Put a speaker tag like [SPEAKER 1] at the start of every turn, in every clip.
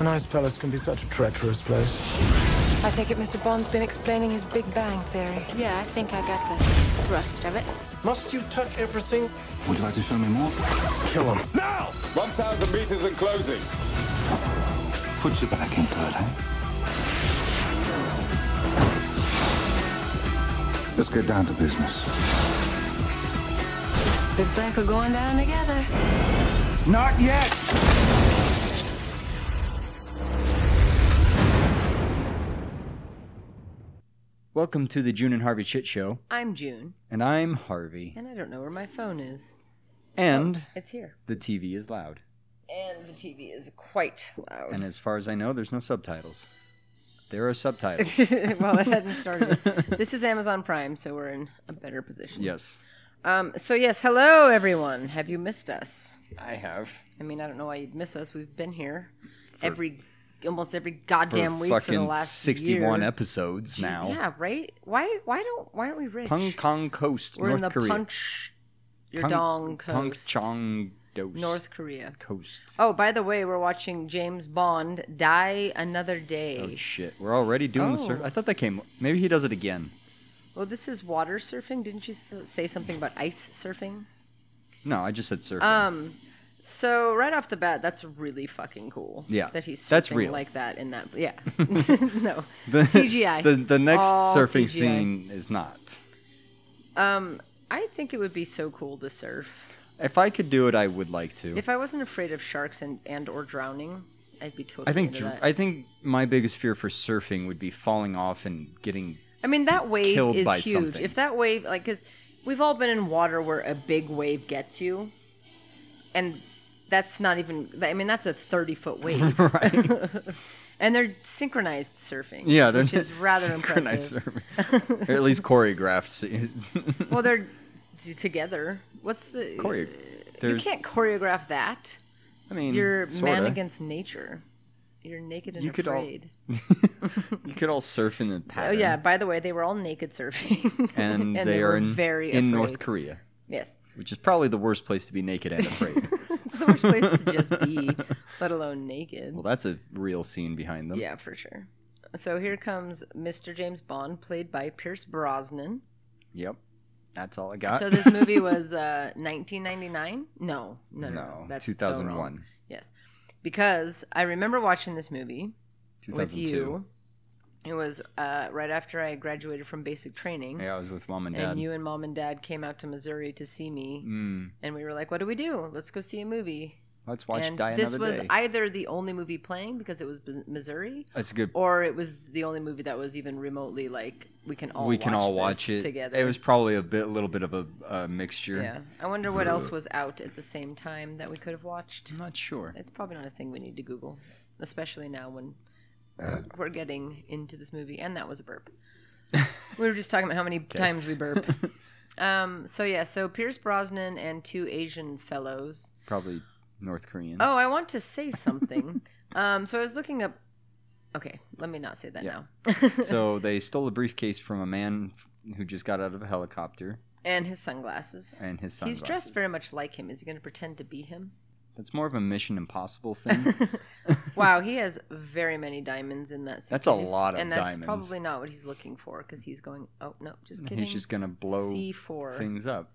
[SPEAKER 1] An ice palace can be such a treacherous place.
[SPEAKER 2] I take it Mr. Bond's been explaining his Big Bang theory.
[SPEAKER 3] Yeah, I think I got the thrust of it.
[SPEAKER 1] Must you touch everything?
[SPEAKER 4] Would you like to show me more?
[SPEAKER 1] Kill them.
[SPEAKER 5] 1,000 meters and closing.
[SPEAKER 4] Put your back into it, eh? Let's get down to business.
[SPEAKER 3] Looks like we're going down together.
[SPEAKER 4] Not yet!
[SPEAKER 6] Welcome to the June and Harvey Shit Show,
[SPEAKER 7] I'm June,
[SPEAKER 6] and I'm Harvey.
[SPEAKER 7] and I don't know where my phone is.
[SPEAKER 6] And
[SPEAKER 7] Oh, It's here.
[SPEAKER 6] the TV is loud.
[SPEAKER 7] And the TV is quite loud.
[SPEAKER 6] And as far as I know, there's no subtitles. There are subtitles.
[SPEAKER 7] well, it hadn't started. this is Amazon Prime, so we're in a better position.
[SPEAKER 6] yes.
[SPEAKER 7] Um, so, yes, hello, everyone. Have you missed us?
[SPEAKER 6] I have.
[SPEAKER 7] I mean, I don't know why you'd miss us. We've been here every, almost every goddamn
[SPEAKER 6] For
[SPEAKER 7] week for
[SPEAKER 6] fucking
[SPEAKER 7] the last
[SPEAKER 6] 61
[SPEAKER 7] year.
[SPEAKER 6] episodes now.
[SPEAKER 7] Yeah, right? Why Why don't Why aren't we rich?
[SPEAKER 6] Pung Kong Coast,
[SPEAKER 7] we're
[SPEAKER 6] North
[SPEAKER 7] in the
[SPEAKER 6] Korea.
[SPEAKER 7] punch your
[SPEAKER 6] Pung-
[SPEAKER 7] dong
[SPEAKER 6] Pung
[SPEAKER 7] coast.
[SPEAKER 6] Chong Dos.
[SPEAKER 7] North Korea.
[SPEAKER 6] Coast.
[SPEAKER 7] Oh, by the way, we're watching James Bond die another day.
[SPEAKER 6] Oh, shit. We're already doing the surf.
[SPEAKER 7] Oh.
[SPEAKER 6] I thought that came. Maybe he does it again.
[SPEAKER 7] Well, this is water surfing. Didn't you s- say something about ice surfing?
[SPEAKER 6] No, I just said surfing.
[SPEAKER 7] Um, so right off the bat, that's really fucking cool.
[SPEAKER 6] Yeah,
[SPEAKER 7] that he's surfing
[SPEAKER 6] that's real.
[SPEAKER 7] like that in that. Yeah, no CGI.
[SPEAKER 6] The, the next
[SPEAKER 7] All
[SPEAKER 6] surfing
[SPEAKER 7] CGI.
[SPEAKER 6] scene is not.
[SPEAKER 7] Um, I think it would be so cool to surf.
[SPEAKER 6] If I could do it, I would like to.
[SPEAKER 7] If I wasn't afraid of sharks and and or drowning, I'd be totally.
[SPEAKER 6] I think
[SPEAKER 7] into
[SPEAKER 6] dr-
[SPEAKER 7] that.
[SPEAKER 6] I think my biggest fear for surfing would be falling off and getting
[SPEAKER 7] I mean, that wave
[SPEAKER 6] killed
[SPEAKER 7] is
[SPEAKER 6] by
[SPEAKER 7] huge.
[SPEAKER 6] something.
[SPEAKER 7] If that wave, like, because we've all been in water where a big wave gets you, and that's not even. I mean, that's a thirty-foot wave,
[SPEAKER 6] right.
[SPEAKER 7] and they're synchronized surfing.
[SPEAKER 6] Yeah, they're
[SPEAKER 7] which is rather
[SPEAKER 6] synchronized
[SPEAKER 7] impressive.
[SPEAKER 6] surfing. or at least choreographed. scenes.
[SPEAKER 7] Well, they're t- together. What's the
[SPEAKER 6] Choreo-
[SPEAKER 7] You
[SPEAKER 6] there's-
[SPEAKER 7] can't choreograph that.
[SPEAKER 6] I mean,
[SPEAKER 7] You're man
[SPEAKER 6] Mm, sorta.
[SPEAKER 7] against nature. You're naked and
[SPEAKER 6] You could all-
[SPEAKER 7] afraid.
[SPEAKER 6] You could all surf in the
[SPEAKER 7] oh
[SPEAKER 6] pattern.
[SPEAKER 7] yeah. By the way, they were all naked surfing,
[SPEAKER 6] and, they,
[SPEAKER 7] were
[SPEAKER 6] are in,
[SPEAKER 7] very
[SPEAKER 6] in
[SPEAKER 7] afraid.
[SPEAKER 6] North Korea,
[SPEAKER 7] Yes.
[SPEAKER 6] which is probably the worst place to be naked and afraid.
[SPEAKER 7] It's the worst place to just be, let alone naked.
[SPEAKER 6] well, that's a real scene behind them.
[SPEAKER 7] yeah, for sure. So here comes Mr. James Bond, played by Pierce Brosnan.
[SPEAKER 6] Yep. That's all I got.
[SPEAKER 7] So this movie was uh, 1999? No, no, no, no.
[SPEAKER 6] no,
[SPEAKER 7] That's so wrong.
[SPEAKER 6] 2001,
[SPEAKER 7] yes, because I remember watching this movie with
[SPEAKER 6] 2002.
[SPEAKER 7] you. It was uh, right after I graduated from basic training,
[SPEAKER 6] Yeah, I was with mom and dad.
[SPEAKER 7] and you and mom and dad came out to Missouri to see me,
[SPEAKER 6] Mm,
[SPEAKER 7] and we were like, "What do we do? Let's go see a movie."
[SPEAKER 6] let's watch
[SPEAKER 7] and
[SPEAKER 6] Die
[SPEAKER 7] this
[SPEAKER 6] Another
[SPEAKER 7] was
[SPEAKER 6] Day.
[SPEAKER 7] either the only movie playing because it was Bis- Missouri,
[SPEAKER 6] That's a good.
[SPEAKER 7] or it was the only movie that was even remotely like we can all
[SPEAKER 6] we can
[SPEAKER 7] watch
[SPEAKER 6] all
[SPEAKER 7] this
[SPEAKER 6] watch it
[SPEAKER 7] together.
[SPEAKER 6] It was probably a bit, a little bit of a uh, mixture.
[SPEAKER 7] yeah. I wonder what else was out at the same time that we could have watched.
[SPEAKER 6] I'm not sure.
[SPEAKER 7] It's probably not a thing we need to Google, especially now when we're getting into this movie. And that was a burp. we were just talking about how many times we burp. Um, so yeah, so Pierce Brosnan and two Asian fellows.
[SPEAKER 6] Probably North Koreans.
[SPEAKER 7] Oh, I want to say something. um, so I was looking up. Okay, let me not say that
[SPEAKER 6] Yeah.
[SPEAKER 7] now.
[SPEAKER 6] so they stole a briefcase from a man who just got out of a helicopter
[SPEAKER 7] and his sunglasses.
[SPEAKER 6] and his son.
[SPEAKER 7] He's dressed very much like him. Is he going to pretend to be him?
[SPEAKER 6] That's more of a Mission Impossible thing.
[SPEAKER 7] Wow, he has very many diamonds in that suitcase.
[SPEAKER 6] That's a lot of
[SPEAKER 7] and that's
[SPEAKER 6] diamonds.
[SPEAKER 7] probably not what he's looking for because he's going. Oh no, just kidding.
[SPEAKER 6] He's just gonna blow
[SPEAKER 7] C4,
[SPEAKER 6] things up.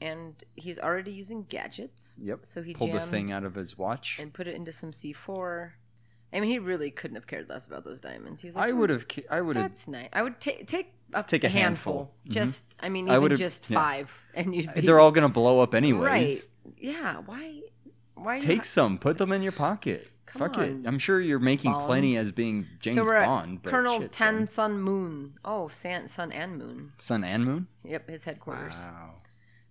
[SPEAKER 7] and he's already using gadgets.
[SPEAKER 6] Yep.
[SPEAKER 7] So he
[SPEAKER 6] pulled a
[SPEAKER 7] jammed
[SPEAKER 6] thing out of his watch.
[SPEAKER 7] and put it into some C4. I mean, he really couldn't have cared less about those diamonds. He was like,
[SPEAKER 6] I
[SPEAKER 7] "Mm,
[SPEAKER 6] would have. I would have.
[SPEAKER 7] That's nice. I would take take a,
[SPEAKER 6] Take a handful. Mhm.
[SPEAKER 7] Just I mean,
[SPEAKER 6] I
[SPEAKER 7] even
[SPEAKER 6] would've-
[SPEAKER 7] just
[SPEAKER 6] yeah. Uh,
[SPEAKER 7] five, and you'd be
[SPEAKER 6] They're all gonna blow up anyways.
[SPEAKER 7] right. Yeah. Why? Why
[SPEAKER 6] Take some. Put them in your pocket.
[SPEAKER 7] Come
[SPEAKER 6] Fuck
[SPEAKER 7] on,
[SPEAKER 6] it. I'm sure you're making
[SPEAKER 7] Bond.
[SPEAKER 6] plenty as being James
[SPEAKER 7] so we're at
[SPEAKER 6] Bond. But
[SPEAKER 7] Colonel
[SPEAKER 6] shit,
[SPEAKER 7] Tan
[SPEAKER 6] son.
[SPEAKER 7] Sun Moon. Oh, San, Sun and Moon.
[SPEAKER 6] Sun and Moon.
[SPEAKER 7] Yep, his headquarters.
[SPEAKER 6] Wow.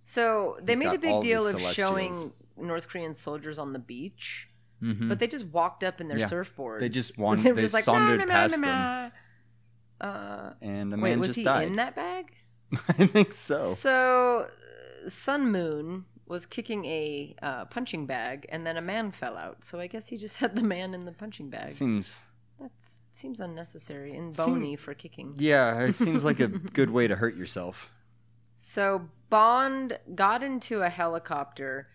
[SPEAKER 7] So they
[SPEAKER 6] He's
[SPEAKER 7] made
[SPEAKER 6] got
[SPEAKER 7] a
[SPEAKER 6] all
[SPEAKER 7] big
[SPEAKER 6] the
[SPEAKER 7] deal of
[SPEAKER 6] Celestials.
[SPEAKER 7] showing North Korean soldiers on the beach,
[SPEAKER 6] Mhm.
[SPEAKER 7] but they just walked up in their
[SPEAKER 6] Yeah.
[SPEAKER 7] surfboards.
[SPEAKER 6] They just wan-
[SPEAKER 7] They were
[SPEAKER 6] they
[SPEAKER 7] just like,
[SPEAKER 6] saundered
[SPEAKER 7] "Meh, meh,
[SPEAKER 6] past
[SPEAKER 7] meh,
[SPEAKER 6] them."
[SPEAKER 7] meh." Uh,
[SPEAKER 6] and a
[SPEAKER 7] wait,
[SPEAKER 6] man
[SPEAKER 7] was
[SPEAKER 6] just
[SPEAKER 7] he
[SPEAKER 6] died.
[SPEAKER 7] in that bag?
[SPEAKER 6] I think so.
[SPEAKER 7] So uh, Sun Moon was kicking a uh, punching bag, and then a man fell out. So I guess he just had the man in the punching bag.
[SPEAKER 6] Seems
[SPEAKER 7] that seems unnecessary and
[SPEAKER 6] Seem-
[SPEAKER 7] bony for kicking.
[SPEAKER 6] yeah, it seems like a good way to hurt yourself.
[SPEAKER 7] So Bond got into a helicopter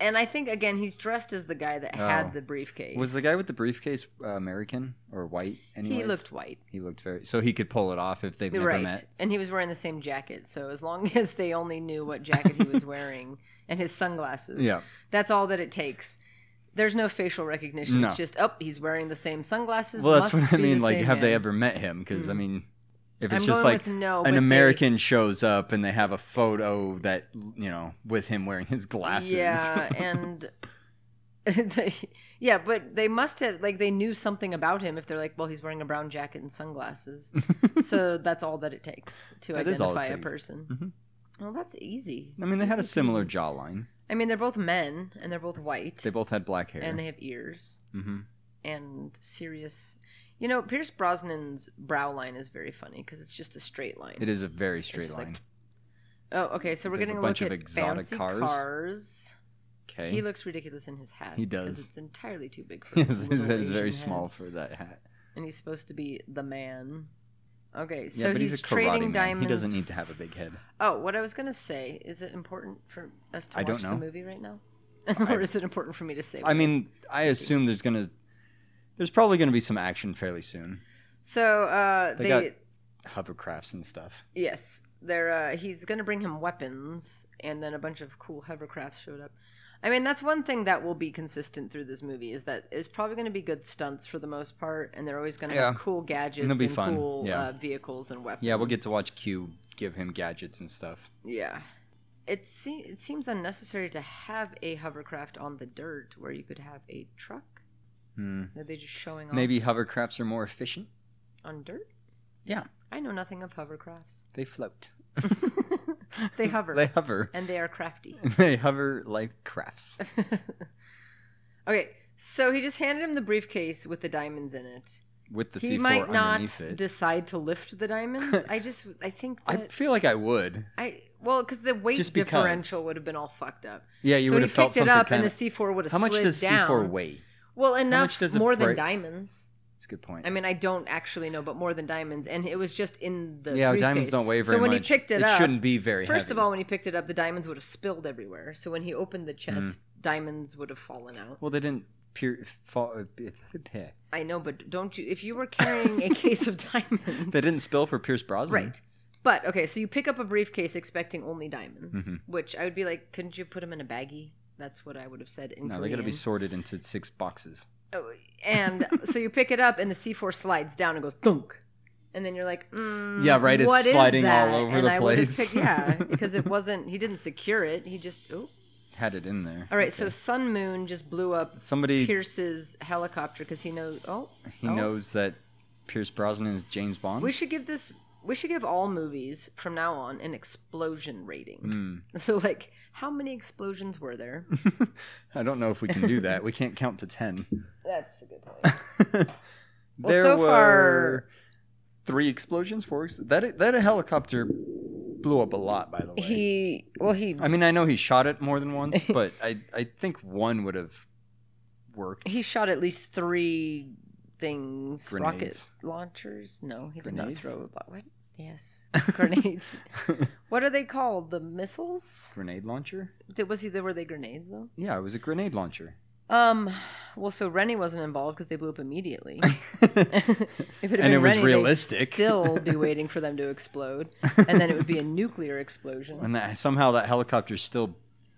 [SPEAKER 7] and I think again he's dressed as the guy that
[SPEAKER 6] Oh.
[SPEAKER 7] had the briefcase.
[SPEAKER 6] Was the guy with the briefcase uh, American or white? Anyways?
[SPEAKER 7] He looked white,
[SPEAKER 6] He looked very. So he could pull it off if they've never
[SPEAKER 7] right?
[SPEAKER 6] met.
[SPEAKER 7] And he was wearing the same jacket. So as long as they only knew what jacket he was wearing and his sunglasses,
[SPEAKER 6] Yeah.
[SPEAKER 7] that's all that it takes. There's no facial recognition.
[SPEAKER 6] No.
[SPEAKER 7] It's just oh, he's wearing the same sunglasses.
[SPEAKER 6] Well, that's
[SPEAKER 7] must
[SPEAKER 6] what I
[SPEAKER 7] be the
[SPEAKER 6] mean. Like,
[SPEAKER 7] same
[SPEAKER 6] have they
[SPEAKER 7] man. Hmm.
[SPEAKER 6] ever met him? Because I mean, if it's
[SPEAKER 7] I'm
[SPEAKER 6] just
[SPEAKER 7] going
[SPEAKER 6] like
[SPEAKER 7] with no, but
[SPEAKER 6] an
[SPEAKER 7] they-
[SPEAKER 6] American shows up and they have a photo that you know with him wearing his glasses.
[SPEAKER 7] Yeah, and they, yeah, but they must have like they knew something about him if they're like, well, he's wearing a brown jacket and sunglasses. so that's all that it takes to
[SPEAKER 6] That is all it
[SPEAKER 7] identify a
[SPEAKER 6] takes. Mm-hmm.
[SPEAKER 7] person. Well, that's easy.
[SPEAKER 6] I mean, they had a
[SPEAKER 7] Easy
[SPEAKER 6] similar
[SPEAKER 7] peasy.
[SPEAKER 6] jawline.
[SPEAKER 7] I mean, they're both men and they're both white
[SPEAKER 6] They both had black hair.
[SPEAKER 7] and they have ears
[SPEAKER 6] hmm
[SPEAKER 7] and serious. You know, Pierce Brosnan's brow line is very funny because it's just a straight line.
[SPEAKER 6] It is a very straight
[SPEAKER 7] just like-
[SPEAKER 6] line.
[SPEAKER 7] Oh, okay. So we're
[SPEAKER 6] They have
[SPEAKER 7] getting
[SPEAKER 6] a
[SPEAKER 7] a
[SPEAKER 6] bunch
[SPEAKER 7] look
[SPEAKER 6] of
[SPEAKER 7] at
[SPEAKER 6] exotic
[SPEAKER 7] fancy
[SPEAKER 6] cars.
[SPEAKER 7] cars.
[SPEAKER 6] okay.
[SPEAKER 7] He looks ridiculous in his hat.
[SPEAKER 6] He
[SPEAKER 7] because
[SPEAKER 6] does.
[SPEAKER 7] It's entirely too big for his
[SPEAKER 6] his, his
[SPEAKER 7] little
[SPEAKER 6] head is very
[SPEAKER 7] Asian head.
[SPEAKER 6] small for that hat.
[SPEAKER 7] And he's supposed to be the man. Okay,
[SPEAKER 6] Yeah,
[SPEAKER 7] so
[SPEAKER 6] but
[SPEAKER 7] he's,
[SPEAKER 6] he's, a karate
[SPEAKER 7] trading
[SPEAKER 6] man.
[SPEAKER 7] diamonds.
[SPEAKER 6] He doesn't need to have a big head.
[SPEAKER 7] Oh, what I was gonna say is it important for us to
[SPEAKER 6] I don't
[SPEAKER 7] watch
[SPEAKER 6] know.
[SPEAKER 7] the movie right now, or is it important for me to say?
[SPEAKER 6] I
[SPEAKER 7] what-
[SPEAKER 6] mean, I assume there's gonna, there's probably gonna be some action fairly soon.
[SPEAKER 7] so uh,
[SPEAKER 6] They
[SPEAKER 7] they,
[SPEAKER 6] got- Hovercrafts and stuff.
[SPEAKER 7] yes, they're uh, he's gonna bring him weapons, and then a bunch of cool hovercrafts showed up. I mean, that's one thing that will be consistent through this movie is that it's probably going to be good stunts for the most part, and they're always going to have
[SPEAKER 6] Yeah.
[SPEAKER 7] cool gadgets
[SPEAKER 6] It'll
[SPEAKER 7] and,
[SPEAKER 6] be fun,
[SPEAKER 7] cool
[SPEAKER 6] yeah.
[SPEAKER 7] uh, vehicles and weapons.
[SPEAKER 6] Yeah, we'll get to watch Q give him gadgets and stuff.
[SPEAKER 7] Yeah. It, se- it seems unnecessary to have a hovercraft on the dirt where you could have a truck.
[SPEAKER 6] Hmm.
[SPEAKER 7] Are they just showing off
[SPEAKER 6] Maybe hovercrafts are more efficient.
[SPEAKER 7] on dirt?
[SPEAKER 6] Yeah,
[SPEAKER 7] I know nothing of hovercrafts.
[SPEAKER 6] they float.
[SPEAKER 7] They hover.
[SPEAKER 6] They hover.
[SPEAKER 7] and they are crafty.
[SPEAKER 6] they hover like crafts.
[SPEAKER 7] Okay, so he just handed him the briefcase with the diamonds in it.
[SPEAKER 6] With the
[SPEAKER 7] he
[SPEAKER 6] C4
[SPEAKER 7] might not
[SPEAKER 6] underneath it.
[SPEAKER 7] decide to lift the diamonds. I just, I think
[SPEAKER 6] I
[SPEAKER 7] that.
[SPEAKER 6] feel like I would.
[SPEAKER 7] I, well, because the weight
[SPEAKER 6] Just because.
[SPEAKER 7] differential would have been all fucked up.
[SPEAKER 6] Yeah, you
[SPEAKER 7] so
[SPEAKER 6] would
[SPEAKER 7] he
[SPEAKER 6] have felt
[SPEAKER 7] picked it
[SPEAKER 6] something
[SPEAKER 7] up,
[SPEAKER 6] kind
[SPEAKER 7] and
[SPEAKER 6] of.
[SPEAKER 7] the C four would have
[SPEAKER 6] How much
[SPEAKER 7] slid
[SPEAKER 6] does
[SPEAKER 7] down.
[SPEAKER 6] C4 weigh?
[SPEAKER 7] Well, enough
[SPEAKER 6] much does a
[SPEAKER 7] more than
[SPEAKER 6] bright-
[SPEAKER 7] diamonds.
[SPEAKER 6] That's a good point.
[SPEAKER 7] I mean, I don't actually know, but more than diamonds, and it was just in the
[SPEAKER 6] yeah,
[SPEAKER 7] briefcase.
[SPEAKER 6] diamonds don't weigh very
[SPEAKER 7] So when
[SPEAKER 6] much.
[SPEAKER 7] he picked it,
[SPEAKER 6] it
[SPEAKER 7] up,
[SPEAKER 6] shouldn't be very.
[SPEAKER 7] First of
[SPEAKER 6] heavy. Mm.
[SPEAKER 7] all, when he picked it up, the diamonds would have spilled everywhere. So when he opened the chest, diamonds would have fallen out.
[SPEAKER 6] well, they didn't pure, fall, uh, they
[SPEAKER 7] I know, but don't you? If you were carrying a case of diamonds,
[SPEAKER 6] didn't spill for Pierce Brosnan.
[SPEAKER 7] right? But okay, so you pick up a briefcase expecting only diamonds,
[SPEAKER 6] Mm-hmm.
[SPEAKER 7] which I would be like, couldn't you put them in a baggie? That's what I would have said in
[SPEAKER 6] No, they got
[SPEAKER 7] Korean.
[SPEAKER 6] to be sorted into six boxes.
[SPEAKER 7] Oh, and so you pick it up, and the C4 slides down and goes thunk. And then you're like, mm,
[SPEAKER 6] Yeah, right, it's
[SPEAKER 7] what is
[SPEAKER 6] sliding all
[SPEAKER 7] that?
[SPEAKER 6] over
[SPEAKER 7] And
[SPEAKER 6] the
[SPEAKER 7] I would've
[SPEAKER 6] place.
[SPEAKER 7] picked- yeah, because it wasn't. He didn't secure it. He just. Oh.
[SPEAKER 6] Had it in there.
[SPEAKER 7] All right. So Sun Moon just blew up
[SPEAKER 6] Somebody
[SPEAKER 7] Pierce's helicopter because he knows. Oh,
[SPEAKER 6] he
[SPEAKER 7] oh.
[SPEAKER 6] knows that Pierce Brosnan is James Bond.
[SPEAKER 7] We should give this. We should give all movies from now on an explosion rating.
[SPEAKER 6] Hmm.
[SPEAKER 7] So like, how many explosions were there?
[SPEAKER 6] I don't know if we can do that. we can't count to ten.
[SPEAKER 7] That's a good point.
[SPEAKER 6] there
[SPEAKER 7] so
[SPEAKER 6] were
[SPEAKER 7] far-
[SPEAKER 6] three explosions, four. Ex- that that helicopter blew up a lot, by the way.
[SPEAKER 7] He well he
[SPEAKER 6] I mean, I know he shot it more than once, but I I think one would have worked.
[SPEAKER 7] He shot at least three things.
[SPEAKER 6] Grenades.
[SPEAKER 7] Rocket launchers? No, he
[SPEAKER 6] Grenades?
[SPEAKER 7] did not throw. lo- What? Yes, grenades. what are they called? The missiles?
[SPEAKER 6] grenade launcher?
[SPEAKER 7] Did, was he? Were they grenades though?
[SPEAKER 6] Yeah, it was a grenade launcher.
[SPEAKER 7] Um. Well, so Rennie wasn't involved because they blew up immediately. If it, had
[SPEAKER 6] And
[SPEAKER 7] been
[SPEAKER 6] it was
[SPEAKER 7] Rennie, they'd
[SPEAKER 6] realistic.
[SPEAKER 7] still be waiting for them to explode, and then it would be a nuclear explosion.
[SPEAKER 6] and that, somehow that helicopter's still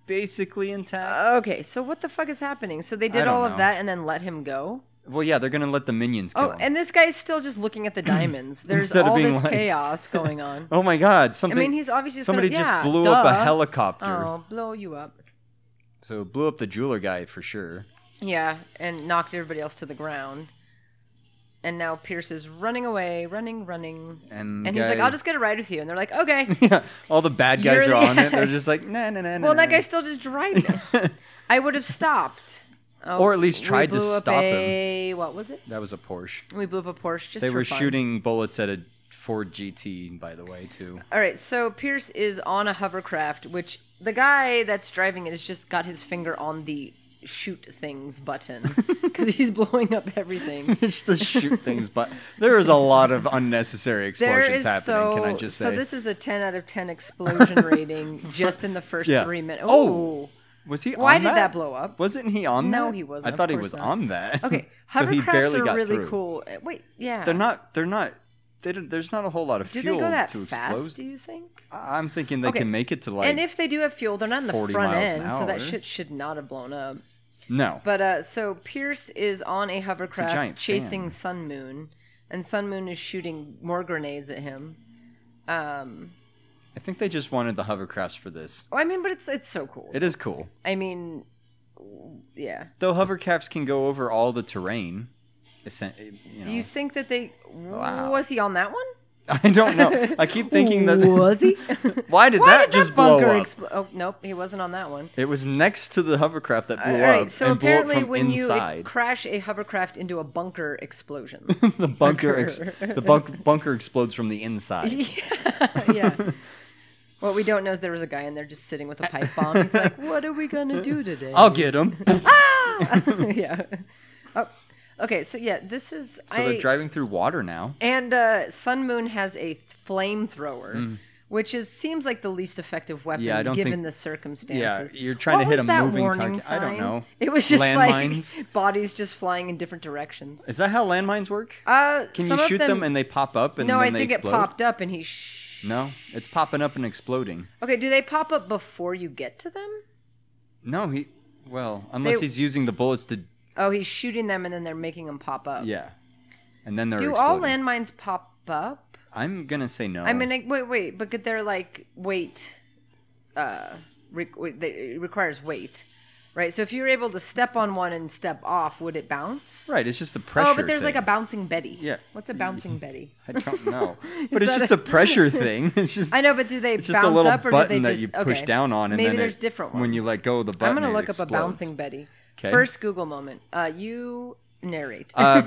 [SPEAKER 6] basically intact.
[SPEAKER 7] Okay, so what the fuck is happening? So they did
[SPEAKER 6] don't
[SPEAKER 7] all
[SPEAKER 6] know.
[SPEAKER 7] of that and then let him go.
[SPEAKER 6] well, yeah, they're gonna let the minions kill
[SPEAKER 7] Oh,
[SPEAKER 6] him.
[SPEAKER 7] and this guy's still just looking at the diamonds. There's
[SPEAKER 6] Instead of
[SPEAKER 7] all
[SPEAKER 6] being
[SPEAKER 7] this
[SPEAKER 6] like-
[SPEAKER 7] chaos going on.
[SPEAKER 6] oh my God! Something.
[SPEAKER 7] mean, he's obviously just gonna-
[SPEAKER 6] somebody
[SPEAKER 7] yeah,
[SPEAKER 6] just blew up a
[SPEAKER 7] duh.
[SPEAKER 6] helicopter.
[SPEAKER 7] Oh, blow you up.
[SPEAKER 6] So it blew up the jeweler guy for sure.
[SPEAKER 7] Yeah, and knocked everybody else to the ground. And now Pierce is running away, running, running.
[SPEAKER 6] And
[SPEAKER 7] And he's
[SPEAKER 6] guy-
[SPEAKER 7] like, I'll just get a ride with you. And they're like, okay.
[SPEAKER 6] Yeah, all the bad guys
[SPEAKER 7] You're
[SPEAKER 6] are
[SPEAKER 7] the-
[SPEAKER 6] on it. They're just like, nah, nah, nah, nah.
[SPEAKER 7] well, that
[SPEAKER 6] nah."
[SPEAKER 7] guy's still just driving. I would have stopped. Oh,
[SPEAKER 6] Or at least
[SPEAKER 7] we
[SPEAKER 6] tried to
[SPEAKER 7] blew up
[SPEAKER 6] stop him.
[SPEAKER 7] a, What was it?
[SPEAKER 6] That was a Porsche.
[SPEAKER 7] We blew up a Porsche just
[SPEAKER 6] They
[SPEAKER 7] for
[SPEAKER 6] were
[SPEAKER 7] fun.
[SPEAKER 6] shooting bullets at a Ford GT, by the way, too.
[SPEAKER 7] All right, so Pierce is on a hovercraft, which the guy that's driving it has just got his finger on the shoot things button because he's blowing up everything.
[SPEAKER 6] it's the shoot things, but there is a lot of unnecessary explosions
[SPEAKER 7] There is
[SPEAKER 6] happening.
[SPEAKER 7] so
[SPEAKER 6] can I just say?
[SPEAKER 7] so this is a ten out of ten explosion rating just in the first
[SPEAKER 6] Yeah.
[SPEAKER 7] three minutes.
[SPEAKER 6] Oh!
[SPEAKER 7] Oh,
[SPEAKER 6] Was he?
[SPEAKER 7] Why
[SPEAKER 6] on
[SPEAKER 7] did
[SPEAKER 6] that?
[SPEAKER 7] that blow up?
[SPEAKER 6] Wasn't he on that?
[SPEAKER 7] No, he wasn't.
[SPEAKER 6] I
[SPEAKER 7] Of
[SPEAKER 6] thought he
[SPEAKER 7] course
[SPEAKER 6] was
[SPEAKER 7] not.
[SPEAKER 6] on that.
[SPEAKER 7] Okay,
[SPEAKER 6] so he
[SPEAKER 7] hovercrafts
[SPEAKER 6] barely
[SPEAKER 7] are
[SPEAKER 6] got
[SPEAKER 7] really
[SPEAKER 6] through.
[SPEAKER 7] cool. Uh, Wait, yeah,
[SPEAKER 6] They're not. They're not. They don't, there's not a whole lot of
[SPEAKER 7] Do they
[SPEAKER 6] fuel
[SPEAKER 7] go that
[SPEAKER 6] to explode.
[SPEAKER 7] fast? Do you think?
[SPEAKER 6] I- I'm thinking they
[SPEAKER 7] Okay,
[SPEAKER 6] can make it to like
[SPEAKER 7] and if they do have fuel, they're not in the
[SPEAKER 6] 40
[SPEAKER 7] front
[SPEAKER 6] miles an
[SPEAKER 7] end, so that
[SPEAKER 6] hour.
[SPEAKER 7] shit should not have blown up.
[SPEAKER 6] no.
[SPEAKER 7] But uh, so Pierce is on a hovercraft
[SPEAKER 6] giant
[SPEAKER 7] chasing
[SPEAKER 6] fan.
[SPEAKER 7] Sun Moon, and Sun Moon is shooting more grenades at him.
[SPEAKER 6] I think they just wanted the hovercrafts for this.
[SPEAKER 7] Oh, I mean, but it's it's so cool.
[SPEAKER 6] It is cool,
[SPEAKER 7] I mean, yeah.
[SPEAKER 6] though. Hovercrafts can go over all the terrain. Essen- You know.
[SPEAKER 7] Do you think that they
[SPEAKER 6] Wow.
[SPEAKER 7] was he on that one?
[SPEAKER 6] I don't know. I keep thinking that. Was he? Why did
[SPEAKER 7] Why
[SPEAKER 6] that
[SPEAKER 7] did
[SPEAKER 6] just
[SPEAKER 7] that
[SPEAKER 6] blow
[SPEAKER 7] bunker
[SPEAKER 6] up?
[SPEAKER 7] expl- Oh nope, he wasn't on that one.
[SPEAKER 6] it was next to the hovercraft that blew
[SPEAKER 7] All
[SPEAKER 6] up
[SPEAKER 7] right, so
[SPEAKER 6] and blew up
[SPEAKER 7] apparently
[SPEAKER 6] from
[SPEAKER 7] when you
[SPEAKER 6] inside.
[SPEAKER 7] like, crash a hovercraft into a bunker, explosions.
[SPEAKER 6] the bunker, ex- the bunk- bunker explodes from the inside.
[SPEAKER 7] yeah. What we don't know is there was a guy in there just sitting with a pipe bomb. He's like, "What are we gonna do today?"
[SPEAKER 6] I'll get him. so
[SPEAKER 7] yeah. Oh, okay. So yeah, this is I
[SPEAKER 6] they're driving through water now.
[SPEAKER 7] and uh, Sun Moon has a flamethrower, which is seems like the least effective weapon
[SPEAKER 6] Hmm. Yeah, I don't
[SPEAKER 7] given
[SPEAKER 6] think-
[SPEAKER 7] the circumstances.
[SPEAKER 6] you're trying to
[SPEAKER 7] What
[SPEAKER 6] hit
[SPEAKER 7] was
[SPEAKER 6] a
[SPEAKER 7] that
[SPEAKER 6] moving
[SPEAKER 7] warning
[SPEAKER 6] target. I don't
[SPEAKER 7] sign?
[SPEAKER 6] know.
[SPEAKER 7] It was just
[SPEAKER 6] Landmines?
[SPEAKER 7] like bodies just flying in different directions.
[SPEAKER 6] Is that how landmines work?
[SPEAKER 7] Uh,
[SPEAKER 6] Can
[SPEAKER 7] some
[SPEAKER 6] you
[SPEAKER 7] of
[SPEAKER 6] shoot them, and they pop up and
[SPEAKER 7] no,
[SPEAKER 6] then
[SPEAKER 7] I
[SPEAKER 6] they
[SPEAKER 7] think
[SPEAKER 6] explode?
[SPEAKER 7] it popped up and he. Sh-
[SPEAKER 6] No, it's popping up and exploding.
[SPEAKER 7] Okay, do they pop up before you get to them?
[SPEAKER 6] No, he. Well, unless
[SPEAKER 7] They-
[SPEAKER 6] he's using the bullets to.
[SPEAKER 7] Oh, he's shooting them and then they're making them pop up.
[SPEAKER 6] Yeah. And then they're.
[SPEAKER 7] Do
[SPEAKER 6] exploding.
[SPEAKER 7] all landmines pop up?
[SPEAKER 6] I'm gonna say no.
[SPEAKER 7] I mean, like, wait, wait, but they're like weight. Uh, re- wait, they, it requires weight, right? So if you're able to step on one and step off, would it bounce?
[SPEAKER 6] right? It's just the pressure.
[SPEAKER 7] oh, but there's like a
[SPEAKER 6] thing.
[SPEAKER 7] bouncing Betty.
[SPEAKER 6] Yeah.
[SPEAKER 7] What's a bouncing Betty?
[SPEAKER 6] I don't know, but it's
[SPEAKER 7] that
[SPEAKER 6] just a...
[SPEAKER 7] a-
[SPEAKER 6] pressure thing. It's just.
[SPEAKER 7] I know, but do they
[SPEAKER 6] It's
[SPEAKER 7] bounce
[SPEAKER 6] just a little
[SPEAKER 7] up or do they
[SPEAKER 6] button
[SPEAKER 7] just
[SPEAKER 6] that you push
[SPEAKER 7] okay.
[SPEAKER 6] down on, and
[SPEAKER 7] maybe
[SPEAKER 6] then
[SPEAKER 7] there's
[SPEAKER 6] it-
[SPEAKER 7] different ones.
[SPEAKER 6] When you let go of the button,
[SPEAKER 7] I'm gonna
[SPEAKER 6] it
[SPEAKER 7] look up
[SPEAKER 6] explodes.
[SPEAKER 7] a bouncing Betty.
[SPEAKER 6] 'Kay.
[SPEAKER 7] First Google moment. Uh, you narrate.
[SPEAKER 6] uh,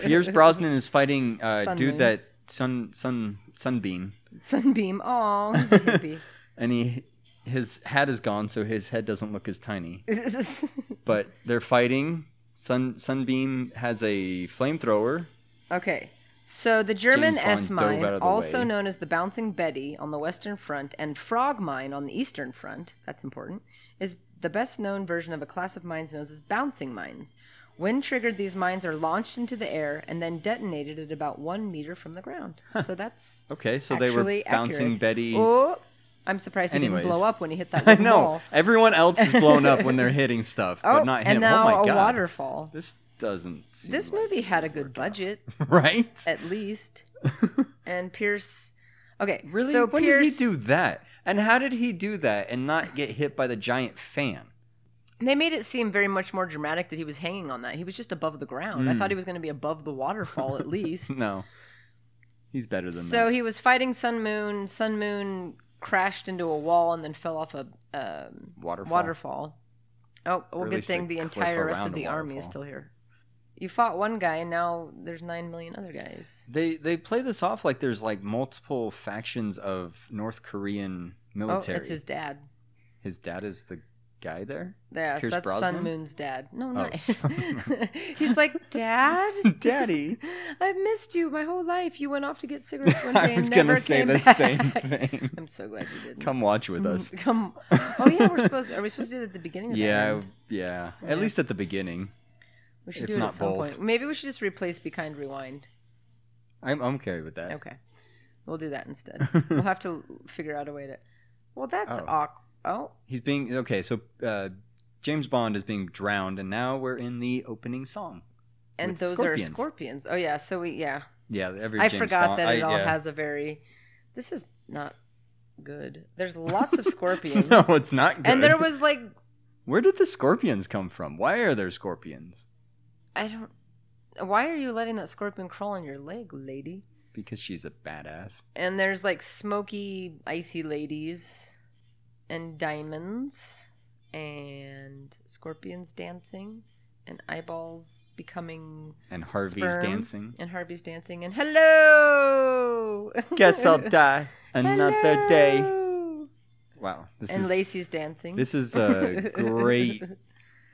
[SPEAKER 6] Pierce Brosnan is fighting uh,
[SPEAKER 7] Sun
[SPEAKER 6] dude
[SPEAKER 7] Moon.
[SPEAKER 6] that sun sun sunbeam,
[SPEAKER 7] Sunbeam. Oh, he's a hippie.
[SPEAKER 6] and he his hat is gone, so his head doesn't look as tiny. But they're fighting. Sun sunbeam has a flamethrower.
[SPEAKER 7] Okay. So the German
[SPEAKER 6] James
[SPEAKER 7] S
[SPEAKER 6] Bond dove
[SPEAKER 7] mine,
[SPEAKER 6] out of the
[SPEAKER 7] also
[SPEAKER 6] way.
[SPEAKER 7] known as the Bouncing Betty on the Western Front and Frog Mine on the Eastern Front, that's important, is the best known version of a class of mines known as bouncing mines. When triggered, these mines are launched into the air and then detonated at about one meter from the ground. So that's
[SPEAKER 6] Okay, so they were
[SPEAKER 7] actually
[SPEAKER 6] bouncing
[SPEAKER 7] accurate.
[SPEAKER 6] Betty.
[SPEAKER 7] Oh, I'm surprised he
[SPEAKER 6] Anyways.
[SPEAKER 7] didn't blow up when he hit that.
[SPEAKER 6] I
[SPEAKER 7] wooden
[SPEAKER 6] know
[SPEAKER 7] wall.
[SPEAKER 6] everyone else is blown up when they're hitting stuff,
[SPEAKER 7] Oh,
[SPEAKER 6] but not him.
[SPEAKER 7] and now
[SPEAKER 6] oh my
[SPEAKER 7] a
[SPEAKER 6] god!
[SPEAKER 7] waterfall.
[SPEAKER 6] This doesn't. Seem
[SPEAKER 7] This
[SPEAKER 6] like-
[SPEAKER 7] movie had a good budget.
[SPEAKER 6] right?
[SPEAKER 7] at least. and Pierce, okay,
[SPEAKER 6] Really?
[SPEAKER 7] So
[SPEAKER 6] when
[SPEAKER 7] Pierce,
[SPEAKER 6] did he do that? And how did he do that and not get hit by the giant fan?
[SPEAKER 7] they made it seem very much more dramatic that he was hanging on that. He was just above the ground. I
[SPEAKER 6] Hmm.
[SPEAKER 7] thought he was going to be above the waterfall at least.
[SPEAKER 6] No, he's better than
[SPEAKER 7] so
[SPEAKER 6] that.
[SPEAKER 7] he was fighting Sun Moon. Sun Moon crashed into a wall and then fell off a um,
[SPEAKER 6] Waterfall.
[SPEAKER 7] waterfall. Oh, well,
[SPEAKER 6] at
[SPEAKER 7] good
[SPEAKER 6] least a
[SPEAKER 7] thing the
[SPEAKER 6] cliff
[SPEAKER 7] entire rest
[SPEAKER 6] around
[SPEAKER 7] of
[SPEAKER 6] a
[SPEAKER 7] the army is
[SPEAKER 6] waterfall.
[SPEAKER 7] still here. You fought one guy, and now there's nine million other guys.
[SPEAKER 6] They they play this off like there's like multiple factions of North Korean military.
[SPEAKER 7] Oh, it's his dad.
[SPEAKER 6] His dad is the guy there.
[SPEAKER 7] Yeah, so
[SPEAKER 6] Pierce
[SPEAKER 7] that's
[SPEAKER 6] Brosnan?
[SPEAKER 7] Sun Moon's dad. No,
[SPEAKER 6] Oh,
[SPEAKER 7] nice.
[SPEAKER 6] Sun
[SPEAKER 7] He's like, Dad,
[SPEAKER 6] Daddy.
[SPEAKER 7] I've missed you my whole life. You went off to get cigarettes one day
[SPEAKER 6] I was
[SPEAKER 7] and
[SPEAKER 6] gonna
[SPEAKER 7] never
[SPEAKER 6] say
[SPEAKER 7] came
[SPEAKER 6] the
[SPEAKER 7] back.
[SPEAKER 6] same thing.
[SPEAKER 7] I'm so glad you didn't. Mm,
[SPEAKER 6] Come watch with us.
[SPEAKER 7] Come. Oh yeah, we're supposed. Are we supposed to do that at the beginning? Or the
[SPEAKER 6] Yeah,
[SPEAKER 7] end?
[SPEAKER 6] yeah. At least at the beginning.
[SPEAKER 7] we should
[SPEAKER 6] if
[SPEAKER 7] do it
[SPEAKER 6] not
[SPEAKER 7] at some
[SPEAKER 6] both.
[SPEAKER 7] point. Maybe we should just replace "Be Kind, Rewind."
[SPEAKER 6] I'm I'm okay with that.
[SPEAKER 7] Okay, we'll do that instead. we'll have to figure out a way to. Well, that's
[SPEAKER 6] Oh.
[SPEAKER 7] awkward. Oh,
[SPEAKER 6] He's being okay. So uh, James Bond is being drowned, and now we're in the opening song.
[SPEAKER 7] and
[SPEAKER 6] With
[SPEAKER 7] those
[SPEAKER 6] scorpions.
[SPEAKER 7] are scorpions. Oh yeah, so we yeah.
[SPEAKER 6] Yeah, every
[SPEAKER 7] I
[SPEAKER 6] James
[SPEAKER 7] forgot
[SPEAKER 6] Bond-
[SPEAKER 7] that it
[SPEAKER 6] I-
[SPEAKER 7] all
[SPEAKER 6] yeah.
[SPEAKER 7] has a very. This is not good. There's lots of scorpions.
[SPEAKER 6] No, it's not good.
[SPEAKER 7] And there was like
[SPEAKER 6] Where did the scorpions come from? Why are there scorpions?
[SPEAKER 7] I don't. Why are you letting that scorpion crawl on your leg, lady?
[SPEAKER 6] Because she's a badass.
[SPEAKER 7] And there's like smoky, icy ladies, and diamonds, and scorpions dancing, and eyeballs becoming
[SPEAKER 6] And Harvey's
[SPEAKER 7] sperm,
[SPEAKER 6] dancing.
[SPEAKER 7] and Harvey's dancing, and hello.
[SPEAKER 6] Guess I'll die another day.
[SPEAKER 7] Hello!
[SPEAKER 6] Wow, this
[SPEAKER 7] and
[SPEAKER 6] is
[SPEAKER 7] Lacey's dancing.
[SPEAKER 6] this is a great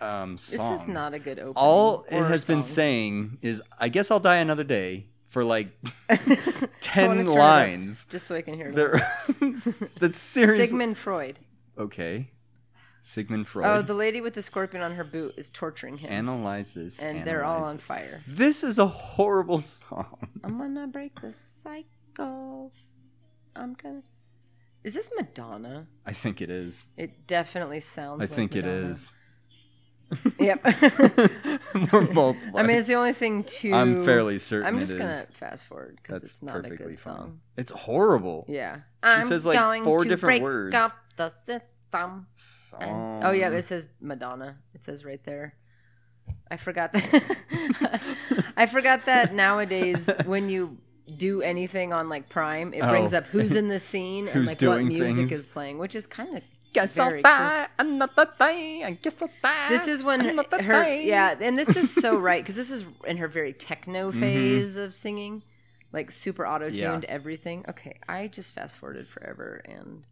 [SPEAKER 6] um, song.
[SPEAKER 7] This is not a good opening.
[SPEAKER 6] all it
[SPEAKER 7] or
[SPEAKER 6] has been
[SPEAKER 7] song.
[SPEAKER 6] saying is, "I guess I'll die another day" for like
[SPEAKER 7] I wanna
[SPEAKER 6] ten
[SPEAKER 7] turn it up
[SPEAKER 6] lines.
[SPEAKER 7] just so I can hear it.
[SPEAKER 6] They're- That's seriously
[SPEAKER 7] Sigmund Freud.
[SPEAKER 6] okay. Sigmund Freud.
[SPEAKER 7] Oh, the lady with the scorpion on her boot is torturing him.
[SPEAKER 6] analyze this.
[SPEAKER 7] and they're all
[SPEAKER 6] analyze
[SPEAKER 7] on
[SPEAKER 6] this.
[SPEAKER 7] fire.
[SPEAKER 6] This is a horrible song.
[SPEAKER 7] I'm gonna break the cycle. I'm gonna. Is this Madonna?
[SPEAKER 6] I think it is.
[SPEAKER 7] It definitely sounds.
[SPEAKER 6] I
[SPEAKER 7] like
[SPEAKER 6] think it
[SPEAKER 7] Madonna.
[SPEAKER 6] is.
[SPEAKER 7] Yep.
[SPEAKER 6] We're both.
[SPEAKER 7] I mean,
[SPEAKER 6] like-
[SPEAKER 7] it's the only thing to.
[SPEAKER 6] I'm fairly certain
[SPEAKER 7] I'm
[SPEAKER 6] it
[SPEAKER 7] just gonna
[SPEAKER 6] is.
[SPEAKER 7] fast forward because
[SPEAKER 6] That's
[SPEAKER 7] it's not a
[SPEAKER 6] perfectly
[SPEAKER 7] good
[SPEAKER 6] fine.
[SPEAKER 7] song.
[SPEAKER 6] It's horrible.
[SPEAKER 7] Yeah. I'm
[SPEAKER 6] says, like,
[SPEAKER 7] going
[SPEAKER 6] four
[SPEAKER 7] to
[SPEAKER 6] different
[SPEAKER 7] break
[SPEAKER 6] words.
[SPEAKER 7] Up the system.
[SPEAKER 6] Song.
[SPEAKER 7] And- oh yeah, it says Madonna. It says right there. I forgot that. I forgot that nowadays when you do anything on like Prime, it brings
[SPEAKER 6] Oh.
[SPEAKER 7] up who's in the scene and
[SPEAKER 6] Who's
[SPEAKER 7] like what
[SPEAKER 6] doing
[SPEAKER 7] music
[SPEAKER 6] things.
[SPEAKER 7] is playing, which is kind of
[SPEAKER 6] Guess I'll
[SPEAKER 7] very cool.
[SPEAKER 6] die another day. I guess I'll die.
[SPEAKER 7] This is when
[SPEAKER 6] another
[SPEAKER 7] her,
[SPEAKER 6] day.
[SPEAKER 7] yeah, and this is so right because this is in her very techno phase of singing, like super auto tuned
[SPEAKER 6] Mm-hmm. Yeah.
[SPEAKER 7] everything. Okay, I just fast forwarded forever and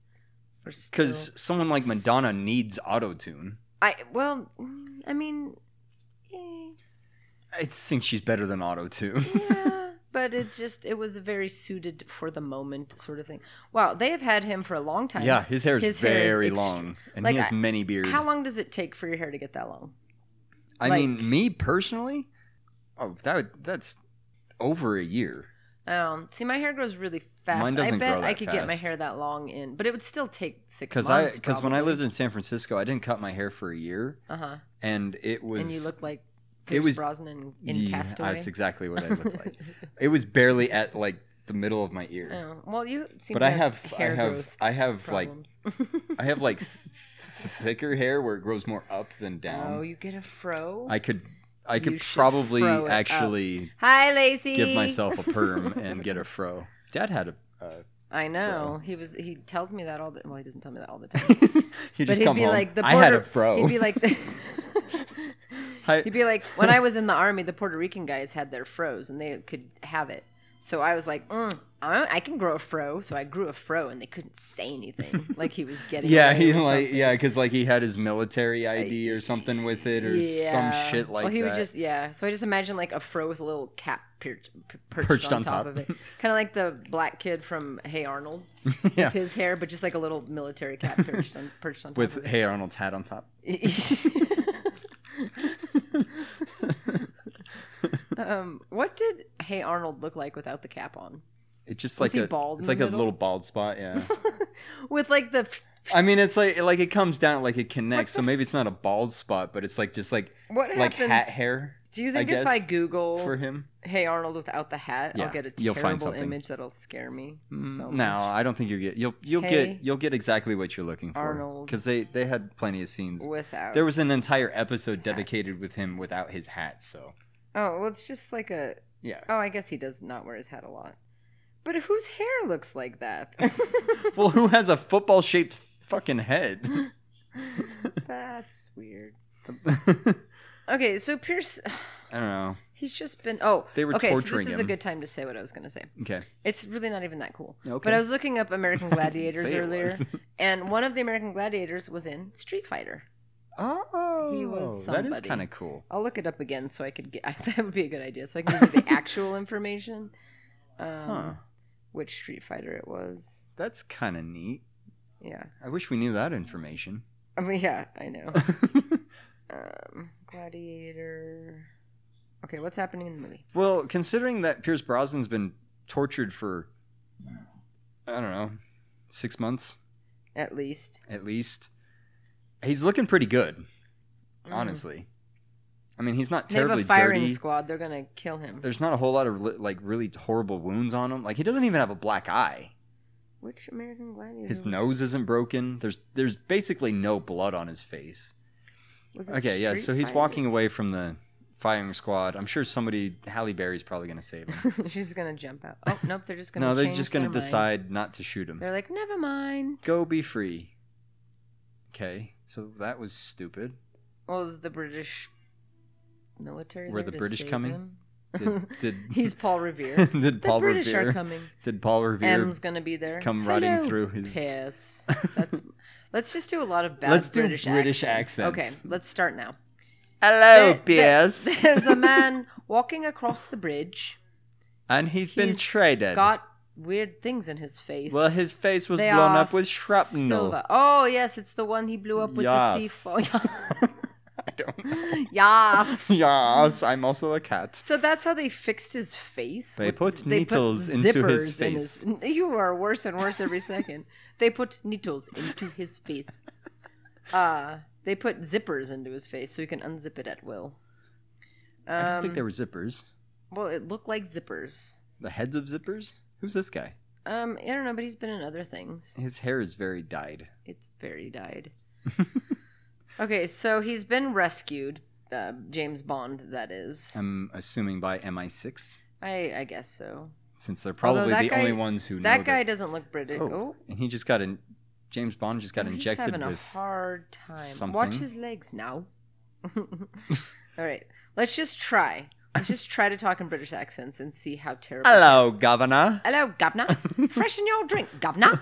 [SPEAKER 7] we're still.
[SPEAKER 6] Because someone like Madonna needs auto tune.
[SPEAKER 7] I well, mm, I mean, eh,
[SPEAKER 6] I think she's better than auto tune.
[SPEAKER 7] yeah, but it just it was very suited for the moment sort of thing. Wow, they have had him for a long time.
[SPEAKER 6] yeah, his hair is
[SPEAKER 7] hair is
[SPEAKER 6] very
[SPEAKER 7] ext-
[SPEAKER 6] long, and
[SPEAKER 7] like,
[SPEAKER 6] he has
[SPEAKER 7] I-
[SPEAKER 6] many beards.
[SPEAKER 7] How long does it take for your hair to get that long?
[SPEAKER 6] I
[SPEAKER 7] like-
[SPEAKER 6] mean, me personally, oh, that would- that's over a year.
[SPEAKER 7] Um, see, my hair grows really fast.
[SPEAKER 6] Mine doesn't
[SPEAKER 7] I bet
[SPEAKER 6] grow
[SPEAKER 7] I
[SPEAKER 6] that
[SPEAKER 7] could get my
[SPEAKER 6] fast.
[SPEAKER 7] hair that long in, but it would still take six
[SPEAKER 6] Because
[SPEAKER 7] months.
[SPEAKER 6] I because when I lived
[SPEAKER 7] in,
[SPEAKER 6] in San Francisco, I didn't cut my hair for a year,
[SPEAKER 7] uh huh,
[SPEAKER 6] and it was
[SPEAKER 7] and you looked like
[SPEAKER 6] it
[SPEAKER 7] Pierce
[SPEAKER 6] was-
[SPEAKER 7] Brosnan in
[SPEAKER 6] Yeah,
[SPEAKER 7] Castaway.
[SPEAKER 6] That's exactly what I looked like. it was barely at like the middle of my ear.
[SPEAKER 7] Oh, well, you seem
[SPEAKER 6] but
[SPEAKER 7] to
[SPEAKER 6] I have I
[SPEAKER 7] hair
[SPEAKER 6] have
[SPEAKER 7] growth
[SPEAKER 6] I have
[SPEAKER 7] problems.
[SPEAKER 6] like I have like th- thicker hair where it grows more up than down.
[SPEAKER 7] oh, you get a fro.
[SPEAKER 6] I could I
[SPEAKER 7] You
[SPEAKER 6] could
[SPEAKER 7] should
[SPEAKER 6] probably
[SPEAKER 7] fro it up.
[SPEAKER 6] actually
[SPEAKER 7] Hi, Lacey.
[SPEAKER 6] give myself a perm and get a fro. Dad had a uh,
[SPEAKER 7] I know he was. He tells me that all the. Well, he doesn't tell me that all the time.
[SPEAKER 6] he
[SPEAKER 7] but
[SPEAKER 6] just
[SPEAKER 7] he'd
[SPEAKER 6] come
[SPEAKER 7] be
[SPEAKER 6] home.
[SPEAKER 7] like the.
[SPEAKER 6] I had a
[SPEAKER 7] Puerto-
[SPEAKER 6] fro.
[SPEAKER 7] He'd be like.
[SPEAKER 6] I-
[SPEAKER 7] He'd be like, when I was in the army, the Puerto Rican guys had their froze and they could have it. So I was like, mm, I I can grow a fro. So I grew a fro and they couldn't say anything. Like he was getting.
[SPEAKER 6] yeah,
[SPEAKER 7] away
[SPEAKER 6] he
[SPEAKER 7] with
[SPEAKER 6] like
[SPEAKER 7] something.
[SPEAKER 6] yeah, because like he had his military ID or something with it or some shit like
[SPEAKER 7] well, he
[SPEAKER 6] that.
[SPEAKER 7] would just yeah. So I just imagine like a fro with a little cap perched, perched,
[SPEAKER 6] Perched
[SPEAKER 7] on,
[SPEAKER 6] on
[SPEAKER 7] top,
[SPEAKER 6] top.
[SPEAKER 7] of it, kind of like the black kid from Hey Arnold,
[SPEAKER 6] Yeah.
[SPEAKER 7] with his hair, but just like a little military cap perched on perched on top
[SPEAKER 6] with
[SPEAKER 7] of
[SPEAKER 6] Hey Arnold's hat on top.
[SPEAKER 7] it. um, what did Hey Arnold look like without the cap on?
[SPEAKER 6] It's just like
[SPEAKER 7] he
[SPEAKER 6] a
[SPEAKER 7] bald in
[SPEAKER 6] it's
[SPEAKER 7] the
[SPEAKER 6] like a
[SPEAKER 7] middle?
[SPEAKER 6] little bald spot. Yeah.
[SPEAKER 7] With like the
[SPEAKER 6] I mean, it's like like it comes down like it connects.
[SPEAKER 7] What
[SPEAKER 6] So maybe it's not a bald spot, but it's like just like
[SPEAKER 7] What
[SPEAKER 6] like
[SPEAKER 7] happens- Oh,
[SPEAKER 6] hat hair.
[SPEAKER 7] do you
[SPEAKER 6] I
[SPEAKER 7] think if
[SPEAKER 6] guess,
[SPEAKER 7] I Google
[SPEAKER 6] for him?
[SPEAKER 7] Hey Arnold without the hat,
[SPEAKER 6] Yeah,
[SPEAKER 7] I'll get a
[SPEAKER 6] you'll
[SPEAKER 7] terrible
[SPEAKER 6] find something.
[SPEAKER 7] image that'll scare me? So
[SPEAKER 6] Mm, no,
[SPEAKER 7] much.
[SPEAKER 6] I don't think you get you'll you'll
[SPEAKER 7] Hey,
[SPEAKER 6] get you'll get exactly what you're looking for.
[SPEAKER 7] Arnold.
[SPEAKER 6] because they they had plenty of scenes.
[SPEAKER 7] without
[SPEAKER 6] There was an entire episode dedicated with him without his hat. So
[SPEAKER 7] Oh, well, it's just like a.
[SPEAKER 6] yeah.
[SPEAKER 7] Oh, I guess he does not wear his hat a lot. But whose hair looks like that?
[SPEAKER 6] Well, who has a football shaped fucking head?
[SPEAKER 7] That's weird.
[SPEAKER 6] I
[SPEAKER 7] Okay, so Pierce,
[SPEAKER 6] don't know.
[SPEAKER 7] he's just been. Oh,
[SPEAKER 6] They were
[SPEAKER 7] okay, so
[SPEAKER 6] torturing
[SPEAKER 7] this is a
[SPEAKER 6] him.
[SPEAKER 7] good time to say what I was going to say.
[SPEAKER 6] Okay.
[SPEAKER 7] It's really not even that cool.
[SPEAKER 6] Okay.
[SPEAKER 7] But I was looking up American Gladiators
[SPEAKER 6] Say it
[SPEAKER 7] earlier,
[SPEAKER 6] was.
[SPEAKER 7] and one of the American Gladiators was in Street Fighter.
[SPEAKER 6] Oh,
[SPEAKER 7] was
[SPEAKER 6] that is
[SPEAKER 7] somebody.
[SPEAKER 6] kind of cool.
[SPEAKER 7] I'll look it up again so I could get. That would be a good idea. So I can give you the actual information. Um,
[SPEAKER 6] Huh.
[SPEAKER 7] Which Street Fighter it was.
[SPEAKER 6] That's kind of neat.
[SPEAKER 7] Yeah.
[SPEAKER 6] I wish we knew that information.
[SPEAKER 7] I mean, yeah, I know. Um, Gladiator. Okay, what's happening in the movie?
[SPEAKER 6] Well, considering that Pierce Brosnan's been tortured for, I don't know, six months
[SPEAKER 7] At least
[SPEAKER 6] at least, he's looking pretty good, honestly. I mean, he's not
[SPEAKER 7] Mm-hmm. they have
[SPEAKER 6] terribly
[SPEAKER 7] a firing
[SPEAKER 6] dirty. Uh,
[SPEAKER 7] squad. They're gonna kill him.
[SPEAKER 6] There's not a whole lot of li- like really horrible wounds on him. Like he doesn't even have a black eye.
[SPEAKER 7] Which American Gladiator?
[SPEAKER 6] His
[SPEAKER 7] was-
[SPEAKER 6] nose isn't broken. There's there's basically no blood on his face.
[SPEAKER 7] was it
[SPEAKER 6] Okay, yeah.
[SPEAKER 7] Street
[SPEAKER 6] So he's
[SPEAKER 7] Fighter?
[SPEAKER 6] walking away from the firing squad. I'm sure somebody Halle Berry's probably going to save him.
[SPEAKER 7] She's gonna jump out. Oh nope, they're just gonna.
[SPEAKER 6] no, they're
[SPEAKER 7] change
[SPEAKER 6] just going to
[SPEAKER 7] their mind.
[SPEAKER 6] decide not to shoot him.
[SPEAKER 7] They're like, never mind.
[SPEAKER 6] Go be free. Okay, so that was stupid.
[SPEAKER 7] Well, is the British military?
[SPEAKER 6] Were
[SPEAKER 7] there
[SPEAKER 6] the
[SPEAKER 7] to
[SPEAKER 6] British
[SPEAKER 7] save
[SPEAKER 6] coming?
[SPEAKER 7] him?
[SPEAKER 6] Did, did
[SPEAKER 7] He's Paul Revere.
[SPEAKER 6] did
[SPEAKER 7] the
[SPEAKER 6] Paul
[SPEAKER 7] British
[SPEAKER 6] Revere
[SPEAKER 7] are coming.
[SPEAKER 6] did Paul Revere?
[SPEAKER 7] M's gonna be there.
[SPEAKER 6] come riding through his-
[SPEAKER 7] piss. That's let's just do a lot of bad
[SPEAKER 6] Let's do
[SPEAKER 7] British,
[SPEAKER 6] British
[SPEAKER 7] accent.
[SPEAKER 6] accents. Oh,
[SPEAKER 7] Okay, let's start now.
[SPEAKER 6] Hello,
[SPEAKER 7] There- there- There's a man walking across the bridge.
[SPEAKER 6] and he's been
[SPEAKER 7] He's
[SPEAKER 6] traded.
[SPEAKER 7] Got weird things in his face.
[SPEAKER 6] Well, his face was
[SPEAKER 7] They
[SPEAKER 6] blown
[SPEAKER 7] are
[SPEAKER 6] up with shrapnel.
[SPEAKER 7] silver. Oh yes, it's the one he blew up with the
[SPEAKER 6] Yes.
[SPEAKER 7] C4.
[SPEAKER 6] I don't know.
[SPEAKER 7] yes.
[SPEAKER 6] Yes, I'm also a cat.
[SPEAKER 7] So that's how they fixed his face.
[SPEAKER 6] They
[SPEAKER 7] With-
[SPEAKER 6] put needles into his
[SPEAKER 7] zippers in you are worse and worse every second. They put needles into his face. Uh, they put zippers into his face so he can unzip it at will.
[SPEAKER 6] I don't
[SPEAKER 7] Um,
[SPEAKER 6] think they were zippers.
[SPEAKER 7] Well, it looked like zippers.
[SPEAKER 6] The heads of zippers? Who's this guy?
[SPEAKER 7] Um, I don't know, but he's been in other things.
[SPEAKER 6] His hair is very dyed.
[SPEAKER 7] It's very dyed. okay, so he's been rescued. Uh, James Bond, that is.
[SPEAKER 6] I'm assuming by MI6,
[SPEAKER 7] I, I guess so.
[SPEAKER 6] since they're
[SPEAKER 7] Although
[SPEAKER 6] probably
[SPEAKER 7] that
[SPEAKER 6] the
[SPEAKER 7] guy-
[SPEAKER 6] only ones who know
[SPEAKER 7] That guy
[SPEAKER 6] that-
[SPEAKER 7] doesn't look British.
[SPEAKER 6] Oh,
[SPEAKER 7] Oh,
[SPEAKER 6] and he just got in. James Bond just got
[SPEAKER 7] he's
[SPEAKER 6] injected
[SPEAKER 7] having
[SPEAKER 6] with.
[SPEAKER 7] a hard time. Watch
[SPEAKER 6] something.
[SPEAKER 7] his legs now. All right, let's just try. Let's just try to talk in British accents and see how terrible. it
[SPEAKER 6] Hello,
[SPEAKER 7] is.
[SPEAKER 6] Governor.
[SPEAKER 7] hello, Gubna. Freshen your drink, Gubna.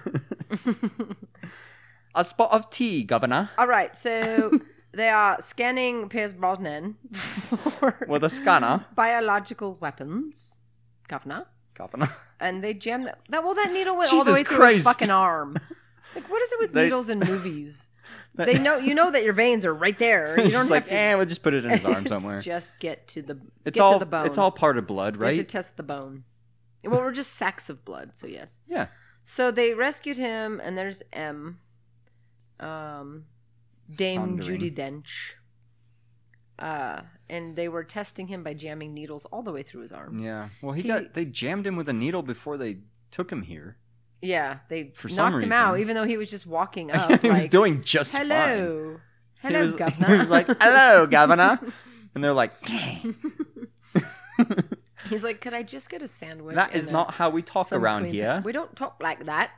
[SPEAKER 6] A spot of tea, Governor.
[SPEAKER 7] All right, so they are scanning Piers Brosnan for
[SPEAKER 6] With a scanner,
[SPEAKER 7] biological weapons, Governor.
[SPEAKER 6] Governor.
[SPEAKER 7] And they jammed that. that well, that needle went all
[SPEAKER 6] Jesus
[SPEAKER 7] the way through his
[SPEAKER 6] Christ.
[SPEAKER 7] fucking arm. Like, what is it with
[SPEAKER 6] They-
[SPEAKER 7] needles in movies? they know you know that your veins are right there. You
[SPEAKER 6] He's
[SPEAKER 7] don't
[SPEAKER 6] just
[SPEAKER 7] have
[SPEAKER 6] like,
[SPEAKER 7] to.
[SPEAKER 6] eh, we'll just put it in his arm
[SPEAKER 7] It's
[SPEAKER 6] somewhere.
[SPEAKER 7] Just get to the.
[SPEAKER 6] It's
[SPEAKER 7] get
[SPEAKER 6] all
[SPEAKER 7] to the bone.
[SPEAKER 6] it's all part of blood,
[SPEAKER 7] You have to
[SPEAKER 6] right?
[SPEAKER 7] test the bone. Well, we're just sacks of blood, so yes.
[SPEAKER 6] yeah.
[SPEAKER 7] So they rescued him, and there's M. Um, Dame
[SPEAKER 6] Saundering.
[SPEAKER 7] Judy Dench. Uh, and they were testing him by jamming needles all the way through his arms. Yeah,
[SPEAKER 6] Yeah. Well, he,
[SPEAKER 7] He-
[SPEAKER 6] got they jammed him with a needle before they took him here.
[SPEAKER 7] they
[SPEAKER 6] For
[SPEAKER 7] knocked
[SPEAKER 6] some
[SPEAKER 7] him out,
[SPEAKER 6] reason.
[SPEAKER 7] even though he was just walking up.
[SPEAKER 6] And he was
[SPEAKER 7] like,
[SPEAKER 6] doing just fine.
[SPEAKER 7] Hello, hello,
[SPEAKER 6] he was,
[SPEAKER 7] governor.
[SPEAKER 6] He was like, "Uh, "Hello, governor," and they're like, "Dang,
[SPEAKER 7] He's like, could I just get a sandwich?
[SPEAKER 6] that
[SPEAKER 7] and
[SPEAKER 6] is
[SPEAKER 7] a-
[SPEAKER 6] not how we talk
[SPEAKER 7] some
[SPEAKER 6] around
[SPEAKER 7] cream-
[SPEAKER 6] here."
[SPEAKER 7] We don't talk like that.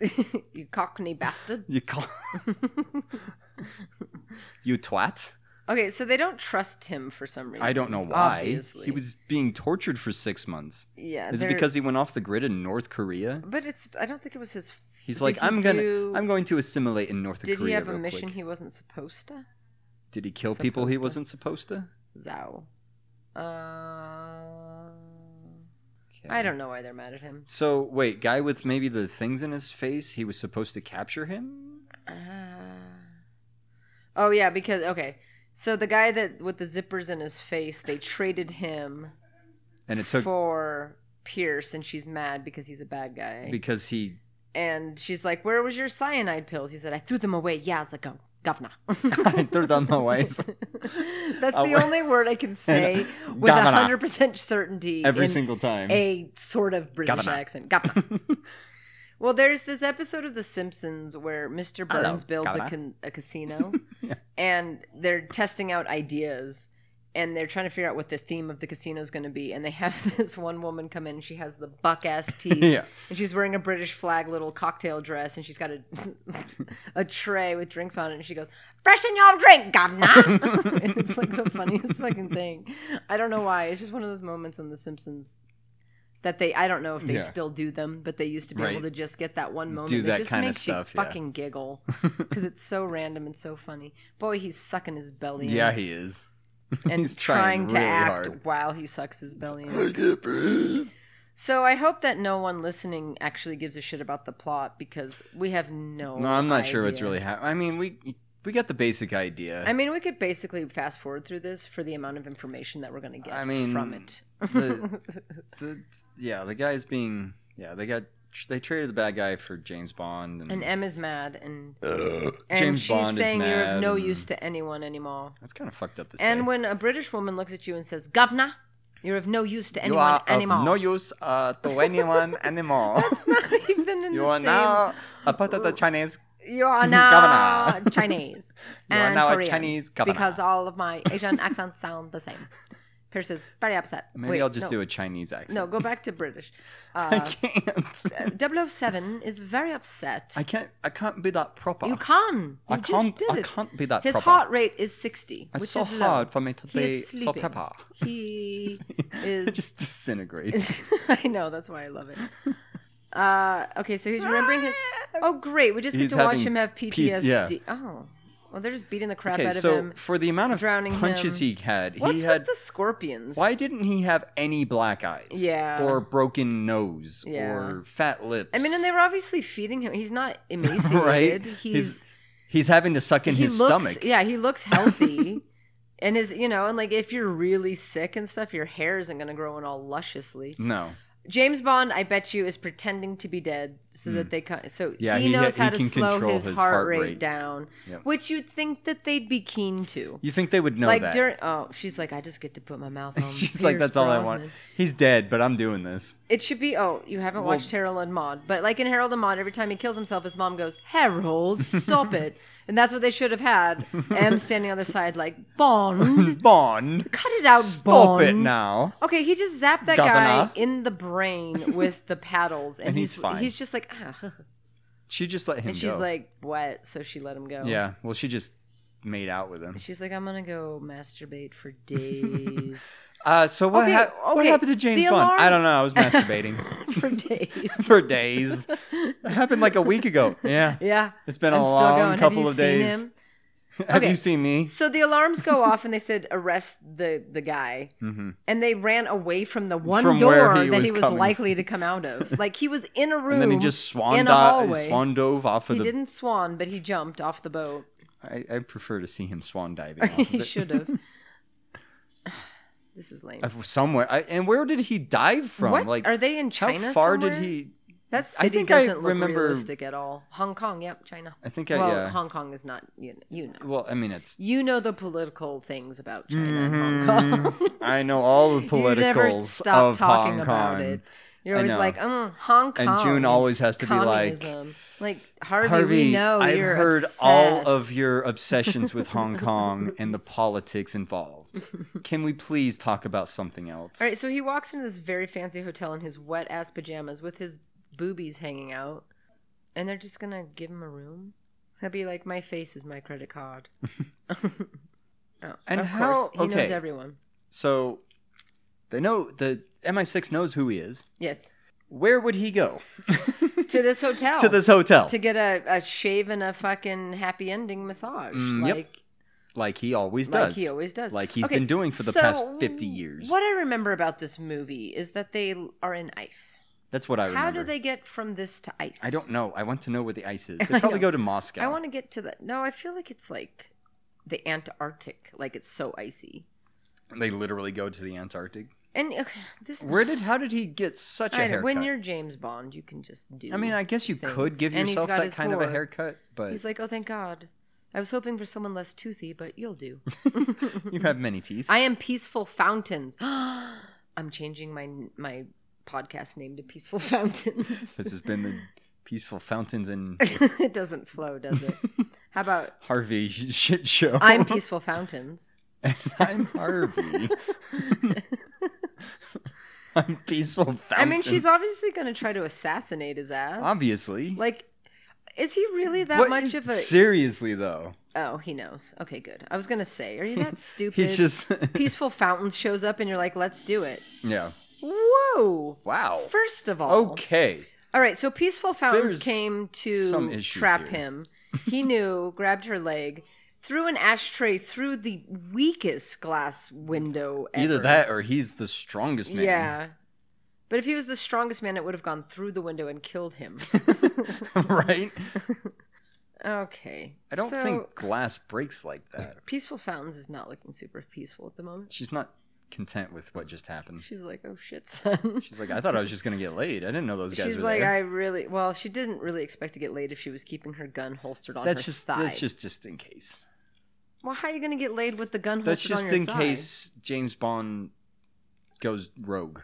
[SPEAKER 7] you cockney bastard.
[SPEAKER 6] You call you twat.
[SPEAKER 7] Okay, so they don't trust him for some reason.
[SPEAKER 6] I don't know why.
[SPEAKER 7] Obviously.
[SPEAKER 6] He was being tortured for six months.
[SPEAKER 7] Yeah.
[SPEAKER 6] Is it
[SPEAKER 7] they're-
[SPEAKER 6] because he went off the grid in North Korea?
[SPEAKER 7] But it's. I don't think it was his. f-
[SPEAKER 6] He's
[SPEAKER 7] did
[SPEAKER 6] like,
[SPEAKER 7] he
[SPEAKER 6] I'm
[SPEAKER 7] do-
[SPEAKER 6] gonna, I'm going to assimilate in North
[SPEAKER 7] Did
[SPEAKER 6] Korea.
[SPEAKER 7] he have a
[SPEAKER 6] real
[SPEAKER 7] mission
[SPEAKER 6] quick."
[SPEAKER 7] he wasn't supposed to?
[SPEAKER 6] Did he kill people he
[SPEAKER 7] supposed to?
[SPEAKER 6] wasn't supposed to?
[SPEAKER 7] Zao. Uh,
[SPEAKER 6] Okay.
[SPEAKER 7] I don't know why they're mad at him.
[SPEAKER 6] So wait, guy with maybe the things in his face, he was supposed to capture him.
[SPEAKER 7] Uh, oh yeah, because okay, so the guy that with the zippers in his face, they traded him
[SPEAKER 6] And it took
[SPEAKER 7] for Pierce, and she's mad because he's a bad guy.
[SPEAKER 6] because he
[SPEAKER 7] and she's like, "Where was your cyanide pills?" He said, "I threw them away years ago, governor."
[SPEAKER 6] I threw them away.
[SPEAKER 7] That's
[SPEAKER 6] Aw-
[SPEAKER 7] the only word I can say with
[SPEAKER 6] Governor.
[SPEAKER 7] hundred percent certainty.
[SPEAKER 6] every
[SPEAKER 7] in
[SPEAKER 6] single time.
[SPEAKER 7] a sort of British
[SPEAKER 6] Governor.
[SPEAKER 7] accent. Governor. well, there's this episode of The Simpsons where Mr.
[SPEAKER 6] Hello,
[SPEAKER 7] Burns builds a,
[SPEAKER 6] Governor.
[SPEAKER 7] can- a casino, and they're testing out ideas. And they're trying to figure out what the theme of the casino is going to be. And they have this one woman come in. She has the buck ass teeth.
[SPEAKER 6] Yeah.
[SPEAKER 7] And she's wearing a British flag little cocktail dress. And she's got a, a tray with drinks on it. And she goes, Freshen your drink, governor. and it's like the funniest fucking thing. I don't know why. It's just one of those moments on The Simpsons that they I don't know if they
[SPEAKER 6] Yeah.
[SPEAKER 7] still do them, but they used to be
[SPEAKER 6] Right.
[SPEAKER 7] able to just get that one moment.
[SPEAKER 6] Do
[SPEAKER 7] It
[SPEAKER 6] that
[SPEAKER 7] just
[SPEAKER 6] kinda
[SPEAKER 7] makes
[SPEAKER 6] stuff,
[SPEAKER 7] You
[SPEAKER 6] yeah.
[SPEAKER 7] fucking giggle because it's so random and so funny. Boy, he's sucking his belly. in,
[SPEAKER 6] yeah, he is.
[SPEAKER 7] and
[SPEAKER 6] he's trying
[SPEAKER 7] to
[SPEAKER 6] really
[SPEAKER 7] act
[SPEAKER 6] hard.
[SPEAKER 7] while he sucks his belly. in. So I hope that no one listening actually gives a shit about the plot because we have no.
[SPEAKER 6] No, I'm not sure what's
[SPEAKER 7] idea.
[SPEAKER 6] really happening. I mean, we we got the basic idea.
[SPEAKER 7] I mean, we could basically fast forward through this for the amount of information that we're going to get
[SPEAKER 6] I mean,
[SPEAKER 7] from it.
[SPEAKER 6] the, the, yeah, the guy's being yeah. They got they traded the bad guy for James Bond, and,
[SPEAKER 7] And M is mad, and, and
[SPEAKER 6] James
[SPEAKER 7] she's
[SPEAKER 6] Bond is
[SPEAKER 7] saying you're of
[SPEAKER 6] mad
[SPEAKER 7] no
[SPEAKER 6] and-
[SPEAKER 7] use to anyone anymore.
[SPEAKER 6] that's kind of fucked up to say.
[SPEAKER 7] And when a British woman looks at you and says, Governor, you're of no use to
[SPEAKER 6] you
[SPEAKER 7] anyone
[SPEAKER 6] are of
[SPEAKER 7] anymore.
[SPEAKER 6] no use uh, to anyone anymore.
[SPEAKER 7] Not even in
[SPEAKER 6] You
[SPEAKER 7] the
[SPEAKER 6] are
[SPEAKER 7] same.
[SPEAKER 6] now a part of the Chinese.
[SPEAKER 7] you are now
[SPEAKER 6] Governor.
[SPEAKER 7] Chinese.
[SPEAKER 6] You are
[SPEAKER 7] and
[SPEAKER 6] now a
[SPEAKER 7] Korean,
[SPEAKER 6] Chinese governor.
[SPEAKER 7] Because all of my Asian accents sound the same. Pierce is very upset.
[SPEAKER 6] Maybe
[SPEAKER 7] Wait,
[SPEAKER 6] I'll just
[SPEAKER 7] no,
[SPEAKER 6] do a Chinese accent.
[SPEAKER 7] No, go back to British.
[SPEAKER 6] I
[SPEAKER 7] Uh,
[SPEAKER 6] can't.
[SPEAKER 7] 007 is very upset.
[SPEAKER 6] I can't. I can't be that proper.
[SPEAKER 7] you can.
[SPEAKER 6] I
[SPEAKER 7] You just
[SPEAKER 6] can't.
[SPEAKER 7] did
[SPEAKER 6] I
[SPEAKER 7] it.
[SPEAKER 6] can't be that
[SPEAKER 7] His
[SPEAKER 6] proper.
[SPEAKER 7] heart rate is 60,
[SPEAKER 6] It's
[SPEAKER 7] which
[SPEAKER 6] so
[SPEAKER 7] is low.
[SPEAKER 6] hard for me to
[SPEAKER 7] He is
[SPEAKER 6] be so
[SPEAKER 7] sleeping.
[SPEAKER 6] proper.
[SPEAKER 7] He
[SPEAKER 6] It
[SPEAKER 7] is.
[SPEAKER 6] just disintegrates.
[SPEAKER 7] I know that's why I love it. Uh, okay, so he's remembering his. Oh, great! We just
[SPEAKER 6] Ah!
[SPEAKER 7] get
[SPEAKER 6] He's
[SPEAKER 7] to watch
[SPEAKER 6] having
[SPEAKER 7] him have
[SPEAKER 6] P- yeah.
[SPEAKER 7] PTSD. Oh, Well, they're just beating the crap
[SPEAKER 6] Okay,
[SPEAKER 7] out of
[SPEAKER 6] so
[SPEAKER 7] him.
[SPEAKER 6] for the amount of
[SPEAKER 7] drowning
[SPEAKER 6] punches
[SPEAKER 7] him.
[SPEAKER 6] he had, he
[SPEAKER 7] What's
[SPEAKER 6] had
[SPEAKER 7] with the scorpions?
[SPEAKER 6] Why didn't he have any black eyes?
[SPEAKER 7] Yeah.
[SPEAKER 6] Or broken nose
[SPEAKER 7] Yeah.
[SPEAKER 6] or fat lips.
[SPEAKER 7] I mean, and they were obviously feeding him. He's not emaciated.
[SPEAKER 6] right?
[SPEAKER 7] He's,
[SPEAKER 6] he's having to suck in
[SPEAKER 7] he
[SPEAKER 6] his
[SPEAKER 7] looks,
[SPEAKER 6] stomach.
[SPEAKER 7] Yeah, he looks healthy. and his, you know, and like if you're really sick and stuff, your hair isn't going to grow in all lusciously.
[SPEAKER 6] No.
[SPEAKER 7] James Bond, I bet you, is pretending to be dead so that they can. So
[SPEAKER 6] Mm. Yeah,
[SPEAKER 7] he,
[SPEAKER 6] he-
[SPEAKER 7] knows
[SPEAKER 6] he
[SPEAKER 7] how to
[SPEAKER 6] can
[SPEAKER 7] slow
[SPEAKER 6] control
[SPEAKER 7] his,
[SPEAKER 6] his
[SPEAKER 7] heart,
[SPEAKER 6] heart
[SPEAKER 7] rate,
[SPEAKER 6] rate.
[SPEAKER 7] down,
[SPEAKER 6] Yep.
[SPEAKER 7] which you'd think that they'd be keen to.
[SPEAKER 6] You think they would know
[SPEAKER 7] like
[SPEAKER 6] that?
[SPEAKER 7] during, oh, she's like, I just get to put my mouth on.
[SPEAKER 6] She's like,
[SPEAKER 7] Pierce
[SPEAKER 6] that's all I want.
[SPEAKER 7] Brosnan."
[SPEAKER 6] He's dead, but I'm doing this.
[SPEAKER 7] It should be. Oh, you haven't watched Harold and Maude, but like in Harold and Maude, every time he kills himself, his mom goes, "Harold, stop it!" And that's what they should have had. M standing on the side, like Bond,
[SPEAKER 6] Bond,
[SPEAKER 7] cut it out,
[SPEAKER 6] stop
[SPEAKER 7] Bond.
[SPEAKER 6] it now.
[SPEAKER 7] Okay, he just zapped that guy
[SPEAKER 6] Governor.
[SPEAKER 7] in the brain with the paddles, and,
[SPEAKER 6] And he's fine.
[SPEAKER 7] He's just like, ah,
[SPEAKER 6] She just let him
[SPEAKER 7] and she's
[SPEAKER 6] go.
[SPEAKER 7] like, what? So she let him go.
[SPEAKER 6] yeah, well, she just made out with him.
[SPEAKER 7] She's like, I'm gonna go masturbate for days,
[SPEAKER 6] Uh, so what,
[SPEAKER 7] Okay,
[SPEAKER 6] hap- what
[SPEAKER 7] okay,
[SPEAKER 6] happened to James
[SPEAKER 7] the
[SPEAKER 6] Bond? I
[SPEAKER 7] alarm-
[SPEAKER 6] don't know. I was masturbating
[SPEAKER 7] for days,
[SPEAKER 6] for days. That happened like a week ago. Yeah.
[SPEAKER 7] Yeah,
[SPEAKER 6] It's been a
[SPEAKER 7] I'm still
[SPEAKER 6] long
[SPEAKER 7] going. Have
[SPEAKER 6] couple
[SPEAKER 7] you
[SPEAKER 6] of
[SPEAKER 7] seen
[SPEAKER 6] days.
[SPEAKER 7] him?
[SPEAKER 6] Have
[SPEAKER 7] Okay.
[SPEAKER 6] you seen me?
[SPEAKER 7] So the alarms go off, and they said arrest the the guy, and they ran away from the one
[SPEAKER 6] Mm-hmm. From
[SPEAKER 7] door
[SPEAKER 6] where he
[SPEAKER 7] that
[SPEAKER 6] was
[SPEAKER 7] he was
[SPEAKER 6] coming
[SPEAKER 7] likely to come out of. Like he was in a room,
[SPEAKER 6] And then he just
[SPEAKER 7] in
[SPEAKER 6] swan,
[SPEAKER 7] a
[SPEAKER 6] di-
[SPEAKER 7] hallway.
[SPEAKER 6] swan dove off of
[SPEAKER 7] He
[SPEAKER 6] the.
[SPEAKER 7] didn't swan, but he jumped off the boat.
[SPEAKER 6] I, I prefer to see him swan diving. Off of
[SPEAKER 7] he
[SPEAKER 6] it.
[SPEAKER 7] should have. this is lame.
[SPEAKER 6] Uh, somewhere. I, and where did he dive from?
[SPEAKER 7] What?
[SPEAKER 6] Like,
[SPEAKER 7] Are they in China
[SPEAKER 6] How far did
[SPEAKER 7] somewhere?
[SPEAKER 6] he?
[SPEAKER 7] That
[SPEAKER 6] I
[SPEAKER 7] city
[SPEAKER 6] think I
[SPEAKER 7] doesn't look
[SPEAKER 6] remember-
[SPEAKER 7] realistic at all. Hong Kong, yep, China.
[SPEAKER 6] I think I-
[SPEAKER 7] well,
[SPEAKER 6] yeah.
[SPEAKER 7] Hong Kong is not. You you know,
[SPEAKER 6] Well, I mean, it's.
[SPEAKER 7] you know the political things about China and
[SPEAKER 6] Mm-hmm.
[SPEAKER 7] Hong Kong.
[SPEAKER 6] I know all the
[SPEAKER 7] you never
[SPEAKER 6] politicals
[SPEAKER 7] stop
[SPEAKER 6] of
[SPEAKER 7] talking
[SPEAKER 6] Hong
[SPEAKER 7] about
[SPEAKER 6] Kong.
[SPEAKER 7] it. You're
[SPEAKER 6] I
[SPEAKER 7] always
[SPEAKER 6] know.
[SPEAKER 7] like, mm, Hong Kong.
[SPEAKER 6] And June always has to be like,
[SPEAKER 7] communism." like Harvey.
[SPEAKER 6] Harvey,
[SPEAKER 7] we know
[SPEAKER 6] I've
[SPEAKER 7] you're
[SPEAKER 6] heard all
[SPEAKER 7] obsessed."
[SPEAKER 6] of your obsessions with Hong Kong and the politics involved. Can we please talk about something else?
[SPEAKER 7] All right, so he walks into this very fancy hotel in his wet ass pajamas with his boobies hanging out, and they're just gonna give him a room. He'll be like, "My face is my credit card." oh,
[SPEAKER 6] And
[SPEAKER 7] of
[SPEAKER 6] how-
[SPEAKER 7] course, he knows
[SPEAKER 6] okay.
[SPEAKER 7] everyone.
[SPEAKER 6] So, they know the MI6 knows who he is.
[SPEAKER 7] Yes,
[SPEAKER 6] Where would he go?
[SPEAKER 7] to this hotel.
[SPEAKER 6] to this hotel,
[SPEAKER 7] Oh, to get a, a shave and a fucking happy ending massage.
[SPEAKER 6] Mm, yep.
[SPEAKER 7] like
[SPEAKER 6] like he always does.
[SPEAKER 7] like he always does.
[SPEAKER 6] Like he's
[SPEAKER 7] Okay,
[SPEAKER 6] been doing for the
[SPEAKER 7] so
[SPEAKER 6] past fifty years.
[SPEAKER 7] What I remember about this movie is that they are in ice.
[SPEAKER 6] That's what I remember.
[SPEAKER 7] How do they get from this to ice?
[SPEAKER 6] I don't know. I want to know where the ice is.
[SPEAKER 7] I
[SPEAKER 6] They probably
[SPEAKER 7] know.
[SPEAKER 6] go to Moscow.
[SPEAKER 7] I want to get to the No, I feel like it's like the Antarctic, like it's so icy.
[SPEAKER 6] They literally go to the Antarctic.
[SPEAKER 7] And okay, this
[SPEAKER 6] Where did? How did he get such a
[SPEAKER 7] I know,
[SPEAKER 6] haircut?
[SPEAKER 7] when you're James Bond, you can just do.
[SPEAKER 6] I mean, I guess you could
[SPEAKER 7] things.
[SPEAKER 6] give
[SPEAKER 7] And he's
[SPEAKER 6] yourself
[SPEAKER 7] got
[SPEAKER 6] that
[SPEAKER 7] his
[SPEAKER 6] kind of a
[SPEAKER 7] whore.
[SPEAKER 6] haircut, but
[SPEAKER 7] He's like, oh, thank God. I was hoping for someone less toothy, but you'll do.
[SPEAKER 6] you have many teeth.
[SPEAKER 7] I am Peaceful Fountains. I'm changing my my podcast name to Peaceful Fountains.
[SPEAKER 6] This has been the peaceful fountains and
[SPEAKER 7] it doesn't flow, does it? How about
[SPEAKER 6] Harvey sh- shit show.
[SPEAKER 7] I'm Peaceful Fountains?
[SPEAKER 6] I'm Harvey. I'm peaceful fountains.
[SPEAKER 7] I mean, she's obviously going to try to assassinate his ass.
[SPEAKER 6] obviously
[SPEAKER 7] Like, is he really that
[SPEAKER 6] What
[SPEAKER 7] much
[SPEAKER 6] is-
[SPEAKER 7] of a?
[SPEAKER 6] seriously though.
[SPEAKER 7] oh, he knows. Okay, good. I was going to say, are you that stupid?
[SPEAKER 6] He's just
[SPEAKER 7] Peaceful Fountains shows up, and you're like, let's do it.
[SPEAKER 6] yeah.
[SPEAKER 7] Whoa!
[SPEAKER 6] Wow.
[SPEAKER 7] First of all,
[SPEAKER 6] Okay.
[SPEAKER 7] All right, so Peaceful Fountains
[SPEAKER 6] There's
[SPEAKER 7] came
[SPEAKER 6] some
[SPEAKER 7] to
[SPEAKER 6] issues
[SPEAKER 7] trap
[SPEAKER 6] here.
[SPEAKER 7] him. He knew, grabbed her leg, threw an ashtray through the weakest glass window. Ever.
[SPEAKER 6] Either that or he's the strongest man.
[SPEAKER 7] Yeah. But if he was the strongest man, it would have gone through the window and killed him.
[SPEAKER 6] right?
[SPEAKER 7] okay.
[SPEAKER 6] I don't
[SPEAKER 7] so
[SPEAKER 6] think glass breaks like that.
[SPEAKER 7] Peaceful Fountains is not looking super peaceful at the moment.
[SPEAKER 6] She's not content with what just happened.
[SPEAKER 7] She's like, oh shit, son.
[SPEAKER 6] She's like, I thought I was just gonna get laid. I didn't know those guys
[SPEAKER 7] She's
[SPEAKER 6] were
[SPEAKER 7] like,
[SPEAKER 6] there.
[SPEAKER 7] I really well. She didn't really expect to get laid if she was keeping her gun holstered on
[SPEAKER 6] that's
[SPEAKER 7] her
[SPEAKER 6] just
[SPEAKER 7] thigh.
[SPEAKER 6] that's just just in case.
[SPEAKER 7] Well, how are you gonna get laid with the gun holstered
[SPEAKER 6] That's
[SPEAKER 7] on
[SPEAKER 6] just
[SPEAKER 7] your
[SPEAKER 6] in
[SPEAKER 7] thigh?
[SPEAKER 6] case James Bond goes rogue.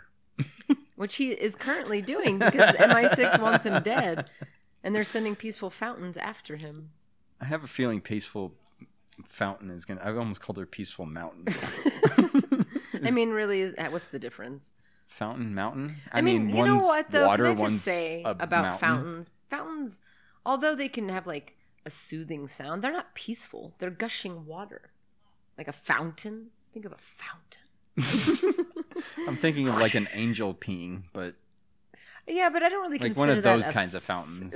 [SPEAKER 7] which he is currently doing because MI6 wants him dead, and they're sending peaceful fountains after him.
[SPEAKER 6] I have a feeling peaceful fountain is gonna. I almost called her peaceful mountain.
[SPEAKER 7] I mean, really, is uh, what's the difference?
[SPEAKER 6] fountain mountain.
[SPEAKER 7] I, mean, you know
[SPEAKER 6] one's
[SPEAKER 7] what though?
[SPEAKER 6] Water,
[SPEAKER 7] Can I just
[SPEAKER 6] one's
[SPEAKER 7] say
[SPEAKER 6] a
[SPEAKER 7] about
[SPEAKER 6] mountain.
[SPEAKER 7] fountains? Fountains, although they can have like a soothing sound, they're not peaceful. They're gushing water, like a fountain. Think of a fountain.
[SPEAKER 6] I'm thinking of like an angel peeing, but
[SPEAKER 7] Yeah, but I don't really
[SPEAKER 6] like
[SPEAKER 7] consider
[SPEAKER 6] one of
[SPEAKER 7] that
[SPEAKER 6] those
[SPEAKER 7] a-
[SPEAKER 6] kinds of fountains.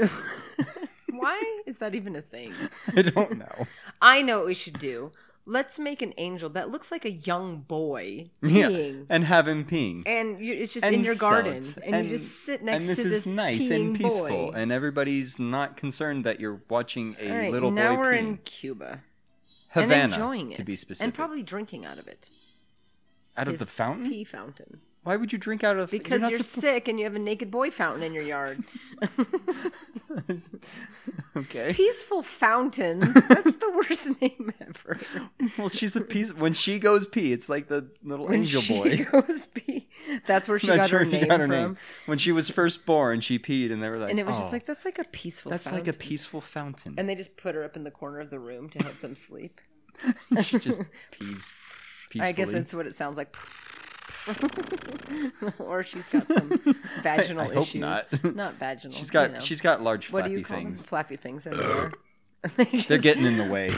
[SPEAKER 7] Why is that even a thing?
[SPEAKER 6] I don't know.
[SPEAKER 7] I know what we should do. Let's make an angel that looks like a young boy
[SPEAKER 6] Yeah,
[SPEAKER 7] peeing.
[SPEAKER 6] and have him peeing.
[SPEAKER 7] And you, it's just
[SPEAKER 6] And
[SPEAKER 7] in your
[SPEAKER 6] sell
[SPEAKER 7] garden,
[SPEAKER 6] it.
[SPEAKER 7] and, you just sit next
[SPEAKER 6] and this
[SPEAKER 7] to this
[SPEAKER 6] is nice and
[SPEAKER 7] peeing
[SPEAKER 6] peaceful,
[SPEAKER 7] boy.
[SPEAKER 6] and everybody's not concerned that you're watching a
[SPEAKER 7] All right,
[SPEAKER 6] little
[SPEAKER 7] now
[SPEAKER 6] boy
[SPEAKER 7] we're
[SPEAKER 6] peeing.
[SPEAKER 7] in Cuba
[SPEAKER 6] Havana,
[SPEAKER 7] and enjoying it,
[SPEAKER 6] to be specific,
[SPEAKER 7] and probably drinking out of it.
[SPEAKER 6] out of
[SPEAKER 7] his
[SPEAKER 6] the fountain.
[SPEAKER 7] pee fountain.
[SPEAKER 6] Why would you drink out of
[SPEAKER 7] Because
[SPEAKER 6] not
[SPEAKER 7] you're, sick and you have a naked boy fountain in your yard.
[SPEAKER 6] supposed- okay.
[SPEAKER 7] Peaceful fountains. That's the worst name ever.
[SPEAKER 6] Well, she's a piece. When she goes pee, it's like the little
[SPEAKER 7] When
[SPEAKER 6] angel
[SPEAKER 7] she
[SPEAKER 6] boy.
[SPEAKER 7] goes pee. That's where she
[SPEAKER 6] That's
[SPEAKER 7] got, her
[SPEAKER 6] where
[SPEAKER 7] name
[SPEAKER 6] she got her
[SPEAKER 7] from.
[SPEAKER 6] name. When she was first born, she peed, and they were like,
[SPEAKER 7] And it was
[SPEAKER 6] "Oh,
[SPEAKER 7] just like that's like a peaceful.
[SPEAKER 6] that's like a
[SPEAKER 7] fountain."
[SPEAKER 6] peaceful fountain."
[SPEAKER 7] And they just put her up in the corner of the room to help them sleep.
[SPEAKER 6] she just pees. Peacefully.
[SPEAKER 7] I guess that's what it sounds like. or she's got some vaginal
[SPEAKER 6] I hope
[SPEAKER 7] issues.
[SPEAKER 6] not.
[SPEAKER 7] Not vaginal.
[SPEAKER 6] She's got
[SPEAKER 7] you know.
[SPEAKER 6] she's got large
[SPEAKER 7] what do
[SPEAKER 6] flappy
[SPEAKER 7] you call
[SPEAKER 6] things.
[SPEAKER 7] them? Flappy things everywhere. They
[SPEAKER 6] They're
[SPEAKER 7] just-
[SPEAKER 6] getting in the way.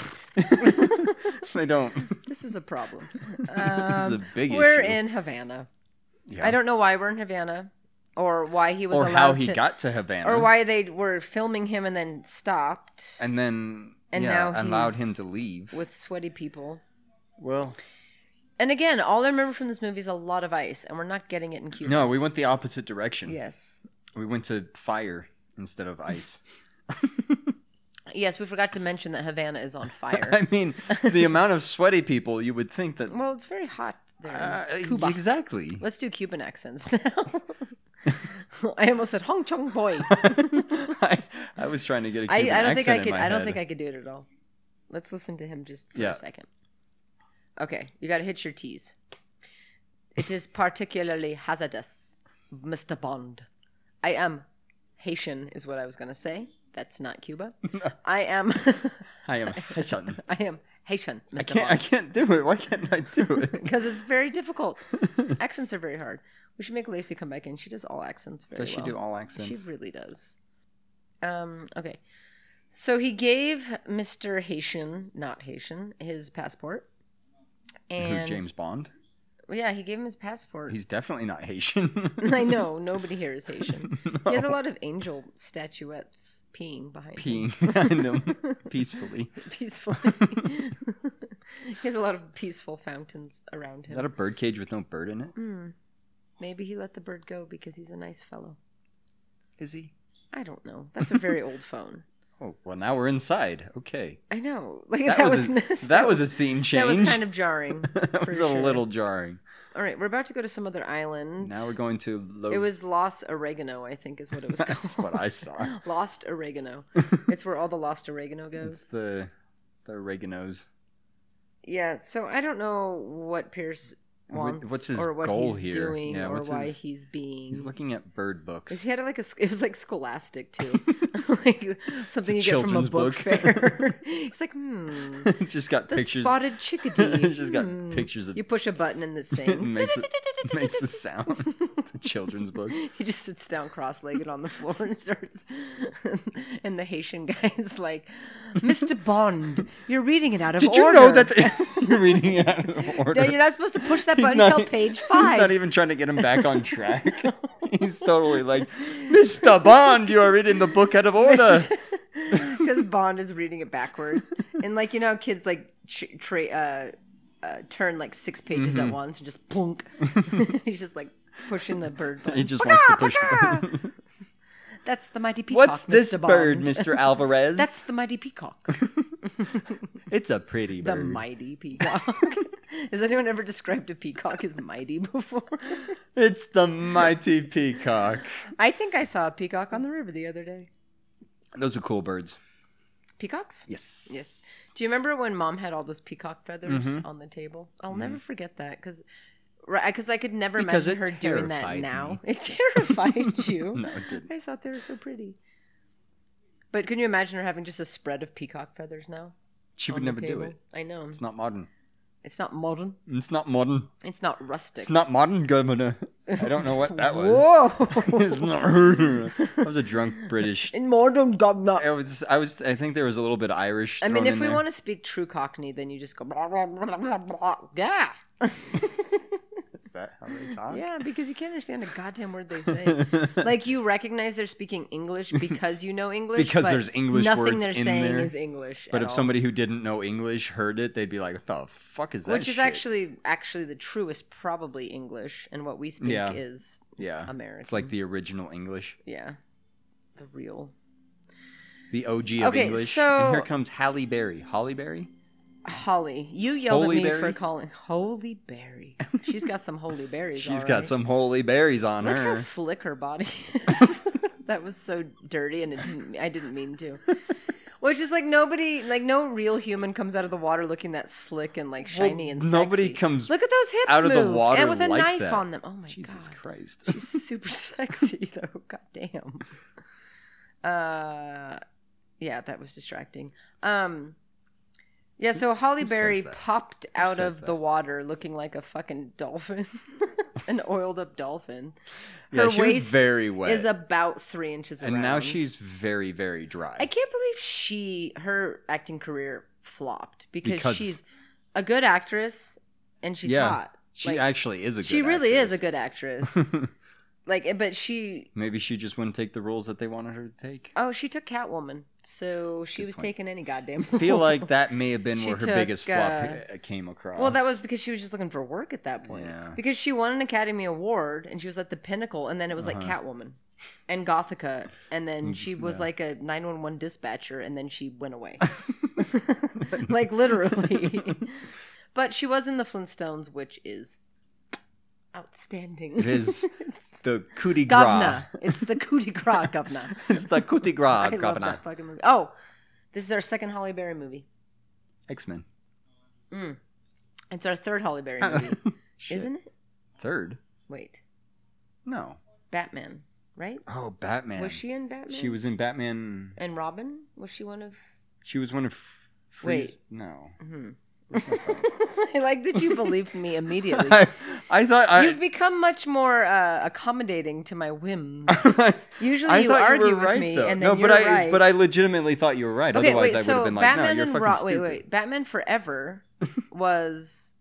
[SPEAKER 6] they don't.
[SPEAKER 7] This is a problem.
[SPEAKER 6] this is a big
[SPEAKER 7] Um, We're
[SPEAKER 6] issue.
[SPEAKER 7] in Havana.
[SPEAKER 6] Yeah.
[SPEAKER 7] I don't know why we're in Havana, or why he was
[SPEAKER 6] or
[SPEAKER 7] allowed
[SPEAKER 6] how he
[SPEAKER 7] to,
[SPEAKER 6] got to Havana,
[SPEAKER 7] or why they were filming him and then stopped
[SPEAKER 6] and then
[SPEAKER 7] And
[SPEAKER 6] yeah,
[SPEAKER 7] now
[SPEAKER 6] allowed
[SPEAKER 7] he's
[SPEAKER 6] him to leave.
[SPEAKER 7] with sweaty people.
[SPEAKER 6] well,
[SPEAKER 7] And again, all I remember from this movie is a lot of ice, and we're not getting it in Cuba.
[SPEAKER 6] no, we went the opposite direction.
[SPEAKER 7] Yes.
[SPEAKER 6] we went to fire instead of ice.
[SPEAKER 7] Yes, we forgot to mention that Havana is on fire.
[SPEAKER 6] I mean, the amount of sweaty people you would think that
[SPEAKER 7] well, it's very hot there.
[SPEAKER 6] uh,
[SPEAKER 7] in Cuba.
[SPEAKER 6] exactly.
[SPEAKER 7] Let's do Cuban accents now. I almost said Hong Chong boy.
[SPEAKER 6] I, I was trying to get a
[SPEAKER 7] I,
[SPEAKER 6] Cuban
[SPEAKER 7] I don't think I
[SPEAKER 6] accent in
[SPEAKER 7] could.
[SPEAKER 6] my
[SPEAKER 7] I don't
[SPEAKER 6] head.
[SPEAKER 7] think I could do it at all. Let's listen to him just for
[SPEAKER 6] Yeah.
[SPEAKER 7] a second. Okay, you got to hit your T's. It is particularly hazardous, Mr. Bond. I am Haitian, is what I was going to say. That's not Cuba. I am.
[SPEAKER 6] I am. I shouldn't.
[SPEAKER 7] I am Haitian,
[SPEAKER 6] I
[SPEAKER 7] Mr.
[SPEAKER 6] can't. I
[SPEAKER 7] Bond.
[SPEAKER 6] can't do it. Why can't I do it?
[SPEAKER 7] Because it's very difficult. accents are very hard. We should make Lacey come back in. She does all accents very
[SPEAKER 6] Does she
[SPEAKER 7] well.
[SPEAKER 6] do all accents?
[SPEAKER 7] She really does. Um, okay. So he gave Mr. Haitian, not Haitian, his passport.
[SPEAKER 6] Who,
[SPEAKER 7] And
[SPEAKER 6] James Bond?
[SPEAKER 7] yeah, he gave him his passport.
[SPEAKER 6] He's definitely not Haitian.
[SPEAKER 7] I know, nobody here is Haitian. He has a lot of angel statuettes peeing behind him
[SPEAKER 6] peeing behind him peacefully.
[SPEAKER 7] peacefully. he has a lot of peaceful fountains around
[SPEAKER 6] Is
[SPEAKER 7] him.
[SPEAKER 6] that a bird cage with no bird in it?
[SPEAKER 7] Mm. Maybe he let the bird go because he's a nice fellow.
[SPEAKER 6] Is he?
[SPEAKER 7] I don't know. That's a very old phone.
[SPEAKER 6] Oh well, now we're inside. Okay,
[SPEAKER 7] I know. Like
[SPEAKER 6] that,
[SPEAKER 7] that,
[SPEAKER 6] was,
[SPEAKER 7] was,
[SPEAKER 6] a, that was a scene
[SPEAKER 7] that
[SPEAKER 6] change.
[SPEAKER 7] was kind of jarring.
[SPEAKER 6] That
[SPEAKER 7] for
[SPEAKER 6] was a
[SPEAKER 7] sure.
[SPEAKER 6] little jarring.
[SPEAKER 7] All right, we're about to go to some other island.
[SPEAKER 6] Now we're going to low.
[SPEAKER 7] It was Lost Oregano, I think, is what it was called.
[SPEAKER 6] That's what I saw.
[SPEAKER 7] Lost Oregano. it's where all the Lost Oregano goes.
[SPEAKER 6] It's the the oreganos.
[SPEAKER 7] Yeah. So I don't know what Pierce
[SPEAKER 6] What-
[SPEAKER 7] wants
[SPEAKER 6] what's his
[SPEAKER 7] or what
[SPEAKER 6] goal
[SPEAKER 7] he's
[SPEAKER 6] here?
[SPEAKER 7] doing
[SPEAKER 6] Yeah,
[SPEAKER 7] or
[SPEAKER 6] what's
[SPEAKER 7] why
[SPEAKER 6] his-
[SPEAKER 7] he's being.
[SPEAKER 6] He's looking at bird books.
[SPEAKER 7] Is he had like a? sc- It was like Scholastic too, like something you
[SPEAKER 6] It's a
[SPEAKER 7] get from a
[SPEAKER 6] children's book.
[SPEAKER 7] book, fair. He's like, hmm,
[SPEAKER 6] it's just got
[SPEAKER 7] the
[SPEAKER 6] pictures.
[SPEAKER 7] spotted chickadee.
[SPEAKER 6] It's just got
[SPEAKER 7] hmm.
[SPEAKER 6] pictures of-
[SPEAKER 7] You push a button and this
[SPEAKER 6] It
[SPEAKER 7] thing.
[SPEAKER 6] makes, it, makes the sound. It's a children's book.
[SPEAKER 7] He just sits down cross-legged on the floor and starts. and the Haitian guy's like, "Mr. Bond, you're reading it out of
[SPEAKER 6] Did
[SPEAKER 7] order.
[SPEAKER 6] you know that the, you're reading it out of order?
[SPEAKER 7] No, you're not supposed to push that
[SPEAKER 6] He's
[SPEAKER 7] button
[SPEAKER 6] not- e-,
[SPEAKER 7] until page five.
[SPEAKER 6] He's not even trying to get him back on track. he's totally like, Mr. Bond, you are reading the book out of order.
[SPEAKER 7] because Bond is reading it backwards, and like you know, how kids like tr tra- uh, uh, turn like six pages
[SPEAKER 6] Mm-hmm.
[SPEAKER 7] at once and just plunk. He's just like pushing the bird. Button.
[SPEAKER 6] he just wants to push the button.
[SPEAKER 7] That's the mighty peacock.
[SPEAKER 6] What's this
[SPEAKER 7] Mr.
[SPEAKER 6] bird,
[SPEAKER 7] Bond.
[SPEAKER 6] Mr. Alvarez?
[SPEAKER 7] That's the mighty peacock.
[SPEAKER 6] It's a pretty
[SPEAKER 7] The
[SPEAKER 6] bird.
[SPEAKER 7] mighty peacock. Has anyone ever described a peacock as mighty before?
[SPEAKER 6] It's the mighty peacock.
[SPEAKER 7] I think I saw a peacock on the river the other day.
[SPEAKER 6] Those are cool birds.
[SPEAKER 7] Peacocks?
[SPEAKER 6] Yes.
[SPEAKER 7] Yes. Do you remember when mom had all those peacock feathers
[SPEAKER 6] Mm-hmm.
[SPEAKER 7] on the table? I'll never forget that because because I could never
[SPEAKER 6] Because
[SPEAKER 7] imagine her
[SPEAKER 6] it
[SPEAKER 7] doing that
[SPEAKER 6] terrified
[SPEAKER 7] now. It terrified you.
[SPEAKER 6] No, it didn't.
[SPEAKER 7] I just thought they were so pretty. But can you imagine her having just a spread of peacock feathers now?
[SPEAKER 6] She would
[SPEAKER 7] on the
[SPEAKER 6] never do
[SPEAKER 7] table?
[SPEAKER 6] it.
[SPEAKER 7] I know.
[SPEAKER 6] It's not modern.
[SPEAKER 7] It's not modern.
[SPEAKER 6] It's not modern.
[SPEAKER 7] It's not rustic.
[SPEAKER 6] It's not modern, Governor. I don't know what that was.
[SPEAKER 7] Whoa!
[SPEAKER 6] it's not. I was a drunk British.
[SPEAKER 7] In modern governor.
[SPEAKER 6] I was. I was. I think there was a little bit Irish.
[SPEAKER 7] I mean,
[SPEAKER 6] thrown
[SPEAKER 7] if
[SPEAKER 6] in
[SPEAKER 7] we
[SPEAKER 6] there.
[SPEAKER 7] want to speak true Cockney, then you just go. Blah, blah, blah, blah, blah, blah. Yeah.
[SPEAKER 8] Is that how they talk?
[SPEAKER 7] Yeah, because you can't understand a goddamn word they say. like you recognize they're speaking English because you know English.
[SPEAKER 6] Because
[SPEAKER 7] but
[SPEAKER 6] there's English
[SPEAKER 7] Nothing
[SPEAKER 6] words
[SPEAKER 7] they're
[SPEAKER 6] in
[SPEAKER 7] saying
[SPEAKER 6] there.
[SPEAKER 7] is English.
[SPEAKER 6] But
[SPEAKER 7] at
[SPEAKER 6] if
[SPEAKER 7] all.
[SPEAKER 6] somebody who didn't know English heard it, they'd be like, "What the fuck is that?"
[SPEAKER 7] which is
[SPEAKER 6] shit?"
[SPEAKER 7] actually actually the truest probably English, and what we speak
[SPEAKER 6] Yeah.
[SPEAKER 7] is
[SPEAKER 6] yeah,
[SPEAKER 7] American.
[SPEAKER 6] It's like the original English,
[SPEAKER 7] yeah, the real
[SPEAKER 6] the OG of
[SPEAKER 7] Okay,
[SPEAKER 6] English.
[SPEAKER 7] so-
[SPEAKER 6] and here comes Halle Berry. Holly Berry.
[SPEAKER 7] Holly. You yelled
[SPEAKER 6] Holy
[SPEAKER 7] at me
[SPEAKER 6] berry?
[SPEAKER 7] for calling Holy Berry. She's got some holy berries.
[SPEAKER 6] She's
[SPEAKER 7] all
[SPEAKER 6] got
[SPEAKER 7] right.
[SPEAKER 6] some holy berries on
[SPEAKER 7] Look how
[SPEAKER 6] her.
[SPEAKER 7] slick her body is. that was so dirty, and it didn't, I didn't mean to. Well, it's just like nobody, like no real human comes out of the water looking that slick and like shiny and sexy.
[SPEAKER 6] nobody comes
[SPEAKER 7] Look at those hips
[SPEAKER 6] out of the
[SPEAKER 7] move,
[SPEAKER 6] water
[SPEAKER 7] and with a
[SPEAKER 6] like
[SPEAKER 7] knife
[SPEAKER 6] that.
[SPEAKER 7] on them. Oh my
[SPEAKER 6] Jesus
[SPEAKER 7] god,
[SPEAKER 6] Christ.
[SPEAKER 7] she's super sexy though. God damn. Uh, yeah, that was distracting. Um, yeah. So Holly
[SPEAKER 6] says
[SPEAKER 7] Berry
[SPEAKER 6] that?
[SPEAKER 7] popped out
[SPEAKER 6] says
[SPEAKER 7] of
[SPEAKER 6] that?
[SPEAKER 7] the water looking like a fucking dolphin, an oiled up dolphin
[SPEAKER 6] yeah,
[SPEAKER 7] her
[SPEAKER 6] she was
[SPEAKER 7] waist
[SPEAKER 6] very wet.
[SPEAKER 7] is about three inches
[SPEAKER 6] and
[SPEAKER 7] around.
[SPEAKER 6] now she's very, very dry.
[SPEAKER 7] I can't believe she her acting career flopped because,
[SPEAKER 6] Because-
[SPEAKER 7] she's a good actress and she's
[SPEAKER 6] Yeah,
[SPEAKER 7] hot.
[SPEAKER 6] she
[SPEAKER 7] like,
[SPEAKER 6] actually is a. good
[SPEAKER 7] she really is a
[SPEAKER 6] actress.
[SPEAKER 7] good actress. like, but she
[SPEAKER 6] Maybe she just wouldn't take the roles that they wanted her to take.
[SPEAKER 7] oh she took Catwoman, so she
[SPEAKER 6] Good
[SPEAKER 7] was
[SPEAKER 6] point.
[SPEAKER 7] taking any goddamn.
[SPEAKER 6] I feel like that may have been
[SPEAKER 7] Oh. She
[SPEAKER 6] where her
[SPEAKER 7] took,
[SPEAKER 6] biggest flop
[SPEAKER 7] uh,
[SPEAKER 6] uh, came across.
[SPEAKER 7] Well, that was because she was just looking for work at that point.
[SPEAKER 6] Yeah.
[SPEAKER 7] Because she won an Academy Award and she was at the pinnacle, and then it was like
[SPEAKER 6] Uh-huh.
[SPEAKER 7] Catwoman and Gothica, and then
[SPEAKER 6] Mm,
[SPEAKER 7] she was like a 911 dispatcher, and then she went away. like literally. but she was in the Flintstones, which is outstanding.
[SPEAKER 6] It is the coup de grace.
[SPEAKER 7] Govna. It's the coup de grace, Govna.
[SPEAKER 6] It's the coup de grace,
[SPEAKER 7] I love
[SPEAKER 6] Governor.
[SPEAKER 7] that fucking movie. Oh, this is our second Holly Berry movie.
[SPEAKER 6] X Men.
[SPEAKER 7] It's our third Holly Berry movie, isn't it?
[SPEAKER 6] Third?
[SPEAKER 7] Wait,
[SPEAKER 6] No.
[SPEAKER 7] Batman, right?
[SPEAKER 6] Oh, Batman.
[SPEAKER 7] Was she in Batman?
[SPEAKER 6] She was in Batman.
[SPEAKER 7] And Robin? Was she one of?
[SPEAKER 6] She was one of. Freeze.
[SPEAKER 7] Wait.
[SPEAKER 6] No.
[SPEAKER 7] I like that you believed me immediately.
[SPEAKER 6] I, I thought I.
[SPEAKER 7] You've become much more uh, accommodating to my whims. Usually,
[SPEAKER 6] I
[SPEAKER 7] you
[SPEAKER 6] thought
[SPEAKER 7] argue
[SPEAKER 6] you were
[SPEAKER 7] with
[SPEAKER 6] right
[SPEAKER 7] me,
[SPEAKER 6] though.
[SPEAKER 7] and
[SPEAKER 6] no,
[SPEAKER 7] then
[SPEAKER 6] but
[SPEAKER 7] you're
[SPEAKER 6] I
[SPEAKER 7] right.
[SPEAKER 6] but I legitimately thought you were right.
[SPEAKER 7] okay,
[SPEAKER 6] Otherwise,
[SPEAKER 7] wait.
[SPEAKER 6] I would
[SPEAKER 7] so
[SPEAKER 6] have been like,
[SPEAKER 7] Batman
[SPEAKER 6] no, you're
[SPEAKER 7] and
[SPEAKER 6] fucking
[SPEAKER 7] Ro- wait,
[SPEAKER 6] stupid.
[SPEAKER 7] wait. Batman Forever was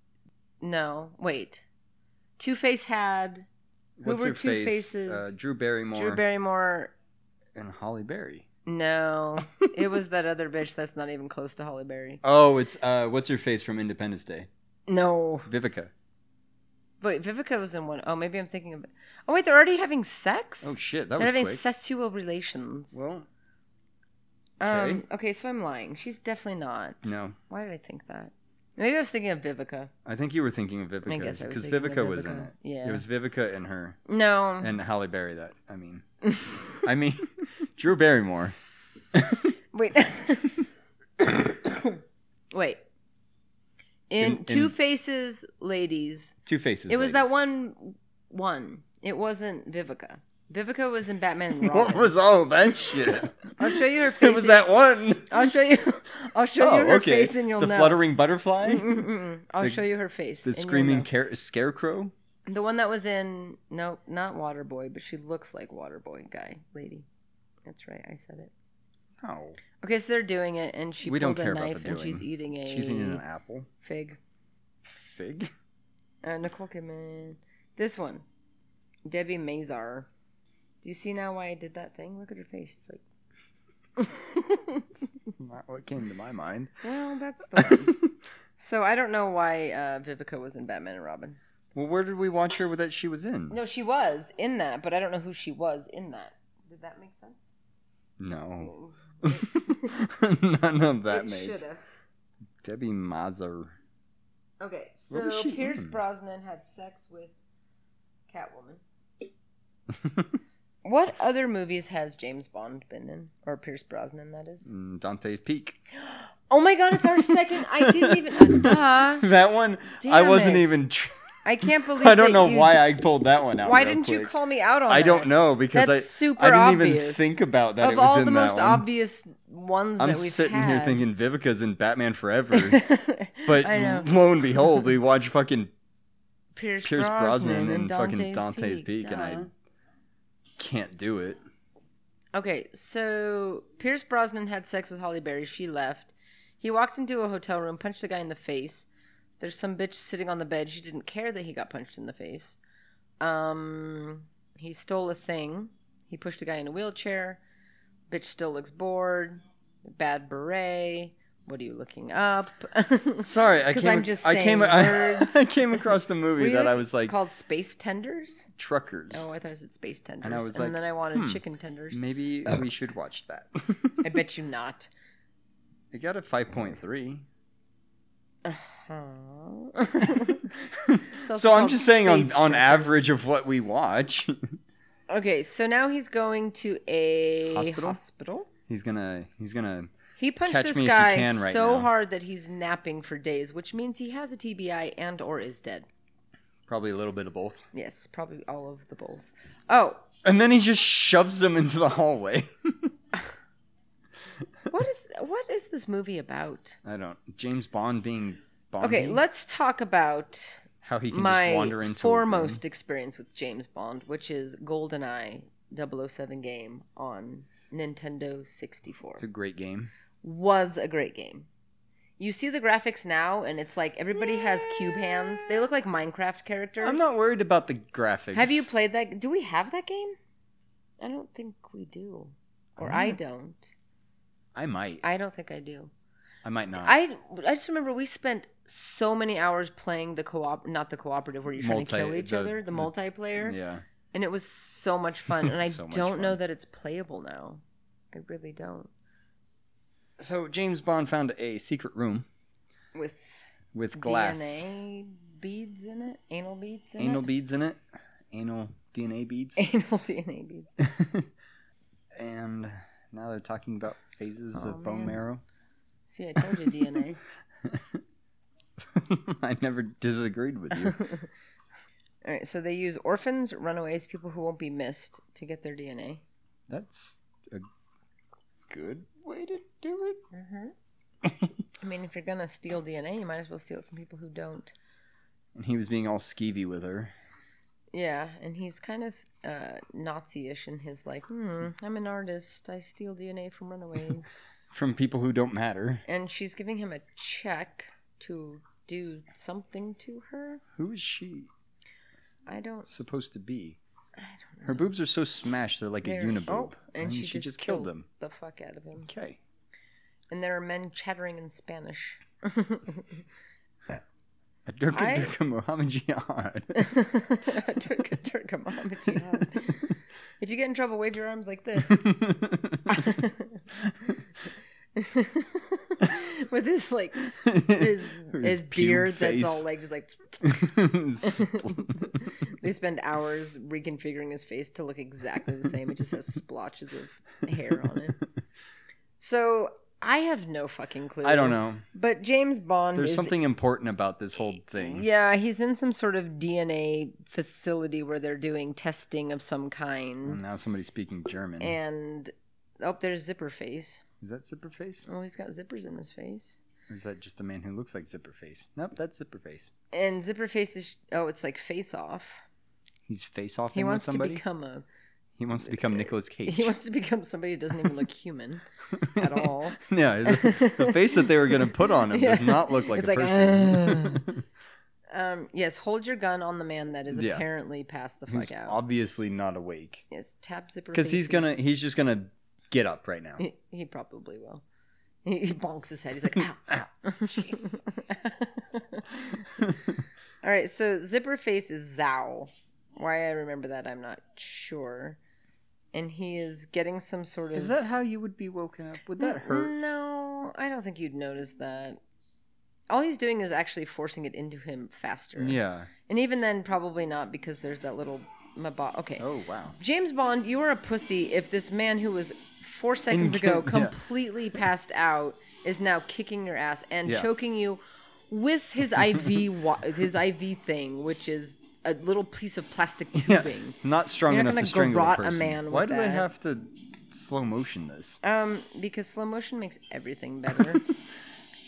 [SPEAKER 7] no. Wait, Two Face had who
[SPEAKER 6] What's
[SPEAKER 7] were
[SPEAKER 6] her
[SPEAKER 7] Two
[SPEAKER 6] face?
[SPEAKER 7] Faces?
[SPEAKER 6] Uh, Drew Barrymore
[SPEAKER 7] Drew Barrymore.
[SPEAKER 6] and Holly Berry.
[SPEAKER 7] No, it was that other bitch that's not even close to Holly Berry.
[SPEAKER 6] Oh, it's uh, what's her face from Independence Day?
[SPEAKER 7] No,
[SPEAKER 6] Vivica.
[SPEAKER 7] Wait, Vivica was in one oh maybe I'm thinking of. Oh wait, they're already having sex.
[SPEAKER 6] Oh shit, that
[SPEAKER 7] they're
[SPEAKER 6] was
[SPEAKER 7] having
[SPEAKER 6] quick.
[SPEAKER 7] sexual relations.
[SPEAKER 6] well,
[SPEAKER 7] um, okay, so I'm lying. She's definitely not.
[SPEAKER 6] no,
[SPEAKER 7] Why did I think that? Maybe I was thinking of Vivica.
[SPEAKER 6] I think you were thinking of Vivica.
[SPEAKER 7] guess I
[SPEAKER 6] because
[SPEAKER 7] was thinking of
[SPEAKER 6] Vivica, was in
[SPEAKER 7] Vivica.
[SPEAKER 6] it.
[SPEAKER 7] Yeah.
[SPEAKER 6] it was Vivica and her
[SPEAKER 7] No,
[SPEAKER 6] and Halle Berry. That I mean, I mean, Drew Barrymore.
[SPEAKER 7] wait, wait. In,
[SPEAKER 6] In-
[SPEAKER 7] Two
[SPEAKER 6] in-
[SPEAKER 7] Faces, ladies,
[SPEAKER 6] Two faces.
[SPEAKER 7] it was
[SPEAKER 6] ladies.
[SPEAKER 7] that one one. It wasn't Vivica. Vivica was in Batman. And
[SPEAKER 6] What
[SPEAKER 7] Robin.
[SPEAKER 6] was all that shit?
[SPEAKER 7] I'll show you her face.
[SPEAKER 6] it was that one.
[SPEAKER 7] I'll show you. I'll show
[SPEAKER 6] Oh,
[SPEAKER 7] you her
[SPEAKER 6] okay.
[SPEAKER 7] face, and you'll
[SPEAKER 6] the
[SPEAKER 7] know.
[SPEAKER 6] fluttering butterfly,
[SPEAKER 7] Mm-mm-mm. I'll
[SPEAKER 6] The-
[SPEAKER 7] show you her face.
[SPEAKER 6] the
[SPEAKER 7] and you'll
[SPEAKER 6] screaming
[SPEAKER 7] know.
[SPEAKER 6] car- scarecrow.
[SPEAKER 7] the one that was in no, not Waterboy, but she looks like Waterboy guy, lady. That's right, I said it.
[SPEAKER 6] No,
[SPEAKER 7] Okay, so they're doing it, and she
[SPEAKER 6] We don't
[SPEAKER 7] pulled
[SPEAKER 6] care
[SPEAKER 7] a
[SPEAKER 6] about the
[SPEAKER 7] knife, and she's
[SPEAKER 6] doing.
[SPEAKER 7] eating a
[SPEAKER 6] she's eating an apple.
[SPEAKER 7] fig.
[SPEAKER 6] Fig.
[SPEAKER 7] Uh, Nicole Kidman. This one, Debbie Mazar. Do you see now why I did that thing? Look at her face. It's like,
[SPEAKER 6] Not what came to my mind.
[SPEAKER 7] well, that's the one. so I don't know why uh, Vivica was in Batman and Robin.
[SPEAKER 6] Well, where did we watch her that she was in?
[SPEAKER 7] No, she was in that, but I don't know who she was in that. Did that make sense?
[SPEAKER 6] No. None of that
[SPEAKER 7] It
[SPEAKER 6] made
[SPEAKER 7] should've.
[SPEAKER 6] Debbie Mazur.
[SPEAKER 7] Okay,
[SPEAKER 6] What was
[SPEAKER 7] so
[SPEAKER 6] she
[SPEAKER 7] Pierce
[SPEAKER 6] in?
[SPEAKER 7] Brosnan had sex with Catwoman. what other movies has James Bond been in, or Pierce Brosnan? That is.
[SPEAKER 6] Mm, Dante's Peak.
[SPEAKER 7] Oh my God! It's our second. I didn't even. Uh, duh.
[SPEAKER 6] That one, I
[SPEAKER 7] Damn
[SPEAKER 6] wasn't
[SPEAKER 7] it.
[SPEAKER 6] even. Tr-
[SPEAKER 7] I can't believe.
[SPEAKER 6] I don't
[SPEAKER 7] that
[SPEAKER 6] know
[SPEAKER 7] you-
[SPEAKER 6] why I pulled that one out.
[SPEAKER 7] Why
[SPEAKER 6] real
[SPEAKER 7] didn't you
[SPEAKER 6] quick.
[SPEAKER 7] call me out on?
[SPEAKER 6] I don't
[SPEAKER 7] that?
[SPEAKER 6] know because
[SPEAKER 7] That's
[SPEAKER 6] I
[SPEAKER 7] super
[SPEAKER 6] I didn't even
[SPEAKER 7] obvious.
[SPEAKER 6] think about that.
[SPEAKER 7] Of
[SPEAKER 6] it was
[SPEAKER 7] all
[SPEAKER 6] in
[SPEAKER 7] the
[SPEAKER 6] that
[SPEAKER 7] most
[SPEAKER 6] one.
[SPEAKER 7] obvious ones
[SPEAKER 6] I'm
[SPEAKER 7] that we've
[SPEAKER 6] sitting
[SPEAKER 7] had.
[SPEAKER 6] here thinking Vivica's in Batman Forever, but
[SPEAKER 7] I know.
[SPEAKER 6] lo and behold, we watch fucking
[SPEAKER 7] Pierce,
[SPEAKER 6] Pierce Brosnan and
[SPEAKER 7] Dante's
[SPEAKER 6] fucking Dante's Peak, and I
[SPEAKER 7] duh.
[SPEAKER 6] can't do it.
[SPEAKER 7] Okay, so Pierce Brosnan had sex with Holly Berry. She left. He walked into a hotel room, punched the guy in the face. There's some bitch sitting on the bed. She didn't care that he got punched in the face. Um, he stole a thing. He pushed a guy in a wheelchair. Bitch still looks bored. Bad beret. What are you looking up?
[SPEAKER 6] Sorry, I
[SPEAKER 7] 'Cause
[SPEAKER 6] came.
[SPEAKER 7] I'm just
[SPEAKER 6] I came.
[SPEAKER 7] saying
[SPEAKER 6] I,
[SPEAKER 7] words.
[SPEAKER 6] I came across the
[SPEAKER 7] Were
[SPEAKER 6] movie
[SPEAKER 7] you
[SPEAKER 6] that I was like
[SPEAKER 7] called space tenders.
[SPEAKER 6] truckers.
[SPEAKER 7] Oh, I thought I said space tenders, and,
[SPEAKER 6] I was like,
[SPEAKER 7] then I wanted
[SPEAKER 6] hmm.
[SPEAKER 7] chicken tenders.
[SPEAKER 6] Maybe we should watch that.
[SPEAKER 7] I bet you not.
[SPEAKER 6] I got a five point three.
[SPEAKER 7] also
[SPEAKER 6] so I'm
[SPEAKER 7] called
[SPEAKER 6] just saying, on
[SPEAKER 7] space
[SPEAKER 6] on
[SPEAKER 7] truckers.
[SPEAKER 6] average of what we watch,
[SPEAKER 7] Okay, so now he's going to a
[SPEAKER 6] Hospital?
[SPEAKER 7] hospital?
[SPEAKER 6] he's gonna he's gonna
[SPEAKER 7] He punched
[SPEAKER 6] Catch
[SPEAKER 7] this
[SPEAKER 6] me if you
[SPEAKER 7] guy
[SPEAKER 6] can right
[SPEAKER 7] so
[SPEAKER 6] now.
[SPEAKER 7] hard that he's napping for days, which means he has a TBI and or is dead.
[SPEAKER 6] probably a little bit of both.
[SPEAKER 7] Yes, probably all of the both. Oh,
[SPEAKER 6] And then he just shoves them into the hallway.
[SPEAKER 7] what is what is this movie about?
[SPEAKER 6] I don't. James Bond being Bond.
[SPEAKER 7] Okay, let's talk about
[SPEAKER 6] how he can just wander
[SPEAKER 7] my
[SPEAKER 6] into a room.
[SPEAKER 7] foremost experience with James Bond, which is GoldenEye 007 game on Nintendo 64.
[SPEAKER 6] It's a great game.
[SPEAKER 7] was a great game. You see the graphics now, and it's like everybody has cube hands. They look like Minecraft characters.
[SPEAKER 6] I'm not worried about the graphics.
[SPEAKER 7] Have you played that? Do we have that game? I don't think we do, or I
[SPEAKER 6] I'm
[SPEAKER 7] don't.
[SPEAKER 6] I might. I,
[SPEAKER 7] I don't think I do.
[SPEAKER 6] might not.
[SPEAKER 7] I I just remember we spent so many hours playing the co-op, not the cooperative where you're trying to
[SPEAKER 6] Multi-
[SPEAKER 7] kill each
[SPEAKER 6] the-
[SPEAKER 7] other, the,
[SPEAKER 6] the-
[SPEAKER 7] multiplayer,
[SPEAKER 6] yeah.
[SPEAKER 7] and it was so much fun. And I
[SPEAKER 6] So much
[SPEAKER 7] don't know
[SPEAKER 6] fun.
[SPEAKER 7] that it's playable now. I really don't.
[SPEAKER 6] So James Bond found a secret room
[SPEAKER 7] With
[SPEAKER 6] with glass,
[SPEAKER 7] DNA beads in it, anal beads in it.
[SPEAKER 6] anal beads in it, anal DNA beads,
[SPEAKER 7] anal DNA beads.
[SPEAKER 6] and now they're talking about phases
[SPEAKER 7] Oh,
[SPEAKER 6] of bone
[SPEAKER 7] man.
[SPEAKER 6] marrow.
[SPEAKER 7] See, I told you DNA.
[SPEAKER 6] I never disagreed with you.
[SPEAKER 7] All right, so they use orphans, runaways, people who won't be missed to get their DNA.
[SPEAKER 6] That's a good way to do it.
[SPEAKER 7] I mean, if you're gonna steal DNA, you might as well steal it from people who don't.
[SPEAKER 6] And he was being all skeevy with her.
[SPEAKER 7] Yeah, and he's kind of uh, Nazi-ish in his like, hmm, I'm an artist. I steal DNA from runaways,
[SPEAKER 6] From people who don't matter.
[SPEAKER 7] and she's giving him a check to do something to her.
[SPEAKER 6] Who is she
[SPEAKER 7] I don't.
[SPEAKER 6] supposed to be? Her boobs are so smashed they're like
[SPEAKER 7] they're-
[SPEAKER 6] a uniboob.
[SPEAKER 7] oh, and
[SPEAKER 6] I mean,
[SPEAKER 7] she, just,
[SPEAKER 6] killed them.
[SPEAKER 7] the fuck out of him.
[SPEAKER 6] Okay.
[SPEAKER 7] And there are men chattering in Spanish.
[SPEAKER 6] Durka
[SPEAKER 7] I-
[SPEAKER 6] Durka Muhammad Jihad.
[SPEAKER 7] Durga, Durga, Mama Jihad. If you get in trouble, wave your arms like this. With his like his his
[SPEAKER 6] pube
[SPEAKER 7] beard that's
[SPEAKER 6] face.
[SPEAKER 7] all like just like
[SPEAKER 6] Spl-
[SPEAKER 7] they spend hours reconfiguring his face to look exactly the same. It just has splotches of hair on it. So I have no fucking clue.
[SPEAKER 6] I don't know.
[SPEAKER 7] But James Bond
[SPEAKER 6] There's
[SPEAKER 7] is
[SPEAKER 6] something important about this whole thing.
[SPEAKER 7] Yeah, he's in some sort of DNA facility where they're doing testing of some kind.
[SPEAKER 6] Now somebody's speaking German.
[SPEAKER 7] And oh, there's Zipper Face.
[SPEAKER 6] Is that Zipperface?
[SPEAKER 7] Well, he's got zippers in his face.
[SPEAKER 6] Or is that just a man who looks like Zipperface? Nope, that's Zipperface.
[SPEAKER 7] And Zipper Face is oh, it's like Face Off.
[SPEAKER 6] He's face off
[SPEAKER 7] He
[SPEAKER 6] with
[SPEAKER 7] wants to
[SPEAKER 6] somebody.
[SPEAKER 7] become a
[SPEAKER 6] he wants to become Nicolas Cage.
[SPEAKER 7] he wants to become somebody who doesn't even look human at all.
[SPEAKER 6] no, the, the face that they were going to put on him does
[SPEAKER 7] Yeah.
[SPEAKER 6] not look like
[SPEAKER 7] It's
[SPEAKER 6] a
[SPEAKER 7] like,
[SPEAKER 6] person.
[SPEAKER 7] Um, yes, hold your gun on the man that is
[SPEAKER 6] Yeah.
[SPEAKER 7] apparently past the fuck
[SPEAKER 6] Who's
[SPEAKER 7] out.
[SPEAKER 6] obviously not awake
[SPEAKER 7] yes, tap Zipper
[SPEAKER 6] because he's
[SPEAKER 7] Face's-
[SPEAKER 6] gonna he's just gonna get up right now.
[SPEAKER 7] He, he probably will. He, he bonks his head. He's like, ow, ow. Jesus. All right, so Zipper Face is Zao. Why I remember that, I'm not sure. And he is getting some sort of.
[SPEAKER 6] Is that how you would be woken up? Would that hurt?
[SPEAKER 7] No, I don't think you'd notice that. All he's doing is actually forcing it into him faster.
[SPEAKER 6] Yeah.
[SPEAKER 7] And even then, probably not because there's that little. Mabo- okay.
[SPEAKER 6] Oh wow.
[SPEAKER 7] James Bond, you are a pussy if this man who was four seconds
[SPEAKER 6] Inca-
[SPEAKER 7] ago
[SPEAKER 6] yeah.
[SPEAKER 7] completely passed out is now kicking your ass and
[SPEAKER 6] Yeah.
[SPEAKER 7] choking you with his IV wa- his IV thing, which is a little piece of plastic
[SPEAKER 6] Yeah,
[SPEAKER 7] tubing.
[SPEAKER 6] not strong
[SPEAKER 7] You're not
[SPEAKER 6] enough
[SPEAKER 7] gonna
[SPEAKER 6] to strangle a
[SPEAKER 7] garrote a
[SPEAKER 6] person.
[SPEAKER 7] man
[SPEAKER 6] Why
[SPEAKER 7] with
[SPEAKER 6] do they
[SPEAKER 7] that.
[SPEAKER 6] have to slow motion this?
[SPEAKER 7] Um, because slow motion makes everything better.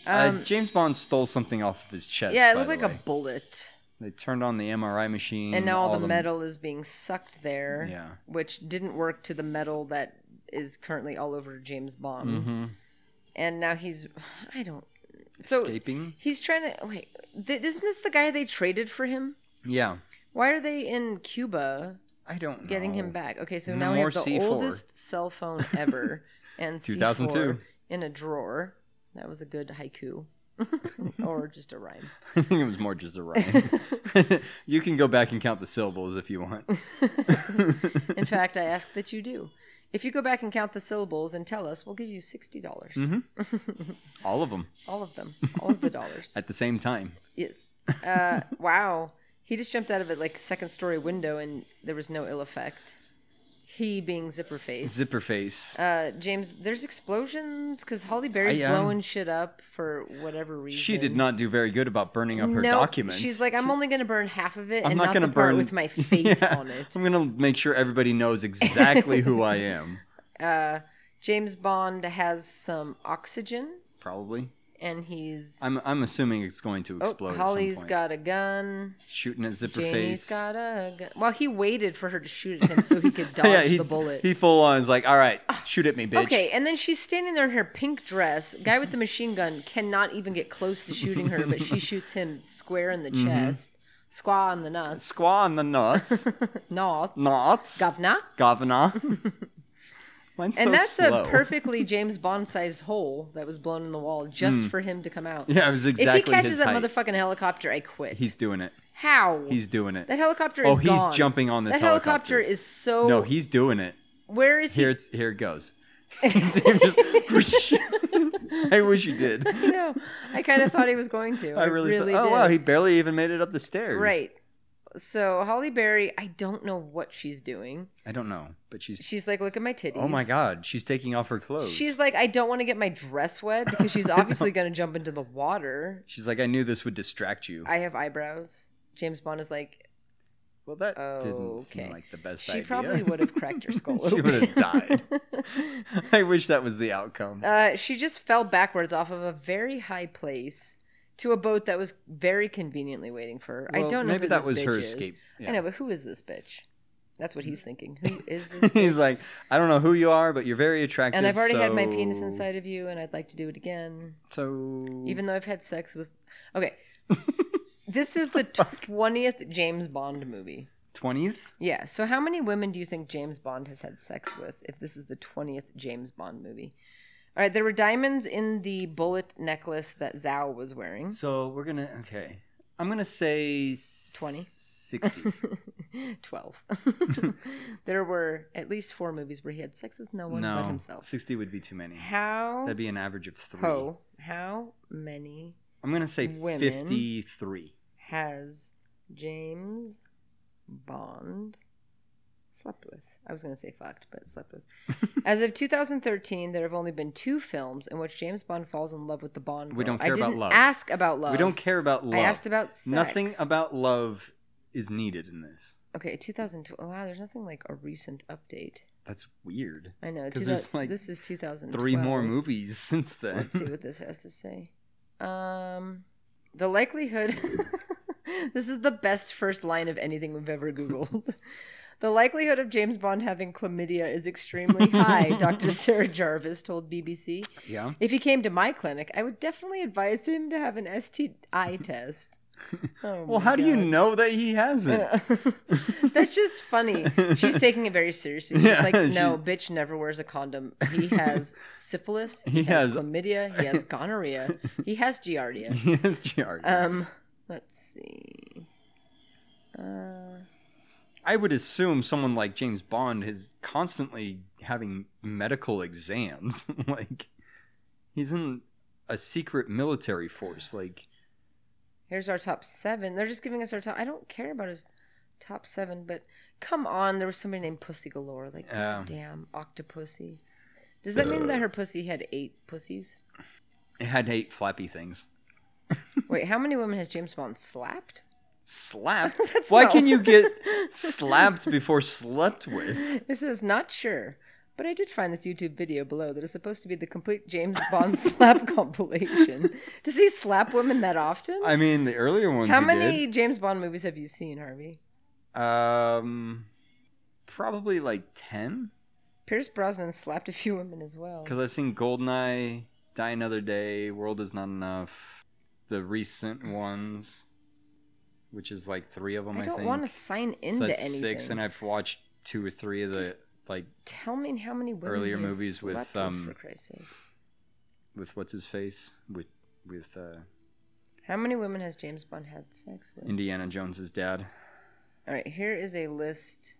[SPEAKER 6] uh, James Bond stole something off of his chest.
[SPEAKER 7] um, yeah, it
[SPEAKER 6] by
[SPEAKER 7] looked
[SPEAKER 6] the
[SPEAKER 7] like
[SPEAKER 6] way.
[SPEAKER 7] a bullet.
[SPEAKER 6] They turned on the MRI machine,
[SPEAKER 7] And now all, the,
[SPEAKER 6] the
[SPEAKER 7] metal is being sucked there,
[SPEAKER 6] Yeah.
[SPEAKER 7] which didn't work to the metal that is currently all over James
[SPEAKER 6] Mm-hmm.
[SPEAKER 7] Bond. And now he's, I don't. So
[SPEAKER 6] escaping.
[SPEAKER 7] He's trying to wait. Th- isn't this the guy they traded for him?
[SPEAKER 6] Yeah.
[SPEAKER 7] Why are they in Cuba
[SPEAKER 6] I don't know.
[SPEAKER 7] getting him back? Okay, so now we
[SPEAKER 6] More
[SPEAKER 7] have the
[SPEAKER 6] C4.
[SPEAKER 7] oldest cell phone ever and
[SPEAKER 6] 2002.
[SPEAKER 7] C4 in a drawer. That was a good haiku. or just a rhyme.
[SPEAKER 6] I think it was more just a rhyme. you can go back and count the syllables if you want.
[SPEAKER 7] In fact, I ask that you do. If you go back and count the syllables and tell us, we'll give you $60. dollars
[SPEAKER 6] All of them
[SPEAKER 7] All of them. All of the dollars.
[SPEAKER 6] at the same time.
[SPEAKER 7] yes. Uh, wow. He just jumped out of a like second story window and there was no ill effect. He being zipper face.
[SPEAKER 6] Zipper face.
[SPEAKER 7] Uh, James, there's explosions because Holly Berry's
[SPEAKER 6] I, um,
[SPEAKER 7] blowing shit up for whatever reason.
[SPEAKER 6] she did not do very good about burning up her
[SPEAKER 7] No,
[SPEAKER 6] documents.
[SPEAKER 7] She's like, I'm only going to burn half of it
[SPEAKER 6] I'm
[SPEAKER 7] and
[SPEAKER 6] not
[SPEAKER 7] not,
[SPEAKER 6] gonna
[SPEAKER 7] the part
[SPEAKER 6] burn-
[SPEAKER 7] with my face
[SPEAKER 6] Yeah.
[SPEAKER 7] on it.
[SPEAKER 6] I'm going to make sure everybody knows exactly who I am.
[SPEAKER 7] James Bond has some oxygen
[SPEAKER 6] Probably.
[SPEAKER 7] and he's.
[SPEAKER 6] I'm, I'm assuming it's going to
[SPEAKER 7] Oh,
[SPEAKER 6] explode. at
[SPEAKER 7] Holly's
[SPEAKER 6] some point.
[SPEAKER 7] got a gun.
[SPEAKER 6] shooting at zipper
[SPEAKER 7] Janie's
[SPEAKER 6] face.
[SPEAKER 7] got a gun. Well, he waited for her to shoot at him so he could dodge
[SPEAKER 6] yeah, he,
[SPEAKER 7] the bullet. Ah.
[SPEAKER 6] he full on is like, all right, shoot at me, bitch.
[SPEAKER 7] Okay, and then she's standing there in her pink dress. Guy with the machine gun cannot even get close to shooting her, but she shoots him square in the chest. Squaw on the nuts.
[SPEAKER 6] Mm-hmm. Squaw on the nuts.
[SPEAKER 7] Nuts.
[SPEAKER 6] Nuts.
[SPEAKER 7] Governor.
[SPEAKER 6] Governor. Mine's so
[SPEAKER 7] And that's
[SPEAKER 6] slow.
[SPEAKER 7] a perfectly James Bond sized hole that was blown in the wall just for him to come out.
[SPEAKER 6] Hmm. Yeah, it was exactly
[SPEAKER 7] if he catches
[SPEAKER 6] his
[SPEAKER 7] that
[SPEAKER 6] height.
[SPEAKER 7] motherfucking helicopter, I quit.
[SPEAKER 6] He's doing it.
[SPEAKER 7] How?
[SPEAKER 6] He's doing it.
[SPEAKER 7] that helicopter
[SPEAKER 6] Oh,
[SPEAKER 7] is
[SPEAKER 6] he's
[SPEAKER 7] gone.
[SPEAKER 6] jumping on this
[SPEAKER 7] That helicopter,
[SPEAKER 6] helicopter.
[SPEAKER 7] is so.
[SPEAKER 6] No, he's doing it.
[SPEAKER 7] Where is he?
[SPEAKER 6] Here it's here it goes. He's just whoosh. I wish you did.
[SPEAKER 7] I know. I kind of thought he was going to.
[SPEAKER 6] I really,
[SPEAKER 7] really
[SPEAKER 6] thought,
[SPEAKER 7] did.
[SPEAKER 6] oh wow, he barely even made it up the stairs.
[SPEAKER 7] Right. So Holly Berry, I don't know what she's doing.
[SPEAKER 6] I don't know, but she's.
[SPEAKER 7] She's like, look at my titties.
[SPEAKER 6] oh my god, she's taking off her clothes.
[SPEAKER 7] She's like, I don't want to get my dress wet because she's obviously going to jump into the water.
[SPEAKER 6] She's like, I knew this would distract you.
[SPEAKER 7] I have eyebrows. James Bond is like,
[SPEAKER 6] well, that
[SPEAKER 7] Oh,
[SPEAKER 6] didn't seem
[SPEAKER 7] okay.
[SPEAKER 6] like the best
[SPEAKER 7] she
[SPEAKER 6] idea.
[SPEAKER 7] probably would have cracked her skull. a
[SPEAKER 6] she
[SPEAKER 7] little
[SPEAKER 6] would have
[SPEAKER 7] bit.
[SPEAKER 6] died. I wish that was the outcome.
[SPEAKER 7] Uh, she just fell backwards off of a very high place to a boat that was very conveniently waiting for her. I
[SPEAKER 6] Well,
[SPEAKER 7] don't know.
[SPEAKER 6] maybe
[SPEAKER 7] who
[SPEAKER 6] that
[SPEAKER 7] this
[SPEAKER 6] was
[SPEAKER 7] bitch
[SPEAKER 6] her
[SPEAKER 7] is.
[SPEAKER 6] escape.
[SPEAKER 7] I know,
[SPEAKER 6] Yeah.
[SPEAKER 7] but who is this bitch? That's what he's thinking. Who is this?
[SPEAKER 6] He's like, I don't know who you are, but you're very attractive.
[SPEAKER 7] And I've already had my penis
[SPEAKER 6] so-
[SPEAKER 7] inside of you, and I'd like to do it again.
[SPEAKER 6] So
[SPEAKER 7] even though I've had sex with. Okay. this is the twentieth James Bond movie.
[SPEAKER 6] twentieth.
[SPEAKER 7] Yeah. So how many women do you think James Bond has had sex with? If this is the twentieth James Bond movie. All right, there were diamonds in the bullet necklace that Zhao was wearing.
[SPEAKER 6] Mm-hmm. So we're gonna okay. I'm gonna say
[SPEAKER 7] 20.
[SPEAKER 6] sixty.
[SPEAKER 7] 12. there were at least four movies where he had sex with no one but
[SPEAKER 6] no,
[SPEAKER 7] himself.
[SPEAKER 6] sixty would be too many.
[SPEAKER 7] How
[SPEAKER 6] That'd be an average of three.
[SPEAKER 7] ho, how many
[SPEAKER 6] I'm gonna say
[SPEAKER 7] Women.
[SPEAKER 6] fifty-three.
[SPEAKER 7] has James Bond slept with? I was going to say fucked, but slept with. As of 2013, there have only been two films in which James Bond falls in love with the Bond.
[SPEAKER 6] We
[SPEAKER 7] girl.
[SPEAKER 6] don't care
[SPEAKER 7] I
[SPEAKER 6] about
[SPEAKER 7] didn't
[SPEAKER 6] love.
[SPEAKER 7] Ask about love.
[SPEAKER 6] We don't care about love.
[SPEAKER 7] I asked about sex.
[SPEAKER 6] nothing about love is needed in this.
[SPEAKER 7] Okay, 2012. Wow, there's nothing like a recent update.
[SPEAKER 6] That's weird.
[SPEAKER 7] I know.
[SPEAKER 6] 'Cause
[SPEAKER 7] 2000
[SPEAKER 6] there's, like,
[SPEAKER 7] this is 2012.
[SPEAKER 6] Three more movies since then.
[SPEAKER 7] Let's see what this has to say. Um, the likelihood. this is the best first line of anything we've ever Googled. the likelihood of James Bond having chlamydia is extremely high, Dr. Sarah Jarvis told BBC.
[SPEAKER 6] yeah.
[SPEAKER 7] If he came to my clinic, I would definitely advise him to have an STI test. Oh
[SPEAKER 6] Well,
[SPEAKER 7] my
[SPEAKER 6] how do you
[SPEAKER 7] God.
[SPEAKER 6] know that he hasn't?
[SPEAKER 7] That's just funny. She's taking it very seriously. She's
[SPEAKER 6] Yeah,
[SPEAKER 7] like,
[SPEAKER 6] she-
[SPEAKER 7] no, bitch never wears a condom. He has syphilis. He,
[SPEAKER 6] He
[SPEAKER 7] has,
[SPEAKER 6] has-
[SPEAKER 7] chlamydia. He has gonorrhea. he has giardia.
[SPEAKER 6] He has E. Giardia.
[SPEAKER 7] Um, let's see.
[SPEAKER 6] I would assume someone like James Bond is constantly having medical exams. like he's in a secret military force. Like
[SPEAKER 7] Here's our top seven. They're just giving us our top. I don't care about his top seven, but come on, there was somebody named Pussy Galore. Like,
[SPEAKER 6] Yeah.
[SPEAKER 7] damn, Octopussy. Does that mean that her pussy had eight pussies?
[SPEAKER 6] it had eight flappy things.
[SPEAKER 7] Wait, how many women has James Bond slapped?
[SPEAKER 6] Slapped. Why
[SPEAKER 7] not-
[SPEAKER 6] can you get slapped before slept with?
[SPEAKER 7] This is not sure, but I did find this YouTube video below that is supposed to be the complete James Bond slap compilation. Does he slap women that often?
[SPEAKER 6] I mean, the earlier ones.
[SPEAKER 7] How
[SPEAKER 6] he
[SPEAKER 7] many James Bond movies have you seen, Harvey?
[SPEAKER 6] Did. Um, probably like ten.
[SPEAKER 7] Pierce Brosnan slapped a few women as well.
[SPEAKER 6] Because I've seen Goldeneye, Die Another Day, World Is Not Enough. the recent ones, which is like three of them. I,
[SPEAKER 7] I don't
[SPEAKER 6] think.
[SPEAKER 7] want to sign into
[SPEAKER 6] so that's
[SPEAKER 7] anything.
[SPEAKER 6] six, and I've watched two or three of the
[SPEAKER 7] Just-
[SPEAKER 6] like
[SPEAKER 7] Tell me how many women
[SPEAKER 6] Earlier
[SPEAKER 7] he has
[SPEAKER 6] movies with,
[SPEAKER 7] slept
[SPEAKER 6] um,
[SPEAKER 7] for Christ's sake.
[SPEAKER 6] with what's his face with with uh,
[SPEAKER 7] How many women has James Bond had sex with?
[SPEAKER 6] Indiana Jones's dad.
[SPEAKER 7] All right, here is a list.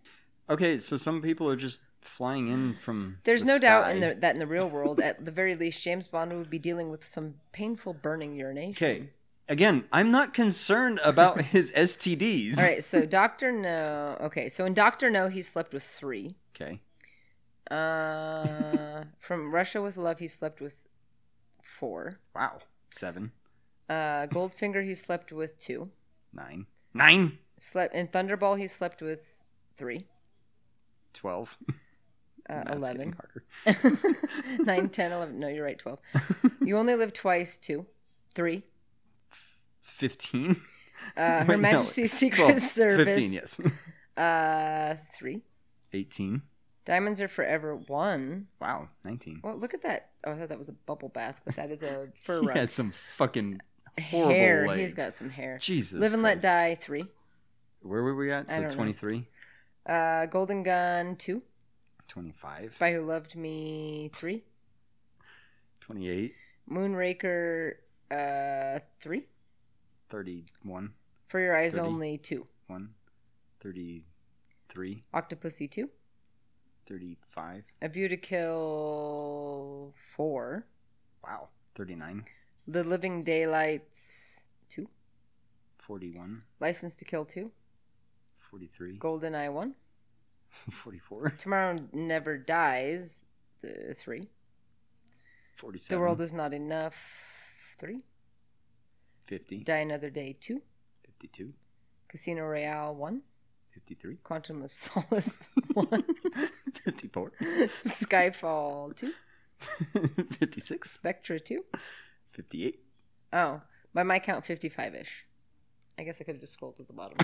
[SPEAKER 6] Okay, so some people are just flying in from.
[SPEAKER 7] There's
[SPEAKER 6] the
[SPEAKER 7] no doubt in
[SPEAKER 6] sky.
[SPEAKER 7] the, that in the real world, at the very least, James Bond would be dealing with some painful burning urination.
[SPEAKER 6] Okay. Again, I'm not concerned about his STDs.
[SPEAKER 7] All right, so Doctor No. Okay, so in Doctor No, he slept with three.
[SPEAKER 6] Okay.
[SPEAKER 7] Uh, from Russia with Love, he slept with four.
[SPEAKER 6] Wow. Seven,
[SPEAKER 7] Uh, Goldfinger, he slept with two.
[SPEAKER 6] nine, nine,
[SPEAKER 7] Slept in Thunderball, he slept with three.
[SPEAKER 6] twelve.
[SPEAKER 7] Uh,
[SPEAKER 6] That's getting
[SPEAKER 7] 11.
[SPEAKER 6] harder.
[SPEAKER 7] 9, 10, 11. No, you're right, 12. You only live twice, two, three.
[SPEAKER 6] Fifteen.
[SPEAKER 7] Uh,
[SPEAKER 6] Wait, no,
[SPEAKER 7] Her Majesty's Secret
[SPEAKER 6] 12,
[SPEAKER 7] Service.
[SPEAKER 6] Fifteen. Yes.
[SPEAKER 7] Uh, three.
[SPEAKER 6] Eighteen.
[SPEAKER 7] Diamonds are forever one.
[SPEAKER 6] Wow. Nineteen.
[SPEAKER 7] Well, look at that. Oh, I thought that was a bubble bath, but that is a fur
[SPEAKER 6] He
[SPEAKER 7] rug.
[SPEAKER 6] has some fucking horrible
[SPEAKER 7] hair.
[SPEAKER 6] legs.
[SPEAKER 7] He's got some hair.
[SPEAKER 6] Jesus.
[SPEAKER 7] Live and Let
[SPEAKER 6] Christ.
[SPEAKER 7] Die, three.
[SPEAKER 6] Where were we at?
[SPEAKER 7] I
[SPEAKER 6] So
[SPEAKER 7] don't know.
[SPEAKER 6] 23,
[SPEAKER 7] Uh, Golden Gun, two.
[SPEAKER 6] 25,
[SPEAKER 7] Spy Who Loved Me, three.
[SPEAKER 6] 28,
[SPEAKER 7] Moonraker, uh, three.
[SPEAKER 6] 31,
[SPEAKER 7] For Your Eyes
[SPEAKER 6] Thirty.
[SPEAKER 7] Only, two.
[SPEAKER 6] 1, 33,
[SPEAKER 7] Octopussy, two.
[SPEAKER 6] 35,
[SPEAKER 7] A View to Kill, four.
[SPEAKER 6] wow, 39,
[SPEAKER 7] The Living Daylights, two.
[SPEAKER 6] 41,
[SPEAKER 7] License to Kill, two.
[SPEAKER 6] 43,
[SPEAKER 7] Golden Eye, one.
[SPEAKER 6] 44,
[SPEAKER 7] Tomorrow Never Dies, the three.
[SPEAKER 6] 47,
[SPEAKER 7] The World Is Not Enough, three.
[SPEAKER 6] 50,
[SPEAKER 7] Die Another Day, two.
[SPEAKER 6] 52,
[SPEAKER 7] Casino Royale, one.
[SPEAKER 6] 53,
[SPEAKER 7] Quantum of Solace, one.
[SPEAKER 6] 54,
[SPEAKER 7] Skyfall, two.
[SPEAKER 6] 56,
[SPEAKER 7] Spectra, two.
[SPEAKER 6] 58.
[SPEAKER 7] Oh, by my count, 55 ish. I guess I could have just scrolled to the bottom.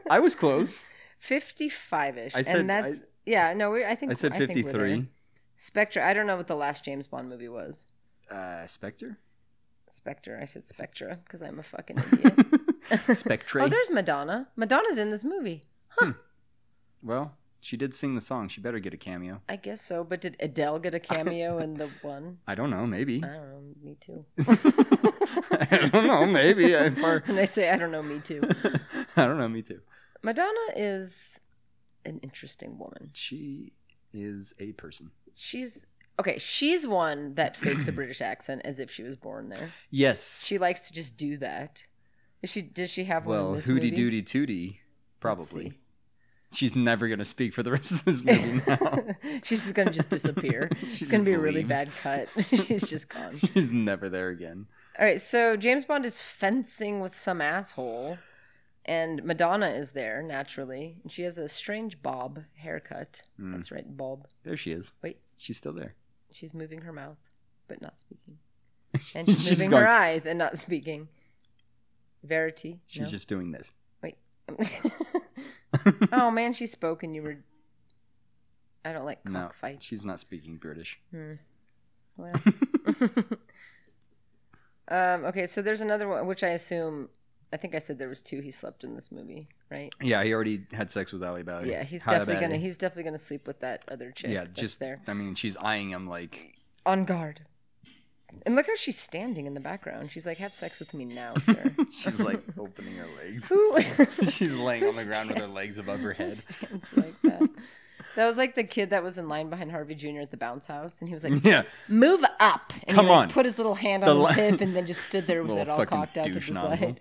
[SPEAKER 6] I was close.
[SPEAKER 7] 55 ish.
[SPEAKER 6] I said-
[SPEAKER 7] And that's, yeah, no, we, I think
[SPEAKER 6] I said
[SPEAKER 7] think we're
[SPEAKER 6] 53.
[SPEAKER 7] there. Spectra, I don't know what the last James Bond movie was.
[SPEAKER 6] Uh, Spectre?
[SPEAKER 7] Spectre, I said Spectra because I'm a fucking idiot.
[SPEAKER 6] Spectre.
[SPEAKER 7] oh, there's Madonna. Madonna's in this movie.
[SPEAKER 6] well, she did sing the song. She better get a cameo.
[SPEAKER 7] I guess so, but did Adele get a cameo in the one?
[SPEAKER 6] I don't know, maybe.
[SPEAKER 7] I don't know, me too.
[SPEAKER 6] I don't know, maybe. I, far,
[SPEAKER 7] And I say, I don't know, me too.
[SPEAKER 6] I don't know, me too.
[SPEAKER 7] Madonna is an interesting woman.
[SPEAKER 6] She is a person.
[SPEAKER 7] She's okay. She's one that fakes a British accent as if she was born there.
[SPEAKER 6] Yes.
[SPEAKER 7] She likes to just do that. Is she? Does she have one? in
[SPEAKER 6] well,
[SPEAKER 7] this
[SPEAKER 6] hooty
[SPEAKER 7] movie?
[SPEAKER 6] dooty tooty,
[SPEAKER 7] Let's
[SPEAKER 6] probably. She's never gonna speak for the rest of this movie now.
[SPEAKER 7] see. She's just gonna just disappear.
[SPEAKER 6] She
[SPEAKER 7] it's gonna be
[SPEAKER 6] just
[SPEAKER 7] a really
[SPEAKER 6] leaves.
[SPEAKER 7] bad cut. She's just gone.
[SPEAKER 6] She's never there again.
[SPEAKER 7] All right. So James Bond is fencing with some asshole, and Madonna is there naturally. And she has a strange bob haircut.
[SPEAKER 6] Mm.
[SPEAKER 7] That's right, bob.
[SPEAKER 6] There she is.
[SPEAKER 7] Wait.
[SPEAKER 6] she's still there.
[SPEAKER 7] She's moving her mouth, but not speaking. And she's,
[SPEAKER 6] She's
[SPEAKER 7] moving
[SPEAKER 6] gone.
[SPEAKER 7] her eyes and not speaking. Verity.
[SPEAKER 6] She's
[SPEAKER 7] no?
[SPEAKER 6] just doing this.
[SPEAKER 7] oh man, she spoke and you were. I don't like
[SPEAKER 6] No,
[SPEAKER 7] cockfights.
[SPEAKER 6] she's not speaking British.
[SPEAKER 7] Well. um, okay, so there's another one, which I assume. I think I said there was two he slept in this movie, right?
[SPEAKER 6] Yeah, he already had sex with Ali Bally.
[SPEAKER 7] Yeah, he's
[SPEAKER 6] How
[SPEAKER 7] definitely
[SPEAKER 6] about
[SPEAKER 7] gonna
[SPEAKER 6] it?
[SPEAKER 7] he's definitely gonna sleep with that other chick.
[SPEAKER 6] yeah,
[SPEAKER 7] that's
[SPEAKER 6] just
[SPEAKER 7] there
[SPEAKER 6] I mean, she's eyeing him like
[SPEAKER 7] on guard. And look how she's standing in the background. She's like, "Have sex with me now, sir."
[SPEAKER 6] she's like opening her legs.
[SPEAKER 7] Who?
[SPEAKER 6] she's laying
[SPEAKER 7] who
[SPEAKER 6] on the ground with her
[SPEAKER 7] stand-
[SPEAKER 6] legs above her
[SPEAKER 7] who
[SPEAKER 6] head.
[SPEAKER 7] stands like that? That was like the kid that was in line behind Harvey Jr. at the bounce house, and he was like,
[SPEAKER 6] Yeah,
[SPEAKER 7] move up. And he,
[SPEAKER 6] Come
[SPEAKER 7] like,
[SPEAKER 6] on.
[SPEAKER 7] Put his little hand
[SPEAKER 6] The
[SPEAKER 7] on his
[SPEAKER 6] li-
[SPEAKER 7] hip and then just stood there with
[SPEAKER 6] Little
[SPEAKER 7] it all
[SPEAKER 6] fucking
[SPEAKER 7] cocked out to
[SPEAKER 6] douche
[SPEAKER 7] the
[SPEAKER 6] nozzle.
[SPEAKER 7] side.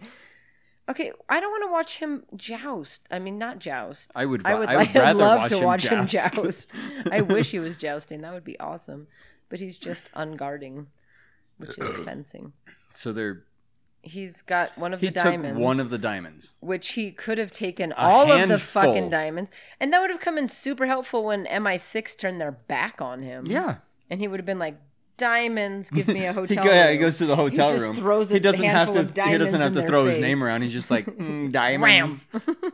[SPEAKER 7] Okay, I don't want to watch him joust. I mean, not joust.
[SPEAKER 6] I would.
[SPEAKER 7] I would,
[SPEAKER 6] I would
[SPEAKER 7] like- I'd
[SPEAKER 6] rather
[SPEAKER 7] love
[SPEAKER 6] watch
[SPEAKER 7] to
[SPEAKER 6] him
[SPEAKER 7] watch him
[SPEAKER 6] joust.
[SPEAKER 7] joust. I wish he was jousting. That would be awesome. But he's just unguarding, which is fencing.
[SPEAKER 6] So they're
[SPEAKER 7] He's got one of
[SPEAKER 6] He
[SPEAKER 7] the
[SPEAKER 6] took
[SPEAKER 7] diamonds,
[SPEAKER 6] one of the diamonds.
[SPEAKER 7] which he could have taken all of the
[SPEAKER 6] handful.
[SPEAKER 7] fucking diamonds, and that would have come in super helpful when MI6 turned their back on him. and he would have been like, "Diamonds, give me
[SPEAKER 6] He,
[SPEAKER 7] a hotel."
[SPEAKER 6] go, yeah, he
[SPEAKER 7] room."
[SPEAKER 6] goes to the hotel
[SPEAKER 7] just
[SPEAKER 6] room.
[SPEAKER 7] throws a
[SPEAKER 6] he doesn't have
[SPEAKER 7] handful
[SPEAKER 6] to.
[SPEAKER 7] of
[SPEAKER 6] He doesn't
[SPEAKER 7] diamonds
[SPEAKER 6] have
[SPEAKER 7] in
[SPEAKER 6] to
[SPEAKER 7] their
[SPEAKER 6] throw his
[SPEAKER 7] face.
[SPEAKER 6] name around. He's just like mm, diamonds.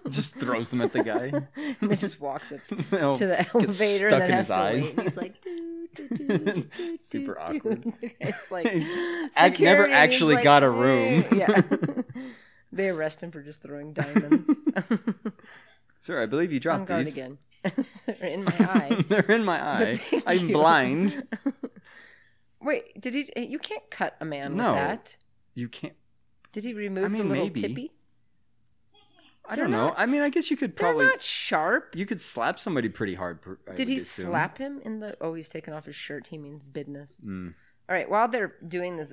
[SPEAKER 6] just throws them at the guy.
[SPEAKER 7] and then just walks up
[SPEAKER 6] He'll
[SPEAKER 7] to the
[SPEAKER 6] get
[SPEAKER 7] elevator and
[SPEAKER 6] stuck
[SPEAKER 7] then
[SPEAKER 6] in his
[SPEAKER 7] has to
[SPEAKER 6] eyes.
[SPEAKER 7] wait. And he's like, "Dude."
[SPEAKER 6] Super awkward.
[SPEAKER 7] it's like
[SPEAKER 6] He's ac-
[SPEAKER 7] security,
[SPEAKER 6] never
[SPEAKER 7] and he's
[SPEAKER 6] actually
[SPEAKER 7] like,
[SPEAKER 6] got a room.
[SPEAKER 7] "Eh." Yeah. they arrest him for just throwing diamonds.
[SPEAKER 6] Sir, I believe you
[SPEAKER 7] I'm
[SPEAKER 6] dropped
[SPEAKER 7] gone
[SPEAKER 6] these.
[SPEAKER 7] again. They're in my eye.
[SPEAKER 6] They're in my eye.
[SPEAKER 7] thank
[SPEAKER 6] I'm
[SPEAKER 7] you.
[SPEAKER 6] blind.
[SPEAKER 7] Wait, did he? You can't cut a man
[SPEAKER 6] No.
[SPEAKER 7] with that.
[SPEAKER 6] You can't.
[SPEAKER 7] Did he remove
[SPEAKER 6] mean,
[SPEAKER 7] the little
[SPEAKER 6] maybe.
[SPEAKER 7] tippy?
[SPEAKER 6] I
[SPEAKER 7] They're
[SPEAKER 6] don't know. I mean, I guess you could probably.
[SPEAKER 7] They're not sharp.
[SPEAKER 6] You could slap somebody pretty hard. per- I
[SPEAKER 7] Did
[SPEAKER 6] would
[SPEAKER 7] he
[SPEAKER 6] assume.
[SPEAKER 7] slap him in the? Oh, he's taking off his shirt. He means business.
[SPEAKER 6] Mm.
[SPEAKER 7] All right. While they're doing this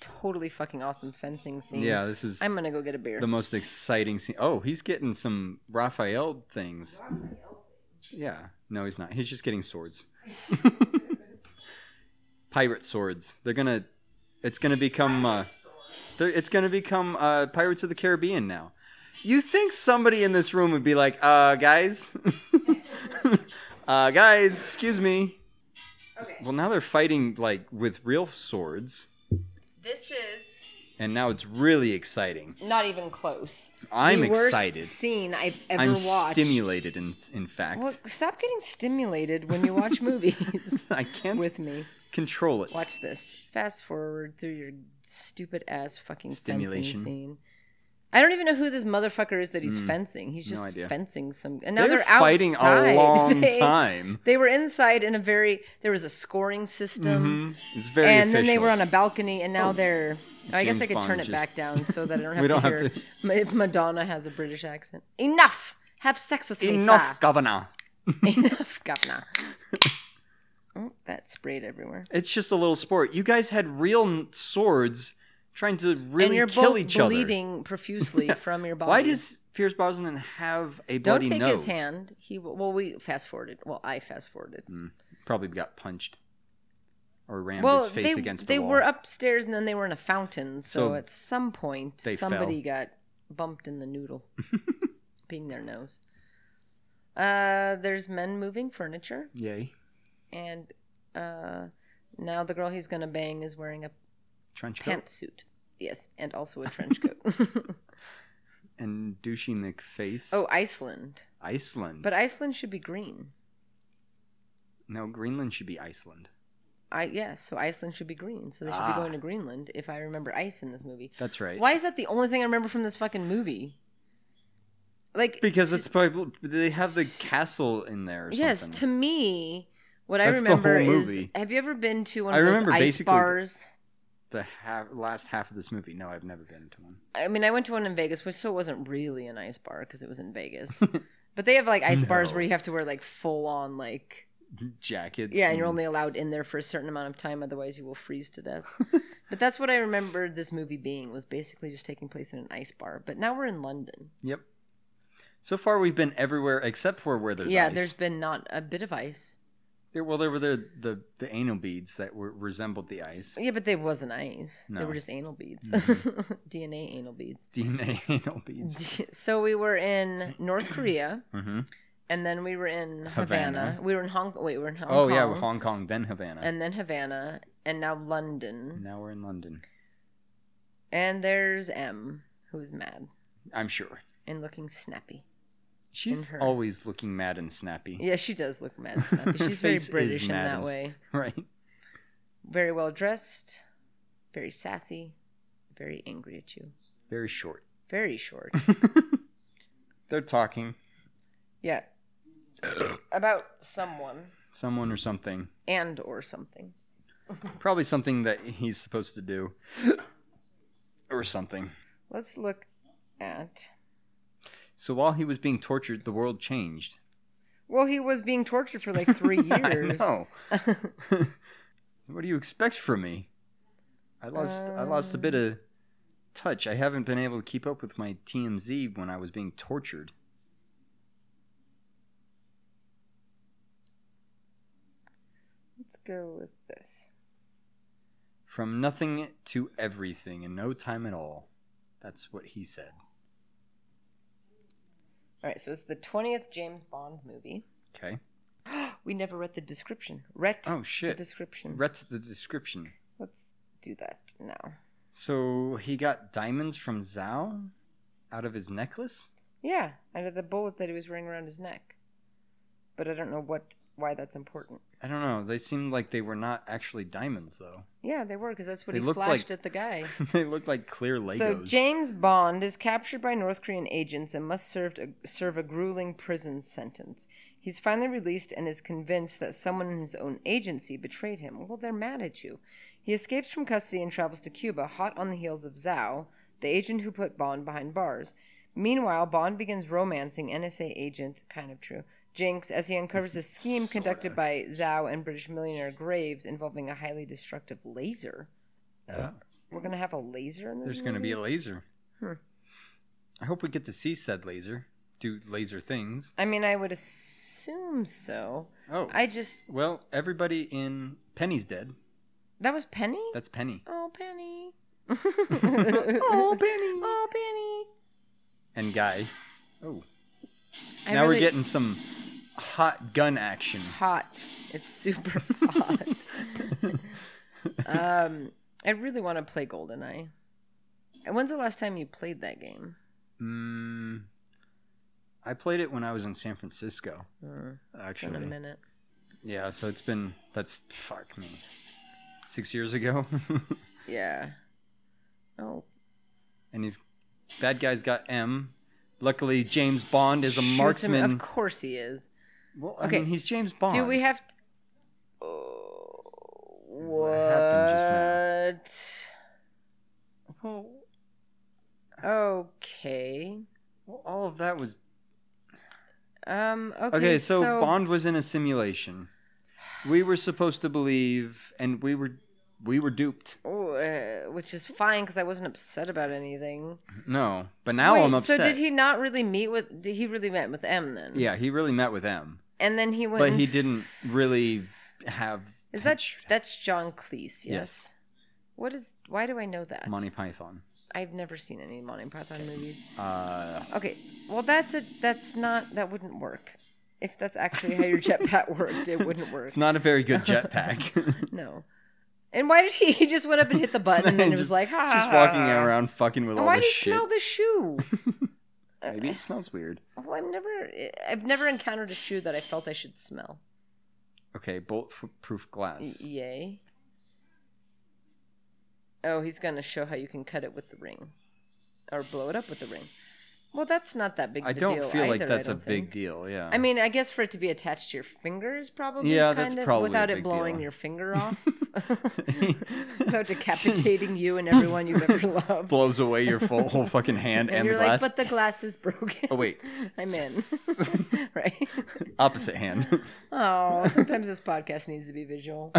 [SPEAKER 7] totally fucking awesome fencing scene,
[SPEAKER 6] Yeah, this is
[SPEAKER 7] I'm gonna go get a beer.
[SPEAKER 6] the most exciting scene. Oh, he's getting some Raphael things. Yeah. No, he's not. He's just getting swords. Pirate swords. They're gonna. It's gonna become. Uh, they're- it's gonna become uh, Pirates of the Caribbean now. You think somebody in this room would be like, uh, guys, uh, guys, excuse me. Well, now they're fighting like with real swords,
[SPEAKER 7] This is
[SPEAKER 6] and now it's really exciting.
[SPEAKER 7] not even close.
[SPEAKER 6] I'm
[SPEAKER 7] the worst
[SPEAKER 6] excited.
[SPEAKER 7] Scene I've ever
[SPEAKER 6] I'm
[SPEAKER 7] watched.
[SPEAKER 6] stimulated. In in fact,
[SPEAKER 7] Well, stop getting stimulated when you watch movies
[SPEAKER 6] I can't
[SPEAKER 7] with me.
[SPEAKER 6] control it.
[SPEAKER 7] Watch this. Fast forward through your stupid ass fucking
[SPEAKER 6] Stimulation. Mm.
[SPEAKER 7] fencing scene. I don't even know who this motherfucker is that he's fencing. He's
[SPEAKER 6] no
[SPEAKER 7] just
[SPEAKER 6] idea.
[SPEAKER 7] fencing some. And now
[SPEAKER 6] They're
[SPEAKER 7] they're,
[SPEAKER 6] fighting
[SPEAKER 7] outside.
[SPEAKER 6] a long
[SPEAKER 7] They-
[SPEAKER 6] time.
[SPEAKER 7] They were inside in a very. There was a scoring system,
[SPEAKER 6] It's Mm-hmm. very
[SPEAKER 7] and
[SPEAKER 6] official. Oh.
[SPEAKER 7] then they were on a balcony, and now they're. I guess
[SPEAKER 6] James
[SPEAKER 7] I could turn
[SPEAKER 6] Bond
[SPEAKER 7] it
[SPEAKER 6] just-
[SPEAKER 7] back down so that I don't have
[SPEAKER 6] We
[SPEAKER 7] to
[SPEAKER 6] don't have
[SPEAKER 7] hear Ma- if Madonna has a British accent. Enough. Have sex with me,
[SPEAKER 6] enough,
[SPEAKER 7] sir.
[SPEAKER 6] governor.
[SPEAKER 7] Enough, governor. oh, that sprayed everywhere.
[SPEAKER 6] It's just a little sport. You guys had real n- swords trying to really
[SPEAKER 7] and you're
[SPEAKER 6] kill
[SPEAKER 7] both
[SPEAKER 6] each other.
[SPEAKER 7] bleeding profusely from your body.
[SPEAKER 6] Why does Pierce Brosnan have a
[SPEAKER 7] don't
[SPEAKER 6] bloody
[SPEAKER 7] take
[SPEAKER 6] nose?
[SPEAKER 7] his hand? He will, well, we fast forwarded. Well, I fast forwarded.
[SPEAKER 6] Probably got punched or rammed
[SPEAKER 7] Well,
[SPEAKER 6] his face
[SPEAKER 7] they
[SPEAKER 6] against the
[SPEAKER 7] they
[SPEAKER 6] wall.
[SPEAKER 7] were upstairs and then they were in a fountain. So,
[SPEAKER 6] So
[SPEAKER 7] at some point,
[SPEAKER 6] they
[SPEAKER 7] somebody
[SPEAKER 6] fell.
[SPEAKER 7] got bumped in the noodle, being their nose. Uh, there's men moving furniture,
[SPEAKER 6] Yay!
[SPEAKER 7] and uh, now the girl he's gonna bang is wearing a
[SPEAKER 6] Trench coat
[SPEAKER 7] pantsuit. Yes, and also a trench coat.
[SPEAKER 6] and douchey McFace.
[SPEAKER 7] oh, Iceland.
[SPEAKER 6] Iceland.
[SPEAKER 7] But Iceland should be green.
[SPEAKER 6] no, Greenland should be Iceland.
[SPEAKER 7] I yes, so Iceland should be green. So they should
[SPEAKER 6] Ah.
[SPEAKER 7] be going to Greenland if I remember ice in this movie.
[SPEAKER 6] That's right.
[SPEAKER 7] Why is that the only thing I remember from this fucking movie? Like
[SPEAKER 6] Because it's probably they have the
[SPEAKER 7] S-
[SPEAKER 6] castle in there. Or
[SPEAKER 7] yes,
[SPEAKER 6] something.
[SPEAKER 7] to me what I
[SPEAKER 6] That's the whole
[SPEAKER 7] remember is
[SPEAKER 6] movie.
[SPEAKER 7] have you ever been to one
[SPEAKER 6] I
[SPEAKER 7] of those
[SPEAKER 6] remember
[SPEAKER 7] ice
[SPEAKER 6] basically-
[SPEAKER 7] bars?
[SPEAKER 6] the half, last half of this movie. No, I've never been to one.
[SPEAKER 7] I mean, I went to one in Vegas, which so it wasn't really an ice bar because it was in Vegas. but they have like ice bars
[SPEAKER 6] No.
[SPEAKER 7] where you have to wear like full on like
[SPEAKER 6] Jackets.
[SPEAKER 7] Yeah, and you're only allowed in there for a certain amount of time, otherwise you will freeze to death. but that's what I remember this movie being was basically just taking place in an ice bar. But now we're in London.
[SPEAKER 6] Yep. So far, we've been everywhere except for where there's
[SPEAKER 7] yeah,
[SPEAKER 6] ice.
[SPEAKER 7] there's been not a bit of ice.
[SPEAKER 6] There- well, there were the, the the anal beads that were resembled the ice.
[SPEAKER 7] Yeah, but they wasn't ice. They
[SPEAKER 6] No. Mm-hmm.
[SPEAKER 7] were just anal beads, DNA anal beads.
[SPEAKER 6] DNA anal beads.
[SPEAKER 7] So we were in North Korea,
[SPEAKER 6] hmm
[SPEAKER 7] and then we were in Havana.
[SPEAKER 6] Havana.
[SPEAKER 7] We were in Hong. Wait, we were in Hong
[SPEAKER 6] Oh
[SPEAKER 7] Kong.
[SPEAKER 6] yeah, we're Hong Kong, then Havana, and
[SPEAKER 7] And then Havana, and now London.
[SPEAKER 6] now we're in London.
[SPEAKER 7] And there's M, who's mad
[SPEAKER 6] I'm sure
[SPEAKER 7] and looking snappy.
[SPEAKER 6] she's
[SPEAKER 7] her.
[SPEAKER 6] always looking mad and snappy.
[SPEAKER 7] Yeah, she does look mad.
[SPEAKER 6] Her
[SPEAKER 7] snappy. She's very
[SPEAKER 6] face is
[SPEAKER 7] British in
[SPEAKER 6] mad
[SPEAKER 7] that
[SPEAKER 6] and s-
[SPEAKER 7] way.
[SPEAKER 6] Right.
[SPEAKER 7] Very well dressed, very sassy, very angry at you,
[SPEAKER 6] Very short.
[SPEAKER 7] very short.
[SPEAKER 6] They're talking.
[SPEAKER 7] yeah. About someone
[SPEAKER 6] Someone or something.
[SPEAKER 7] and or something.
[SPEAKER 6] Probably something that he's supposed to do. or something.
[SPEAKER 7] Let's look at.
[SPEAKER 6] So while he was being tortured, the world changed.
[SPEAKER 7] Well, he was being tortured for like three years.
[SPEAKER 6] No. what do you expect from me? I lost I lost a bit
[SPEAKER 7] Um,
[SPEAKER 6] of touch. I haven't been able to keep up with my TMZ when I was being tortured.
[SPEAKER 7] Let's go with this.
[SPEAKER 6] From nothing to everything in no time at all. That's what he said.
[SPEAKER 7] All right, so it's the twentieth James Bond movie.
[SPEAKER 6] Okay.
[SPEAKER 7] We never read the description. Ret
[SPEAKER 6] Oh
[SPEAKER 7] the
[SPEAKER 6] shit.
[SPEAKER 7] description.
[SPEAKER 6] Read the description.
[SPEAKER 7] Let's do that now.
[SPEAKER 6] So he got diamonds from Zhao out of his necklace?
[SPEAKER 7] Yeah, out of the bullet that he was wearing around his neck. But I don't know what why that's important.
[SPEAKER 6] I don't know. They seemed like they were not actually diamonds, though.
[SPEAKER 7] Yeah, they were because that's what
[SPEAKER 6] They
[SPEAKER 7] he
[SPEAKER 6] looked like-
[SPEAKER 7] flashed at the guy.
[SPEAKER 6] they looked like clear Legos.
[SPEAKER 7] So James Bond is captured by North Korean agents and must serve a, serve a grueling prison sentence. He's finally released and is convinced that someone in his own agency betrayed him. Well, they're mad at you. He escapes from custody and travels to Cuba, hot on the heels of Zhao, the agent who put Bond behind bars. Meanwhile, Bond begins romancing NSA agent, kind of true, Jinx as he uncovers a scheme conducted by Zhao and British millionaire Graves involving a highly destructive laser. We're gonna have a laser in this.
[SPEAKER 6] There's going to be a
[SPEAKER 7] movie?
[SPEAKER 6] laser.
[SPEAKER 7] Hmm.
[SPEAKER 6] I hope we get to see said laser do laser things.
[SPEAKER 7] I mean, I would assume so.
[SPEAKER 6] Oh,
[SPEAKER 7] I just
[SPEAKER 6] well, everybody in Penny's dead.
[SPEAKER 7] that was Penny.
[SPEAKER 6] That's Penny.
[SPEAKER 7] Oh, Penny. oh, Penny. Oh, Penny.
[SPEAKER 6] And Guy. Oh.
[SPEAKER 7] I
[SPEAKER 6] now
[SPEAKER 7] really-
[SPEAKER 6] we're getting some hot gun action.
[SPEAKER 7] hot. It's super hot. um, I really want to play Goldeneye. And When's the last time you played that game?
[SPEAKER 6] Mm, I played it when I was in San Francisco.
[SPEAKER 7] In a
[SPEAKER 6] actually.
[SPEAKER 7] minute.
[SPEAKER 6] Yeah, so it's been that's fuck me. Six years ago.
[SPEAKER 7] Yeah. Oh,
[SPEAKER 6] and he's bad guy's got M. Luckily James Bond is a
[SPEAKER 7] shoots him-
[SPEAKER 6] marksman.
[SPEAKER 7] Of course he is.
[SPEAKER 6] Well, I
[SPEAKER 7] Okay.
[SPEAKER 6] mean he's James Bond.
[SPEAKER 7] Do we have? T- what?
[SPEAKER 6] happened just well,
[SPEAKER 7] Okay.
[SPEAKER 6] well, all of that was
[SPEAKER 7] Um. Okay.
[SPEAKER 6] Okay, so, Bond was in a simulation. We were supposed to believe and we were we were duped.
[SPEAKER 7] Oh, uh, which is fine because I wasn't upset about anything.
[SPEAKER 6] No, but now
[SPEAKER 7] Wait,
[SPEAKER 6] I'm upset.
[SPEAKER 7] So did he not really meet with? Did he really met with M then?
[SPEAKER 6] Yeah, he really met with M,
[SPEAKER 7] And then he went.
[SPEAKER 6] but
[SPEAKER 7] and-
[SPEAKER 6] he didn't really have.
[SPEAKER 7] Is that
[SPEAKER 6] headshot.
[SPEAKER 7] that's John Cleese? Yes.
[SPEAKER 6] Yes.
[SPEAKER 7] What is? Why do I know that?
[SPEAKER 6] Monty Python?
[SPEAKER 7] I've never seen any Monty Python movies.
[SPEAKER 6] Uh,
[SPEAKER 7] Okay. Well, that's a. That's not. That wouldn't work. If that's actually how your jetpack worked, it wouldn't work.
[SPEAKER 6] it's not a very good jetpack.
[SPEAKER 7] No. And why did he? He just went up and hit the button, and it was
[SPEAKER 6] Just-
[SPEAKER 7] like, ha.
[SPEAKER 6] Just
[SPEAKER 7] ha,
[SPEAKER 6] walking
[SPEAKER 7] ha."
[SPEAKER 6] around fucking with
[SPEAKER 7] And
[SPEAKER 6] all
[SPEAKER 7] Why
[SPEAKER 6] this
[SPEAKER 7] did he
[SPEAKER 6] shit.
[SPEAKER 7] smell the shoe?
[SPEAKER 6] Maybe it smells weird.
[SPEAKER 7] Well, I've never, I've never encountered a shoe that I felt I should smell.
[SPEAKER 6] Okay, bulletproof
[SPEAKER 7] Y-
[SPEAKER 6] glass.
[SPEAKER 7] Yay. Oh, he's gonna show how you can cut it with the ring, or blow it up with the ring. Well, that's not that big. Of
[SPEAKER 6] I
[SPEAKER 7] a
[SPEAKER 6] don't
[SPEAKER 7] deal
[SPEAKER 6] feel
[SPEAKER 7] either,
[SPEAKER 6] like that's
[SPEAKER 7] I
[SPEAKER 6] a
[SPEAKER 7] don't
[SPEAKER 6] big
[SPEAKER 7] think.
[SPEAKER 6] deal. Yeah.
[SPEAKER 7] I mean, I guess for it to be attached to your fingers, probably.
[SPEAKER 6] Yeah,
[SPEAKER 7] kind
[SPEAKER 6] that's
[SPEAKER 7] of,
[SPEAKER 6] probably a
[SPEAKER 7] without it
[SPEAKER 6] big
[SPEAKER 7] blowing
[SPEAKER 6] deal.
[SPEAKER 7] your finger off, without decapitating you and everyone you've ever loved.
[SPEAKER 6] blows away your full, whole fucking hand and,
[SPEAKER 7] and you're
[SPEAKER 6] the glass.
[SPEAKER 7] like, but the glass is broken.
[SPEAKER 6] Oh wait,
[SPEAKER 7] I'm in. right?
[SPEAKER 6] opposite hand.
[SPEAKER 7] Oh, sometimes this podcast needs to be visual.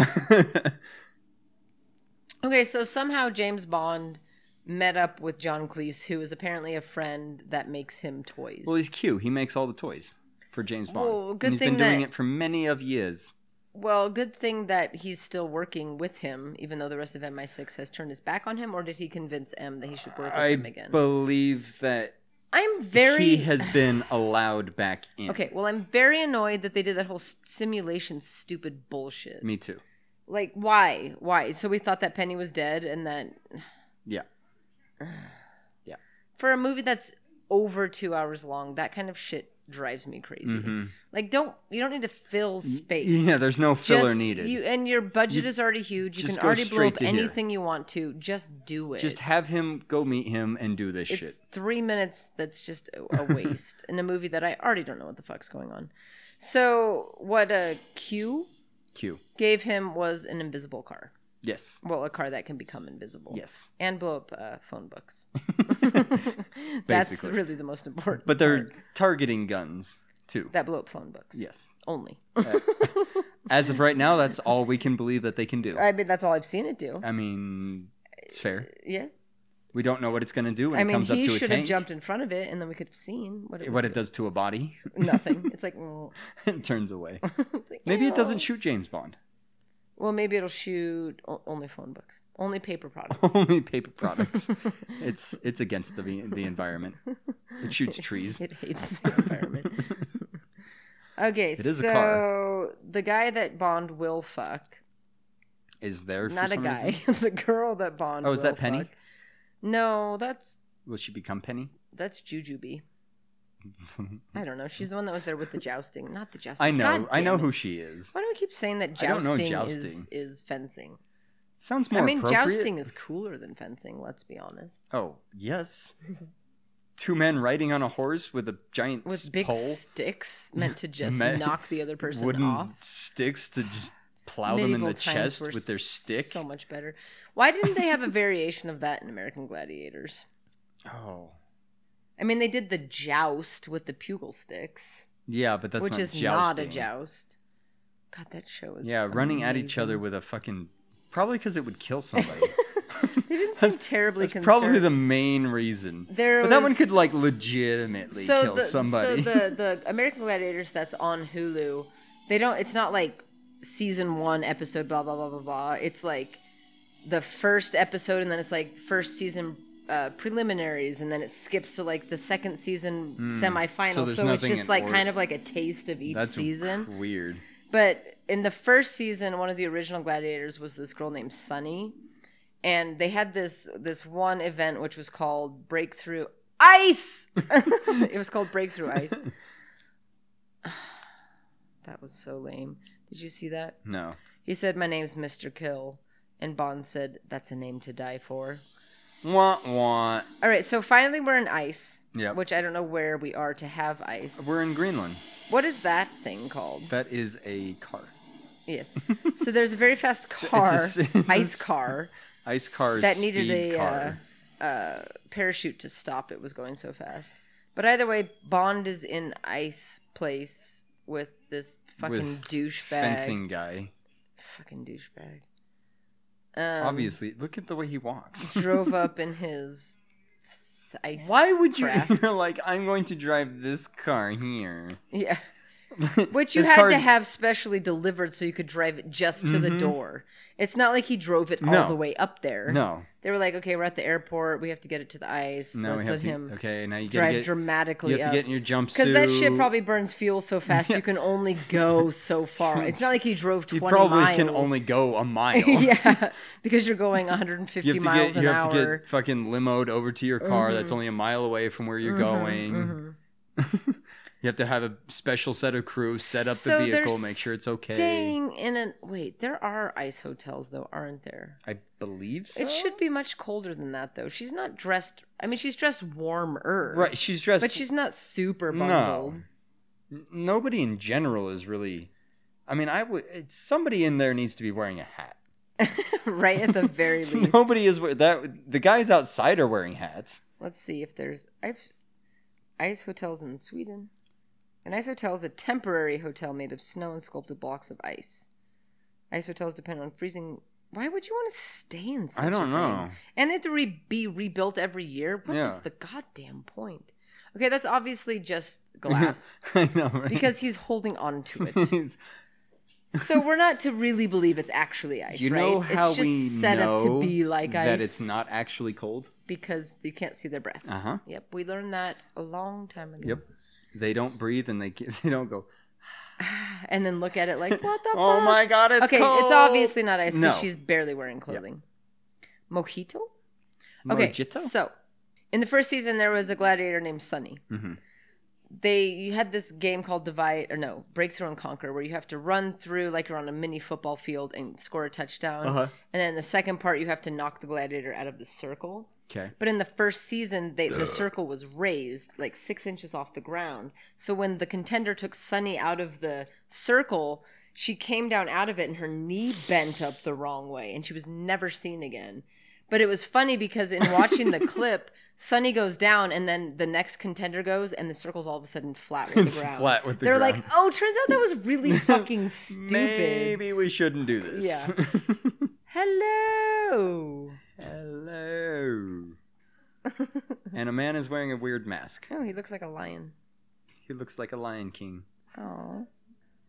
[SPEAKER 7] Okay, so somehow James Bond met up with John Cleese, who is apparently a friend that makes him toys.
[SPEAKER 6] well, he's cute. He makes all the toys for James Bond.
[SPEAKER 7] Well, good
[SPEAKER 6] and he's
[SPEAKER 7] thing
[SPEAKER 6] been doing
[SPEAKER 7] that-
[SPEAKER 6] it for many of years.
[SPEAKER 7] Well, good thing that he's still working with him, even though the rest of MI6 has turned his back on him, or did he convince M that he should work with
[SPEAKER 6] I
[SPEAKER 7] him again?
[SPEAKER 6] believe that
[SPEAKER 7] I'm very.
[SPEAKER 6] he has been allowed back in.
[SPEAKER 7] Okay, well, I'm very annoyed that they did that whole s- simulation stupid bullshit.
[SPEAKER 6] Me too.
[SPEAKER 7] Like, why? Why? So we thought that Penny was dead, and that
[SPEAKER 6] Yeah.
[SPEAKER 7] for a movie that's over two hours long, that kind of shit drives me crazy. Like, don't you don't need to fill space.
[SPEAKER 6] Mm-hmm. Yeah, there's no
[SPEAKER 7] Just-
[SPEAKER 6] filler needed.
[SPEAKER 7] You and your budget is already huge. You
[SPEAKER 6] just
[SPEAKER 7] can
[SPEAKER 6] go
[SPEAKER 7] already blow
[SPEAKER 6] straight
[SPEAKER 7] up
[SPEAKER 6] to here.
[SPEAKER 7] anything you want to. Just do it.
[SPEAKER 6] Just have him go meet him and do this
[SPEAKER 7] it's
[SPEAKER 6] shit.
[SPEAKER 7] three minutes. That's just a, a waste in a movie that I already don't know what the fuck's going on. So what uh, Q
[SPEAKER 6] Q.
[SPEAKER 7] gave him was an invisible car.
[SPEAKER 6] Yes.
[SPEAKER 7] Well, a car that can become invisible.
[SPEAKER 6] Yes.
[SPEAKER 7] and blow up uh, phone books. That's
[SPEAKER 6] Basically.
[SPEAKER 7] really the most important.
[SPEAKER 6] But they're
[SPEAKER 7] part.
[SPEAKER 6] targeting guns too.
[SPEAKER 7] that blow up phone books.
[SPEAKER 6] yes.
[SPEAKER 7] only.
[SPEAKER 6] As of right now, that's all we can believe that they can do. I,
[SPEAKER 7] I mean, that's all I've seen it do.
[SPEAKER 6] Uh, mean, it's fair.
[SPEAKER 7] Yeah,
[SPEAKER 6] We don't know what it's going to do when
[SPEAKER 7] I
[SPEAKER 6] it
[SPEAKER 7] mean,
[SPEAKER 6] comes up
[SPEAKER 7] he
[SPEAKER 6] to a
[SPEAKER 7] should have
[SPEAKER 6] tank.
[SPEAKER 7] jumped in front of it, and then we could have seen what it,
[SPEAKER 6] What
[SPEAKER 7] would
[SPEAKER 6] it does to a body,
[SPEAKER 7] do. Nothing. It's like, mm.
[SPEAKER 6] it turns away.
[SPEAKER 7] It's like,
[SPEAKER 6] Maybe it doesn't
[SPEAKER 7] "Ew."
[SPEAKER 6] shoot James Bond.
[SPEAKER 7] Well, maybe it'll shoot o- only phone books, only paper products.
[SPEAKER 6] Only paper products. it's it's against the the environment. It shoots trees.
[SPEAKER 7] It hates the environment. okay,
[SPEAKER 6] It is a
[SPEAKER 7] so
[SPEAKER 6] car.
[SPEAKER 7] the guy that Bond will fuck,
[SPEAKER 6] Is there for
[SPEAKER 7] not a
[SPEAKER 6] some
[SPEAKER 7] guy,
[SPEAKER 6] reason?
[SPEAKER 7] the girl that Bond.
[SPEAKER 6] Oh, is
[SPEAKER 7] will
[SPEAKER 6] that Penny?
[SPEAKER 7] fuck- No, that's
[SPEAKER 6] Will she become Penny?
[SPEAKER 7] that's Jujubee. I don't know. She's the one that was there with the jousting, not the jousting.
[SPEAKER 6] I know.
[SPEAKER 7] God
[SPEAKER 6] I know
[SPEAKER 7] damn
[SPEAKER 6] who
[SPEAKER 7] it.
[SPEAKER 6] she is.
[SPEAKER 7] Why do we keep saying that
[SPEAKER 6] I don't know
[SPEAKER 7] jousting, Is,
[SPEAKER 6] jousting.
[SPEAKER 7] is fencing?
[SPEAKER 6] Sounds more
[SPEAKER 7] I mean,
[SPEAKER 6] appropriate.
[SPEAKER 7] jousting is cooler than fencing. Let's be honest.
[SPEAKER 6] Oh yes. Two men riding on a horse with a giant
[SPEAKER 7] With
[SPEAKER 6] s-
[SPEAKER 7] big
[SPEAKER 6] pole,
[SPEAKER 7] sticks meant to just
[SPEAKER 6] Me-
[SPEAKER 7] knock the other person
[SPEAKER 6] wooden
[SPEAKER 7] off.
[SPEAKER 6] sticks to just plow them in
[SPEAKER 7] Medieval
[SPEAKER 6] the
[SPEAKER 7] times
[SPEAKER 6] chest
[SPEAKER 7] were
[SPEAKER 6] with their stick.
[SPEAKER 7] So much better. Why didn't they have a variation of that in American Gladiators?
[SPEAKER 6] oh,
[SPEAKER 7] I mean, they did the joust with the pugil sticks,
[SPEAKER 6] yeah, but that's
[SPEAKER 7] which
[SPEAKER 6] not
[SPEAKER 7] is not
[SPEAKER 6] jousting.
[SPEAKER 7] a joust. God, that show is
[SPEAKER 6] Yeah, running at each other
[SPEAKER 7] amazing.
[SPEAKER 6] with a fucking probably because it would kill somebody.
[SPEAKER 7] They didn't seem
[SPEAKER 6] That's-
[SPEAKER 7] terribly
[SPEAKER 6] That's
[SPEAKER 7] concerned.
[SPEAKER 6] probably the main reason.
[SPEAKER 7] There
[SPEAKER 6] but that
[SPEAKER 7] was-
[SPEAKER 6] one could like legitimately kill somebody.
[SPEAKER 7] So the the American Gladiators that's on Hulu, they don't. It's not like season one episode blah blah blah blah blah. It's like the first episode, and then it's like first season uh, preliminaries, and then it skips to like the second season semifinals.
[SPEAKER 6] Hmm. So
[SPEAKER 7] So,
[SPEAKER 6] there's nothing
[SPEAKER 7] it's
[SPEAKER 6] in
[SPEAKER 7] just like
[SPEAKER 6] order.
[SPEAKER 7] kind of like a taste of each
[SPEAKER 6] That's
[SPEAKER 7] season.
[SPEAKER 6] weird.
[SPEAKER 7] But in the first season, one of the original gladiators was this girl named Sunny, and they had this this one event which was called Breakthrough Ice. it was called Breakthrough Ice. that was so lame. Did you see that?
[SPEAKER 6] No.
[SPEAKER 7] He said, "My name's Mr. Kill," and Bond said, "That's a name to die for."
[SPEAKER 6] Want want.
[SPEAKER 7] All right, so finally we're in ice,
[SPEAKER 6] Yep.
[SPEAKER 7] which I don't know where we are to have ice.
[SPEAKER 6] We're in Greenland.
[SPEAKER 7] What is that thing called?
[SPEAKER 6] That is a car.
[SPEAKER 7] Yes. So there's a very fast
[SPEAKER 6] a-
[SPEAKER 7] car,
[SPEAKER 6] it's a-
[SPEAKER 7] ice car,
[SPEAKER 6] Ice cars.
[SPEAKER 7] that needed
[SPEAKER 6] speed
[SPEAKER 7] a uh,
[SPEAKER 6] car.
[SPEAKER 7] uh, parachute to stop. It was going so fast. But either way, Bond is in ice place with this fucking
[SPEAKER 6] With
[SPEAKER 7] douchebag.
[SPEAKER 6] fencing guy.
[SPEAKER 7] Fucking douchebag. Um,
[SPEAKER 6] Obviously, look at the way he walks.
[SPEAKER 7] drove up in his th- ice.
[SPEAKER 6] Why would you?
[SPEAKER 7] craft.
[SPEAKER 6] You're like, I'm going to drive this car here.
[SPEAKER 7] Yeah. Which you
[SPEAKER 6] This
[SPEAKER 7] had
[SPEAKER 6] car- Mm-hmm.
[SPEAKER 7] to have specially delivered so you could drive it just to the door. It's not like he drove it all
[SPEAKER 6] No.
[SPEAKER 7] the way up there.
[SPEAKER 6] No,
[SPEAKER 7] They were like, okay, we're at the airport. We have to get it to the ice.
[SPEAKER 6] no,
[SPEAKER 7] Let's
[SPEAKER 6] we
[SPEAKER 7] let
[SPEAKER 6] have to.
[SPEAKER 7] him
[SPEAKER 6] okay, now you gotta
[SPEAKER 7] drive
[SPEAKER 6] get.
[SPEAKER 7] dramatically
[SPEAKER 6] you have
[SPEAKER 7] up.
[SPEAKER 6] to get in your jumpsuit.
[SPEAKER 7] because that shit probably burns fuel so fast you can only go so far. It's not like he drove
[SPEAKER 6] You
[SPEAKER 7] twenty.
[SPEAKER 6] probably can
[SPEAKER 7] miles.
[SPEAKER 6] only go a mile.
[SPEAKER 7] yeah, because you're going 150
[SPEAKER 6] You have to
[SPEAKER 7] miles
[SPEAKER 6] get.
[SPEAKER 7] an
[SPEAKER 6] You have
[SPEAKER 7] hour. Mm-hmm.
[SPEAKER 6] to get fucking limoed over to your car that's only a mile away from where you're going. you have to have a special set of crews set up
[SPEAKER 7] So
[SPEAKER 6] the
[SPEAKER 7] they're
[SPEAKER 6] vehicle, make sure it's okay.
[SPEAKER 7] Staying in an wait, there are ice hotels though, aren't there?
[SPEAKER 6] I believe so.
[SPEAKER 7] It should be much colder than that though. She's not dressed. I mean, she's dressed warmer,
[SPEAKER 6] Right, she's dressed.
[SPEAKER 7] But she's not super
[SPEAKER 6] No.
[SPEAKER 7] bundled.
[SPEAKER 6] N- nobody in general is really. I mean, I would. it's- Somebody in there needs to be wearing a hat.
[SPEAKER 7] right at the very least.
[SPEAKER 6] Nobody is wear- that. The guys outside are wearing hats.
[SPEAKER 7] Let's see if there's I've, ice hotels in Sweden. An ice hotel is a temporary hotel made of snow and sculpted blocks of ice. Ice hotels depend on freezing. Why would you want to stay in such
[SPEAKER 6] I don't
[SPEAKER 7] a
[SPEAKER 6] know.
[SPEAKER 7] Thing? And they have to re- be rebuilt every year. What is
[SPEAKER 6] Yeah.
[SPEAKER 7] the goddamn point? Okay, that's obviously just glass
[SPEAKER 6] I know, right?
[SPEAKER 7] because he's holding on to it.
[SPEAKER 6] It's-
[SPEAKER 7] so we're not to really believe it's actually ice,
[SPEAKER 6] you
[SPEAKER 7] right?
[SPEAKER 6] know how
[SPEAKER 7] it's just
[SPEAKER 6] we
[SPEAKER 7] set
[SPEAKER 6] know
[SPEAKER 7] up to be like ice
[SPEAKER 6] that it's not actually cold.
[SPEAKER 7] because you can't see their breath.
[SPEAKER 6] Uh huh.
[SPEAKER 7] Yep, we learned that a long time ago.
[SPEAKER 6] Yep. They don't breathe and they get, they don't go.
[SPEAKER 7] And then look at it like, what the
[SPEAKER 6] Oh
[SPEAKER 7] fuck?
[SPEAKER 6] my god! It's
[SPEAKER 7] okay,
[SPEAKER 6] cold.
[SPEAKER 7] it's obviously not ice
[SPEAKER 6] No.
[SPEAKER 7] because she's barely wearing clothing. Mojito? Okay,
[SPEAKER 6] Okay.
[SPEAKER 7] so in the first season, there was a gladiator named Sunny.
[SPEAKER 6] Mm-hmm.
[SPEAKER 7] They you had this game called Divide or no Breakthrough and Conquer where you have to run through like you're on a mini football field and score a touchdown,
[SPEAKER 6] Uh-huh.
[SPEAKER 7] and then the second part you have to knock the gladiator out of the circle.
[SPEAKER 6] okay.
[SPEAKER 7] But in the first season, they, the circle was raised like six inches off the ground. So when the contender took Sunny out of the circle, she came down out of it and her knee bent up the wrong way, and she was never seen again. But it was funny because in watching the clip, Sunny goes down, and then the next contender goes, and the circle's all of a sudden flat with
[SPEAKER 6] It's
[SPEAKER 7] the ground.
[SPEAKER 6] flat with the
[SPEAKER 7] They're like,
[SPEAKER 6] ground.
[SPEAKER 7] "Oh, turns out that was really fucking stupid."
[SPEAKER 6] Maybe we shouldn't do this. Yeah.
[SPEAKER 7] Hello.
[SPEAKER 6] Hello. and a man is wearing a weird mask.
[SPEAKER 7] Oh, he looks like a lion.
[SPEAKER 6] He looks like a Lion King.
[SPEAKER 7] Oh.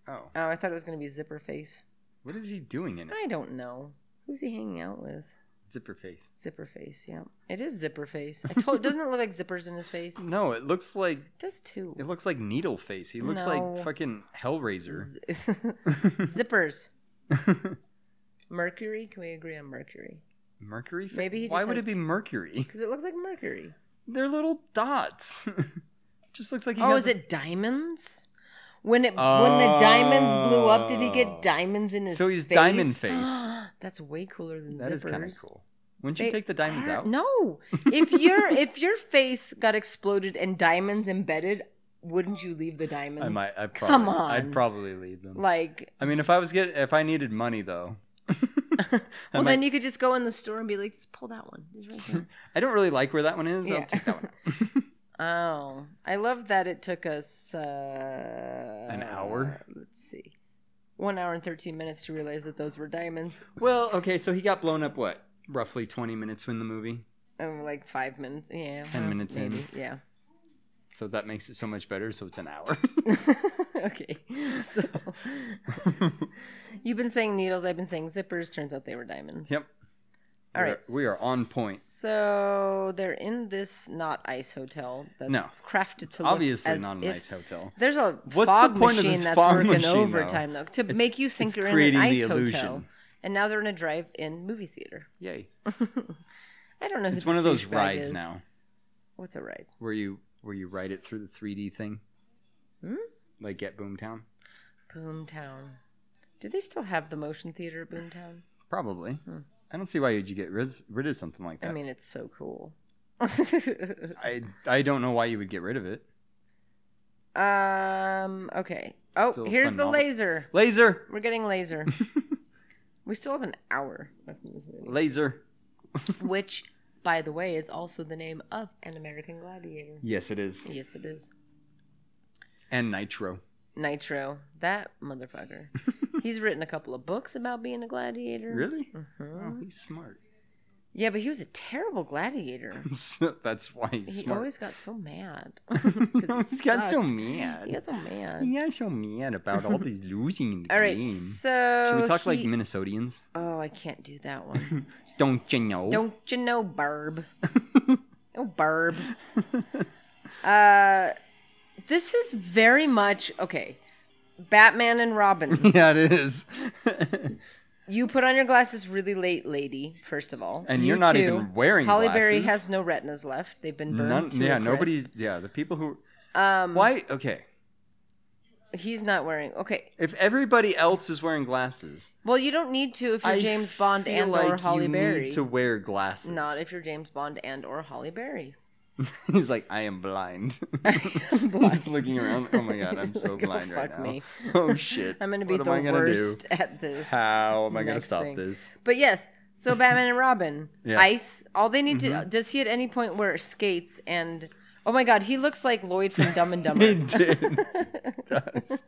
[SPEAKER 6] Oh,
[SPEAKER 7] Oh, I thought it was gonna be zipper face.
[SPEAKER 6] what is he doing in it?
[SPEAKER 7] I don't know. Who's he hanging out with?
[SPEAKER 6] Zipper face.
[SPEAKER 7] Zipper face, yeah. It is zipper face. I told doesn't it look like zippers in his face? It
[SPEAKER 6] No, it looks like
[SPEAKER 7] does too.
[SPEAKER 6] it looks like Needle Face. He looks
[SPEAKER 7] No.
[SPEAKER 6] like fucking Hellraiser.
[SPEAKER 7] Z- Zippers. Mercury? Can we agree on Mercury?
[SPEAKER 6] Mercury. Fa-
[SPEAKER 7] Maybe he
[SPEAKER 6] Why
[SPEAKER 7] just
[SPEAKER 6] would
[SPEAKER 7] has-
[SPEAKER 6] it be Mercury?
[SPEAKER 7] Because it looks like Mercury.
[SPEAKER 6] They're little dots. Just looks like he
[SPEAKER 7] Oh,
[SPEAKER 6] has
[SPEAKER 7] is it diamonds? When it when the diamonds blew up, did he get diamonds in his?
[SPEAKER 6] Oh. So he's
[SPEAKER 7] face?
[SPEAKER 6] diamond faced.
[SPEAKER 7] That's way cooler than
[SPEAKER 6] That
[SPEAKER 7] zippers.
[SPEAKER 6] is kind of cool. Wouldn't
[SPEAKER 7] They
[SPEAKER 6] you take the diamonds
[SPEAKER 7] are-
[SPEAKER 6] out?
[SPEAKER 7] No, if your if your face got exploded and diamonds embedded, wouldn't you leave the diamonds?
[SPEAKER 6] I might. I probably,
[SPEAKER 7] Come on.
[SPEAKER 6] I'd probably leave them.
[SPEAKER 7] Like,
[SPEAKER 6] I mean, if I was get, if I needed money though,
[SPEAKER 7] well,
[SPEAKER 6] might-
[SPEAKER 7] then you could just go in the store and be like, just pull that one. Just right
[SPEAKER 6] I don't really like where that one is.
[SPEAKER 7] there."
[SPEAKER 6] I'll take that one.
[SPEAKER 7] yeah. oh, I love that it took us uh,
[SPEAKER 6] An hour?
[SPEAKER 7] Let's see, one hour and thirteen minutes to realize that those were diamonds.
[SPEAKER 6] Well, okay. So he got blown up. What? Roughly twenty minutes in the movie.
[SPEAKER 7] Oh, like five minutes. Yeah.
[SPEAKER 6] 10
[SPEAKER 7] well,
[SPEAKER 6] minutes in.
[SPEAKER 7] maybe. Yeah.
[SPEAKER 6] So that makes it so much better. So it's an hour.
[SPEAKER 7] okay. So you've been saying needles, I've been saying zippers. Turns out they were diamonds.
[SPEAKER 6] yep.
[SPEAKER 7] All
[SPEAKER 6] We're-
[SPEAKER 7] right.
[SPEAKER 6] we are on point.
[SPEAKER 7] So they're in this not ice hotel that's
[SPEAKER 6] No.
[SPEAKER 7] crafted to look
[SPEAKER 6] Obviously
[SPEAKER 7] as
[SPEAKER 6] not an
[SPEAKER 7] if-
[SPEAKER 6] ice hotel.
[SPEAKER 7] There's a
[SPEAKER 6] What's the
[SPEAKER 7] fog
[SPEAKER 6] point of
[SPEAKER 7] machine
[SPEAKER 6] this
[SPEAKER 7] that's
[SPEAKER 6] fog
[SPEAKER 7] working
[SPEAKER 6] machine, though?
[SPEAKER 7] overtime though, to
[SPEAKER 6] It's-
[SPEAKER 7] make you think
[SPEAKER 6] it's
[SPEAKER 7] you're in
[SPEAKER 6] creating
[SPEAKER 7] an
[SPEAKER 6] the
[SPEAKER 7] ice
[SPEAKER 6] illusion.
[SPEAKER 7] hotel. And now they're in a drive-in movie theater.
[SPEAKER 6] Yay!
[SPEAKER 7] I don't know. Who
[SPEAKER 6] It's one
[SPEAKER 7] this
[SPEAKER 6] of those
[SPEAKER 7] douchebag
[SPEAKER 6] rides
[SPEAKER 7] is.
[SPEAKER 6] now
[SPEAKER 7] What's a ride?
[SPEAKER 6] where you where you ride it through the 3D thing,
[SPEAKER 7] Hmm?
[SPEAKER 6] like get Boomtown.
[SPEAKER 7] Boomtown. Do they still have the motion theater at Boomtown?
[SPEAKER 6] Probably. I don't see why you'd you get rid, rid of something like that.
[SPEAKER 7] Hmm. I mean, it's so cool. um.
[SPEAKER 6] I I don't know why you would get rid of it.
[SPEAKER 7] Okay. Oh,
[SPEAKER 6] Still
[SPEAKER 7] here's
[SPEAKER 6] fun
[SPEAKER 7] the
[SPEAKER 6] novel.
[SPEAKER 7] laser.
[SPEAKER 6] Laser,
[SPEAKER 7] We're getting laser. we still have an hour left in this movie,
[SPEAKER 6] laser.
[SPEAKER 7] which, by the way, is also the name of an American Gladiator.
[SPEAKER 6] Yes, it is.
[SPEAKER 7] Yes, it is.
[SPEAKER 6] And Nitro.
[SPEAKER 7] Nitro, that motherfucker. He's written a couple of books about being a gladiator. Mm-hmm.
[SPEAKER 6] Really? Oh, he's smart.
[SPEAKER 7] Yeah, but he was a terrible gladiator.
[SPEAKER 6] So That's why he's
[SPEAKER 7] he
[SPEAKER 6] smart.
[SPEAKER 7] always got so mad. 'Cause
[SPEAKER 6] he got so
[SPEAKER 7] sucked.
[SPEAKER 6] mad.
[SPEAKER 7] He got so mad.
[SPEAKER 6] He got so mad about all these losing in the
[SPEAKER 7] All right,
[SPEAKER 6] game.
[SPEAKER 7] so
[SPEAKER 6] Should we talk like
[SPEAKER 7] he-
[SPEAKER 6] Minnesotians?
[SPEAKER 7] Oh, I can't do that one.
[SPEAKER 6] Don't you know?
[SPEAKER 7] Don't you know, Barb? no, Barb. Uh, this is very much okay. Batman and Robin.
[SPEAKER 6] Yeah, it is.
[SPEAKER 7] you put on your glasses really late, lady. First of all,
[SPEAKER 6] And
[SPEAKER 7] You
[SPEAKER 6] you're not
[SPEAKER 7] too.
[SPEAKER 6] even wearing
[SPEAKER 7] Holly Berry
[SPEAKER 6] glasses.
[SPEAKER 7] has no retinas left. They've been burned.
[SPEAKER 6] None,
[SPEAKER 7] to a
[SPEAKER 6] yeah,
[SPEAKER 7] crisp.
[SPEAKER 6] nobody's. Yeah, the people who.
[SPEAKER 7] Um,
[SPEAKER 6] Why? Okay.
[SPEAKER 7] He's not wearing. Okay.
[SPEAKER 6] If everybody else is wearing glasses,
[SPEAKER 7] Well, you don't need to if you're
[SPEAKER 6] I
[SPEAKER 7] James Bond
[SPEAKER 6] feel
[SPEAKER 7] and or
[SPEAKER 6] like
[SPEAKER 7] Holly
[SPEAKER 6] you
[SPEAKER 7] Berry.
[SPEAKER 6] need to wear glasses.
[SPEAKER 7] Not if you're James Bond and or Holly Berry.
[SPEAKER 6] He's like, I am blind. He's looking around. Oh my god, I'm
[SPEAKER 7] He's
[SPEAKER 6] so
[SPEAKER 7] like, "Oh,
[SPEAKER 6] blind right
[SPEAKER 7] fuck
[SPEAKER 6] now.
[SPEAKER 7] me."
[SPEAKER 6] Oh shit.
[SPEAKER 7] I'm gonna be
[SPEAKER 6] what
[SPEAKER 7] the
[SPEAKER 6] am I gonna
[SPEAKER 7] worst
[SPEAKER 6] do?
[SPEAKER 7] at this.
[SPEAKER 6] How am I gonna
[SPEAKER 7] next
[SPEAKER 6] stop
[SPEAKER 7] thing.
[SPEAKER 6] this?
[SPEAKER 7] But yes, so Batman and Robin,
[SPEAKER 6] Yeah. Mm-hmm.
[SPEAKER 7] Ice. All they need to does he at any point wear skates and oh my god, he looks like Lloyd from Dumb and Dumber.
[SPEAKER 6] He did. It does.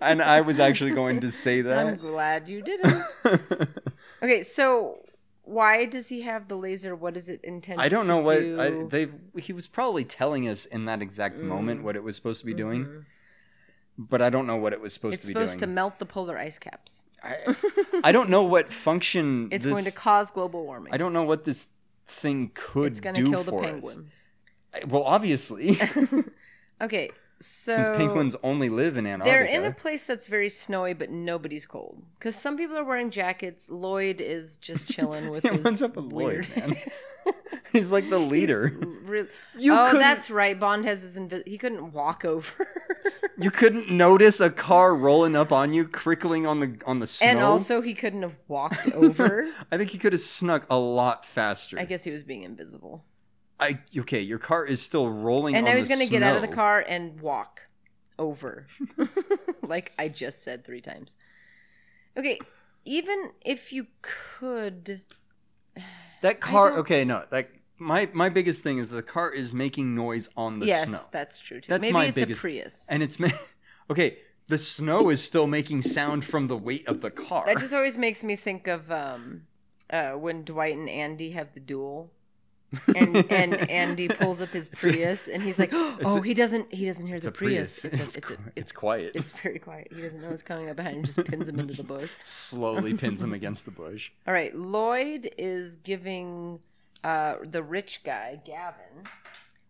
[SPEAKER 6] And I was actually going to say
[SPEAKER 7] I'm
[SPEAKER 6] that.
[SPEAKER 7] glad you didn't. okay, so why does he have the laser? What is it intended?
[SPEAKER 6] I don't
[SPEAKER 7] to
[SPEAKER 6] know what
[SPEAKER 7] do?
[SPEAKER 6] I, they. He was probably telling us in that exact moment what it was supposed to be
[SPEAKER 7] Mm-hmm.
[SPEAKER 6] doing, but I don't know what it was supposed
[SPEAKER 7] it's
[SPEAKER 6] to be
[SPEAKER 7] supposed to
[SPEAKER 6] doing.
[SPEAKER 7] melt the polar ice caps.
[SPEAKER 6] I don't know what function.
[SPEAKER 7] It's
[SPEAKER 6] this,
[SPEAKER 7] going to cause global warming.
[SPEAKER 6] I don't know what this thing could
[SPEAKER 7] it's going to
[SPEAKER 6] do
[SPEAKER 7] kill the
[SPEAKER 6] for us.
[SPEAKER 7] penguins.
[SPEAKER 6] I- Well, obviously,
[SPEAKER 7] Okay, so
[SPEAKER 6] since penguins only live in Antarctica.
[SPEAKER 7] They're in a place that's very snowy, but nobody's cold. Because some people are wearing jackets. Lloyd is just chilling with
[SPEAKER 6] Yeah,
[SPEAKER 7] his.
[SPEAKER 6] what's up with Lloyd,
[SPEAKER 7] weird-
[SPEAKER 6] man? He's like the leader.
[SPEAKER 7] Really-
[SPEAKER 6] You
[SPEAKER 7] oh,
[SPEAKER 6] couldn't-
[SPEAKER 7] that's right. Bond has his invi- he couldn't walk over.
[SPEAKER 6] You couldn't notice a car rolling up on you, crickling on the on the snow.
[SPEAKER 7] and also he couldn't have walked over.
[SPEAKER 6] I think he could have snuck a lot faster.
[SPEAKER 7] I guess he was being invisible.
[SPEAKER 6] I okay, your car is still rolling.
[SPEAKER 7] And
[SPEAKER 6] on
[SPEAKER 7] now he's
[SPEAKER 6] the
[SPEAKER 7] going to get out of the
[SPEAKER 6] snow.
[SPEAKER 7] car and walk over. like I just said three times. Okay, even if you could.
[SPEAKER 6] That car.
[SPEAKER 7] don't-
[SPEAKER 6] Okay, no. Like my my biggest thing is the car is making noise on the
[SPEAKER 7] yes,
[SPEAKER 6] snow,
[SPEAKER 7] that's true too.
[SPEAKER 6] That's
[SPEAKER 7] Maybe
[SPEAKER 6] my
[SPEAKER 7] it's
[SPEAKER 6] biggest-
[SPEAKER 7] a Prius.
[SPEAKER 6] and it's ma- okay. The snow is still making sound from the weight of the car.
[SPEAKER 7] That just always makes me think of um, uh, when Dwight and Andy have the duel, and and Andy pulls up his Prius, and he's like, "Oh, he doesn't, he doesn't hear the Prius. It's, a, it's, a,
[SPEAKER 6] qui-
[SPEAKER 7] it's,
[SPEAKER 6] quiet.
[SPEAKER 7] it's very quiet. He doesn't know what's coming up behind him. Just pins him into the bush.
[SPEAKER 6] slowly pins him against the bush.
[SPEAKER 7] All right, Lloyd is giving uh, the rich guy Gavin.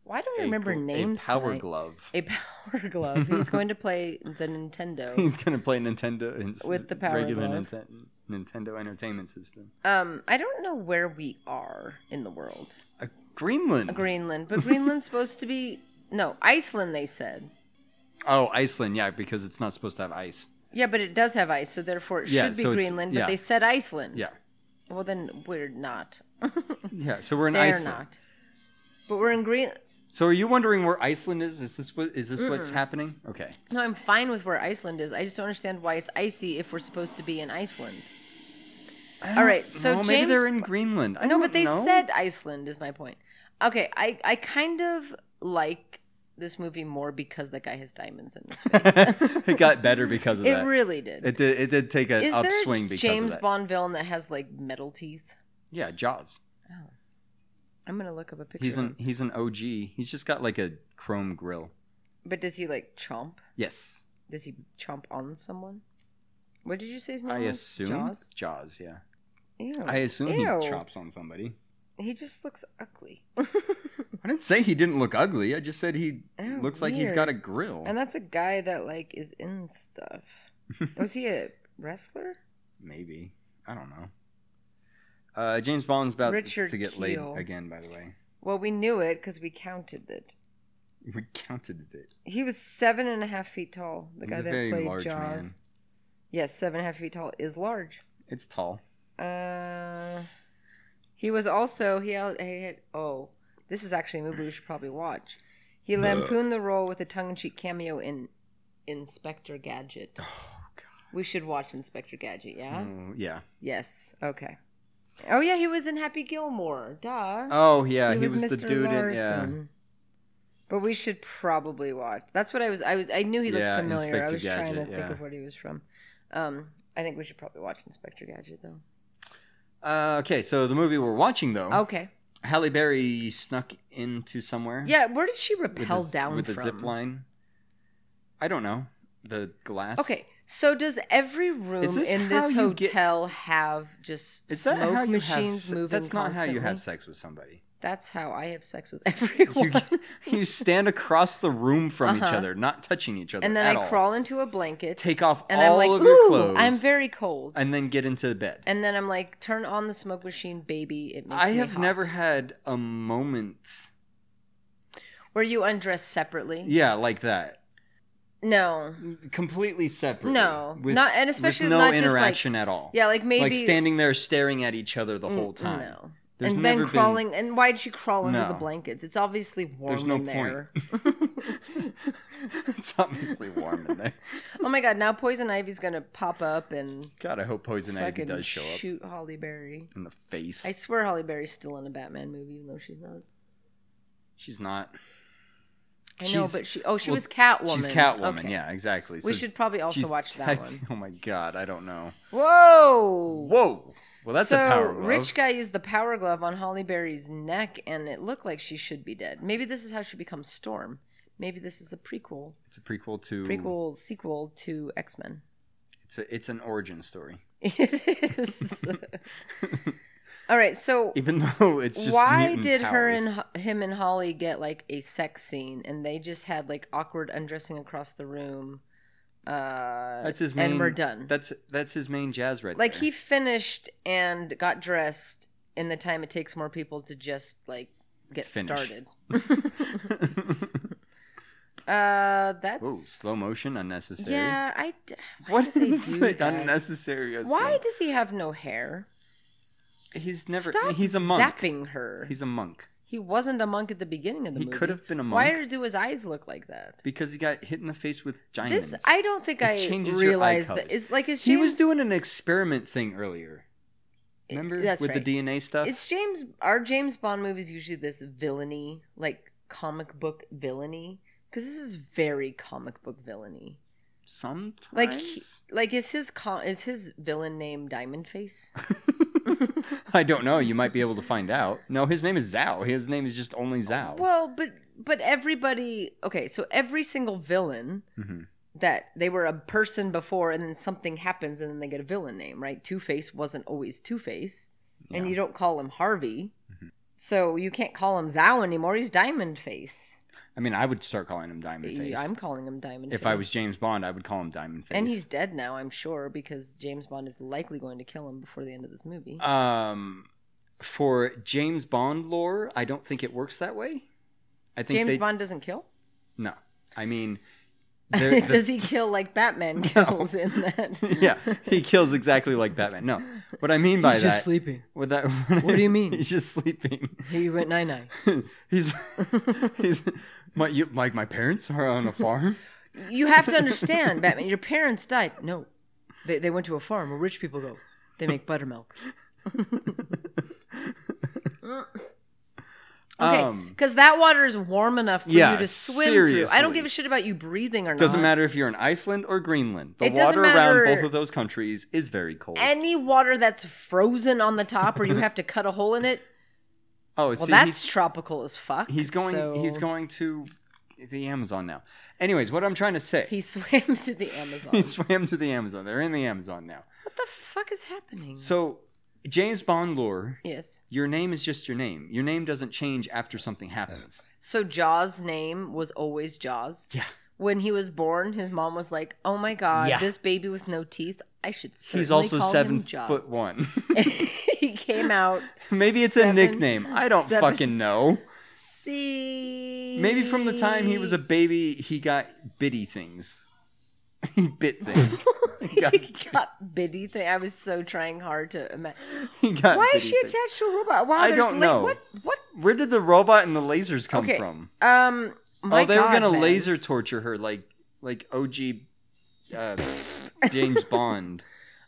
[SPEAKER 7] Why do I remember
[SPEAKER 6] gl-
[SPEAKER 7] names?
[SPEAKER 6] A power
[SPEAKER 7] tonight?
[SPEAKER 6] glove.
[SPEAKER 7] A power glove. He's going to play the Nintendo.
[SPEAKER 6] He's gonna play Nintendo and s-
[SPEAKER 7] With the power
[SPEAKER 6] regular
[SPEAKER 7] glove.
[SPEAKER 6] Ninten- Nintendo Entertainment System.
[SPEAKER 7] Um, I don't know where we are in the world.
[SPEAKER 6] Uh, Greenland.
[SPEAKER 7] Greenland, but Greenland's supposed to be No, Iceland. They said.
[SPEAKER 6] Oh, Iceland, yeah, because it's not supposed to have ice.
[SPEAKER 7] Yeah, but it does have ice, so therefore it
[SPEAKER 6] Yeah,
[SPEAKER 7] should be
[SPEAKER 6] so it's-
[SPEAKER 7] Greenland. But
[SPEAKER 6] yeah.
[SPEAKER 7] they said Iceland.
[SPEAKER 6] Yeah.
[SPEAKER 7] Well, then we're not.
[SPEAKER 6] Yeah, so we're in
[SPEAKER 7] They're
[SPEAKER 6] Iceland.
[SPEAKER 7] not. But we're in Green.
[SPEAKER 6] So are you wondering where Iceland is? Is this what is this what's happening? Okay.
[SPEAKER 7] No, I'm fine with where Iceland is. I just don't understand why it's icy if we're supposed to be in Iceland. All right, so
[SPEAKER 6] no, maybe
[SPEAKER 7] James-
[SPEAKER 6] they're in Greenland. I
[SPEAKER 7] no,
[SPEAKER 6] don't
[SPEAKER 7] but they
[SPEAKER 6] know.
[SPEAKER 7] said Iceland is my point. Okay, I I kind of like this movie more because the guy has diamonds in his face.
[SPEAKER 6] it got better because of
[SPEAKER 7] it
[SPEAKER 6] that.
[SPEAKER 7] really did.
[SPEAKER 6] it did. It did take an
[SPEAKER 7] Is there
[SPEAKER 6] upswing because
[SPEAKER 7] James
[SPEAKER 6] of that.
[SPEAKER 7] Bond villain that has like metal teeth?
[SPEAKER 6] yeah, Jaws.
[SPEAKER 7] I'm gonna look up a picture.
[SPEAKER 6] He's
[SPEAKER 7] of
[SPEAKER 6] an
[SPEAKER 7] him.
[SPEAKER 6] he's an OG. He's just got like a chrome grill.
[SPEAKER 7] But does he like chomp?
[SPEAKER 6] Yes,
[SPEAKER 7] Does he chomp on someone? What did you say his name
[SPEAKER 6] I
[SPEAKER 7] was?
[SPEAKER 6] assume
[SPEAKER 7] Jaws.
[SPEAKER 6] Jaws. Yeah,
[SPEAKER 7] Ew.
[SPEAKER 6] I assume
[SPEAKER 7] Ew.
[SPEAKER 6] he chops on somebody.
[SPEAKER 7] He just looks ugly,
[SPEAKER 6] I didn't say he didn't look ugly. I just said he
[SPEAKER 7] Oh,
[SPEAKER 6] looks like he's got a
[SPEAKER 7] weird.
[SPEAKER 6] grill.
[SPEAKER 7] and that's a guy that like is in stuff. Was he a wrestler?
[SPEAKER 6] Maybe I don't know. Uh, James Bond's about
[SPEAKER 7] Richard
[SPEAKER 6] to get
[SPEAKER 7] Keel.
[SPEAKER 6] laid again. By the way,
[SPEAKER 7] Well, we knew it because we counted it.
[SPEAKER 6] we counted it.
[SPEAKER 7] He was seven and a half feet tall. The
[SPEAKER 6] He's
[SPEAKER 7] guy
[SPEAKER 6] a
[SPEAKER 7] that
[SPEAKER 6] very
[SPEAKER 7] played
[SPEAKER 6] large
[SPEAKER 7] Jaws.
[SPEAKER 6] man.
[SPEAKER 7] Yes, seven and a half feet tall is large.
[SPEAKER 6] It's tall.
[SPEAKER 7] Uh, he was also he, al- he had, oh this is actually a movie we should probably watch. He lampooned the role with a tongue-in-cheek cameo in Inspector Gadget. Oh God! We should watch Inspector Gadget. Yeah.
[SPEAKER 6] Mm, yeah.
[SPEAKER 7] Yes. Okay. Oh yeah, he was in Happy Gilmore. Duh.
[SPEAKER 6] Oh yeah, he, was, the dude in
[SPEAKER 7] But we should probably watch. That's what I was. I was. I knew he looked
[SPEAKER 6] Yeah,
[SPEAKER 7] familiar. I
[SPEAKER 6] Inspector
[SPEAKER 7] was trying to
[SPEAKER 6] Gadget,
[SPEAKER 7] think
[SPEAKER 6] yeah.
[SPEAKER 7] of what he was from. Um, I think we should probably watch Inspector Gadget though.
[SPEAKER 6] yeah. Uh, okay, so the movie we're watching though,
[SPEAKER 7] Okay.
[SPEAKER 6] Halle Berry snuck into somewhere.
[SPEAKER 7] Yeah. Where did she
[SPEAKER 6] with
[SPEAKER 7] rappel
[SPEAKER 6] a,
[SPEAKER 7] down
[SPEAKER 6] with
[SPEAKER 7] from?
[SPEAKER 6] a zip line. I don't know the glass.
[SPEAKER 7] Okay. So does every room
[SPEAKER 6] Is this
[SPEAKER 7] in
[SPEAKER 6] how
[SPEAKER 7] this
[SPEAKER 6] you get-
[SPEAKER 7] hotel have just
[SPEAKER 6] Is
[SPEAKER 7] smoke
[SPEAKER 6] that how you have?
[SPEAKER 7] machines
[SPEAKER 6] se-
[SPEAKER 7] moving?
[SPEAKER 6] that's not how you have
[SPEAKER 7] constantly?
[SPEAKER 6] sex with somebody.
[SPEAKER 7] That's how I have sex with
[SPEAKER 6] You,
[SPEAKER 7] everyone.
[SPEAKER 6] you stand across the room from each
[SPEAKER 7] Uh-huh.
[SPEAKER 6] other, not touching each other.
[SPEAKER 7] and then
[SPEAKER 6] at
[SPEAKER 7] I
[SPEAKER 6] all.
[SPEAKER 7] crawl into a blanket.
[SPEAKER 6] take off
[SPEAKER 7] and
[SPEAKER 6] all
[SPEAKER 7] I'm like,
[SPEAKER 6] of your
[SPEAKER 7] "Ooh,
[SPEAKER 6] clothes,
[SPEAKER 7] I'm very cold.
[SPEAKER 6] and then get into the bed.
[SPEAKER 7] and then I'm like, turn on the smoke machine, baby. It makes
[SPEAKER 6] I
[SPEAKER 7] me
[SPEAKER 6] have
[SPEAKER 7] hot."
[SPEAKER 6] never had a moment,
[SPEAKER 7] Were you undressed separately?
[SPEAKER 6] yeah, like that,
[SPEAKER 7] No.
[SPEAKER 6] completely separate.
[SPEAKER 7] No. Not- and especially
[SPEAKER 6] with no
[SPEAKER 7] not just, like-
[SPEAKER 6] interaction at all.
[SPEAKER 7] Yeah, like maybe Mm,
[SPEAKER 6] like standing there staring at each other the whole time.
[SPEAKER 7] No.
[SPEAKER 6] There's
[SPEAKER 7] and
[SPEAKER 6] never
[SPEAKER 7] then
[SPEAKER 6] been-
[SPEAKER 7] crawling. And why did she crawl under
[SPEAKER 6] No.
[SPEAKER 7] the blankets? It's obviously warm
[SPEAKER 6] There's no
[SPEAKER 7] in there.
[SPEAKER 6] it's obviously warm in there.
[SPEAKER 7] oh my god! Now poison ivy's gonna pop up and
[SPEAKER 6] God, I hope poison ivy
[SPEAKER 7] fucking
[SPEAKER 6] does show up
[SPEAKER 7] shoot Holly Berry.
[SPEAKER 6] in the face.
[SPEAKER 7] I swear Holly Berry's still in a Batman movie, even though she's not.
[SPEAKER 6] She's not.
[SPEAKER 7] I know,
[SPEAKER 6] She's-
[SPEAKER 7] but she. Oh, she
[SPEAKER 6] well,
[SPEAKER 7] was Catwoman.
[SPEAKER 6] She's Catwoman.
[SPEAKER 7] Okay.
[SPEAKER 6] Yeah, exactly.
[SPEAKER 7] We
[SPEAKER 6] So
[SPEAKER 7] should probably also
[SPEAKER 6] she's
[SPEAKER 7] watch that
[SPEAKER 6] tech-
[SPEAKER 7] one.
[SPEAKER 6] Oh my god, I don't know.
[SPEAKER 7] Whoa!
[SPEAKER 6] Whoa. Well, that's
[SPEAKER 7] so,
[SPEAKER 6] a power glove.
[SPEAKER 7] Rich guy used the power glove on Holly Berry's neck, and it looked like she should be dead. Maybe this is how she becomes Storm. Maybe this is a prequel,
[SPEAKER 6] It's a prequel to
[SPEAKER 7] prequel sequel to X Men.
[SPEAKER 6] It's a, it's an origin story.
[SPEAKER 7] It is. All right, so
[SPEAKER 6] Even though it's just
[SPEAKER 7] why
[SPEAKER 6] mutant
[SPEAKER 7] did her
[SPEAKER 6] powers.
[SPEAKER 7] and Ho- him and Holly get like a sex scene, and they just had like awkward undressing across the room? Uh,
[SPEAKER 6] that's his main
[SPEAKER 7] and we're done.
[SPEAKER 6] That's that's his main jazz right
[SPEAKER 7] like
[SPEAKER 6] there.
[SPEAKER 7] he finished and got dressed in the time it takes more people to just like get
[SPEAKER 6] Finish.
[SPEAKER 7] started. uh, that's
[SPEAKER 6] Whoa, slow motion unnecessary.
[SPEAKER 7] Yeah, I. d- Why
[SPEAKER 6] What
[SPEAKER 7] did they
[SPEAKER 6] is
[SPEAKER 7] do
[SPEAKER 6] the
[SPEAKER 7] that?
[SPEAKER 6] unnecessary?
[SPEAKER 7] Why
[SPEAKER 6] assumption?
[SPEAKER 7] does he have no hair?
[SPEAKER 6] he's never
[SPEAKER 7] Stop
[SPEAKER 6] he's a monk.
[SPEAKER 7] zapping her.
[SPEAKER 6] He's a monk
[SPEAKER 7] He wasn't a monk at the beginning of the
[SPEAKER 6] He
[SPEAKER 7] movie.
[SPEAKER 6] could have been a monk.
[SPEAKER 7] Why do his eyes look like that?
[SPEAKER 6] because he got hit in the face with diamonds.
[SPEAKER 7] This I don't think
[SPEAKER 6] It
[SPEAKER 7] I
[SPEAKER 6] changes your eye
[SPEAKER 7] realized that
[SPEAKER 6] colours.
[SPEAKER 7] is like is James,
[SPEAKER 6] he was doing an experiment thing earlier. Remember
[SPEAKER 7] that's
[SPEAKER 6] with
[SPEAKER 7] right.
[SPEAKER 6] the DNA stuff?
[SPEAKER 7] It's James. Are James Bond movies usually this villainy, like comic book villainy? Because this is very comic book villainy.
[SPEAKER 6] Sometimes.
[SPEAKER 7] Like, he- like is his co- is his villain name Diamond Face?
[SPEAKER 6] I don't know. You might be able to find out. No, his name is Zhao. His name is just only Zhao.
[SPEAKER 7] Well, but but everybody. Okay, so every single villain
[SPEAKER 6] Mhm.
[SPEAKER 7] that they were a person before, and then something happens, and then they get a villain name, right? Two Face wasn't always Two Face, and
[SPEAKER 6] Yeah. Mm-hmm.
[SPEAKER 7] you don't call him Harvey, so you can't call him Zhao anymore. He's Diamond Face.
[SPEAKER 6] I mean, I would start calling him Diamond Face.
[SPEAKER 7] I'm calling him Diamond
[SPEAKER 6] if
[SPEAKER 7] Face.
[SPEAKER 6] I was James Bond, I would call him Diamond Face.
[SPEAKER 7] And he's dead now, I'm sure, because James Bond is likely going to kill him before the end of this movie.
[SPEAKER 6] um, for James Bond lore, I don't think it works that way. I think
[SPEAKER 7] James
[SPEAKER 6] they,
[SPEAKER 7] Bond doesn't kill?
[SPEAKER 6] No, I mean, there- the-
[SPEAKER 7] Does he kill like Batman kills in that?
[SPEAKER 6] yeah, he kills exactly like Batman. No, what I mean by
[SPEAKER 7] He's
[SPEAKER 6] that,
[SPEAKER 7] just sleeping.
[SPEAKER 6] What, that,
[SPEAKER 7] What do you mean?
[SPEAKER 6] He's just sleeping.
[SPEAKER 7] He went nine nine.
[SPEAKER 6] he's he's my you, like my parents are on a farm.
[SPEAKER 7] You have to understand, Batman. Your parents died. No, they they went to a farm where rich people go. They make buttermilk. Okay,
[SPEAKER 6] Um,
[SPEAKER 7] because that water is warm enough for
[SPEAKER 6] Yeah,
[SPEAKER 7] you to swim through. I don't
[SPEAKER 6] seriously.
[SPEAKER 7] give a shit about you breathing or
[SPEAKER 6] doesn't
[SPEAKER 7] not.
[SPEAKER 6] matter if you're in Iceland or Greenland. The
[SPEAKER 7] Uh, It doesn't
[SPEAKER 6] water around
[SPEAKER 7] matter-
[SPEAKER 6] both of those countries is very cold.
[SPEAKER 7] Any water that's frozen on the top, or you have to cut a hole in it.
[SPEAKER 6] oh,
[SPEAKER 7] Well,
[SPEAKER 6] see,
[SPEAKER 7] that's
[SPEAKER 6] he's,
[SPEAKER 7] tropical as fuck.
[SPEAKER 6] he's going
[SPEAKER 7] so-
[SPEAKER 6] he's going to the Amazon now. Anyways, what I'm trying to say,
[SPEAKER 7] He swam to the Amazon.
[SPEAKER 6] he swam to the Amazon. They're in the Amazon now.
[SPEAKER 7] What the fuck is happening?
[SPEAKER 6] So James Bond lore,
[SPEAKER 7] yes.
[SPEAKER 6] your name is just your name. Your name doesn't change after something happens.
[SPEAKER 7] So Jaws' name was always Jaws.
[SPEAKER 6] Yeah.
[SPEAKER 7] When he was born, his mom was like, "Oh my god,
[SPEAKER 6] Yeah.
[SPEAKER 7] this baby with no teeth. I should." Certainly
[SPEAKER 6] He's also
[SPEAKER 7] call him
[SPEAKER 6] seven
[SPEAKER 7] Jaws."
[SPEAKER 6] foot one.
[SPEAKER 7] he came out.
[SPEAKER 6] Maybe it's a
[SPEAKER 7] seven-
[SPEAKER 6] nickname. I don't
[SPEAKER 7] seven-
[SPEAKER 6] fucking know.
[SPEAKER 7] See.
[SPEAKER 6] Maybe from the time he was a baby, he got bitty things. he bit things. he got,
[SPEAKER 7] He got bitty thing. I was so trying hard to imagine.
[SPEAKER 6] he got
[SPEAKER 7] Why is
[SPEAKER 6] bitty
[SPEAKER 7] she
[SPEAKER 6] things.
[SPEAKER 7] attached to a robot? Wow,
[SPEAKER 6] I
[SPEAKER 7] there's
[SPEAKER 6] don't
[SPEAKER 7] la-
[SPEAKER 6] know.
[SPEAKER 7] What? What?
[SPEAKER 6] Where did the robot and the lasers come
[SPEAKER 7] Okay.
[SPEAKER 6] from?
[SPEAKER 7] Um. My
[SPEAKER 6] oh, they were
[SPEAKER 7] God,
[SPEAKER 6] gonna
[SPEAKER 7] man.
[SPEAKER 6] laser torture her like like OG uh, James Bond.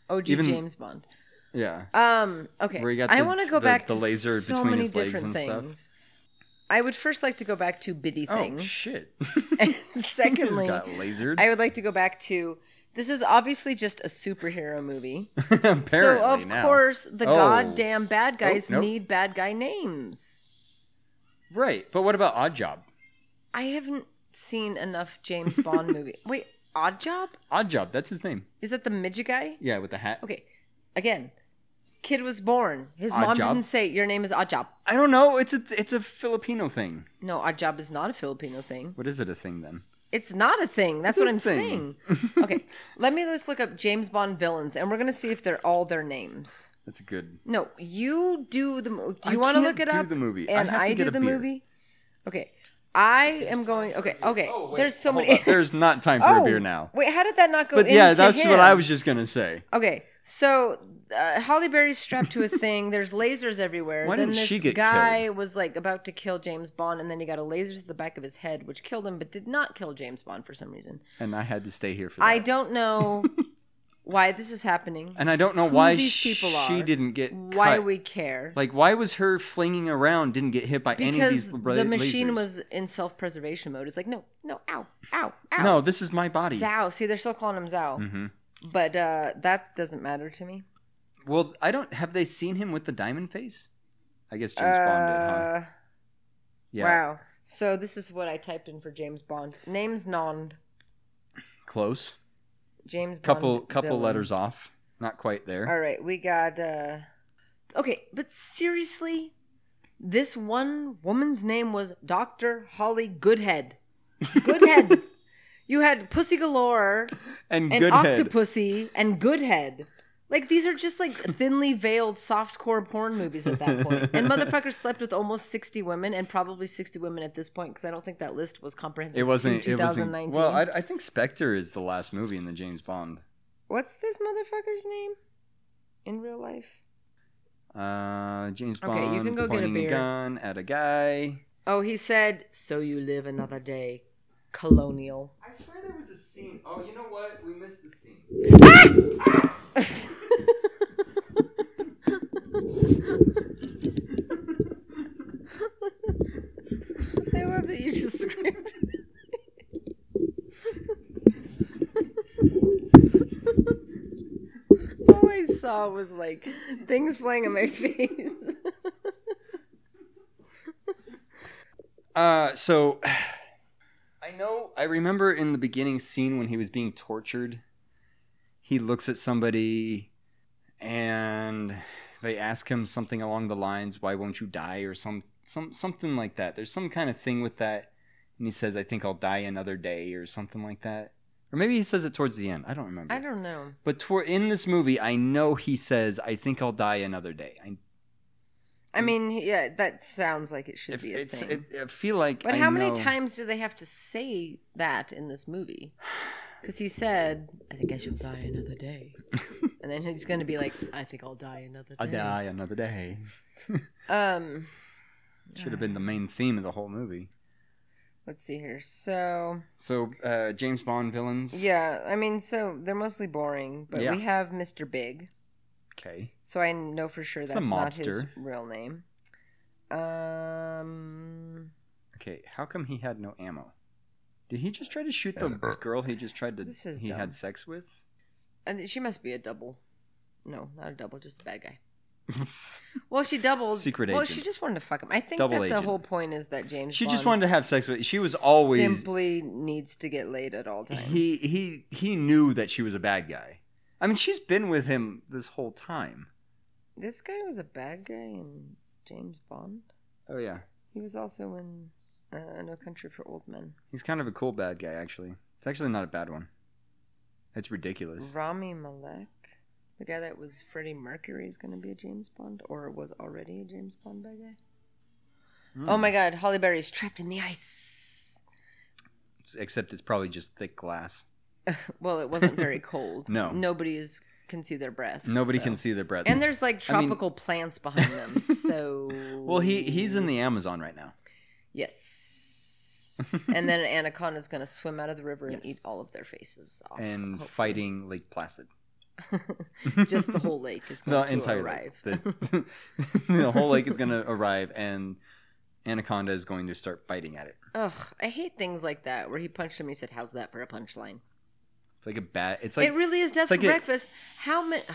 [SPEAKER 7] OG
[SPEAKER 6] even-
[SPEAKER 7] James Bond.
[SPEAKER 6] Yeah.
[SPEAKER 7] Um. Okay.
[SPEAKER 6] Where you got
[SPEAKER 7] I
[SPEAKER 6] the-
[SPEAKER 7] want to go
[SPEAKER 6] the-
[SPEAKER 7] back
[SPEAKER 6] the
[SPEAKER 7] to
[SPEAKER 6] laser
[SPEAKER 7] so
[SPEAKER 6] between
[SPEAKER 7] many
[SPEAKER 6] his legs
[SPEAKER 7] different
[SPEAKER 6] and stuff.
[SPEAKER 7] things. I would first like to go back to biddy
[SPEAKER 6] Oh
[SPEAKER 7] things.
[SPEAKER 6] shit.
[SPEAKER 7] And
[SPEAKER 6] He
[SPEAKER 7] secondly,
[SPEAKER 6] just got lasered.
[SPEAKER 7] I would like to go back to this is obviously just a superhero movie.
[SPEAKER 6] Apparently
[SPEAKER 7] so of
[SPEAKER 6] now.
[SPEAKER 7] course the
[SPEAKER 6] Oh.
[SPEAKER 7] goddamn bad guys
[SPEAKER 6] nope.
[SPEAKER 7] need bad guy names.
[SPEAKER 6] Right, but what about Odd Job?
[SPEAKER 7] I haven't seen enough James Bond movie. Wait, Odd Job?
[SPEAKER 6] Odd Job, that's his name.
[SPEAKER 7] Is that the midget guy?
[SPEAKER 6] Yeah, with the hat.
[SPEAKER 7] Okay. Again, kid was born. His
[SPEAKER 6] Odd
[SPEAKER 7] mom
[SPEAKER 6] Job?
[SPEAKER 7] didn't say your name is Odd Job.
[SPEAKER 6] I don't know. It's a it's a Filipino thing.
[SPEAKER 7] No, Odd Job is not a Filipino thing.
[SPEAKER 6] What is it a thing then?
[SPEAKER 7] It's not a thing. That's
[SPEAKER 6] It's
[SPEAKER 7] what
[SPEAKER 6] a
[SPEAKER 7] I'm
[SPEAKER 6] thing.
[SPEAKER 7] saying. Okay, let me just look up James Bond villains, and we're gonna see if they're all their names.
[SPEAKER 6] That's a good.
[SPEAKER 7] No, you do the. mo- Do
[SPEAKER 6] I
[SPEAKER 7] you want to
[SPEAKER 6] can't
[SPEAKER 7] look it
[SPEAKER 6] do
[SPEAKER 7] up?
[SPEAKER 6] the movie. I
[SPEAKER 7] and
[SPEAKER 6] have to
[SPEAKER 7] I,
[SPEAKER 6] get
[SPEAKER 7] do
[SPEAKER 6] a
[SPEAKER 7] the
[SPEAKER 6] beer.
[SPEAKER 7] movie. Okay, I am going. Okay, okay. There's so many.
[SPEAKER 6] uh, There's not time for
[SPEAKER 7] oh,
[SPEAKER 6] a beer now.
[SPEAKER 7] Wait, how did that not go?
[SPEAKER 6] But yeah,
[SPEAKER 7] into
[SPEAKER 6] that's
[SPEAKER 7] him?
[SPEAKER 6] what I was just gonna say.
[SPEAKER 7] Okay, so uh, Holly Berry's strapped to a thing. There's lasers everywhere.
[SPEAKER 6] Why
[SPEAKER 7] then
[SPEAKER 6] didn't
[SPEAKER 7] this
[SPEAKER 6] she get
[SPEAKER 7] guy was like about to kill James Bond, and then he got a laser to the back of his head, which killed him, but did not kill James Bond for some reason.
[SPEAKER 6] And I had to stay here for that.
[SPEAKER 7] I don't know why this is happening.
[SPEAKER 6] and I don't know why
[SPEAKER 7] these
[SPEAKER 6] she
[SPEAKER 7] people are,
[SPEAKER 6] didn't get
[SPEAKER 7] why
[SPEAKER 6] cut.
[SPEAKER 7] we care.
[SPEAKER 6] like why was her flinging around didn't get hit by any of
[SPEAKER 7] because
[SPEAKER 6] these ra-
[SPEAKER 7] the machine
[SPEAKER 6] lasers?
[SPEAKER 7] was in self-preservation mode. It's like no, no, ow, ow, ow.
[SPEAKER 6] no this is my body
[SPEAKER 7] Zao. See, they're still calling him Zao,
[SPEAKER 6] Mhm.
[SPEAKER 7] but uh, that doesn't matter to me.
[SPEAKER 6] well I don't have they seen him with the diamond face I guess James Bond did huh
[SPEAKER 7] Uh,
[SPEAKER 6] Uh-huh. yeah
[SPEAKER 7] Wow. So this is what I typed in for James Bond. Names non
[SPEAKER 6] close
[SPEAKER 7] James Bond.
[SPEAKER 6] couple couple
[SPEAKER 7] villains.
[SPEAKER 6] letters off not quite there
[SPEAKER 7] All right, we got uh Okay, but seriously, this one woman's name was Dr. Holly Goodhead. Goodhead. you had Pussy Galore
[SPEAKER 6] and,
[SPEAKER 7] and
[SPEAKER 6] good head
[SPEAKER 7] Octopussy and Goodhead. Like these are just like thinly veiled softcore porn movies at that point. And motherfucker slept with almost 60 women and probably 60 women at this point cuz I don't think that list was
[SPEAKER 6] it
[SPEAKER 7] comprehensive.
[SPEAKER 6] wasn't it
[SPEAKER 7] in
[SPEAKER 6] wasn't
[SPEAKER 7] 2019.
[SPEAKER 6] well I, I think Spectre is the last movie in the James Bond
[SPEAKER 7] What's this motherfucker's name in real life?
[SPEAKER 6] uh James Bond
[SPEAKER 7] Okay, you can go get a
[SPEAKER 6] pointing
[SPEAKER 7] beer.
[SPEAKER 6] gun at a guy
[SPEAKER 7] Oh, he said, "So you live another day, colonial."
[SPEAKER 6] I swear there was a scene oh you know what we missed the scene
[SPEAKER 7] I love that you just screamed. All I saw was like things flying in my face.
[SPEAKER 6] Uh, so I know I remember in the beginning scene when he was being tortured, he looks at somebody and they ask him something along the lines, "Why won't you die?" or some some something like that. There's some kind of thing with that, and he says, "I think I'll die another day" or something like that. Or maybe he says it towards the end. I don't remember.
[SPEAKER 7] I don't know.
[SPEAKER 6] But toward, in this movie, I know he says, "I think I'll die another day." I,
[SPEAKER 7] I mean, yeah, that sounds like it
[SPEAKER 6] Mm.
[SPEAKER 7] should
[SPEAKER 6] If
[SPEAKER 7] be a
[SPEAKER 6] it's,
[SPEAKER 7] thing.
[SPEAKER 6] it, I feel like.
[SPEAKER 7] But
[SPEAKER 6] I
[SPEAKER 7] how many
[SPEAKER 6] know-
[SPEAKER 7] times do they have to say that in this movie? Because he said, "I think I shall die another day," and then he's going to be like, "I think I'll die another
[SPEAKER 6] I
[SPEAKER 7] day."
[SPEAKER 6] die another day.
[SPEAKER 7] Um,
[SPEAKER 6] Should have been the main theme of the whole movie.
[SPEAKER 7] let's see here. So
[SPEAKER 6] So, uh, James Bond villains.
[SPEAKER 7] yeah, I mean, so they're mostly boring, but
[SPEAKER 6] Yeah.
[SPEAKER 7] we have Mr. Big,
[SPEAKER 6] Okay.
[SPEAKER 7] so I know for sure
[SPEAKER 6] It's a
[SPEAKER 7] that's not his
[SPEAKER 6] mobster.
[SPEAKER 7] real name. Um,
[SPEAKER 6] Okay. How come he had no ammo? Did he just try to shoot the girl he just tried to?
[SPEAKER 7] This is
[SPEAKER 6] he
[SPEAKER 7] dumb.
[SPEAKER 6] had sex with.
[SPEAKER 7] and she must be a double. No, not a double, just a bad guy. Well, she doubled.
[SPEAKER 6] Secret
[SPEAKER 7] Well,
[SPEAKER 6] agent.
[SPEAKER 7] she just wanted to fuck him. I think
[SPEAKER 6] Double
[SPEAKER 7] that the
[SPEAKER 6] agent.
[SPEAKER 7] whole point is that James.
[SPEAKER 6] She just
[SPEAKER 7] Bond-
[SPEAKER 6] wanted to have sex with. She was always
[SPEAKER 7] simply needs to get laid at all times.
[SPEAKER 6] he he he knew that she was a bad guy. I mean, she's been with him this whole time.
[SPEAKER 7] this guy was a bad guy in James Bond.
[SPEAKER 6] Oh yeah,
[SPEAKER 7] He was also in uh, No Country for Old Men.
[SPEAKER 6] he's kind of a cool bad guy actually. It's actually not a bad one. It's ridiculous.
[SPEAKER 7] Rami Malek, the guy that was Freddie Mercury, is going to be a James Bond, or was already a James Bond bad guy.
[SPEAKER 6] Hmm.
[SPEAKER 7] Oh my God, Holly Berry's trapped in the ice.
[SPEAKER 6] It's- Except it's probably just thick glass.
[SPEAKER 7] Well, it wasn't very cold.
[SPEAKER 6] No.
[SPEAKER 7] nobody is can see their breath.
[SPEAKER 6] Nobody
[SPEAKER 7] so-
[SPEAKER 6] can see their breath.
[SPEAKER 7] And there's like
[SPEAKER 6] I mean-
[SPEAKER 7] tropical plants behind them, so.
[SPEAKER 6] well, he he's in the Amazon right now.
[SPEAKER 7] Yes. and then an anaconda is going to swim out of the river and eat all of their faces off.
[SPEAKER 6] and
[SPEAKER 7] hopefully.
[SPEAKER 6] fighting Lake Placid.
[SPEAKER 7] Just the whole lake is
[SPEAKER 6] The
[SPEAKER 7] going to
[SPEAKER 6] entire
[SPEAKER 7] arrive.
[SPEAKER 6] lake. The, the whole lake is going to arrive, and Anaconda is going to start biting at it.
[SPEAKER 7] Ugh, I hate things like that where he punched him. He said, "How's that for a punchline?"
[SPEAKER 6] It's like a bat. It's like
[SPEAKER 7] it really is death
[SPEAKER 6] it's like
[SPEAKER 7] for
[SPEAKER 6] it-
[SPEAKER 7] breakfast. How ma-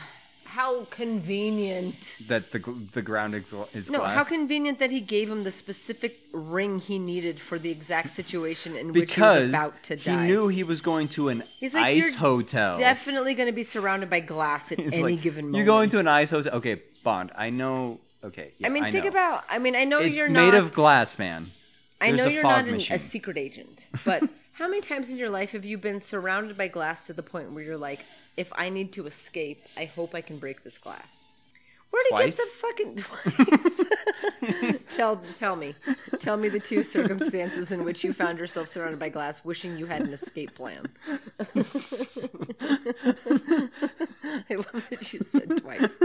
[SPEAKER 7] How convenient.
[SPEAKER 6] that the gl- the ground is, gl- is
[SPEAKER 7] No,
[SPEAKER 6] glass.
[SPEAKER 7] how convenient that he gave him the specific ring he needed for the exact situation in which he was
[SPEAKER 6] because
[SPEAKER 7] about to die.
[SPEAKER 6] he knew he was going to an
[SPEAKER 7] He's like,
[SPEAKER 6] ice
[SPEAKER 7] "You're
[SPEAKER 6] hotel.
[SPEAKER 7] definitely going to be surrounded by glass at
[SPEAKER 6] It's
[SPEAKER 7] any
[SPEAKER 6] like,
[SPEAKER 7] given moment.
[SPEAKER 6] You're going to an ice hotel. Okay, Bond. I know. Okay. Yeah,
[SPEAKER 7] I mean, think
[SPEAKER 6] know.
[SPEAKER 7] about. I mean, I know
[SPEAKER 6] It's
[SPEAKER 7] you're
[SPEAKER 6] made
[SPEAKER 7] not
[SPEAKER 6] of glass, man.
[SPEAKER 7] I
[SPEAKER 6] There's
[SPEAKER 7] know
[SPEAKER 6] a
[SPEAKER 7] you're
[SPEAKER 6] fog
[SPEAKER 7] not an,
[SPEAKER 6] machine.
[SPEAKER 7] a secret agent, but how many times in your life have you been surrounded by glass to the point where you're like, if I need to escape, I hope I can break this glass. Where would he get the fucking twice? tell tell me, tell me the two circumstances in which you found yourself surrounded by glass, wishing you had an escape plan. I love that you said twice.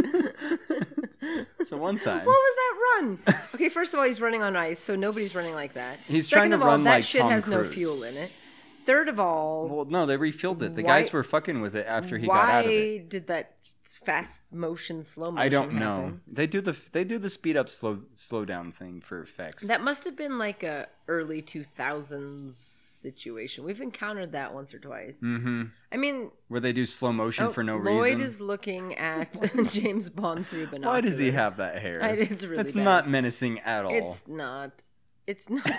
[SPEAKER 6] So one time.
[SPEAKER 7] What was that run? Okay, first of all, he's running on ice, so nobody's running like that.
[SPEAKER 6] He's
[SPEAKER 7] Second
[SPEAKER 6] trying to
[SPEAKER 7] of all,
[SPEAKER 6] run
[SPEAKER 7] that
[SPEAKER 6] like
[SPEAKER 7] shit
[SPEAKER 6] Tom
[SPEAKER 7] has no
[SPEAKER 6] Cruise.
[SPEAKER 7] fuel in it. Third of all,
[SPEAKER 6] well, no, they refilled it. The
[SPEAKER 7] Why-
[SPEAKER 6] guys were fucking with it after he
[SPEAKER 7] why
[SPEAKER 6] got out of it.
[SPEAKER 7] did that fast motion slow motion?
[SPEAKER 6] I don't know.
[SPEAKER 7] happen?
[SPEAKER 6] They do the they do the speed up slow slow down thing for effects.
[SPEAKER 7] That must have been like a early two thousands situation. We've encountered that once or twice.
[SPEAKER 6] mm-hmm.
[SPEAKER 7] I mean,
[SPEAKER 6] Where they do slow motion
[SPEAKER 7] oh,
[SPEAKER 6] for no
[SPEAKER 7] Lloyd
[SPEAKER 6] reason.
[SPEAKER 7] is looking at James Bond through binoculars.
[SPEAKER 6] Why does he have that hair?
[SPEAKER 7] I- it's really
[SPEAKER 6] That's
[SPEAKER 7] bad.
[SPEAKER 6] not menacing at all. It's,
[SPEAKER 7] It's not. It's not.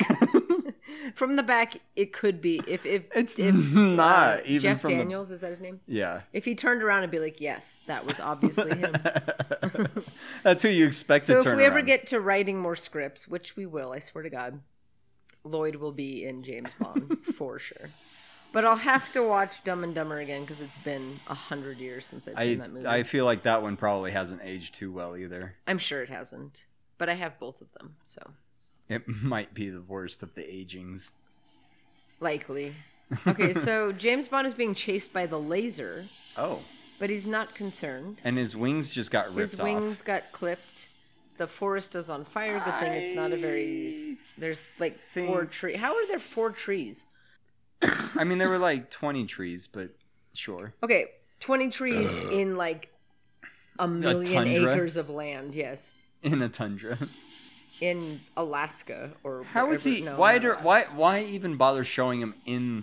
[SPEAKER 7] from the back, it could be. If if if,
[SPEAKER 6] not
[SPEAKER 7] uh,
[SPEAKER 6] even
[SPEAKER 7] Jeff
[SPEAKER 6] from the
[SPEAKER 7] Daniels is that his name?
[SPEAKER 6] yeah.
[SPEAKER 7] If he turned around and be like, "Yes, that was obviously him."
[SPEAKER 6] That's who you expect
[SPEAKER 7] so
[SPEAKER 6] to
[SPEAKER 7] if
[SPEAKER 6] turn
[SPEAKER 7] we ever
[SPEAKER 6] around.
[SPEAKER 7] get to writing more scripts, which we will, I swear to God, Lloyd will be in James Bond for sure. But I'll have to watch Dumb and Dumber again because it's been a hundred years since I've seen
[SPEAKER 6] I
[SPEAKER 7] that movie.
[SPEAKER 6] I
[SPEAKER 7] i
[SPEAKER 6] feel like that one probably hasn't aged too well either.
[SPEAKER 7] am sure it hasn't, but I have both of them, so
[SPEAKER 6] It might be the worst of the agings.
[SPEAKER 7] likely. Okay, so James Bond is being chased by the laser,
[SPEAKER 6] Oh,
[SPEAKER 7] but he's not concerned.
[SPEAKER 6] and his wings just got ripped
[SPEAKER 7] His wings
[SPEAKER 6] off.
[SPEAKER 7] got clipped. The forest is on fire. Good thing it's not a very. There's like four
[SPEAKER 6] think-
[SPEAKER 7] tree. How are there four trees?
[SPEAKER 6] I mean, there were like twenty trees, but sure.
[SPEAKER 7] Okay, twenty trees in like a million
[SPEAKER 6] tundra?
[SPEAKER 7] acres of land. Yes,
[SPEAKER 6] In a tundra.
[SPEAKER 7] in Alaska or
[SPEAKER 6] How is
[SPEAKER 7] wherever-
[SPEAKER 6] he?
[SPEAKER 7] no,
[SPEAKER 6] why
[SPEAKER 7] not
[SPEAKER 6] do?
[SPEAKER 7] Alaska.
[SPEAKER 6] Why? Why even bother showing him in?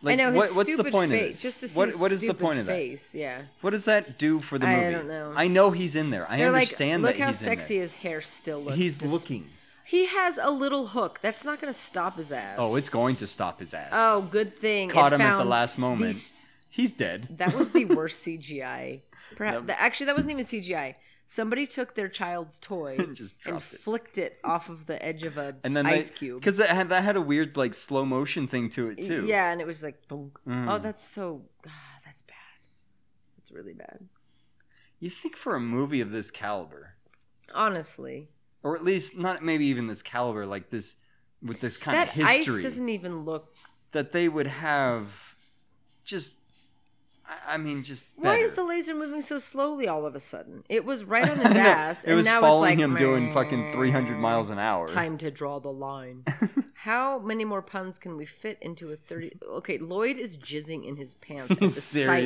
[SPEAKER 6] Like,
[SPEAKER 7] I know his
[SPEAKER 6] what, what's the
[SPEAKER 7] stupid
[SPEAKER 6] point
[SPEAKER 7] face,
[SPEAKER 6] of this?
[SPEAKER 7] Just to see
[SPEAKER 6] what
[SPEAKER 7] his
[SPEAKER 6] What is the
[SPEAKER 7] stupid
[SPEAKER 6] point of that?
[SPEAKER 7] face, Yeah,
[SPEAKER 6] What does that do for the
[SPEAKER 7] I
[SPEAKER 6] movie?
[SPEAKER 7] don't know.
[SPEAKER 6] I know he's in there. I
[SPEAKER 7] they're
[SPEAKER 6] understand
[SPEAKER 7] like, look
[SPEAKER 6] that
[SPEAKER 7] how
[SPEAKER 6] he's
[SPEAKER 7] sexy
[SPEAKER 6] in
[SPEAKER 7] his hair still
[SPEAKER 6] there.
[SPEAKER 7] looks.
[SPEAKER 6] He's
[SPEAKER 7] dis-
[SPEAKER 6] looking.
[SPEAKER 7] He has a little hook. That's not going to stop his ass.
[SPEAKER 6] Oh, it's going to stop his ass.
[SPEAKER 7] oh, good thing it
[SPEAKER 6] Caught him at the
[SPEAKER 7] found
[SPEAKER 6] last moment.
[SPEAKER 7] these-
[SPEAKER 6] He's dead.
[SPEAKER 7] That was the worst CGI. Perhaps actually that wasn't even CGI. Somebody took their child's toy
[SPEAKER 6] And just
[SPEAKER 7] and
[SPEAKER 6] dropped it.
[SPEAKER 7] flicked it off of the edge of a
[SPEAKER 6] And then
[SPEAKER 7] ice cube.
[SPEAKER 6] because that had that had a weird like slow motion thing to it too. Mm.
[SPEAKER 7] Yeah, and it was like, thunk. oh, that's so, ah, that's bad. That's really bad.
[SPEAKER 6] You think for a movie of this caliber,
[SPEAKER 7] Honestly,
[SPEAKER 6] or at least not maybe even this caliber, like this with this kind
[SPEAKER 7] That
[SPEAKER 6] of
[SPEAKER 7] ice
[SPEAKER 6] history
[SPEAKER 7] doesn't even look.
[SPEAKER 6] that they would have. Just, I, I mean, just.
[SPEAKER 7] Why is the
[SPEAKER 6] better.
[SPEAKER 7] laser moving so slowly all of a sudden? It was right on his
[SPEAKER 6] I know,
[SPEAKER 7] ass,
[SPEAKER 6] It
[SPEAKER 7] and
[SPEAKER 6] was
[SPEAKER 7] now
[SPEAKER 6] following
[SPEAKER 7] it's like "Mm."
[SPEAKER 6] him doing fucking 300 miles an hour.
[SPEAKER 7] Time to draw the line. How many more puns can we fit into a 30? Okay, Lloyd is jizzing in his pants at the sight of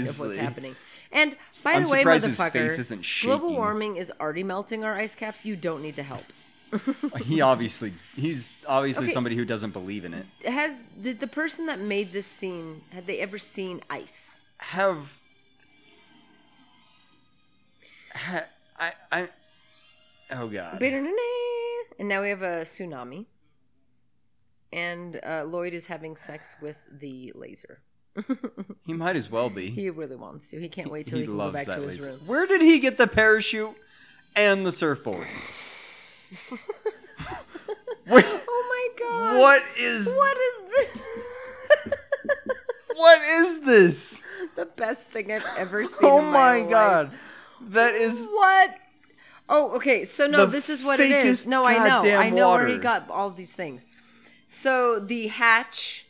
[SPEAKER 6] Seriously.
[SPEAKER 7] what's happening. And by
[SPEAKER 6] I'm
[SPEAKER 7] the way,
[SPEAKER 6] surprised his
[SPEAKER 7] motherfucker,
[SPEAKER 6] face isn't
[SPEAKER 7] global
[SPEAKER 6] shaking.
[SPEAKER 7] warming is already melting our ice caps. You don't need to help.
[SPEAKER 6] He obviously, he's obviously
[SPEAKER 7] Okay.
[SPEAKER 6] somebody who doesn't believe in it.
[SPEAKER 7] Has the, the person that made this scene, had they ever seen ice?
[SPEAKER 6] have ha, I I oh god.
[SPEAKER 7] Ba-da-na-na. And now we have a tsunami. And uh, Lloyd is having sex with the laser.
[SPEAKER 6] He might as well be.
[SPEAKER 7] He really wants to. He can't wait till
[SPEAKER 6] He
[SPEAKER 7] he, can go
[SPEAKER 6] loves
[SPEAKER 7] back to
[SPEAKER 6] that
[SPEAKER 7] his
[SPEAKER 6] laser.
[SPEAKER 7] room.
[SPEAKER 6] Where did he get the parachute and the surfboard? Where-
[SPEAKER 7] Oh my god!
[SPEAKER 6] what is
[SPEAKER 7] What is this?
[SPEAKER 6] what is this?
[SPEAKER 7] the best thing I've ever seen.
[SPEAKER 6] Oh
[SPEAKER 7] in
[SPEAKER 6] my,
[SPEAKER 7] life.
[SPEAKER 6] god. That is
[SPEAKER 7] What? Oh, okay. So no,
[SPEAKER 6] The
[SPEAKER 7] this is what it is.
[SPEAKER 6] fakest
[SPEAKER 7] No, I know.
[SPEAKER 6] goddamn
[SPEAKER 7] I know where he
[SPEAKER 6] water.
[SPEAKER 7] got all these things. So the hatch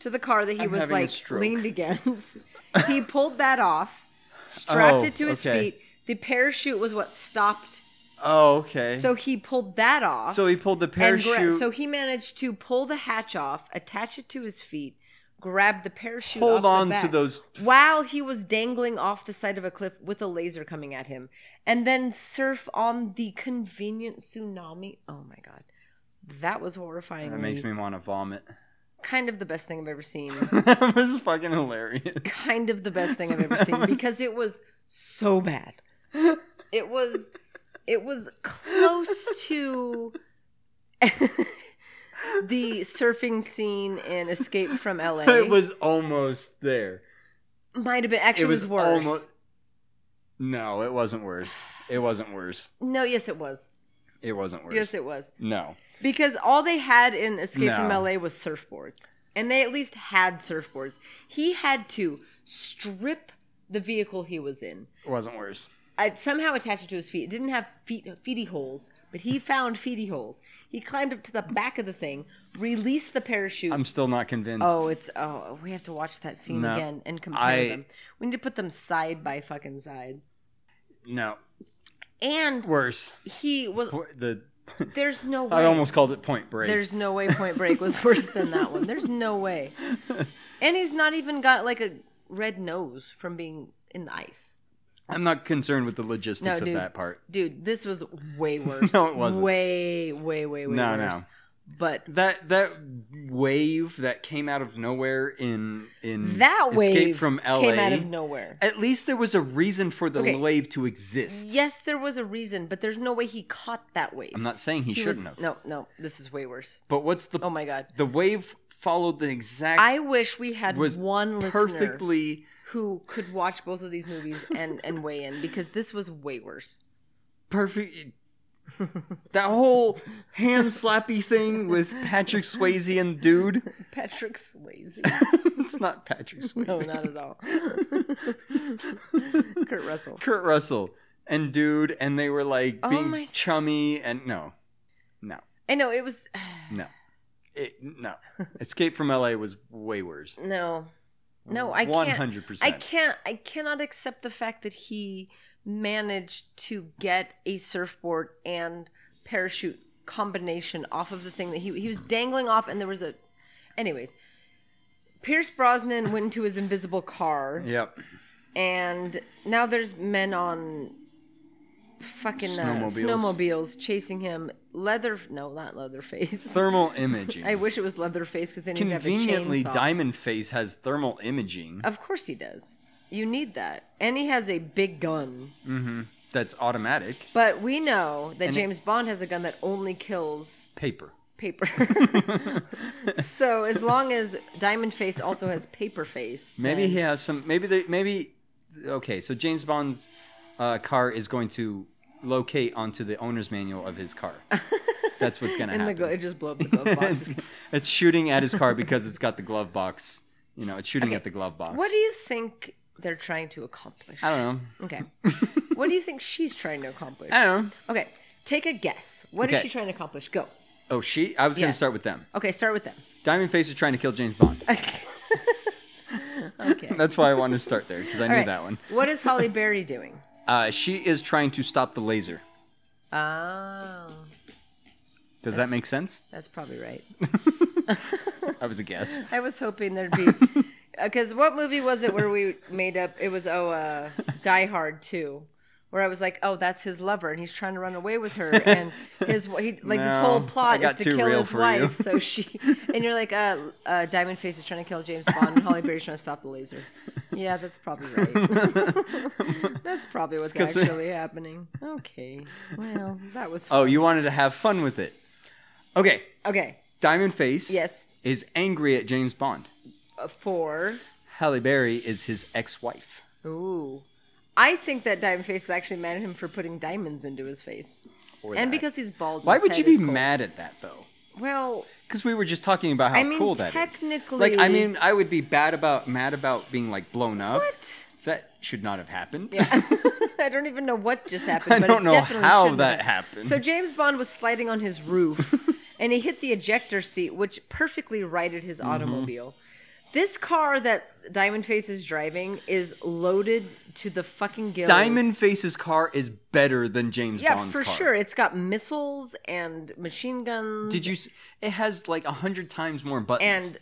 [SPEAKER 7] to the car that he
[SPEAKER 6] I'm
[SPEAKER 7] was
[SPEAKER 6] having a
[SPEAKER 7] like
[SPEAKER 6] stroke.
[SPEAKER 7] leaned against, he pulled that off, strapped
[SPEAKER 6] Oh,
[SPEAKER 7] it to his
[SPEAKER 6] okay.
[SPEAKER 7] feet. The parachute was what stopped.
[SPEAKER 6] Oh, okay.
[SPEAKER 7] So he pulled that off.
[SPEAKER 6] So he pulled the
[SPEAKER 7] and gra-
[SPEAKER 6] parachute.
[SPEAKER 7] so he managed to pull the hatch off, attach it to his feet, grab the parachute.
[SPEAKER 6] Hold
[SPEAKER 7] off
[SPEAKER 6] on
[SPEAKER 7] the
[SPEAKER 6] to
[SPEAKER 7] back
[SPEAKER 6] those-
[SPEAKER 7] while he was dangling off the side of a cliff with a laser coming at him, and then surf on the convenient tsunami. Oh my god, that was horrifying.
[SPEAKER 6] that makes me want to vomit.
[SPEAKER 7] kind of the best thing I've ever seen.
[SPEAKER 6] that was fucking hilarious.
[SPEAKER 7] kind of the best thing I've ever seen because it was so bad. It was it was close to the surfing scene in Escape from LA.
[SPEAKER 6] It was almost there.
[SPEAKER 7] might have been actually it was, worse.
[SPEAKER 6] almo- No, it wasn't worse. It wasn't worse.
[SPEAKER 7] No, yes it was.
[SPEAKER 6] It wasn't worse.
[SPEAKER 7] Yes it was.
[SPEAKER 6] no.
[SPEAKER 7] Because all they had in Escape from
[SPEAKER 6] No.
[SPEAKER 7] LA was surfboards. And they at least had surfboards. He had to strip the vehicle he was in.
[SPEAKER 6] It wasn't worse.
[SPEAKER 7] I'd somehow attached it to his feet. It didn't have feet, feety holes, but he found feety holes. He climbed up to the back of the thing, released the parachute.
[SPEAKER 6] I'm still not convinced.
[SPEAKER 7] oh, it's oh, we have to watch that scene
[SPEAKER 6] No.
[SPEAKER 7] again and compare
[SPEAKER 6] I-
[SPEAKER 7] them. We need to put them side by fucking side.
[SPEAKER 6] no.
[SPEAKER 7] And
[SPEAKER 6] Worse.
[SPEAKER 7] he was.
[SPEAKER 6] Po- The
[SPEAKER 7] There's no way.
[SPEAKER 6] I almost called it point break.
[SPEAKER 7] There's no way Point Break was worse than that one. There's no way. And he's not even got like a red nose from being in the ice.
[SPEAKER 6] I'm not concerned with the logistics
[SPEAKER 7] No,
[SPEAKER 6] of
[SPEAKER 7] dude.
[SPEAKER 6] that part.
[SPEAKER 7] Dude, this was way worse.
[SPEAKER 6] No, it wasn't.
[SPEAKER 7] Way, way, way, way
[SPEAKER 6] No,
[SPEAKER 7] worse.
[SPEAKER 6] no.
[SPEAKER 7] But
[SPEAKER 6] That that wave that came out of nowhere in in
[SPEAKER 7] that wave
[SPEAKER 6] Escape from LA.
[SPEAKER 7] came out of nowhere.
[SPEAKER 6] At least there was a reason for the
[SPEAKER 7] Okay.
[SPEAKER 6] wave to exist.
[SPEAKER 7] Yes, there was a reason, but there's no way he caught that wave.
[SPEAKER 6] I'm not saying he,
[SPEAKER 7] He was-
[SPEAKER 6] shouldn't have.
[SPEAKER 7] No, no, this is way worse.
[SPEAKER 6] But what's the
[SPEAKER 7] Oh my god.
[SPEAKER 6] the wave followed the exact
[SPEAKER 7] I wish we had
[SPEAKER 6] was
[SPEAKER 7] one listener
[SPEAKER 6] perfectly
[SPEAKER 7] who could watch both of these movies and and weigh in because this was way worse.
[SPEAKER 6] perfect. that whole hand slappy thing with Patrick Swayze and dude.
[SPEAKER 7] Patrick Swayze.
[SPEAKER 6] it's not Patrick Swayze.
[SPEAKER 7] No, not at all. Kurt Russell.
[SPEAKER 6] Kurt Russell and dude, and they were like
[SPEAKER 7] Oh
[SPEAKER 6] being
[SPEAKER 7] my-
[SPEAKER 6] chummy and no, no,
[SPEAKER 7] I know it was
[SPEAKER 6] no, it, no. Escape from L.A. was way worse.
[SPEAKER 7] no. No, I
[SPEAKER 6] one
[SPEAKER 7] can't.
[SPEAKER 6] hundred
[SPEAKER 7] I
[SPEAKER 6] percent.
[SPEAKER 7] can't. I cannot accept the fact that he managed to get a surfboard and parachute combination off of the thing that he he was dangling off, and there was a. Anyways, Pierce Brosnan went into his invisible car,
[SPEAKER 6] Yep,
[SPEAKER 7] and now there's men on fucking uh,
[SPEAKER 6] Snowmobiles.
[SPEAKER 7] snowmobiles chasing him. Leather? No, not Leatherface.
[SPEAKER 6] thermal imaging.
[SPEAKER 7] I wish it was Leatherface because they need to have a chainsaw.
[SPEAKER 6] Conveniently, Diamond Face has thermal imaging
[SPEAKER 7] Of course he does. You need that. And he has a big gun.
[SPEAKER 6] that's automatic
[SPEAKER 7] But we know that
[SPEAKER 6] And it-
[SPEAKER 7] James Bond has a gun that only kills
[SPEAKER 6] paper.
[SPEAKER 7] paper. so as long as Diamond Face also has paper face.
[SPEAKER 6] Maybe
[SPEAKER 7] then-
[SPEAKER 6] he has some. Maybe they. Maybe okay. So James Bond's uh, car is going to locate onto the owner's manual of his car. That's what's going to
[SPEAKER 7] and the
[SPEAKER 6] happen.
[SPEAKER 7] glove, it just blow up the glove box.
[SPEAKER 6] it's, it's shooting at his car because it's got the glove box. You know, it's shooting at the glove box.
[SPEAKER 7] what do you think they're trying to accomplish?
[SPEAKER 6] I don't know.
[SPEAKER 7] Okay. what do you think she's trying to accomplish?
[SPEAKER 6] I don't know.
[SPEAKER 7] Okay. Take a guess. What is
[SPEAKER 6] Okay.
[SPEAKER 7] she trying to accomplish? Go.
[SPEAKER 6] Oh, she? I was going
[SPEAKER 7] Yeah.
[SPEAKER 6] to start with them.
[SPEAKER 7] Okay, start with them.
[SPEAKER 6] Diamond Face is trying to kill James Bond.
[SPEAKER 7] Okay.
[SPEAKER 6] That's why I wanted to start there because I knew
[SPEAKER 7] All right.
[SPEAKER 6] that one.
[SPEAKER 7] What is Holly Berry doing?
[SPEAKER 6] Uh, she is trying to stop the laser.
[SPEAKER 7] Oh,
[SPEAKER 6] Does that make sense?
[SPEAKER 7] that's probably right.
[SPEAKER 6] That was a guess.
[SPEAKER 7] I was hoping there'd be because what movie was it where we made up? It was oh, uh, Die Hard two, where I was like, oh, that's his lover, and he's trying to run away with her, and his he like this
[SPEAKER 6] No,
[SPEAKER 7] whole
[SPEAKER 6] I
[SPEAKER 7] plot
[SPEAKER 6] got
[SPEAKER 7] is to
[SPEAKER 6] too
[SPEAKER 7] kill
[SPEAKER 6] real
[SPEAKER 7] his
[SPEAKER 6] for you.
[SPEAKER 7] wife. So she and you're like, uh, uh, Diamond Face is trying to kill James Bond, and Holly Berry's trying to stop the laser. Yeah, that's probably right. that's probably what's
[SPEAKER 6] 'cause they're-
[SPEAKER 7] actually happening. Okay, well, that was
[SPEAKER 6] Oh, you wanted to have fun with it. Okay.
[SPEAKER 7] okay.
[SPEAKER 6] Diamond Face
[SPEAKER 7] Yes.
[SPEAKER 6] is angry at James Bond.
[SPEAKER 7] Uh, four.
[SPEAKER 6] Halle Berry is his ex-wife.
[SPEAKER 7] Ooh. I think that Diamond Face is actually mad at him for putting diamonds into his face.
[SPEAKER 6] Or
[SPEAKER 7] And
[SPEAKER 6] that.
[SPEAKER 7] because he's bald. and
[SPEAKER 6] Why
[SPEAKER 7] his
[SPEAKER 6] would you
[SPEAKER 7] head
[SPEAKER 6] be
[SPEAKER 7] is cold.
[SPEAKER 6] mad at that though?
[SPEAKER 7] Well,
[SPEAKER 6] Because we were just talking about how
[SPEAKER 7] I mean,
[SPEAKER 6] cool that is.
[SPEAKER 7] technically-
[SPEAKER 6] like I mean, I would be bad about mad about being like blown up.
[SPEAKER 7] what?
[SPEAKER 6] That should not have happened.
[SPEAKER 7] I don't even know what just happened.
[SPEAKER 6] I
[SPEAKER 7] but
[SPEAKER 6] don't
[SPEAKER 7] it
[SPEAKER 6] know
[SPEAKER 7] definitely
[SPEAKER 6] how
[SPEAKER 7] shouldn't
[SPEAKER 6] that
[SPEAKER 7] have.
[SPEAKER 6] happened.
[SPEAKER 7] So James Bond was sliding on his roof and he hit the ejector seat, which perfectly righted
[SPEAKER 6] Mm-hmm.
[SPEAKER 7] his automobile. This car that Diamond Face is driving is loaded to the fucking gills.
[SPEAKER 6] Diamond Face's car is better than James
[SPEAKER 7] Yeah,
[SPEAKER 6] Bond's
[SPEAKER 7] for
[SPEAKER 6] car.
[SPEAKER 7] sure. It's got missiles and machine guns.
[SPEAKER 6] Did you? s- It has like a hundred times more buttons.
[SPEAKER 7] and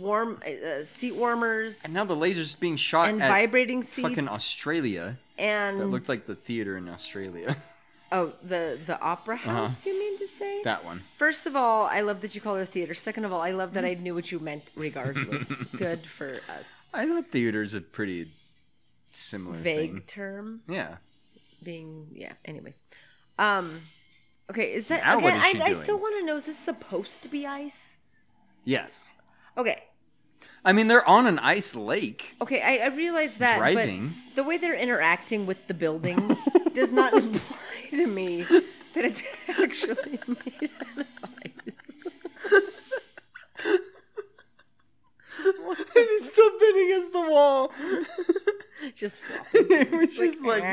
[SPEAKER 7] warm uh, seat warmers
[SPEAKER 6] And now the laser's being shot
[SPEAKER 7] and
[SPEAKER 6] at
[SPEAKER 7] vibrating
[SPEAKER 6] fucking
[SPEAKER 7] seats.
[SPEAKER 6] Australia.
[SPEAKER 7] and
[SPEAKER 6] That looked like the theater in Australia.
[SPEAKER 7] oh the the opera house you mean to say
[SPEAKER 6] Uh-huh. that one.
[SPEAKER 7] first of all i love that you call it a theater second of all i love that
[SPEAKER 6] Hmm?
[SPEAKER 7] i knew what you meant regardless good for us
[SPEAKER 6] I thought theater's a pretty similar
[SPEAKER 7] vague
[SPEAKER 6] thing.
[SPEAKER 7] term
[SPEAKER 6] Yeah.
[SPEAKER 7] being yeah anyways um okay is that
[SPEAKER 6] Now
[SPEAKER 7] okay
[SPEAKER 6] what is she
[SPEAKER 7] I, I
[SPEAKER 6] doing?
[SPEAKER 7] still want to know is this supposed to be ice
[SPEAKER 6] Yes.
[SPEAKER 7] okay
[SPEAKER 6] I mean, they're on an ice lake.
[SPEAKER 7] Okay, I, I realize that.
[SPEAKER 6] Driving.
[SPEAKER 7] But the way they're interacting with the building does not imply to me that it's actually made out of ice.
[SPEAKER 6] It was still biting against the wall.
[SPEAKER 7] Just flop.
[SPEAKER 6] it was just like stuck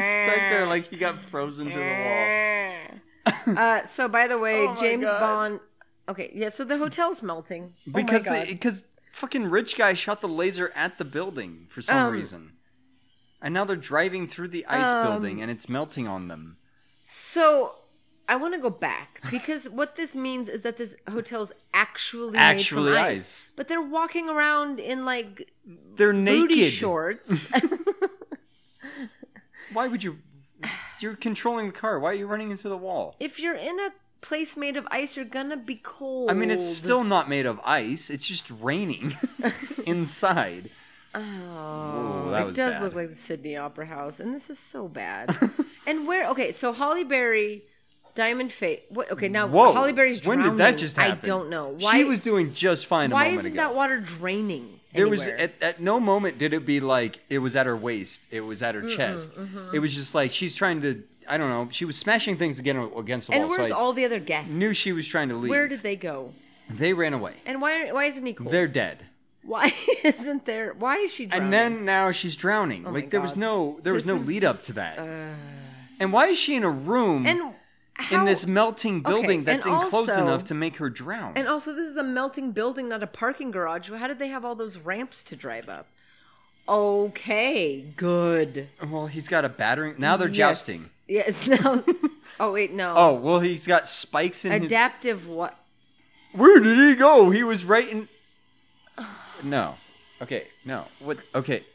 [SPEAKER 6] there, like he got frozen to the wall.
[SPEAKER 7] Uh, so, by the way,
[SPEAKER 6] Oh my
[SPEAKER 7] James
[SPEAKER 6] God.
[SPEAKER 7] Bond. Okay, yeah. So the hotel's melting Oh my
[SPEAKER 6] Because
[SPEAKER 7] God.
[SPEAKER 6] because fucking rich guy shot the laser at the building for some
[SPEAKER 7] Um,
[SPEAKER 6] reason, and now they're driving through the ice building and it's melting on them.
[SPEAKER 7] so. I want to go back because what this means is that this hotel's actually
[SPEAKER 6] Actually
[SPEAKER 7] made from
[SPEAKER 6] ice.
[SPEAKER 7] ice, but they're walking around in like
[SPEAKER 6] They're
[SPEAKER 7] booty
[SPEAKER 6] naked.
[SPEAKER 7] shorts.
[SPEAKER 6] Why would you? You're controlling the car. Why are you running into the wall?
[SPEAKER 7] if you're in a place made of ice, you're gonna be cold.
[SPEAKER 6] I mean, it's still not made of ice. It's just raining inside.
[SPEAKER 7] Oh,
[SPEAKER 6] Ooh, that
[SPEAKER 7] it
[SPEAKER 6] was
[SPEAKER 7] does
[SPEAKER 6] bad.
[SPEAKER 7] look like the Sydney Opera House, and this is so bad. and where? Okay, so Holly Berry, Diamond Fate. What? Okay, now
[SPEAKER 6] Whoa!
[SPEAKER 7] Holly Berry's
[SPEAKER 6] when
[SPEAKER 7] drowning.
[SPEAKER 6] did that just happen?
[SPEAKER 7] I don't know. Why
[SPEAKER 6] she was doing just fine. a
[SPEAKER 7] Why
[SPEAKER 6] moment
[SPEAKER 7] isn't
[SPEAKER 6] ago.
[SPEAKER 7] that water draining?
[SPEAKER 6] There was
[SPEAKER 7] anywhere?
[SPEAKER 6] at, at no moment did it be like it was at her waist, it was at her chest.
[SPEAKER 7] mm-hmm.
[SPEAKER 6] It was just like she's trying to. I don't know. She was smashing things again against the
[SPEAKER 7] and
[SPEAKER 6] wall.
[SPEAKER 7] where's
[SPEAKER 6] so I
[SPEAKER 7] all the other guests?
[SPEAKER 6] knew she was trying to leave.
[SPEAKER 7] Where did they go?
[SPEAKER 6] they ran away?
[SPEAKER 7] And why? Why isn't he cold?
[SPEAKER 6] They're dead.
[SPEAKER 7] Why isn't there? Why is she? Drowning? Oh
[SPEAKER 6] And then now she's drowning. like there was
[SPEAKER 7] God.
[SPEAKER 6] no there was
[SPEAKER 7] This
[SPEAKER 6] no
[SPEAKER 7] is- uh,
[SPEAKER 6] lead up to that. and why is she in a room
[SPEAKER 7] and how,
[SPEAKER 6] in this melting building
[SPEAKER 7] and
[SPEAKER 6] that's enclosed
[SPEAKER 7] also-
[SPEAKER 6] enough to make her drown?
[SPEAKER 7] And also, this is a melting building, not a parking garage. How did they have all those ramps to drive up? Okay, good.
[SPEAKER 6] well, he's got a battering. Now they're
[SPEAKER 7] Yes.
[SPEAKER 6] jousting.
[SPEAKER 7] Yes. Now. oh wait, no.
[SPEAKER 6] Oh well, he's got spikes in his.
[SPEAKER 7] Adaptive what?
[SPEAKER 6] Where did he go? He was right in. No. Okay. No. What? Okay.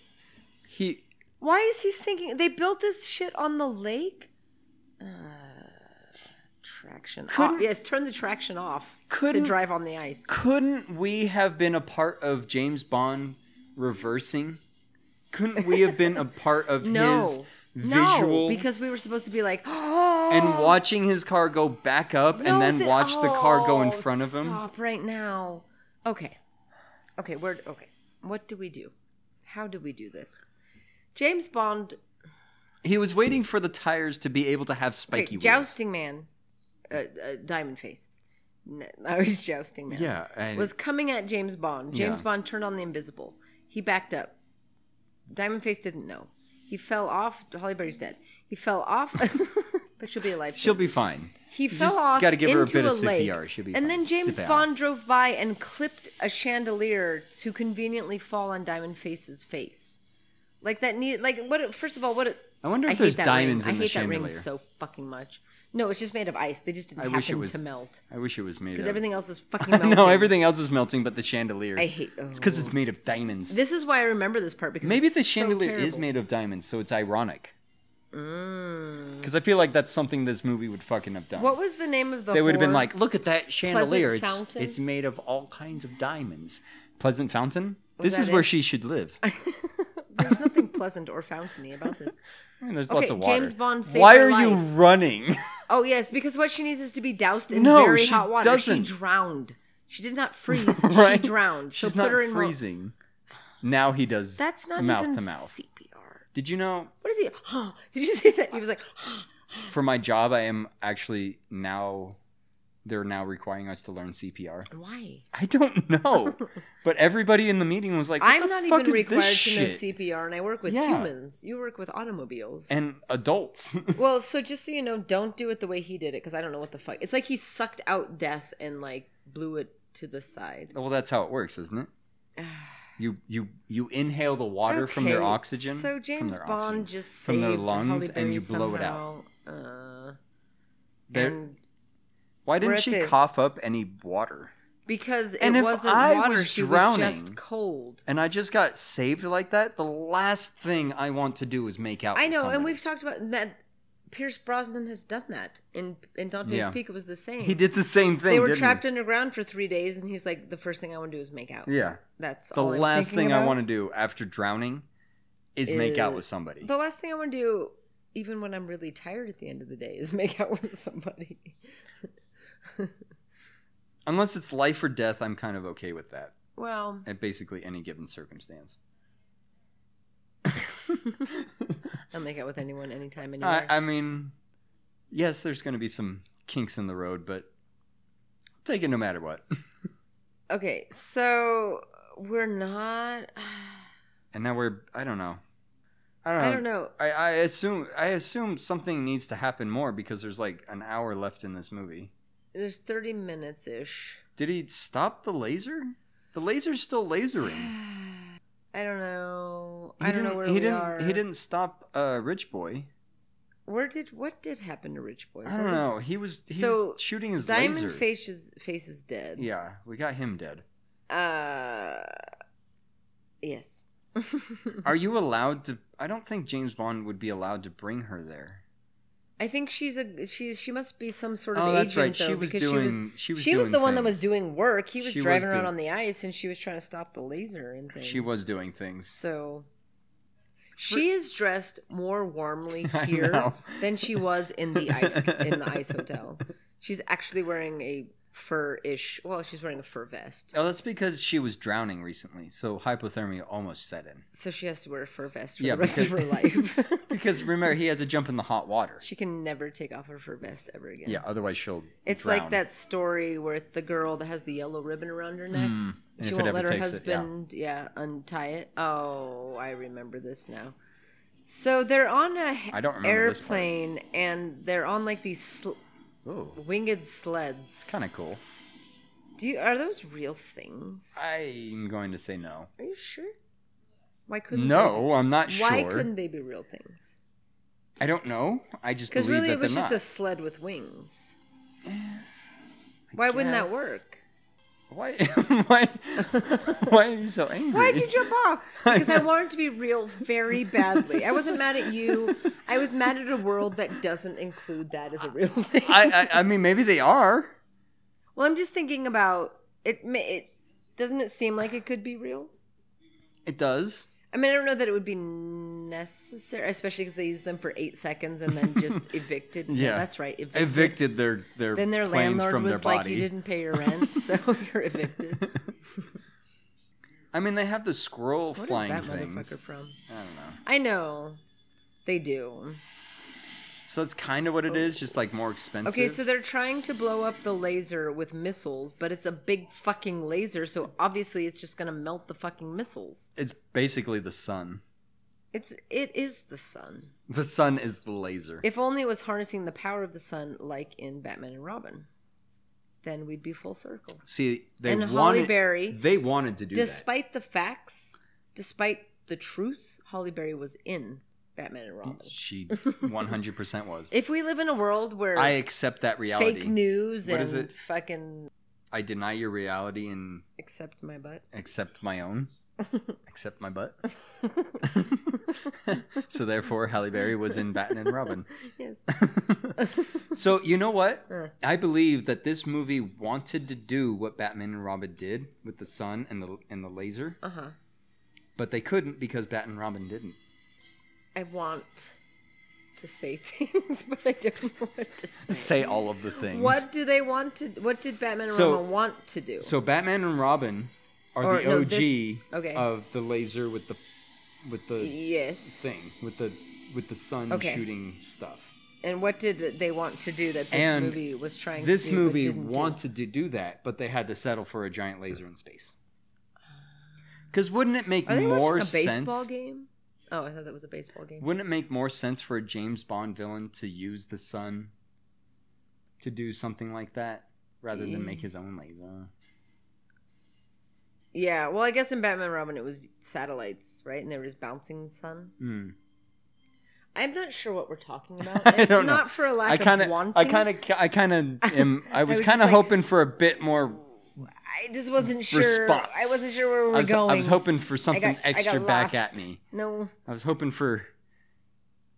[SPEAKER 6] He.
[SPEAKER 7] Why is he sinking? They built this shit on the lake. Uh, traction. Off.
[SPEAKER 6] Couldn't-
[SPEAKER 7] Yes, turn the traction off.
[SPEAKER 6] Couldn't-
[SPEAKER 7] to drive on the ice.
[SPEAKER 6] Couldn't we have been a part of James Bond reversing? Couldn't we have been a part of
[SPEAKER 7] No.
[SPEAKER 6] his visual
[SPEAKER 7] No, because we were supposed to be like, oh,
[SPEAKER 6] and watching his car go back up and then watch the car go in front of him?
[SPEAKER 7] oh, Stop right now. Okay. Okay, we're okay. What do we do? How do we do this? James Bond,
[SPEAKER 6] He was waiting for the tires to be able to have
[SPEAKER 7] okay,
[SPEAKER 6] spiky wheels.
[SPEAKER 7] jousting man, uh, uh, Diamond Face. N- I was jousting man.
[SPEAKER 6] Yeah. I,
[SPEAKER 7] was coming at James Bond. James
[SPEAKER 6] Yeah.
[SPEAKER 7] Bond turned on the invisible. He backed up. Diamond Face didn't know. He fell off. Holly Berry's dead. He fell off. But she'll be alive.
[SPEAKER 6] She'll
[SPEAKER 7] soon.
[SPEAKER 6] be fine.
[SPEAKER 7] He
[SPEAKER 6] You
[SPEAKER 7] fell
[SPEAKER 6] just
[SPEAKER 7] off
[SPEAKER 6] gotta give her a
[SPEAKER 7] into
[SPEAKER 6] bit of
[SPEAKER 7] lake,
[SPEAKER 6] CPR. She'll be
[SPEAKER 7] and
[SPEAKER 6] fine.
[SPEAKER 7] then James
[SPEAKER 6] Sit down.
[SPEAKER 7] Bond drove by and clipped a chandelier to conveniently fall on Diamond Face's face. Like that need like what? First of all, what?
[SPEAKER 6] I wonder if
[SPEAKER 7] hate
[SPEAKER 6] there's
[SPEAKER 7] that
[SPEAKER 6] diamonds
[SPEAKER 7] ring.
[SPEAKER 6] in
[SPEAKER 7] I
[SPEAKER 6] the
[SPEAKER 7] hate that ring
[SPEAKER 6] chandelier.
[SPEAKER 7] so fucking much. No, it's just made of ice. They just didn't
[SPEAKER 6] I
[SPEAKER 7] happen
[SPEAKER 6] wish it was-
[SPEAKER 7] to melt
[SPEAKER 6] I wish it was made.
[SPEAKER 7] because
[SPEAKER 6] of-
[SPEAKER 7] everything else is fucking.
[SPEAKER 6] I
[SPEAKER 7] melting.
[SPEAKER 6] know everything else is melting, but the chandelier.
[SPEAKER 7] I hate. Oh.
[SPEAKER 6] It's because it's made of diamonds.
[SPEAKER 7] This is why I remember this part because
[SPEAKER 6] Maybe
[SPEAKER 7] it's
[SPEAKER 6] the
[SPEAKER 7] so
[SPEAKER 6] chandelier is
[SPEAKER 7] terrible.
[SPEAKER 6] made of diamonds, so it's ironic. Because I feel like that's something this movie would fucking have done.
[SPEAKER 7] Mm. What was the name of the?
[SPEAKER 6] they would have been
[SPEAKER 7] whore?
[SPEAKER 6] like, "Look at that chandelier! It's,
[SPEAKER 7] Fountain?
[SPEAKER 6] it's made of all kinds of diamonds." Pleasant Fountain. this
[SPEAKER 7] that
[SPEAKER 6] is where
[SPEAKER 7] it?
[SPEAKER 6] she should live.
[SPEAKER 7] There's nothing pleasant or fountainy about this.
[SPEAKER 6] And there's lots
[SPEAKER 7] Okay,
[SPEAKER 6] of water.
[SPEAKER 7] James Bond saved
[SPEAKER 6] Why
[SPEAKER 7] her
[SPEAKER 6] are you
[SPEAKER 7] life.
[SPEAKER 6] running?
[SPEAKER 7] Oh yes, because what she needs is to be doused in
[SPEAKER 6] No,
[SPEAKER 7] very
[SPEAKER 6] she
[SPEAKER 7] hot water.
[SPEAKER 6] doesn't.
[SPEAKER 7] She drowned. She did not freeze.
[SPEAKER 6] right?
[SPEAKER 7] She drowned. So
[SPEAKER 6] She's
[SPEAKER 7] put
[SPEAKER 6] not
[SPEAKER 7] her in mo-
[SPEAKER 6] freezing. Now he does.
[SPEAKER 7] That's not
[SPEAKER 6] mouth
[SPEAKER 7] even
[SPEAKER 6] to mouth.
[SPEAKER 7] CPR.
[SPEAKER 6] Did you know?
[SPEAKER 7] What is he? Did you see that? He was like,
[SPEAKER 6] For my job, I am actually now. They're now requiring us to learn CPR.
[SPEAKER 7] why?
[SPEAKER 6] I don't know, but everybody in the meeting was like, what
[SPEAKER 7] I'm
[SPEAKER 6] the
[SPEAKER 7] not
[SPEAKER 6] fuck is
[SPEAKER 7] even required
[SPEAKER 6] this
[SPEAKER 7] to know
[SPEAKER 6] shit?"
[SPEAKER 7] CPR, and I work with
[SPEAKER 6] Yeah.
[SPEAKER 7] humans. You work with automobiles.
[SPEAKER 6] And adults.
[SPEAKER 7] well, so just so you know, don't do it the way he did it, because I don't know what the fuck. It's like he sucked out death and like blew it to the side.
[SPEAKER 6] well, that's how it works, isn't it? You you you inhale the water from their
[SPEAKER 7] Okay,
[SPEAKER 6] oxygen.
[SPEAKER 7] So
[SPEAKER 6] from
[SPEAKER 7] James
[SPEAKER 6] their
[SPEAKER 7] Bond
[SPEAKER 6] oxygen,
[SPEAKER 7] just saved
[SPEAKER 6] from their lungs,
[SPEAKER 7] Halle
[SPEAKER 6] and you
[SPEAKER 7] Berry
[SPEAKER 6] blow it out.
[SPEAKER 7] somehow, Uh,
[SPEAKER 6] There-
[SPEAKER 7] and
[SPEAKER 6] Why
[SPEAKER 7] we're
[SPEAKER 6] didn't
[SPEAKER 7] at
[SPEAKER 6] she
[SPEAKER 7] the-
[SPEAKER 6] cough up any water?
[SPEAKER 7] because it
[SPEAKER 6] And if
[SPEAKER 7] wasn't
[SPEAKER 6] I
[SPEAKER 7] water,
[SPEAKER 6] was
[SPEAKER 7] she was
[SPEAKER 6] drowning-
[SPEAKER 7] just cold.
[SPEAKER 6] And I just got saved like that. The last thing I want to do is make out.
[SPEAKER 7] I
[SPEAKER 6] with
[SPEAKER 7] know,
[SPEAKER 6] somebody.
[SPEAKER 7] and we've talked about that. Pierce Brosnan has done that in in Dante's
[SPEAKER 6] Yeah.
[SPEAKER 7] Peak. It was the same.
[SPEAKER 6] He did the same thing.
[SPEAKER 7] They were
[SPEAKER 6] didn't
[SPEAKER 7] trapped
[SPEAKER 6] he?
[SPEAKER 7] underground for three days, and he's like, "The first thing I want to do is make out."
[SPEAKER 6] Yeah.
[SPEAKER 7] that's
[SPEAKER 6] The
[SPEAKER 7] all I'm
[SPEAKER 6] last
[SPEAKER 7] thinking
[SPEAKER 6] thing I
[SPEAKER 7] about.
[SPEAKER 6] want to do after drowning is make out with somebody.
[SPEAKER 7] The last thing I want to do, even when I'm really tired at the end of the day, is make out with somebody.
[SPEAKER 6] Unless it's life or death, I'm kind of okay with that
[SPEAKER 7] Well,
[SPEAKER 6] at basically any given circumstance.
[SPEAKER 7] I'll make out with anyone, anytime, anywhere.
[SPEAKER 6] I, I mean, yes, there's going to be some kinks in the road, but I'll take it no matter what.
[SPEAKER 7] Okay, so we're not.
[SPEAKER 6] And now we're, I don't know. I don't know.
[SPEAKER 7] I don't know.
[SPEAKER 6] I, I assume I assume something needs to happen more because there's like an hour left in this movie.
[SPEAKER 7] There's 30 minutes ish.
[SPEAKER 6] Did he stop the laser? The laser's still lasering.
[SPEAKER 7] I don't know.
[SPEAKER 6] He
[SPEAKER 7] I don't
[SPEAKER 6] didn't,
[SPEAKER 7] know where
[SPEAKER 6] he
[SPEAKER 7] we
[SPEAKER 6] didn't,
[SPEAKER 7] are.
[SPEAKER 6] He didn't stop uh, Rich Boy.
[SPEAKER 7] Where did what did happen to Rich Boy?
[SPEAKER 6] I don't know. He was he
[SPEAKER 7] So,
[SPEAKER 6] was shooting his
[SPEAKER 7] Diamond
[SPEAKER 6] laser.
[SPEAKER 7] Face is face is dead.
[SPEAKER 6] Yeah, we got him dead.
[SPEAKER 7] Uh, yes. Mm-hmm.
[SPEAKER 6] Are you allowed to? I don't think James Bond would be allowed to bring her there.
[SPEAKER 7] I think she's a she's she must be some sort of
[SPEAKER 6] Oh,
[SPEAKER 7] agent
[SPEAKER 6] that's right.
[SPEAKER 7] though,
[SPEAKER 6] She was
[SPEAKER 7] because
[SPEAKER 6] doing. She
[SPEAKER 7] she
[SPEAKER 6] was.
[SPEAKER 7] was, she was
[SPEAKER 6] doing
[SPEAKER 7] the one that was
[SPEAKER 6] things.
[SPEAKER 7] doing work. He was
[SPEAKER 6] She was
[SPEAKER 7] driving around
[SPEAKER 6] doing-
[SPEAKER 7] on the ice and she was trying to stop the laser and things.
[SPEAKER 6] She was doing things.
[SPEAKER 7] So she is dressed more warmly
[SPEAKER 6] I
[SPEAKER 7] here
[SPEAKER 6] know.
[SPEAKER 7] than she was in the ice in the ice hotel. She's actually wearing a fur-ish. Well, she's wearing a fur vest,
[SPEAKER 6] Oh, that's because she was drowning recently, so hypothermia almost set in.
[SPEAKER 7] so she has to wear a fur vest for
[SPEAKER 6] Yeah,
[SPEAKER 7] the rest of her
[SPEAKER 6] because-
[SPEAKER 7] life.
[SPEAKER 6] Because remember, he had to jump in the hot water.
[SPEAKER 7] she can never take off her fur vest ever again.
[SPEAKER 6] Yeah, otherwise she'll.
[SPEAKER 7] It's like
[SPEAKER 6] drown.
[SPEAKER 7] that story where the girl that has the yellow ribbon around her neck.
[SPEAKER 6] And
[SPEAKER 7] She
[SPEAKER 6] if it
[SPEAKER 7] won't
[SPEAKER 6] ever
[SPEAKER 7] let her
[SPEAKER 6] takes it, yeah.
[SPEAKER 7] husband, yeah. untie it. Oh, I remember this now. So they're on a h-
[SPEAKER 6] I don't remember this part.
[SPEAKER 7] airplane, and they're on like these sl-
[SPEAKER 6] Oh,
[SPEAKER 7] winged sleds.
[SPEAKER 6] kind of cool.
[SPEAKER 7] Do you, are those real things?
[SPEAKER 6] I'm going to say no.
[SPEAKER 7] Are you sure? Why couldn't
[SPEAKER 6] No, I'm not
[SPEAKER 7] They, why
[SPEAKER 6] sure.
[SPEAKER 7] couldn't they be real things?
[SPEAKER 6] I don't know. I just
[SPEAKER 7] Because
[SPEAKER 6] believe
[SPEAKER 7] really,
[SPEAKER 6] that
[SPEAKER 7] it was
[SPEAKER 6] they're
[SPEAKER 7] just a
[SPEAKER 6] not. Eh,
[SPEAKER 7] sled with wings. Why wouldn't that
[SPEAKER 6] guess.
[SPEAKER 7] work?
[SPEAKER 6] Why? why? Why are you so angry?
[SPEAKER 7] Why'd you jump off?
[SPEAKER 6] I
[SPEAKER 7] Because I
[SPEAKER 6] know.
[SPEAKER 7] wanted to be real very badly. I wasn't mad at you. I was mad at a world that doesn't include that as a real thing.
[SPEAKER 6] I, I I mean, maybe they are.
[SPEAKER 7] well, I'm just thinking about it, ma- it. Doesn't it seem like it could be real?
[SPEAKER 6] It does.
[SPEAKER 7] I mean, I don't know that it would be necessary, especially because they use them for eight seconds and then just evicted.
[SPEAKER 6] Yeah.
[SPEAKER 7] that's right. Evicted.
[SPEAKER 6] Evicted their their
[SPEAKER 7] Then their
[SPEAKER 6] planes
[SPEAKER 7] landlord
[SPEAKER 6] from
[SPEAKER 7] was
[SPEAKER 6] their
[SPEAKER 7] like,
[SPEAKER 6] body.
[SPEAKER 7] "You didn't pay your rent, so you're evicted." What
[SPEAKER 6] I mean, they have the squirrel
[SPEAKER 7] is
[SPEAKER 6] flying
[SPEAKER 7] that
[SPEAKER 6] things.
[SPEAKER 7] motherfucker from?
[SPEAKER 6] I don't know.
[SPEAKER 7] I know, they do.
[SPEAKER 6] So that's kind of what it is, just like more expensive.
[SPEAKER 7] Oh. Okay, so they're trying to blow up the laser with missiles, but it's a big fucking laser, so obviously it's just gonna melt the fucking missiles.
[SPEAKER 6] it's basically the sun.
[SPEAKER 7] It's it is the sun.
[SPEAKER 6] The sun is the laser.
[SPEAKER 7] If only it was harnessing the power of the sun, like in Batman and Robin, then we'd be full circle.
[SPEAKER 6] See, they
[SPEAKER 7] And
[SPEAKER 6] wanted
[SPEAKER 7] Holly Berry,
[SPEAKER 6] They wanted to do
[SPEAKER 7] despite the facts, despite the truth, Holly Berry was in Batman and Robin.
[SPEAKER 6] that. She 100% was.
[SPEAKER 7] If we live in a world where
[SPEAKER 6] I accept that reality.
[SPEAKER 7] fake news
[SPEAKER 6] What
[SPEAKER 7] and
[SPEAKER 6] is it?
[SPEAKER 7] fucking
[SPEAKER 6] I deny your reality and
[SPEAKER 7] accept my butt,
[SPEAKER 6] accept my own. accept my butt. so therefore, Halle Berry was in Batman and Robin.
[SPEAKER 7] yes,
[SPEAKER 6] So you know what?
[SPEAKER 7] Uh.
[SPEAKER 6] I believe that this movie wanted to do what Batman and Robin did with the sun and the and the laser,
[SPEAKER 7] uh huh.
[SPEAKER 6] but they couldn't because Batman and Robin didn't.
[SPEAKER 7] I want to say things, but I don't know what to say.
[SPEAKER 6] Say all of the things.
[SPEAKER 7] What do they want to? What did Batman and
[SPEAKER 6] So-
[SPEAKER 7] Robin want to do?
[SPEAKER 6] So Batman and Robin are
[SPEAKER 7] Or,
[SPEAKER 6] the
[SPEAKER 7] no,
[SPEAKER 6] OG
[SPEAKER 7] this- okay.
[SPEAKER 6] of the laser with the with the
[SPEAKER 7] yes.
[SPEAKER 6] thing with the with the sun
[SPEAKER 7] Okay.
[SPEAKER 6] shooting stuff.
[SPEAKER 7] And what did they want to do that this
[SPEAKER 6] And
[SPEAKER 7] movie was trying?
[SPEAKER 6] This
[SPEAKER 7] to do, but
[SPEAKER 6] movie
[SPEAKER 7] didn't do?
[SPEAKER 6] wanted to do that, but they had to settle for a giant laser in space. Because wouldn't it make
[SPEAKER 7] Are they
[SPEAKER 6] more
[SPEAKER 7] watching a
[SPEAKER 6] sense?
[SPEAKER 7] baseball game? Oh, I thought that was a baseball game.
[SPEAKER 6] Wouldn't it make more sense for a James Bond villain to use the sun to do something like that rather than make his own laser?
[SPEAKER 7] Yeah. Well, I guess in Batman and Robin it was satellites, right? And they were just bouncing the sun.
[SPEAKER 6] Hmm.
[SPEAKER 7] I'm not sure what we're talking about. And it's
[SPEAKER 6] don't know.
[SPEAKER 7] not for a lack
[SPEAKER 6] I kind
[SPEAKER 7] of
[SPEAKER 6] of,
[SPEAKER 7] wanting.
[SPEAKER 6] I kind of, I kind of am. I was,
[SPEAKER 7] was
[SPEAKER 6] kind of
[SPEAKER 7] just like-
[SPEAKER 6] hoping for a bit more
[SPEAKER 7] I just wasn't sure.
[SPEAKER 6] response.
[SPEAKER 7] I wasn't sure where we were
[SPEAKER 6] I was,
[SPEAKER 7] going.
[SPEAKER 6] I was hoping for
[SPEAKER 7] I
[SPEAKER 6] something
[SPEAKER 7] got- I got
[SPEAKER 6] extra back at
[SPEAKER 7] lost.
[SPEAKER 6] me.
[SPEAKER 7] No.
[SPEAKER 6] I was hoping for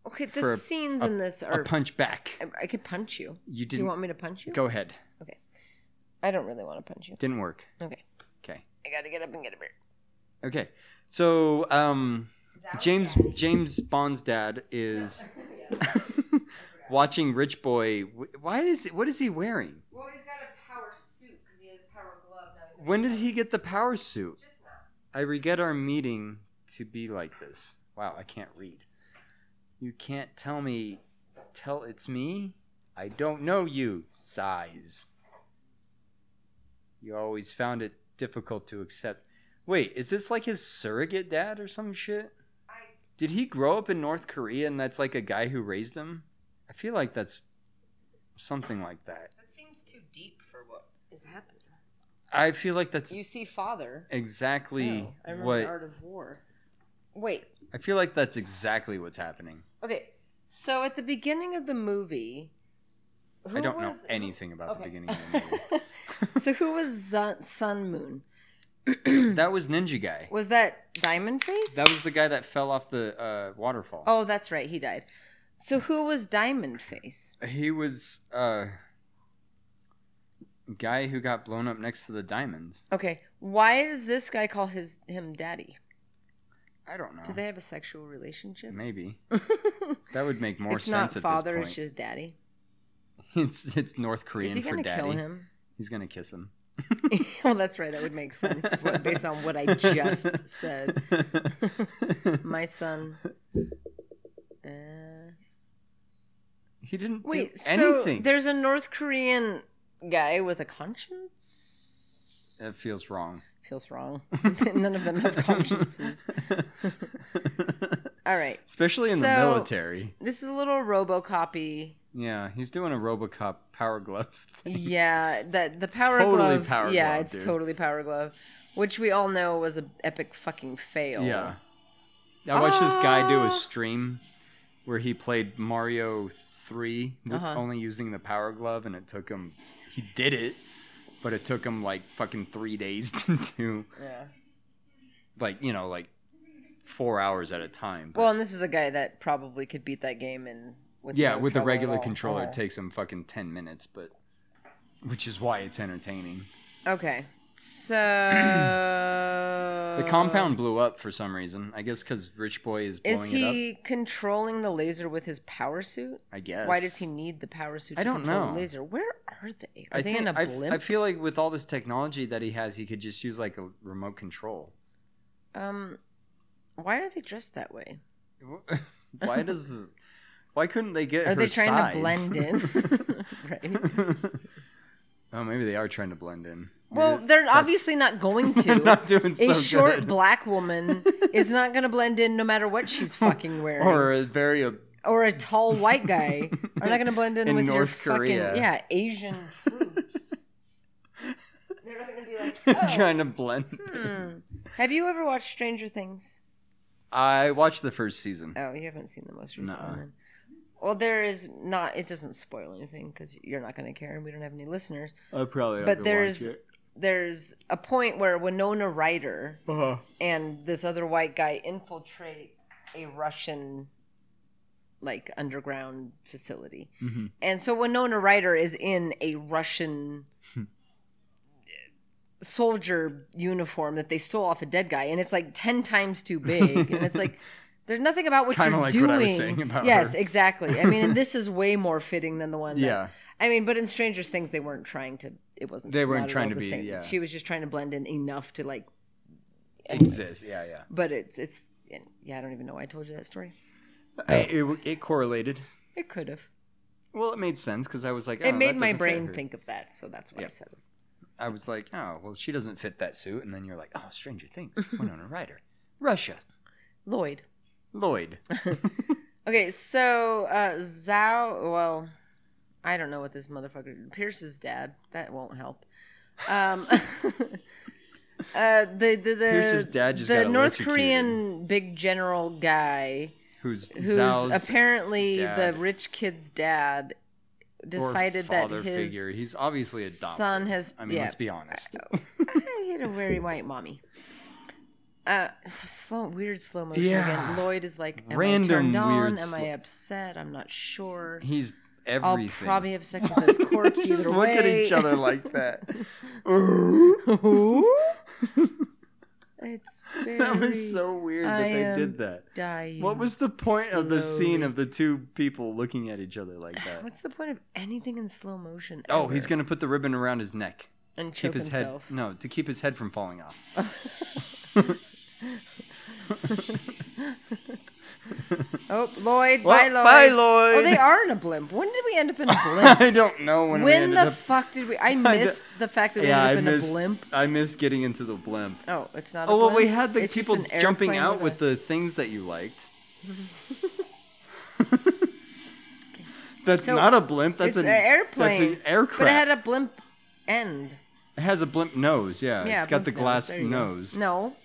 [SPEAKER 7] Okay.
[SPEAKER 6] For
[SPEAKER 7] The
[SPEAKER 6] a-
[SPEAKER 7] scenes
[SPEAKER 6] a-
[SPEAKER 7] in this
[SPEAKER 6] a
[SPEAKER 7] are.
[SPEAKER 6] punch back.
[SPEAKER 7] I, I could punch you.
[SPEAKER 6] You
[SPEAKER 7] Do you
[SPEAKER 6] didn't
[SPEAKER 7] want me to punch you?
[SPEAKER 6] go ahead.
[SPEAKER 7] I don't really want to punch you.
[SPEAKER 6] Didn't work.
[SPEAKER 7] Okay.
[SPEAKER 6] Okay.
[SPEAKER 7] I gotta get up and get a beer.
[SPEAKER 6] Okay. So, um, James James Bond's dad is watching Rich Boy. Wh- Why is what is he wearing?
[SPEAKER 7] Well, he's got a power suit because he has a power glove now.
[SPEAKER 6] When did he get the power suit? I regret our meeting to be like this. Wow, I can't read. You can't tell me. Tell it's me. I don't know you. Sighs. You always found it difficult to accept. Wait, is this like his surrogate dad or some shit? Did he grow up in North Korea and that's like a guy who raised him? I feel like that's something like that.
[SPEAKER 7] That seems too deep for what is happening.
[SPEAKER 6] I feel like that's
[SPEAKER 7] You see, father.
[SPEAKER 6] exactly
[SPEAKER 7] Oh, I remember
[SPEAKER 6] what
[SPEAKER 7] Art of War. Wait.
[SPEAKER 6] I feel like that's exactly what's happening.
[SPEAKER 7] Okay. So at the beginning of the movie, who
[SPEAKER 6] I don't know
[SPEAKER 7] was-
[SPEAKER 6] anything about the
[SPEAKER 7] Okay.
[SPEAKER 6] beginning of the
[SPEAKER 7] so who was Sun, Sun Moon?
[SPEAKER 6] movie. that was Ninja Guy.
[SPEAKER 7] Was that Diamond Face?
[SPEAKER 6] That was the guy that fell off the uh, waterfall.
[SPEAKER 7] Oh, that's right. He died. So who was Diamond Face?
[SPEAKER 6] He was uh, guy who got blown up next to the diamonds.
[SPEAKER 7] Okay. Why does this guy call his him daddy?
[SPEAKER 6] I don't know.
[SPEAKER 7] Do they have a sexual relationship?
[SPEAKER 6] Maybe that would make more
[SPEAKER 7] it's
[SPEAKER 6] sense
[SPEAKER 7] not
[SPEAKER 6] at
[SPEAKER 7] father,
[SPEAKER 6] this
[SPEAKER 7] it's
[SPEAKER 6] point.
[SPEAKER 7] just daddy.
[SPEAKER 6] It's it's North
[SPEAKER 7] Is
[SPEAKER 6] Korean
[SPEAKER 7] he
[SPEAKER 6] for
[SPEAKER 7] gonna
[SPEAKER 6] daddy.
[SPEAKER 7] kill him?
[SPEAKER 6] He's gonna kiss him.
[SPEAKER 7] well, that's right. That would make sense what- based on what I just said. My son. Uh,
[SPEAKER 6] he didn't
[SPEAKER 7] wait,
[SPEAKER 6] do
[SPEAKER 7] so
[SPEAKER 6] anything.
[SPEAKER 7] there's a North Korean guy with a conscience.
[SPEAKER 6] That feels wrong.
[SPEAKER 7] Feels wrong. None of them have consciences. All right.
[SPEAKER 6] Especially in the
[SPEAKER 7] So,
[SPEAKER 6] military.
[SPEAKER 7] This is a little RoboCopy.
[SPEAKER 6] Yeah, he's doing a RoboCop power glove.
[SPEAKER 7] Yeah, that the power
[SPEAKER 6] totally
[SPEAKER 7] glove.
[SPEAKER 6] Power
[SPEAKER 7] yeah,
[SPEAKER 6] Glove,
[SPEAKER 7] it's
[SPEAKER 6] dude.
[SPEAKER 7] totally power glove, which we all know was an epic fucking fail.
[SPEAKER 6] Yeah. I watched this guy do a
[SPEAKER 7] Ah.
[SPEAKER 6] stream where he played Mario 3 with
[SPEAKER 7] Uh-huh.
[SPEAKER 6] only using the power glove, and it took him. He did it, but it took him like fucking three days to do,
[SPEAKER 7] Yeah.
[SPEAKER 6] like, you know, like four hours at a time. But
[SPEAKER 7] Well, and this is a guy that probably could beat that game and with
[SPEAKER 6] yeah,
[SPEAKER 7] no
[SPEAKER 6] with a
[SPEAKER 7] trouble
[SPEAKER 6] regular
[SPEAKER 7] at all.
[SPEAKER 6] controller,
[SPEAKER 7] Uh-huh.
[SPEAKER 6] it takes him fucking 10 minutes, but. Which is why it's entertaining.
[SPEAKER 7] Okay, so
[SPEAKER 6] The compound blew up for some reason. I guess because Rich Boy is blowing
[SPEAKER 7] is
[SPEAKER 6] it up.
[SPEAKER 7] he controlling the laser with his power suit?
[SPEAKER 6] I guess.
[SPEAKER 7] Why does he need the power suit?
[SPEAKER 6] I
[SPEAKER 7] to
[SPEAKER 6] don't
[SPEAKER 7] control
[SPEAKER 6] know.
[SPEAKER 7] The laser. Where are they? Are
[SPEAKER 6] I
[SPEAKER 7] they
[SPEAKER 6] think
[SPEAKER 7] in a
[SPEAKER 6] I-
[SPEAKER 7] blimp?
[SPEAKER 6] I feel like with all this technology that he has, he could just use like a remote control.
[SPEAKER 7] Um, why are they dressed that way?
[SPEAKER 6] Why does? Why couldn't they get?
[SPEAKER 7] Are
[SPEAKER 6] her
[SPEAKER 7] they trying
[SPEAKER 6] size?
[SPEAKER 7] to blend in? right.
[SPEAKER 6] oh, maybe they are trying to blend in.
[SPEAKER 7] Well, they're obviously not going to.
[SPEAKER 6] not doing so
[SPEAKER 7] a short
[SPEAKER 6] good.
[SPEAKER 7] black woman is not going to blend in no matter what she's fucking wearing.
[SPEAKER 6] Or a very uh,
[SPEAKER 7] or a tall white guy are not going to blend in,
[SPEAKER 6] In
[SPEAKER 7] with your
[SPEAKER 6] North Korea.
[SPEAKER 7] fucking yeah Asian troops. They're not going to be like. "Oh,
[SPEAKER 6] trying to blend.
[SPEAKER 7] Have you ever watched Stranger Things?
[SPEAKER 6] I watched the first season.
[SPEAKER 7] Oh, you haven't seen the most recent
[SPEAKER 6] Nuh-uh.
[SPEAKER 7] one. Then. Well, there is not. It doesn't spoil anything because you're not going to care, and we don't have any listeners.
[SPEAKER 6] I probably
[SPEAKER 7] Oh. but there's there's a point where Winona Ryder
[SPEAKER 6] Uh-huh.
[SPEAKER 7] and this other white guy infiltrate a Russian like underground facility,
[SPEAKER 6] Mm-hmm.
[SPEAKER 7] and so Winona Ryder is in a Russian
[SPEAKER 6] Hmm.
[SPEAKER 7] soldier uniform that they stole off a dead guy, and it's like ten times too big, and it's like. There's nothing about what
[SPEAKER 6] Kinda
[SPEAKER 7] you're
[SPEAKER 6] like
[SPEAKER 7] doing.
[SPEAKER 6] what I was saying about
[SPEAKER 7] yes,
[SPEAKER 6] her.
[SPEAKER 7] exactly. I mean, and this is way more fitting than the one. that-
[SPEAKER 6] Yeah.
[SPEAKER 7] I mean, but in Stranger Things, they weren't trying to. It wasn't.
[SPEAKER 6] They weren't
[SPEAKER 7] not at
[SPEAKER 6] trying to
[SPEAKER 7] all the
[SPEAKER 6] be,
[SPEAKER 7] same.
[SPEAKER 6] yeah.
[SPEAKER 7] She was just trying to blend in enough to like.
[SPEAKER 6] Exists. Yeah, yeah.
[SPEAKER 7] But it's it's yeah. I don't even know why I told you that story.
[SPEAKER 6] It, it, it correlated.
[SPEAKER 7] It could have.
[SPEAKER 6] Well, it made sense because I was like, oh,
[SPEAKER 7] it made
[SPEAKER 6] that
[SPEAKER 7] my
[SPEAKER 6] doesn't fit
[SPEAKER 7] brain
[SPEAKER 6] her.
[SPEAKER 7] think of that, so that's why I said it.
[SPEAKER 6] I was like, oh, well, she doesn't fit that suit. And then you're like, oh, Stranger Things, Winona Ryder, Russia,
[SPEAKER 7] Lloyd.
[SPEAKER 6] Lloyd.
[SPEAKER 7] Okay, so uh Zhao. Well, I don't know what this motherfucker Pierce's dad. That won't help. Um. Uh, the the the,
[SPEAKER 6] Pierce's dad just
[SPEAKER 7] the
[SPEAKER 6] got
[SPEAKER 7] North
[SPEAKER 6] electrocuted.
[SPEAKER 7] Korean big general guy
[SPEAKER 6] Who's,
[SPEAKER 7] who's
[SPEAKER 6] Zhao's
[SPEAKER 7] apparently
[SPEAKER 6] dad
[SPEAKER 7] the rich kid's dad
[SPEAKER 6] or
[SPEAKER 7] decided that
[SPEAKER 6] father
[SPEAKER 7] his
[SPEAKER 6] figure. He's obviously adopted.
[SPEAKER 7] son has-
[SPEAKER 6] I mean,
[SPEAKER 7] yeah.
[SPEAKER 6] let's be honest.
[SPEAKER 7] he had a very white mommy. Uh, slow, weird slow motion
[SPEAKER 6] Yeah.
[SPEAKER 7] again. Lloyd is like, am
[SPEAKER 6] Random
[SPEAKER 7] I turned on?
[SPEAKER 6] weird
[SPEAKER 7] am
[SPEAKER 6] sl-
[SPEAKER 7] I upset? I'm not sure.
[SPEAKER 6] He's
[SPEAKER 7] I'll
[SPEAKER 6] everything.
[SPEAKER 7] probably have sex with his corpse.
[SPEAKER 6] just
[SPEAKER 7] either
[SPEAKER 6] look at
[SPEAKER 7] way.
[SPEAKER 6] each other like that.
[SPEAKER 7] it's
[SPEAKER 6] that was
[SPEAKER 7] very
[SPEAKER 6] so weird that
[SPEAKER 7] I
[SPEAKER 6] they
[SPEAKER 7] am
[SPEAKER 6] did that.
[SPEAKER 7] dying.
[SPEAKER 6] What was the point of the scene
[SPEAKER 7] slowly.
[SPEAKER 6] of the two people looking at each other like that?
[SPEAKER 7] What's the point of anything in slow motion?
[SPEAKER 6] oh,
[SPEAKER 7] ever?
[SPEAKER 6] he's gonna put the ribbon around his neck.
[SPEAKER 7] and
[SPEAKER 6] Keep
[SPEAKER 7] choke
[SPEAKER 6] his
[SPEAKER 7] himself.
[SPEAKER 6] head. No, to keep his head from falling off.
[SPEAKER 7] Oh, Lloyd,
[SPEAKER 6] Well,
[SPEAKER 7] bye, Lloyd.
[SPEAKER 6] bye, Lloyd.
[SPEAKER 7] Oh, they are in a blimp. When did we end up in a blimp?
[SPEAKER 6] I don't know when, we
[SPEAKER 7] when
[SPEAKER 6] ended
[SPEAKER 7] the
[SPEAKER 6] up.
[SPEAKER 7] fuck did we? I missed the fact that we
[SPEAKER 6] yeah, I
[SPEAKER 7] ended up in
[SPEAKER 6] missed.
[SPEAKER 7] a blimp.
[SPEAKER 6] I missed getting into the blimp.
[SPEAKER 7] Oh, it's not. A
[SPEAKER 6] Oh well,
[SPEAKER 7] blimp.
[SPEAKER 6] we had the
[SPEAKER 7] It's just
[SPEAKER 6] people
[SPEAKER 7] an
[SPEAKER 6] jumping
[SPEAKER 7] airplane
[SPEAKER 6] out with
[SPEAKER 7] a-
[SPEAKER 6] the things that you liked. that's
[SPEAKER 7] So,
[SPEAKER 6] not a blimp. That's
[SPEAKER 7] it's
[SPEAKER 6] an,
[SPEAKER 7] an airplane,
[SPEAKER 6] That's an aircraft.
[SPEAKER 7] But it had a blimp end.
[SPEAKER 6] It has a blimp nose. Yeah,
[SPEAKER 7] Yeah,
[SPEAKER 6] Uh, it's got the
[SPEAKER 7] blimp nose.
[SPEAKER 6] glass
[SPEAKER 7] There
[SPEAKER 6] nose.
[SPEAKER 7] you go. No.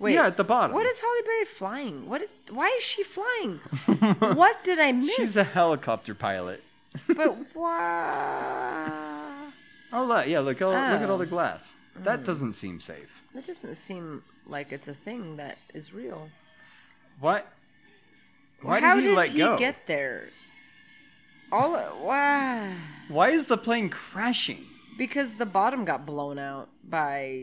[SPEAKER 7] Wait.
[SPEAKER 6] Yeah, at the bottom.
[SPEAKER 7] What is Holly Berry flying? What is? Why is she flying? what did I miss?
[SPEAKER 6] She's a helicopter pilot.
[SPEAKER 7] But why?
[SPEAKER 6] Oh look, yeah, look, all, look at all
[SPEAKER 7] Oh. Mm.
[SPEAKER 6] the glass. That doesn't seem safe.
[SPEAKER 7] That doesn't seem like it's a thing that is real.
[SPEAKER 6] What? Why
[SPEAKER 7] How
[SPEAKER 6] did he let go?
[SPEAKER 7] get there? All wow.
[SPEAKER 6] Why is the plane crashing?
[SPEAKER 7] Because the bottom got blown out by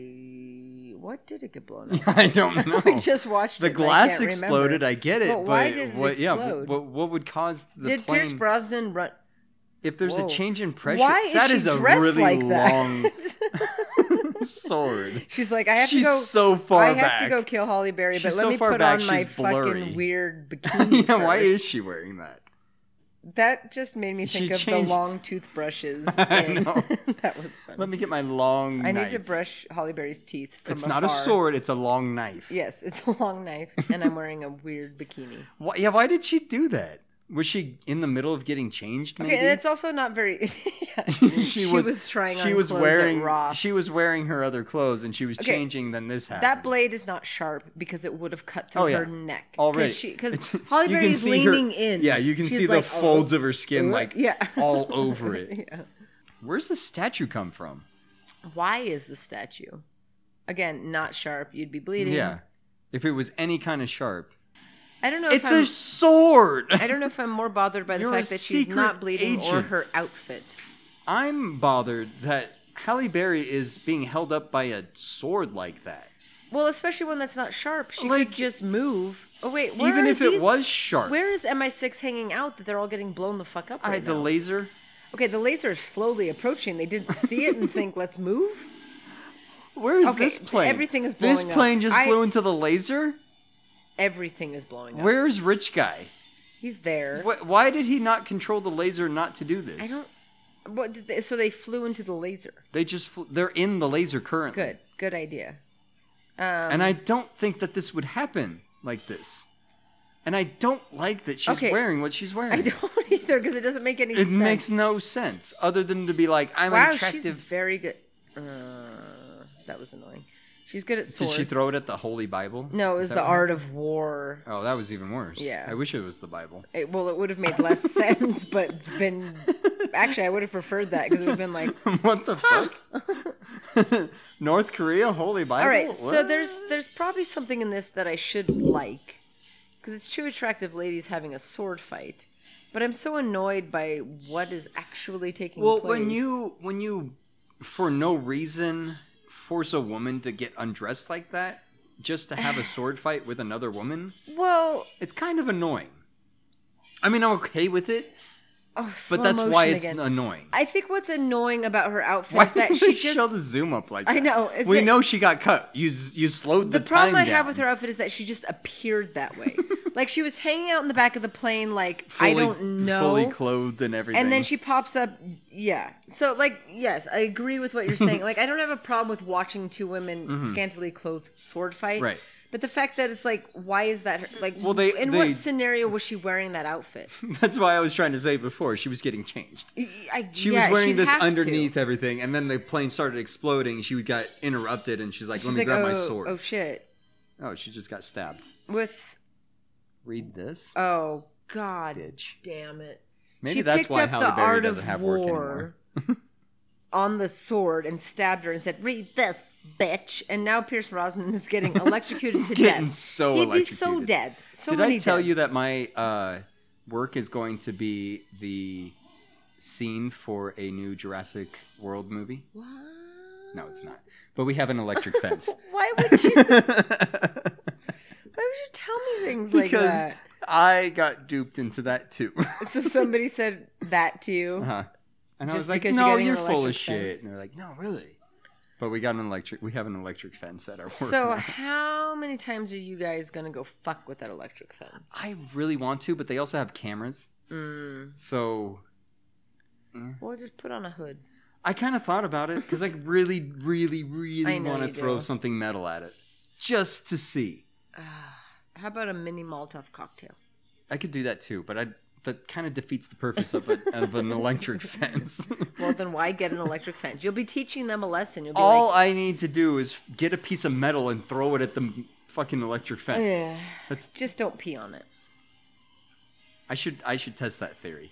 [SPEAKER 7] what did it get blown out?
[SPEAKER 6] I don't know.
[SPEAKER 7] we just watched
[SPEAKER 6] the
[SPEAKER 7] it, and I
[SPEAKER 6] glass
[SPEAKER 7] can't remember.
[SPEAKER 6] exploded. I get it, but,
[SPEAKER 7] But why did it
[SPEAKER 6] what, yeah,
[SPEAKER 7] explode?
[SPEAKER 6] what, what would cause the
[SPEAKER 7] did
[SPEAKER 6] plane?
[SPEAKER 7] Pierce Brosnan run?
[SPEAKER 6] if there's
[SPEAKER 7] Whoa.
[SPEAKER 6] a change in pressure,
[SPEAKER 7] Why is
[SPEAKER 6] that
[SPEAKER 7] she
[SPEAKER 6] is a
[SPEAKER 7] dressed
[SPEAKER 6] really
[SPEAKER 7] like that?
[SPEAKER 6] long sword.
[SPEAKER 7] She's like, I have
[SPEAKER 6] She's
[SPEAKER 7] to go.
[SPEAKER 6] so far
[SPEAKER 7] I have to
[SPEAKER 6] back.
[SPEAKER 7] go kill Holly Berry,
[SPEAKER 6] She's
[SPEAKER 7] but let
[SPEAKER 6] so
[SPEAKER 7] me
[SPEAKER 6] far
[SPEAKER 7] put
[SPEAKER 6] back,
[SPEAKER 7] on my
[SPEAKER 6] she's blurry.
[SPEAKER 7] fucking weird bikini.
[SPEAKER 6] yeah, why
[SPEAKER 7] first."
[SPEAKER 6] is she wearing that?
[SPEAKER 7] that? Just made me
[SPEAKER 6] She
[SPEAKER 7] think of
[SPEAKER 6] changed-
[SPEAKER 7] the long toothbrushes.
[SPEAKER 6] I
[SPEAKER 7] in-
[SPEAKER 6] know.
[SPEAKER 7] that was funny.
[SPEAKER 6] Let me get my long.
[SPEAKER 7] I
[SPEAKER 6] knife.
[SPEAKER 7] need to brush Holly Berry's teeth. From
[SPEAKER 6] It's not a
[SPEAKER 7] afar.
[SPEAKER 6] sword. It's a long knife.
[SPEAKER 7] Yes, it's a long knife, and I'm wearing a weird bikini.
[SPEAKER 6] Why, yeah. Why did she do that? Was she in the middle of getting changed? Maybe?
[SPEAKER 7] Okay, and it's also not very. yeah.
[SPEAKER 6] she,
[SPEAKER 7] was, trying.
[SPEAKER 6] She
[SPEAKER 7] on
[SPEAKER 6] was
[SPEAKER 7] clothes
[SPEAKER 6] wearing.
[SPEAKER 7] At Ross.
[SPEAKER 6] She was wearing her other clothes, and she was
[SPEAKER 7] Okay,
[SPEAKER 6] changing. Then this happened.
[SPEAKER 7] That blade is not sharp because it would have cut through
[SPEAKER 6] Oh, yeah.
[SPEAKER 7] her neck.
[SPEAKER 6] already
[SPEAKER 7] Because
[SPEAKER 6] It's-
[SPEAKER 7] Holly
[SPEAKER 6] you
[SPEAKER 7] Berry
[SPEAKER 6] can
[SPEAKER 7] is
[SPEAKER 6] see her-
[SPEAKER 7] leaning in.
[SPEAKER 6] Yeah, you can
[SPEAKER 7] She's
[SPEAKER 6] see the
[SPEAKER 7] like, oh.
[SPEAKER 6] folds of her skin like
[SPEAKER 7] yeah.
[SPEAKER 6] all over it.
[SPEAKER 7] Yeah.
[SPEAKER 6] Where's the statue come from?
[SPEAKER 7] Why is the statue? Again, not sharp. You'd be bleeding.
[SPEAKER 6] Yeah, if it was any kind of sharp,
[SPEAKER 7] I don't know.
[SPEAKER 6] it's
[SPEAKER 7] if I'm,
[SPEAKER 6] a sword.
[SPEAKER 7] I don't know if I'm more bothered by the
[SPEAKER 6] You're a
[SPEAKER 7] fact that she's
[SPEAKER 6] secret
[SPEAKER 7] not bleeding or
[SPEAKER 6] agent.
[SPEAKER 7] her outfit.
[SPEAKER 6] I'm bothered that Halle Berry is being held up by a sword like that.
[SPEAKER 7] Well, especially one that's not sharp. She
[SPEAKER 6] Like-
[SPEAKER 7] could just move. Oh wait, where
[SPEAKER 6] Even
[SPEAKER 7] are
[SPEAKER 6] if it
[SPEAKER 7] these-
[SPEAKER 6] was sharp,
[SPEAKER 7] Where is MI6 hanging out that they're all getting blown the fuck up?
[SPEAKER 6] I
[SPEAKER 7] Right
[SPEAKER 6] the
[SPEAKER 7] now?
[SPEAKER 6] laser.
[SPEAKER 7] okay, the laser is slowly approaching. They didn't see it and think, "Let's move."
[SPEAKER 6] Where is
[SPEAKER 7] Okay,
[SPEAKER 6] this plane?
[SPEAKER 7] everything is
[SPEAKER 6] This
[SPEAKER 7] blowing up.
[SPEAKER 6] plane just
[SPEAKER 7] I-
[SPEAKER 6] flew into the laser.
[SPEAKER 7] Everything is blowing up.
[SPEAKER 6] Where's Rich Guy?
[SPEAKER 7] He's there.
[SPEAKER 6] Wh- Why did he not control the laser not to do this?
[SPEAKER 7] I don't. What did they, so they flew into the laser.
[SPEAKER 6] They just fl- they're in the laser currently.
[SPEAKER 7] Good, Um, good idea.
[SPEAKER 6] And I don't think that this would happen like this. And I don't like that she's
[SPEAKER 7] Okay.
[SPEAKER 6] wearing what she's wearing.
[SPEAKER 7] I don't either because it doesn't make any
[SPEAKER 6] Hmm. it
[SPEAKER 7] sense.
[SPEAKER 6] makes no sense other than to be like I'm
[SPEAKER 7] wow,
[SPEAKER 6] an
[SPEAKER 7] she's
[SPEAKER 6] attractive.
[SPEAKER 7] very good. Uh, that was annoying. She's good at
[SPEAKER 6] Did
[SPEAKER 7] swords.
[SPEAKER 6] she throw it at the Holy Bible?
[SPEAKER 7] No, it
[SPEAKER 6] Is
[SPEAKER 7] was
[SPEAKER 6] that
[SPEAKER 7] the
[SPEAKER 6] what-
[SPEAKER 7] art of war.
[SPEAKER 6] Oh, that was even worse.
[SPEAKER 7] Yeah.
[SPEAKER 6] I wish it was the Bible.
[SPEAKER 7] It- well, it would have made less sense, but been actually I would have preferred that because it would have been like,
[SPEAKER 6] what the fuck? North Korea, Holy Bible.
[SPEAKER 7] all right. So
[SPEAKER 6] What?
[SPEAKER 7] there's there's probably something in this that I should like because it's two attractive ladies having a sword fight, but I'm so annoyed by what is actually taking
[SPEAKER 6] well
[SPEAKER 7] place.
[SPEAKER 6] when you when you for no reason force a woman to get undressed like that just to have a sword fight with another woman
[SPEAKER 7] well,
[SPEAKER 6] it's kind of annoying i mean i'm okay with it
[SPEAKER 7] oh,
[SPEAKER 6] but
[SPEAKER 7] slow
[SPEAKER 6] that's why
[SPEAKER 7] motion
[SPEAKER 6] it's
[SPEAKER 7] again.
[SPEAKER 6] annoying
[SPEAKER 7] I think what's annoying about her outfit
[SPEAKER 6] why
[SPEAKER 7] is that
[SPEAKER 6] did
[SPEAKER 7] she
[SPEAKER 6] they
[SPEAKER 7] just
[SPEAKER 6] show the zoom up like
[SPEAKER 7] I
[SPEAKER 6] that?
[SPEAKER 7] know, it's
[SPEAKER 6] we
[SPEAKER 7] that-
[SPEAKER 6] know she got cut you z- you slowed the,
[SPEAKER 7] the problem
[SPEAKER 6] time
[SPEAKER 7] I have with
[SPEAKER 6] down.
[SPEAKER 7] her outfit is that she just appeared that way. like she was hanging out in the back of the plane, like I
[SPEAKER 6] Fully-
[SPEAKER 7] don't know.
[SPEAKER 6] fully clothed and everything
[SPEAKER 7] and then she pops up. Yeah. So like, yes, I agree with what you're saying. like, I don't have a problem with watching two women scantily clothed sword fight.
[SPEAKER 6] Mm-hmm. Right.
[SPEAKER 7] But the fact that it's like, why is that? Her, like,
[SPEAKER 6] Well, they-
[SPEAKER 7] in
[SPEAKER 6] they-
[SPEAKER 7] what scenario was she wearing that outfit?
[SPEAKER 6] that's why i was trying to say before she was getting changed
[SPEAKER 7] I,
[SPEAKER 6] she
[SPEAKER 7] yeah,
[SPEAKER 6] was wearing
[SPEAKER 7] she'd
[SPEAKER 6] this
[SPEAKER 7] have to.
[SPEAKER 6] underneath everything and then the plane started exploding she got interrupted and she's like let
[SPEAKER 7] She's
[SPEAKER 6] me
[SPEAKER 7] like,
[SPEAKER 6] grab my
[SPEAKER 7] oh,
[SPEAKER 6] sword
[SPEAKER 7] Oh shit!
[SPEAKER 6] Oh, she just got stabbed.
[SPEAKER 7] With
[SPEAKER 6] Read this.
[SPEAKER 7] oh god,
[SPEAKER 6] Bitch.
[SPEAKER 7] damn it.
[SPEAKER 6] Maybe
[SPEAKER 7] she
[SPEAKER 6] that's
[SPEAKER 7] picked
[SPEAKER 6] why
[SPEAKER 7] up
[SPEAKER 6] Halle
[SPEAKER 7] the
[SPEAKER 6] Berry
[SPEAKER 7] art
[SPEAKER 6] doesn't
[SPEAKER 7] of
[SPEAKER 6] have
[SPEAKER 7] war
[SPEAKER 6] work anymore.
[SPEAKER 7] on the sword and stabbed her and said, "Read this, bitch." And now Pierce Brosnan is getting electrocuted to
[SPEAKER 6] Getting
[SPEAKER 7] death.
[SPEAKER 6] so
[SPEAKER 7] He'd be so
[SPEAKER 6] electrocuted.
[SPEAKER 7] dead. So
[SPEAKER 6] Did
[SPEAKER 7] many
[SPEAKER 6] I tell you
[SPEAKER 7] deaths.
[SPEAKER 6] that my uh, work is going to be the scene for a new Jurassic World movie?
[SPEAKER 7] What?
[SPEAKER 6] No, it's not. But we have an electric fence.
[SPEAKER 7] Why would you? Why
[SPEAKER 6] because
[SPEAKER 7] would you tell me things like that?
[SPEAKER 6] I got duped into that too.
[SPEAKER 7] So somebody said that to you.
[SPEAKER 6] Uh-huh. And I
[SPEAKER 7] Just
[SPEAKER 6] was like,
[SPEAKER 7] because you're
[SPEAKER 6] "No,
[SPEAKER 7] getting
[SPEAKER 6] you're
[SPEAKER 7] an
[SPEAKER 6] full of
[SPEAKER 7] electric
[SPEAKER 6] shit."
[SPEAKER 7] fence.
[SPEAKER 6] And they're like, "No, really." But we got an electric. We have an electric fence at our work.
[SPEAKER 7] So
[SPEAKER 6] now.
[SPEAKER 7] how many times are you guys gonna go fuck with that electric fence?
[SPEAKER 6] I really want to, but they also have cameras.
[SPEAKER 7] Mm.
[SPEAKER 6] So
[SPEAKER 7] Well, just put on a hood.
[SPEAKER 6] I kind of thought about it because I really, really, really
[SPEAKER 7] I know
[SPEAKER 6] want
[SPEAKER 7] you
[SPEAKER 6] to throw
[SPEAKER 7] do.
[SPEAKER 6] something metal at it just to see.
[SPEAKER 7] How about a mini Molotov cocktail?
[SPEAKER 6] I could do that too, but I that kind of defeats the purpose of, a, of an electric fence.
[SPEAKER 7] Well, then why get an electric fence? You'll be teaching them a lesson. You'll be
[SPEAKER 6] All
[SPEAKER 7] like,
[SPEAKER 6] I need to do is get a piece of metal and throw it at the m- fucking electric fence.
[SPEAKER 7] Yeah.
[SPEAKER 6] That's
[SPEAKER 7] Just don't pee on it.
[SPEAKER 6] I should I should test that theory.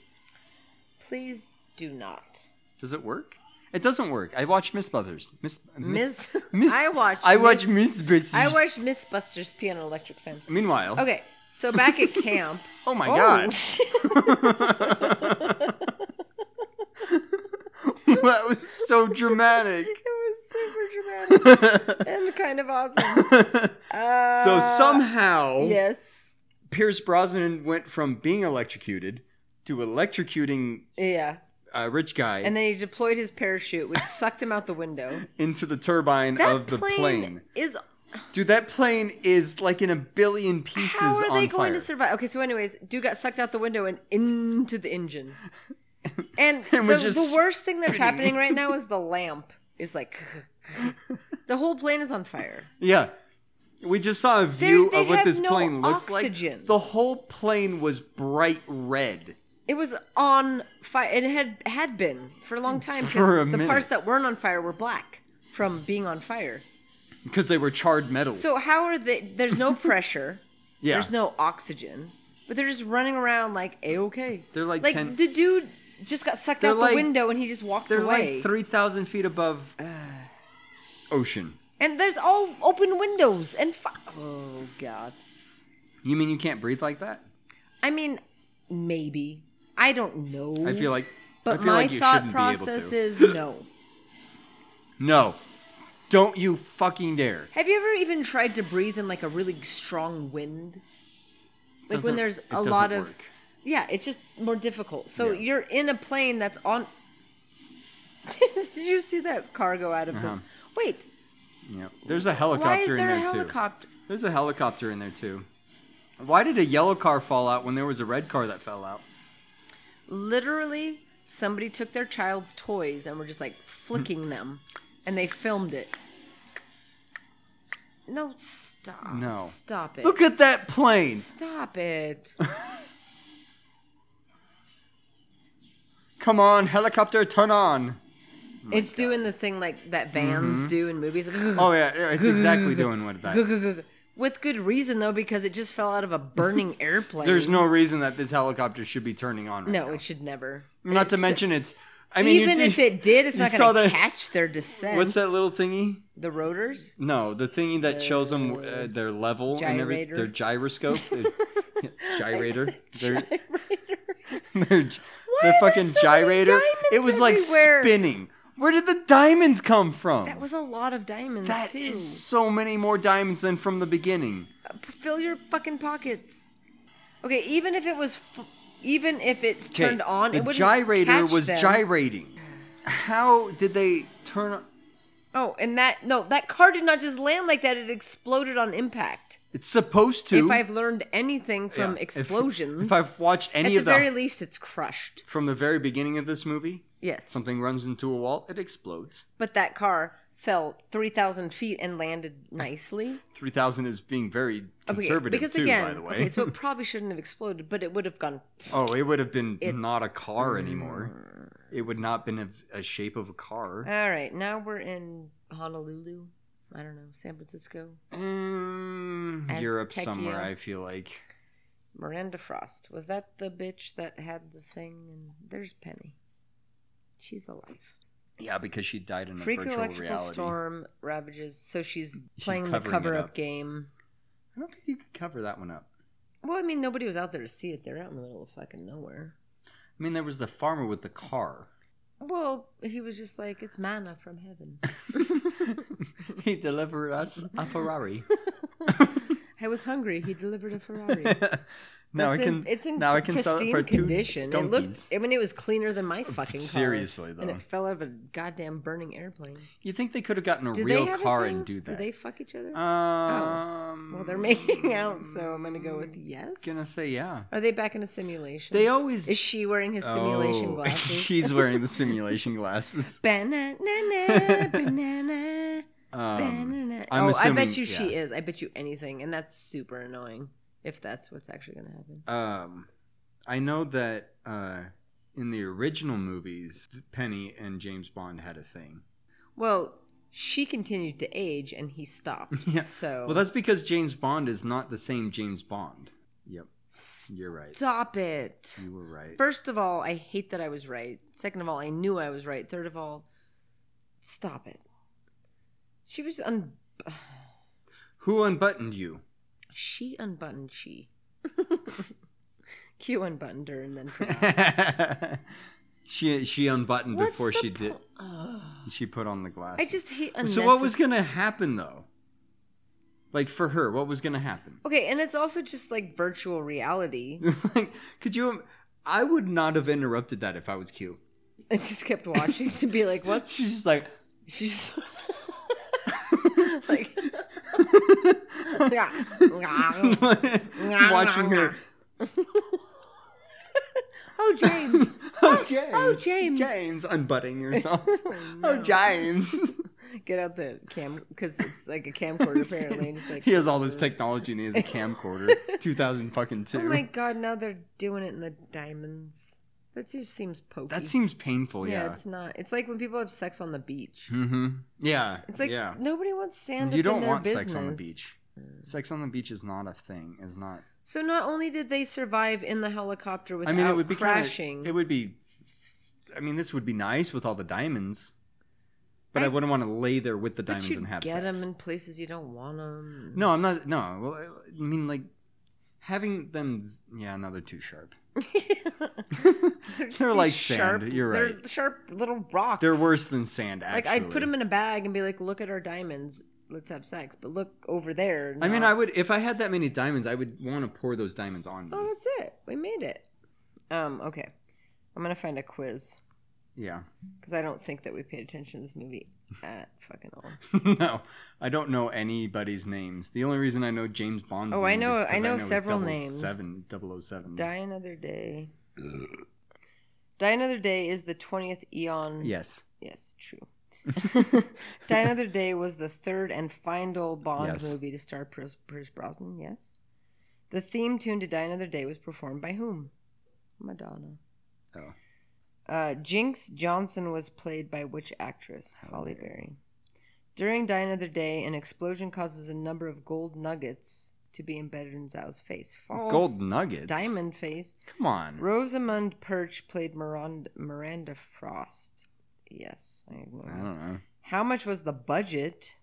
[SPEAKER 7] Please do not.
[SPEAKER 6] Does it work? It doesn't work. I watched Miss Brothers. Miss
[SPEAKER 7] Miss,
[SPEAKER 6] Miss
[SPEAKER 7] I watched.
[SPEAKER 6] I watched
[SPEAKER 7] Miss,
[SPEAKER 6] Miss Brothers.
[SPEAKER 7] I watched Miss Buster's pee on an electric fence.
[SPEAKER 6] Meanwhile,
[SPEAKER 7] Okay, so back at camp.
[SPEAKER 6] Oh my
[SPEAKER 7] Oh,
[SPEAKER 6] god. that was so dramatic.
[SPEAKER 7] it was super dramatic and kind of awesome. Uh,
[SPEAKER 6] so somehow
[SPEAKER 7] yes,
[SPEAKER 6] Pierce Brosnan went from being electrocuted to electrocuting
[SPEAKER 7] yeah.
[SPEAKER 6] a rich guy
[SPEAKER 7] And then he deployed his parachute, which sucked him out the window.
[SPEAKER 6] into the turbine
[SPEAKER 7] That
[SPEAKER 6] of the plane.
[SPEAKER 7] is.
[SPEAKER 6] Dude, that plane is like in a billion pieces
[SPEAKER 7] How are
[SPEAKER 6] on
[SPEAKER 7] they
[SPEAKER 6] fire.
[SPEAKER 7] going to survive? Okay, so anyways, dude got sucked out the window and into the engine. And,
[SPEAKER 6] And
[SPEAKER 7] the,
[SPEAKER 6] was just
[SPEAKER 7] the worst thing that's
[SPEAKER 6] spinning.
[SPEAKER 7] happening right now is the lamp is like. the whole plane is on fire.
[SPEAKER 6] Yeah. We just saw a view
[SPEAKER 7] they
[SPEAKER 6] of what
[SPEAKER 7] have
[SPEAKER 6] this
[SPEAKER 7] no
[SPEAKER 6] plane looks
[SPEAKER 7] oxygen.
[SPEAKER 6] like. The whole plane was bright red.
[SPEAKER 7] It was on fire. It had had been for a long time
[SPEAKER 6] For a
[SPEAKER 7] because the
[SPEAKER 6] minute.
[SPEAKER 7] parts that weren't on fire were black from being on fire.
[SPEAKER 6] Because they were charred metal.
[SPEAKER 7] So how are they? There's no pressure.
[SPEAKER 6] yeah.
[SPEAKER 7] There's no oxygen. But they're just running around like a okay.
[SPEAKER 6] They're like 10
[SPEAKER 7] the dude just got sucked
[SPEAKER 6] They're
[SPEAKER 7] out
[SPEAKER 6] like-
[SPEAKER 7] the window and he just walked
[SPEAKER 6] They're
[SPEAKER 7] away.
[SPEAKER 6] like 3,000 feet above
[SPEAKER 7] Uh.
[SPEAKER 6] ocean.
[SPEAKER 7] and there's all open windows and fi- oh god.
[SPEAKER 6] You mean you can't breathe like that?
[SPEAKER 7] I mean, maybe I don't know.
[SPEAKER 6] I feel like
[SPEAKER 7] But
[SPEAKER 6] I feel
[SPEAKER 7] my
[SPEAKER 6] like you
[SPEAKER 7] thought
[SPEAKER 6] shouldn't be able
[SPEAKER 7] process
[SPEAKER 6] to.
[SPEAKER 7] is no.
[SPEAKER 6] no. Don't you fucking dare.
[SPEAKER 7] Have you ever even tried to breathe in like a really strong wind? Like
[SPEAKER 6] Doesn't-
[SPEAKER 7] when there's
[SPEAKER 6] it
[SPEAKER 7] a
[SPEAKER 6] doesn't
[SPEAKER 7] lot of
[SPEAKER 6] work.
[SPEAKER 7] yeah, it's just more difficult. So
[SPEAKER 6] Yeah.
[SPEAKER 7] you're in a plane that's on. Did you see that car go out of
[SPEAKER 6] Uh-huh.
[SPEAKER 7] the? Wait,
[SPEAKER 6] Yeah. There's a
[SPEAKER 7] why is
[SPEAKER 6] helicopter in
[SPEAKER 7] there
[SPEAKER 6] there
[SPEAKER 7] a
[SPEAKER 6] too.
[SPEAKER 7] helicopter?
[SPEAKER 6] There's a helicopter in there too. Why did a yellow car fall out when there was a red car that fell out?
[SPEAKER 7] Literally, somebody took their child's toys and were just like flicking them, and they filmed it. No, stop!
[SPEAKER 6] No.
[SPEAKER 7] stop it!
[SPEAKER 6] Look at Oh that plane.
[SPEAKER 7] stop it!
[SPEAKER 6] Come on, helicopter, turn on.
[SPEAKER 7] it's doing the thing like that vans do in movies.
[SPEAKER 6] Mm-hmm. Oh yeah, yeah, it's exactly doing what that.
[SPEAKER 7] With good reason though, because it just fell out of a burning airplane.
[SPEAKER 6] There's no reason that this helicopter should be turning on. Right
[SPEAKER 7] no,
[SPEAKER 6] now.
[SPEAKER 7] it should never.
[SPEAKER 6] not to
[SPEAKER 7] It's-
[SPEAKER 6] mention it's. I mean,
[SPEAKER 7] even
[SPEAKER 6] you
[SPEAKER 7] if
[SPEAKER 6] did-
[SPEAKER 7] it did, it's
[SPEAKER 6] you
[SPEAKER 7] not
[SPEAKER 6] saw
[SPEAKER 7] going
[SPEAKER 6] the-
[SPEAKER 7] to catch their descent.
[SPEAKER 6] What's that little thingy?
[SPEAKER 7] The rotors?
[SPEAKER 6] No, the thingy that shows them uh, their level and every,
[SPEAKER 7] Gyrator.
[SPEAKER 6] their gyroscope, their- gyrator, their, their, gy- their
[SPEAKER 7] are there
[SPEAKER 6] fucking
[SPEAKER 7] so many
[SPEAKER 6] gyrator. It
[SPEAKER 7] diamonds
[SPEAKER 6] was like
[SPEAKER 7] everywhere?
[SPEAKER 6] spinning. Where did the diamonds come from?
[SPEAKER 7] That was a lot of diamonds
[SPEAKER 6] That
[SPEAKER 7] too.
[SPEAKER 6] is so many more diamonds than from the beginning.
[SPEAKER 7] Fill your fucking pockets. Okay, even if it was, f- even if it's
[SPEAKER 6] 'Kay,
[SPEAKER 7] turned on,
[SPEAKER 6] the
[SPEAKER 7] it wouldn't
[SPEAKER 6] gyrator
[SPEAKER 7] catch
[SPEAKER 6] was
[SPEAKER 7] them.
[SPEAKER 6] gyrating. How did they turn? On?
[SPEAKER 7] Oh, and that no, that car did not just land like that. It exploded on impact.
[SPEAKER 6] It's supposed to.
[SPEAKER 7] If I've learned anything
[SPEAKER 6] Yeah,
[SPEAKER 7] from
[SPEAKER 6] if-
[SPEAKER 7] explosions,
[SPEAKER 6] If, I've watched
[SPEAKER 7] at
[SPEAKER 6] any
[SPEAKER 7] the
[SPEAKER 6] of the
[SPEAKER 7] very least, it's crushed.
[SPEAKER 6] from the very beginning of this movie,
[SPEAKER 7] Yes,
[SPEAKER 6] something runs into a wall, it explodes.
[SPEAKER 7] but that car fell three thousand feet and landed nicely.
[SPEAKER 6] Three thousand is being very
[SPEAKER 7] Okay,
[SPEAKER 6] conservative too, by the way.
[SPEAKER 7] okay, so it probably shouldn't have exploded, but it would have gone.
[SPEAKER 6] oh, it would have been
[SPEAKER 7] It's- Mm.
[SPEAKER 6] not a car anymore. It would not been a, a shape of a car.
[SPEAKER 7] All right, now we're in Honolulu. I don't know, San Francisco.
[SPEAKER 6] Mm, Europe
[SPEAKER 7] Aztecia.
[SPEAKER 6] somewhere, I feel like.
[SPEAKER 7] Miranda Frost was that the bitch that had the thing? And there's Penny. She's alive.
[SPEAKER 6] Yeah, because she died in a
[SPEAKER 7] Freak
[SPEAKER 6] virtual
[SPEAKER 7] electrical
[SPEAKER 6] reality.
[SPEAKER 7] storm ravages. So she's
[SPEAKER 6] She's
[SPEAKER 7] playing the
[SPEAKER 6] covering it
[SPEAKER 7] cover-up
[SPEAKER 6] up.
[SPEAKER 7] game.
[SPEAKER 6] I don't think you could cover that one up.
[SPEAKER 7] Well, I mean, nobody was out there to see it. They're out in the middle of fucking nowhere.
[SPEAKER 6] I mean, there was the farmer with the car.
[SPEAKER 7] Well, he was just like, it's manna from heaven.
[SPEAKER 6] he delivered us a Ferrari.
[SPEAKER 7] I was hungry. He delivered a Ferrari.
[SPEAKER 6] now I
[SPEAKER 7] It's
[SPEAKER 6] can.
[SPEAKER 7] In, it's in
[SPEAKER 6] now I can sell it
[SPEAKER 7] pristine
[SPEAKER 6] for two
[SPEAKER 7] condition. It looked.
[SPEAKER 6] donkeys.
[SPEAKER 7] I mean, it was cleaner than my fucking car.
[SPEAKER 6] Seriously,
[SPEAKER 7] and
[SPEAKER 6] though.
[SPEAKER 7] it fell out of a goddamn burning airplane.
[SPEAKER 6] You think they could have gotten a
[SPEAKER 7] Do
[SPEAKER 6] real
[SPEAKER 7] they have a
[SPEAKER 6] car
[SPEAKER 7] thing?
[SPEAKER 6] and do that? Uh,
[SPEAKER 7] Do they fuck each other?
[SPEAKER 6] Um,
[SPEAKER 7] well, they're making out, so I'm gonna go with yes.
[SPEAKER 6] Mm, gonna say yeah.
[SPEAKER 7] Are they back in a simulation?
[SPEAKER 6] They always
[SPEAKER 7] Is she wearing his simulation
[SPEAKER 6] Oh,
[SPEAKER 7] glasses?
[SPEAKER 6] She's wearing the simulation glasses.
[SPEAKER 7] banana, banana,
[SPEAKER 6] Um,
[SPEAKER 7] banana.
[SPEAKER 6] I'm
[SPEAKER 7] oh, I
[SPEAKER 6] assuming-
[SPEAKER 7] bet you she
[SPEAKER 6] yeah.
[SPEAKER 7] is. I bet you anything, and that's super annoying if that's what's actually gonna happen.
[SPEAKER 6] um, I know that uh, in the original movies, Penny and James Bond had a thing.
[SPEAKER 7] Well, she continued to age, and he stopped.
[SPEAKER 6] Yeah.
[SPEAKER 7] So
[SPEAKER 6] Well, that's because James Bond is not the same James Bond. Yep, you're right.
[SPEAKER 7] Stop it.
[SPEAKER 6] You were right.
[SPEAKER 7] First of all, I hate that I was right. Second of all, I knew I was right. Third of all, stop it. She was un.
[SPEAKER 6] Who unbuttoned you?
[SPEAKER 7] She unbuttoned she. Q unbuttoned her and then.
[SPEAKER 6] she she unbuttoned
[SPEAKER 7] What's
[SPEAKER 6] before
[SPEAKER 7] the
[SPEAKER 6] she did.
[SPEAKER 7] po- Ugh.
[SPEAKER 6] She put on the glasses.
[SPEAKER 7] I just hate.
[SPEAKER 6] So what was gonna happen though? Like for her, what was gonna happen?
[SPEAKER 7] Okay, and it's also just like virtual reality.
[SPEAKER 6] like, could you? I would not have interrupted that if I was Q.
[SPEAKER 7] I just kept watching to be like, what?
[SPEAKER 6] She's just like,
[SPEAKER 7] She's like, yeah.
[SPEAKER 6] watching her.
[SPEAKER 7] Oh, James.
[SPEAKER 6] Oh James!
[SPEAKER 7] oh, James.
[SPEAKER 6] James unbutting yourself. Oh James!
[SPEAKER 7] Get out the cam because it's like a camcorder apparently. And just like,
[SPEAKER 6] he has all this technology and he has a camcorder. Two thousand fucking two.
[SPEAKER 7] oh my god, now they're doing it in the diamonds. That just seems pokey.
[SPEAKER 6] that seems painful.
[SPEAKER 7] yeah,
[SPEAKER 6] Yeah.
[SPEAKER 7] it's not. It's like when people have sex on the beach.
[SPEAKER 6] mm-hmm. Yeah.
[SPEAKER 7] It's like
[SPEAKER 6] yeah.
[SPEAKER 7] nobody wants sand.
[SPEAKER 6] you
[SPEAKER 7] up
[SPEAKER 6] don't
[SPEAKER 7] in their
[SPEAKER 6] want sex on the
[SPEAKER 7] business.
[SPEAKER 6] beach. Sex on the beach is not a thing. Is not.
[SPEAKER 7] So not only did they survive in the helicopter without
[SPEAKER 6] I mean, it would be kinda-
[SPEAKER 7] crashing,
[SPEAKER 6] it would be. I mean, this would be nice with all the diamonds, but I,
[SPEAKER 7] I-
[SPEAKER 6] wouldn't want to lay there with the diamonds
[SPEAKER 7] but you
[SPEAKER 6] and have
[SPEAKER 7] get
[SPEAKER 6] sex.
[SPEAKER 7] them in places you don't want them.
[SPEAKER 6] no, I'm not. No, well, I- I mean, like having them. Yeah, no, they're too sharp.
[SPEAKER 7] they're, just
[SPEAKER 6] They're
[SPEAKER 7] these
[SPEAKER 6] like sand, you're right.
[SPEAKER 7] They're sharp little rocks.
[SPEAKER 6] They're worse than sand. Actually,
[SPEAKER 7] Like I'd put them in a bag and be like, "Look at our diamonds. Let's have sex." But look over there.
[SPEAKER 6] I mean,
[SPEAKER 7] not-
[SPEAKER 6] I would if I had that many diamonds, I would want to pour those diamonds on me.
[SPEAKER 7] Oh, that's it. We made it. Um. Okay. I'm gonna find a quiz
[SPEAKER 6] Yeah.
[SPEAKER 7] because I don't think that we paid attention to this movie at fucking all.
[SPEAKER 6] no, I don't know anybody's names. The only reason I know James Bond's.
[SPEAKER 7] Oh,
[SPEAKER 6] name
[SPEAKER 7] I
[SPEAKER 6] is
[SPEAKER 7] know-
[SPEAKER 6] 'cause
[SPEAKER 7] I know
[SPEAKER 6] it's
[SPEAKER 7] several
[SPEAKER 6] 007, 007.
[SPEAKER 7] Die another day. Die Another Day is the 20th Eon.
[SPEAKER 6] Yes.
[SPEAKER 7] Yes, true. Die Another Day was the third and final Bond
[SPEAKER 6] Yes.
[SPEAKER 7] movie to star Pierce Pierce Brosnan, yes. The theme tune to Die Another Day was performed by whom? Madonna.
[SPEAKER 6] Oh.
[SPEAKER 7] Uh, Jinx Johnson was played by which actress? Holly Berry. During Die Another Day, an explosion causes a number of gold nuggets to be embedded in Zhao's face. False.
[SPEAKER 6] Gold nuggets.
[SPEAKER 7] Diamond face.
[SPEAKER 6] Come on.
[SPEAKER 7] Rosamund Perch played Miranda, Miranda Frost. Yes, I
[SPEAKER 6] I
[SPEAKER 7] know.
[SPEAKER 6] don't know.
[SPEAKER 7] How much was the budget?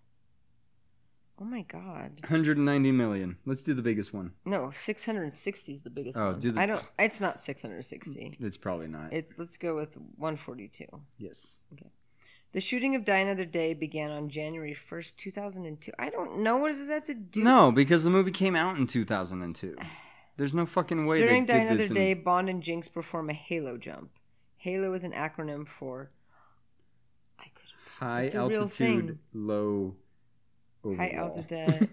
[SPEAKER 7] Oh my god.
[SPEAKER 6] 190 million. Let's do the biggest one.
[SPEAKER 7] No, 660 is the biggest
[SPEAKER 6] Oh,
[SPEAKER 7] one.
[SPEAKER 6] do the-
[SPEAKER 7] I don't it's not 660.
[SPEAKER 6] It's probably not.
[SPEAKER 7] It's let's go with 142.
[SPEAKER 6] yes.
[SPEAKER 7] The shooting of Die Another Day began on January 1st, 2002. I don't know what does this have to do
[SPEAKER 6] No, because the movie came out in 2002. There's no fucking way
[SPEAKER 7] During
[SPEAKER 6] they
[SPEAKER 7] Die
[SPEAKER 6] did
[SPEAKER 7] Another
[SPEAKER 6] this in-
[SPEAKER 7] Day, Bond and Jinx perform a halo jump. Halo is an acronym for
[SPEAKER 6] high
[SPEAKER 7] It's a real
[SPEAKER 6] altitude,
[SPEAKER 7] thing.
[SPEAKER 6] low overall.
[SPEAKER 7] high altitude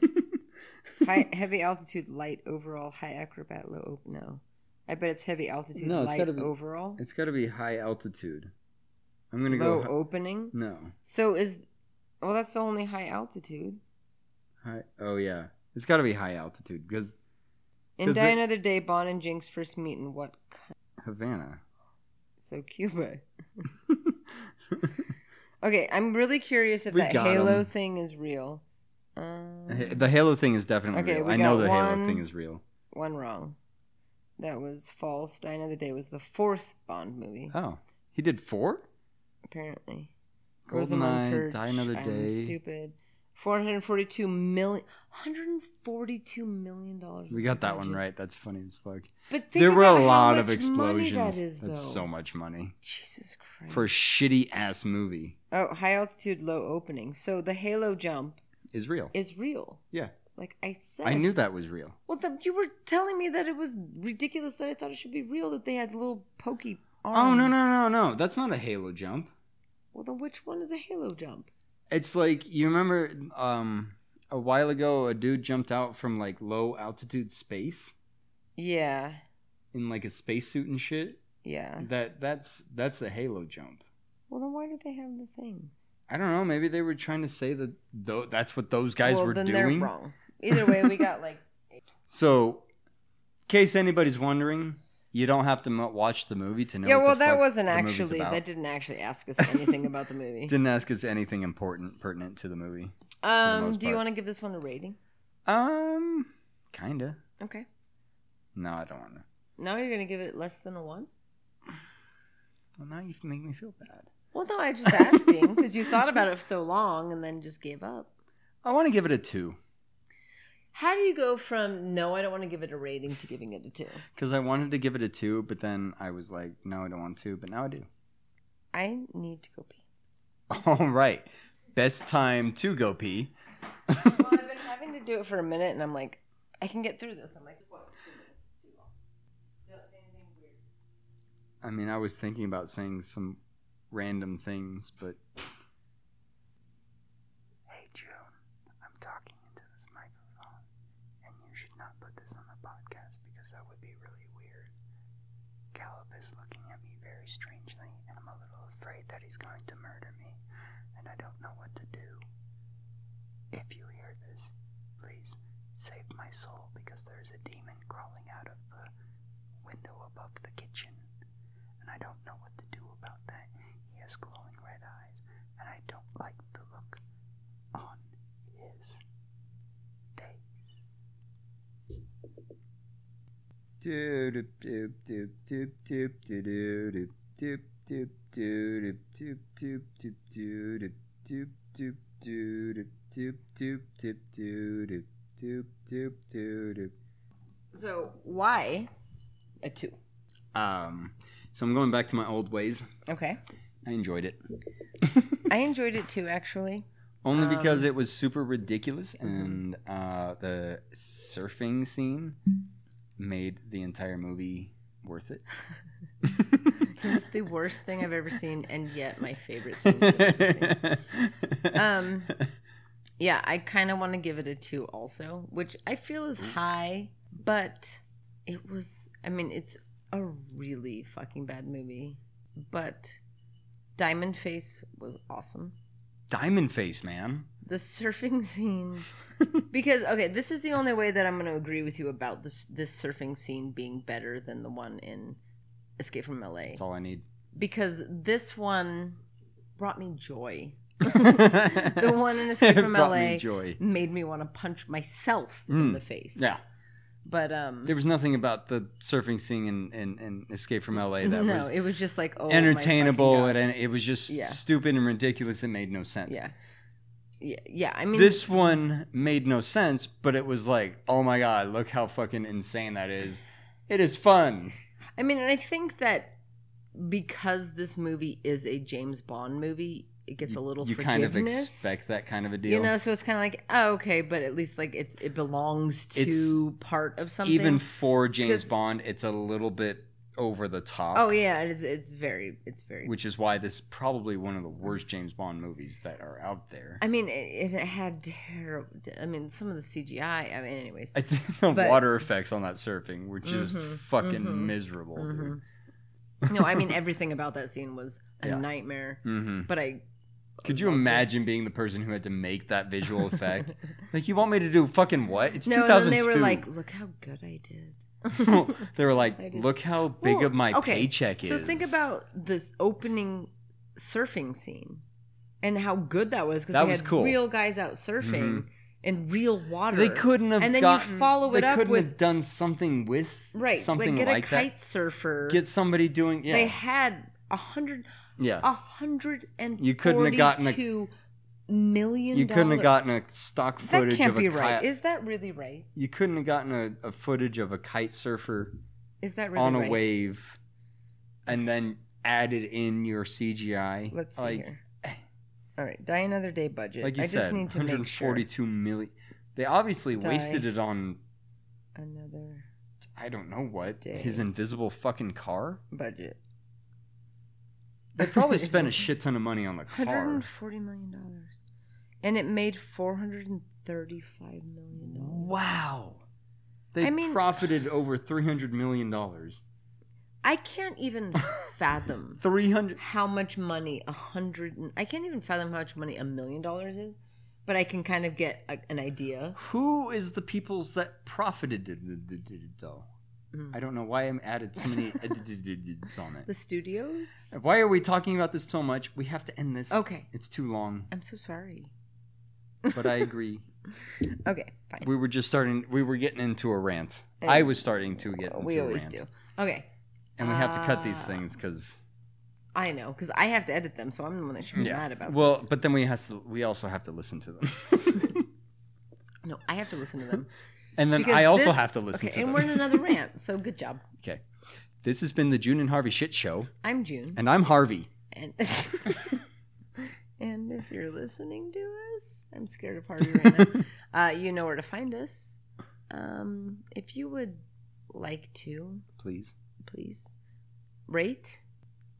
[SPEAKER 7] high heavy altitude light overall high acrobat low op- no i bet it's heavy altitude
[SPEAKER 6] No, it's
[SPEAKER 7] light
[SPEAKER 6] gotta be-
[SPEAKER 7] overall
[SPEAKER 6] It's got to be high altitude. I'm gonna
[SPEAKER 7] low
[SPEAKER 6] go. hi-
[SPEAKER 7] opening
[SPEAKER 6] no.
[SPEAKER 7] so is well that's the only high altitude
[SPEAKER 6] High. Oh yeah. It's got to be high altitude because
[SPEAKER 7] in
[SPEAKER 6] 'Cause
[SPEAKER 7] die
[SPEAKER 6] it-
[SPEAKER 7] another day bond and jinx first meet in what co-
[SPEAKER 6] Havana.
[SPEAKER 7] so cuba okay i'm really curious if
[SPEAKER 6] We
[SPEAKER 7] that
[SPEAKER 6] got
[SPEAKER 7] halo
[SPEAKER 6] 'em.
[SPEAKER 7] thing is real um,
[SPEAKER 6] the Halo thing is definitely
[SPEAKER 7] Okay,
[SPEAKER 6] real.
[SPEAKER 7] we
[SPEAKER 6] I know
[SPEAKER 7] got
[SPEAKER 6] the
[SPEAKER 7] one.
[SPEAKER 6] Halo thing is real.
[SPEAKER 7] one wrong that was false die another day was the fourth bond movie
[SPEAKER 6] Oh, he did four.
[SPEAKER 7] apparently Rosamund
[SPEAKER 6] Goldeneye,
[SPEAKER 7] Purge,
[SPEAKER 6] Die Another
[SPEAKER 7] I'm
[SPEAKER 6] Day.
[SPEAKER 7] Stupid. Four hundred forty-two million. Hundred forty-two million dollars.
[SPEAKER 6] We got that one right. That's funny as fuck.
[SPEAKER 7] But think
[SPEAKER 6] There were
[SPEAKER 7] about
[SPEAKER 6] a
[SPEAKER 7] how
[SPEAKER 6] lot of
[SPEAKER 7] much money
[SPEAKER 6] explosions.
[SPEAKER 7] That is,
[SPEAKER 6] That's
[SPEAKER 7] though.
[SPEAKER 6] so much money
[SPEAKER 7] Jesus Christ.
[SPEAKER 6] for a shitty ass movie.
[SPEAKER 7] oh, high altitude, low opening. So the halo jump
[SPEAKER 6] Is real.
[SPEAKER 7] is real.
[SPEAKER 6] yeah,
[SPEAKER 7] Like I said,
[SPEAKER 6] I knew that was real.
[SPEAKER 7] Well, the, you were telling me that it was ridiculous that I thought it should be real that they had little pokey arms.
[SPEAKER 6] Oh no no no no! That's not a Halo jump.
[SPEAKER 7] Well, then which one is a halo jump?
[SPEAKER 6] It's like you remember um a while ago a dude jumped out from like low altitude space
[SPEAKER 7] Yeah,
[SPEAKER 6] in like a spacesuit and shit.
[SPEAKER 7] yeah.
[SPEAKER 6] That that's that's a halo jump.
[SPEAKER 7] Well, then why did they have the things?
[SPEAKER 6] I don't know, maybe they were trying to say that tho- that's what those guys
[SPEAKER 7] well,
[SPEAKER 6] were
[SPEAKER 7] then
[SPEAKER 6] doing.
[SPEAKER 7] they're wrong. Either way, we got like
[SPEAKER 6] So, in case anybody's wondering, you don't have to mo- watch the movie to know.
[SPEAKER 7] Yeah,
[SPEAKER 6] what
[SPEAKER 7] well,
[SPEAKER 6] the
[SPEAKER 7] that
[SPEAKER 6] fuck
[SPEAKER 7] wasn't
[SPEAKER 6] the movie's
[SPEAKER 7] actually
[SPEAKER 6] about.
[SPEAKER 7] that didn't actually ask us anything about the movie.
[SPEAKER 6] didn't ask us anything important pertinent to the movie.
[SPEAKER 7] um,
[SPEAKER 6] most
[SPEAKER 7] do you
[SPEAKER 6] part.
[SPEAKER 7] want to give this one a rating?
[SPEAKER 6] Um, kinda.
[SPEAKER 7] Okay.
[SPEAKER 6] No, I don't want to.
[SPEAKER 7] Now you're gonna give it less than a one?
[SPEAKER 6] Well, now you make me feel bad.
[SPEAKER 7] Well, no, I'm just asking because you thought about it for so long and then just gave up.
[SPEAKER 6] I want to give it a two
[SPEAKER 7] How do you go from no, I don't want to give it a rating to giving it a two?
[SPEAKER 6] because I wanted to give it a two, but then I was like, no, I don't want to, but now I do.
[SPEAKER 7] I need to go pee.
[SPEAKER 6] All right, best time to go pee.
[SPEAKER 7] Well, I've been having to do it for a minute, and I'm like, I can get through this. I'm like, what? Two minutes is too long. Don't say anything weird.
[SPEAKER 6] I mean, I was thinking about saying some random things, but. Hey, June, I'm talking into this microphone, and you should not put this on the podcast because that would be really weird. Caleb is looking at me very strangely, and I'm a little afraid that he's going to murder me, and I don't know what to do. If you hear this, please save my soul because there's a demon crawling out of the window above the kitchen and I don't know what to do about that. He has glowing red eyes, and I don't like the look on his face. Doop doop doop doop doop doop doop doop doop doop doop doop doop doop doop doop doop doop doop doop doop doop doop doop
[SPEAKER 7] So why a two?
[SPEAKER 6] um so I'm going back to my old ways.
[SPEAKER 7] Okay.
[SPEAKER 6] I enjoyed it.
[SPEAKER 7] I enjoyed it too, actually.
[SPEAKER 6] Only
[SPEAKER 7] Um,
[SPEAKER 6] because it was super ridiculous, and uh, the surfing scene made the entire movie worth it.
[SPEAKER 7] It's the worst thing I've ever seen, and yet my favorite thing.
[SPEAKER 6] I
[SPEAKER 7] Um, yeah, I kind of want to give it a two, also, which I feel is high, but it was. I mean, it's a really fucking bad movie. but Diamond Face was awesome.
[SPEAKER 6] Diamond Face, man.
[SPEAKER 7] The surfing scene, because okay, this is the only way that I'm going to agree with you about this this surfing scene being better than the one in Escape from LA,
[SPEAKER 6] That's all I need.
[SPEAKER 7] because this one brought me joy. The
[SPEAKER 6] the
[SPEAKER 7] one in Escape from
[SPEAKER 6] brought
[SPEAKER 7] LA
[SPEAKER 6] me joy.
[SPEAKER 7] made me want to punch myself in
[SPEAKER 6] Mm.
[SPEAKER 7] the face.
[SPEAKER 6] Yeah.
[SPEAKER 7] but um,
[SPEAKER 6] There was nothing about the surfing scene in, in, in Escape from LA that
[SPEAKER 7] no,
[SPEAKER 6] was
[SPEAKER 7] it was just like oh, my
[SPEAKER 6] entertainable.
[SPEAKER 7] fucking God.
[SPEAKER 6] And it was just
[SPEAKER 7] Yeah.
[SPEAKER 6] stupid and ridiculous. It made no sense.
[SPEAKER 7] yeah, yeah, yeah. I mean,
[SPEAKER 6] this one made no sense, but it was like, oh my god, look how fucking insane that is. It is fun.
[SPEAKER 7] I mean, and I think that because this movie is a James Bond movie, it gets a little
[SPEAKER 6] You kind
[SPEAKER 7] forgiveness.
[SPEAKER 6] of expect that kind of a deal.
[SPEAKER 7] you know, so it's kind of like oh, okay, but at least like it it belongs to
[SPEAKER 6] It's-
[SPEAKER 7] part of something.
[SPEAKER 6] Even for James
[SPEAKER 7] 'Cause-
[SPEAKER 6] Bond, it's a little bit over the top.
[SPEAKER 7] oh yeah, it is. It's very, it's very.
[SPEAKER 6] Which is why this is probably one of the worst James Bond movies that are out there.
[SPEAKER 7] I mean, it, it had terrible. I mean, some of the CGI. I mean, anyways.
[SPEAKER 6] I think the
[SPEAKER 7] But-
[SPEAKER 6] water effects on that surfing were just
[SPEAKER 7] Mhm,
[SPEAKER 6] fucking
[SPEAKER 7] mhm,
[SPEAKER 6] miserable, dude.
[SPEAKER 7] Mm-hmm. no, I mean everything about that scene was a
[SPEAKER 6] Yeah.
[SPEAKER 7] nightmare.
[SPEAKER 6] hmm
[SPEAKER 7] But I Oh,
[SPEAKER 6] Could you imagine being the person who had to make that visual effect? like, you want me to do fucking what? It's
[SPEAKER 7] no, and
[SPEAKER 6] 2002.
[SPEAKER 7] then they were like, "Look how good I did."
[SPEAKER 6] they were like,
[SPEAKER 7] I just-
[SPEAKER 6] look how big
[SPEAKER 7] Well,
[SPEAKER 6] of my
[SPEAKER 7] okay,
[SPEAKER 6] paycheck is.
[SPEAKER 7] So think about this opening surfing scene and how good that was because
[SPEAKER 6] That
[SPEAKER 7] they
[SPEAKER 6] was
[SPEAKER 7] had
[SPEAKER 6] cool. Mm-hmm.
[SPEAKER 7] real guys out surfing in real water.
[SPEAKER 6] They couldn't have
[SPEAKER 7] and then
[SPEAKER 6] gotten,
[SPEAKER 7] you follow it
[SPEAKER 6] they
[SPEAKER 7] up
[SPEAKER 6] couldn't
[SPEAKER 7] with
[SPEAKER 6] have done something with
[SPEAKER 7] right,
[SPEAKER 6] something
[SPEAKER 7] like get
[SPEAKER 6] like
[SPEAKER 7] a kite
[SPEAKER 6] that.
[SPEAKER 7] surfer.
[SPEAKER 6] Get somebody doing yeah
[SPEAKER 7] They had a hundred,
[SPEAKER 6] yeah.
[SPEAKER 7] a hundred and
[SPEAKER 6] You couldn't have gotten a-
[SPEAKER 7] forty-two million
[SPEAKER 6] you couldn't have
[SPEAKER 7] dollar-
[SPEAKER 6] gotten a stock footage
[SPEAKER 7] that can't
[SPEAKER 6] of a
[SPEAKER 7] be
[SPEAKER 6] kite.
[SPEAKER 7] right. Is that really right?
[SPEAKER 6] you couldn't have gotten a, a footage of a kite surfer
[SPEAKER 7] Is that really
[SPEAKER 6] on a
[SPEAKER 7] right?
[SPEAKER 6] wave, and then added in your CGI.
[SPEAKER 7] Let's see
[SPEAKER 6] like,
[SPEAKER 7] here. All right, die another day budget.
[SPEAKER 6] Like you
[SPEAKER 7] I
[SPEAKER 6] said,
[SPEAKER 7] just need to make sure
[SPEAKER 6] 142 million- They obviously
[SPEAKER 7] Die.
[SPEAKER 6] wasted it on
[SPEAKER 7] another
[SPEAKER 6] I don't know what
[SPEAKER 7] Day.
[SPEAKER 6] his invisible fucking car.
[SPEAKER 7] budget.
[SPEAKER 6] They probably spent a shit ton of money on the
[SPEAKER 7] Hundred
[SPEAKER 6] car.
[SPEAKER 7] and forty million dollars, and it made four hundred and thirty-five million dollars.
[SPEAKER 6] Wow. They
[SPEAKER 7] I mean-
[SPEAKER 6] profited over three hundred million dollars.
[SPEAKER 7] I can't even fathom
[SPEAKER 6] Three hundred.
[SPEAKER 7] how much money a hundred. and- I can't even fathom how much money a million dollars is, but I can kind of get a, an idea.
[SPEAKER 6] Who is the peoples that profited did- did- did- did, though?
[SPEAKER 7] Hmm.
[SPEAKER 6] I don't know why I'm added so many did- did- did- dids on
[SPEAKER 7] The
[SPEAKER 6] it.
[SPEAKER 7] studios.
[SPEAKER 6] Why are we talking about this so much? We have to end this.
[SPEAKER 7] Okay,
[SPEAKER 6] It's too long,
[SPEAKER 7] I'm so sorry.
[SPEAKER 6] but I agree.
[SPEAKER 7] Okay, fine.
[SPEAKER 6] we were just starting. We were getting into a rant. I was starting to get. Into
[SPEAKER 7] We
[SPEAKER 6] a
[SPEAKER 7] always
[SPEAKER 6] rant.
[SPEAKER 7] do. Ah. Okay,
[SPEAKER 6] and we have to cut these things because
[SPEAKER 7] I know because I have to edit them, so I'm the one that should be mad about.
[SPEAKER 6] well but then we has to we also have to listen to them
[SPEAKER 7] this. no, I have to listen to them.
[SPEAKER 6] and then
[SPEAKER 7] Because
[SPEAKER 6] i also
[SPEAKER 7] this-
[SPEAKER 6] have to listen to
[SPEAKER 7] okay, and
[SPEAKER 6] them
[SPEAKER 7] we're in another rant. So good job.
[SPEAKER 6] okay this has been the june and harvey shit show
[SPEAKER 7] I'm June.
[SPEAKER 6] and i'm harvey
[SPEAKER 7] And and if you're listening to us, I'm scared of Harvey right now. uh, you know where to find us. Um, if you would like to,
[SPEAKER 6] please
[SPEAKER 7] please rate,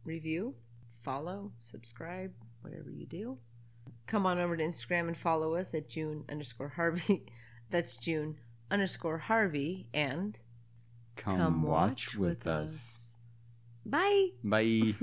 [SPEAKER 7] review, follow, subscribe, whatever you do. Come on over to Instagram and follow us at June underscore Harvey. That's June underscore Harvey. And
[SPEAKER 6] come,
[SPEAKER 7] Come
[SPEAKER 6] watch with us,
[SPEAKER 7] bye.
[SPEAKER 6] bye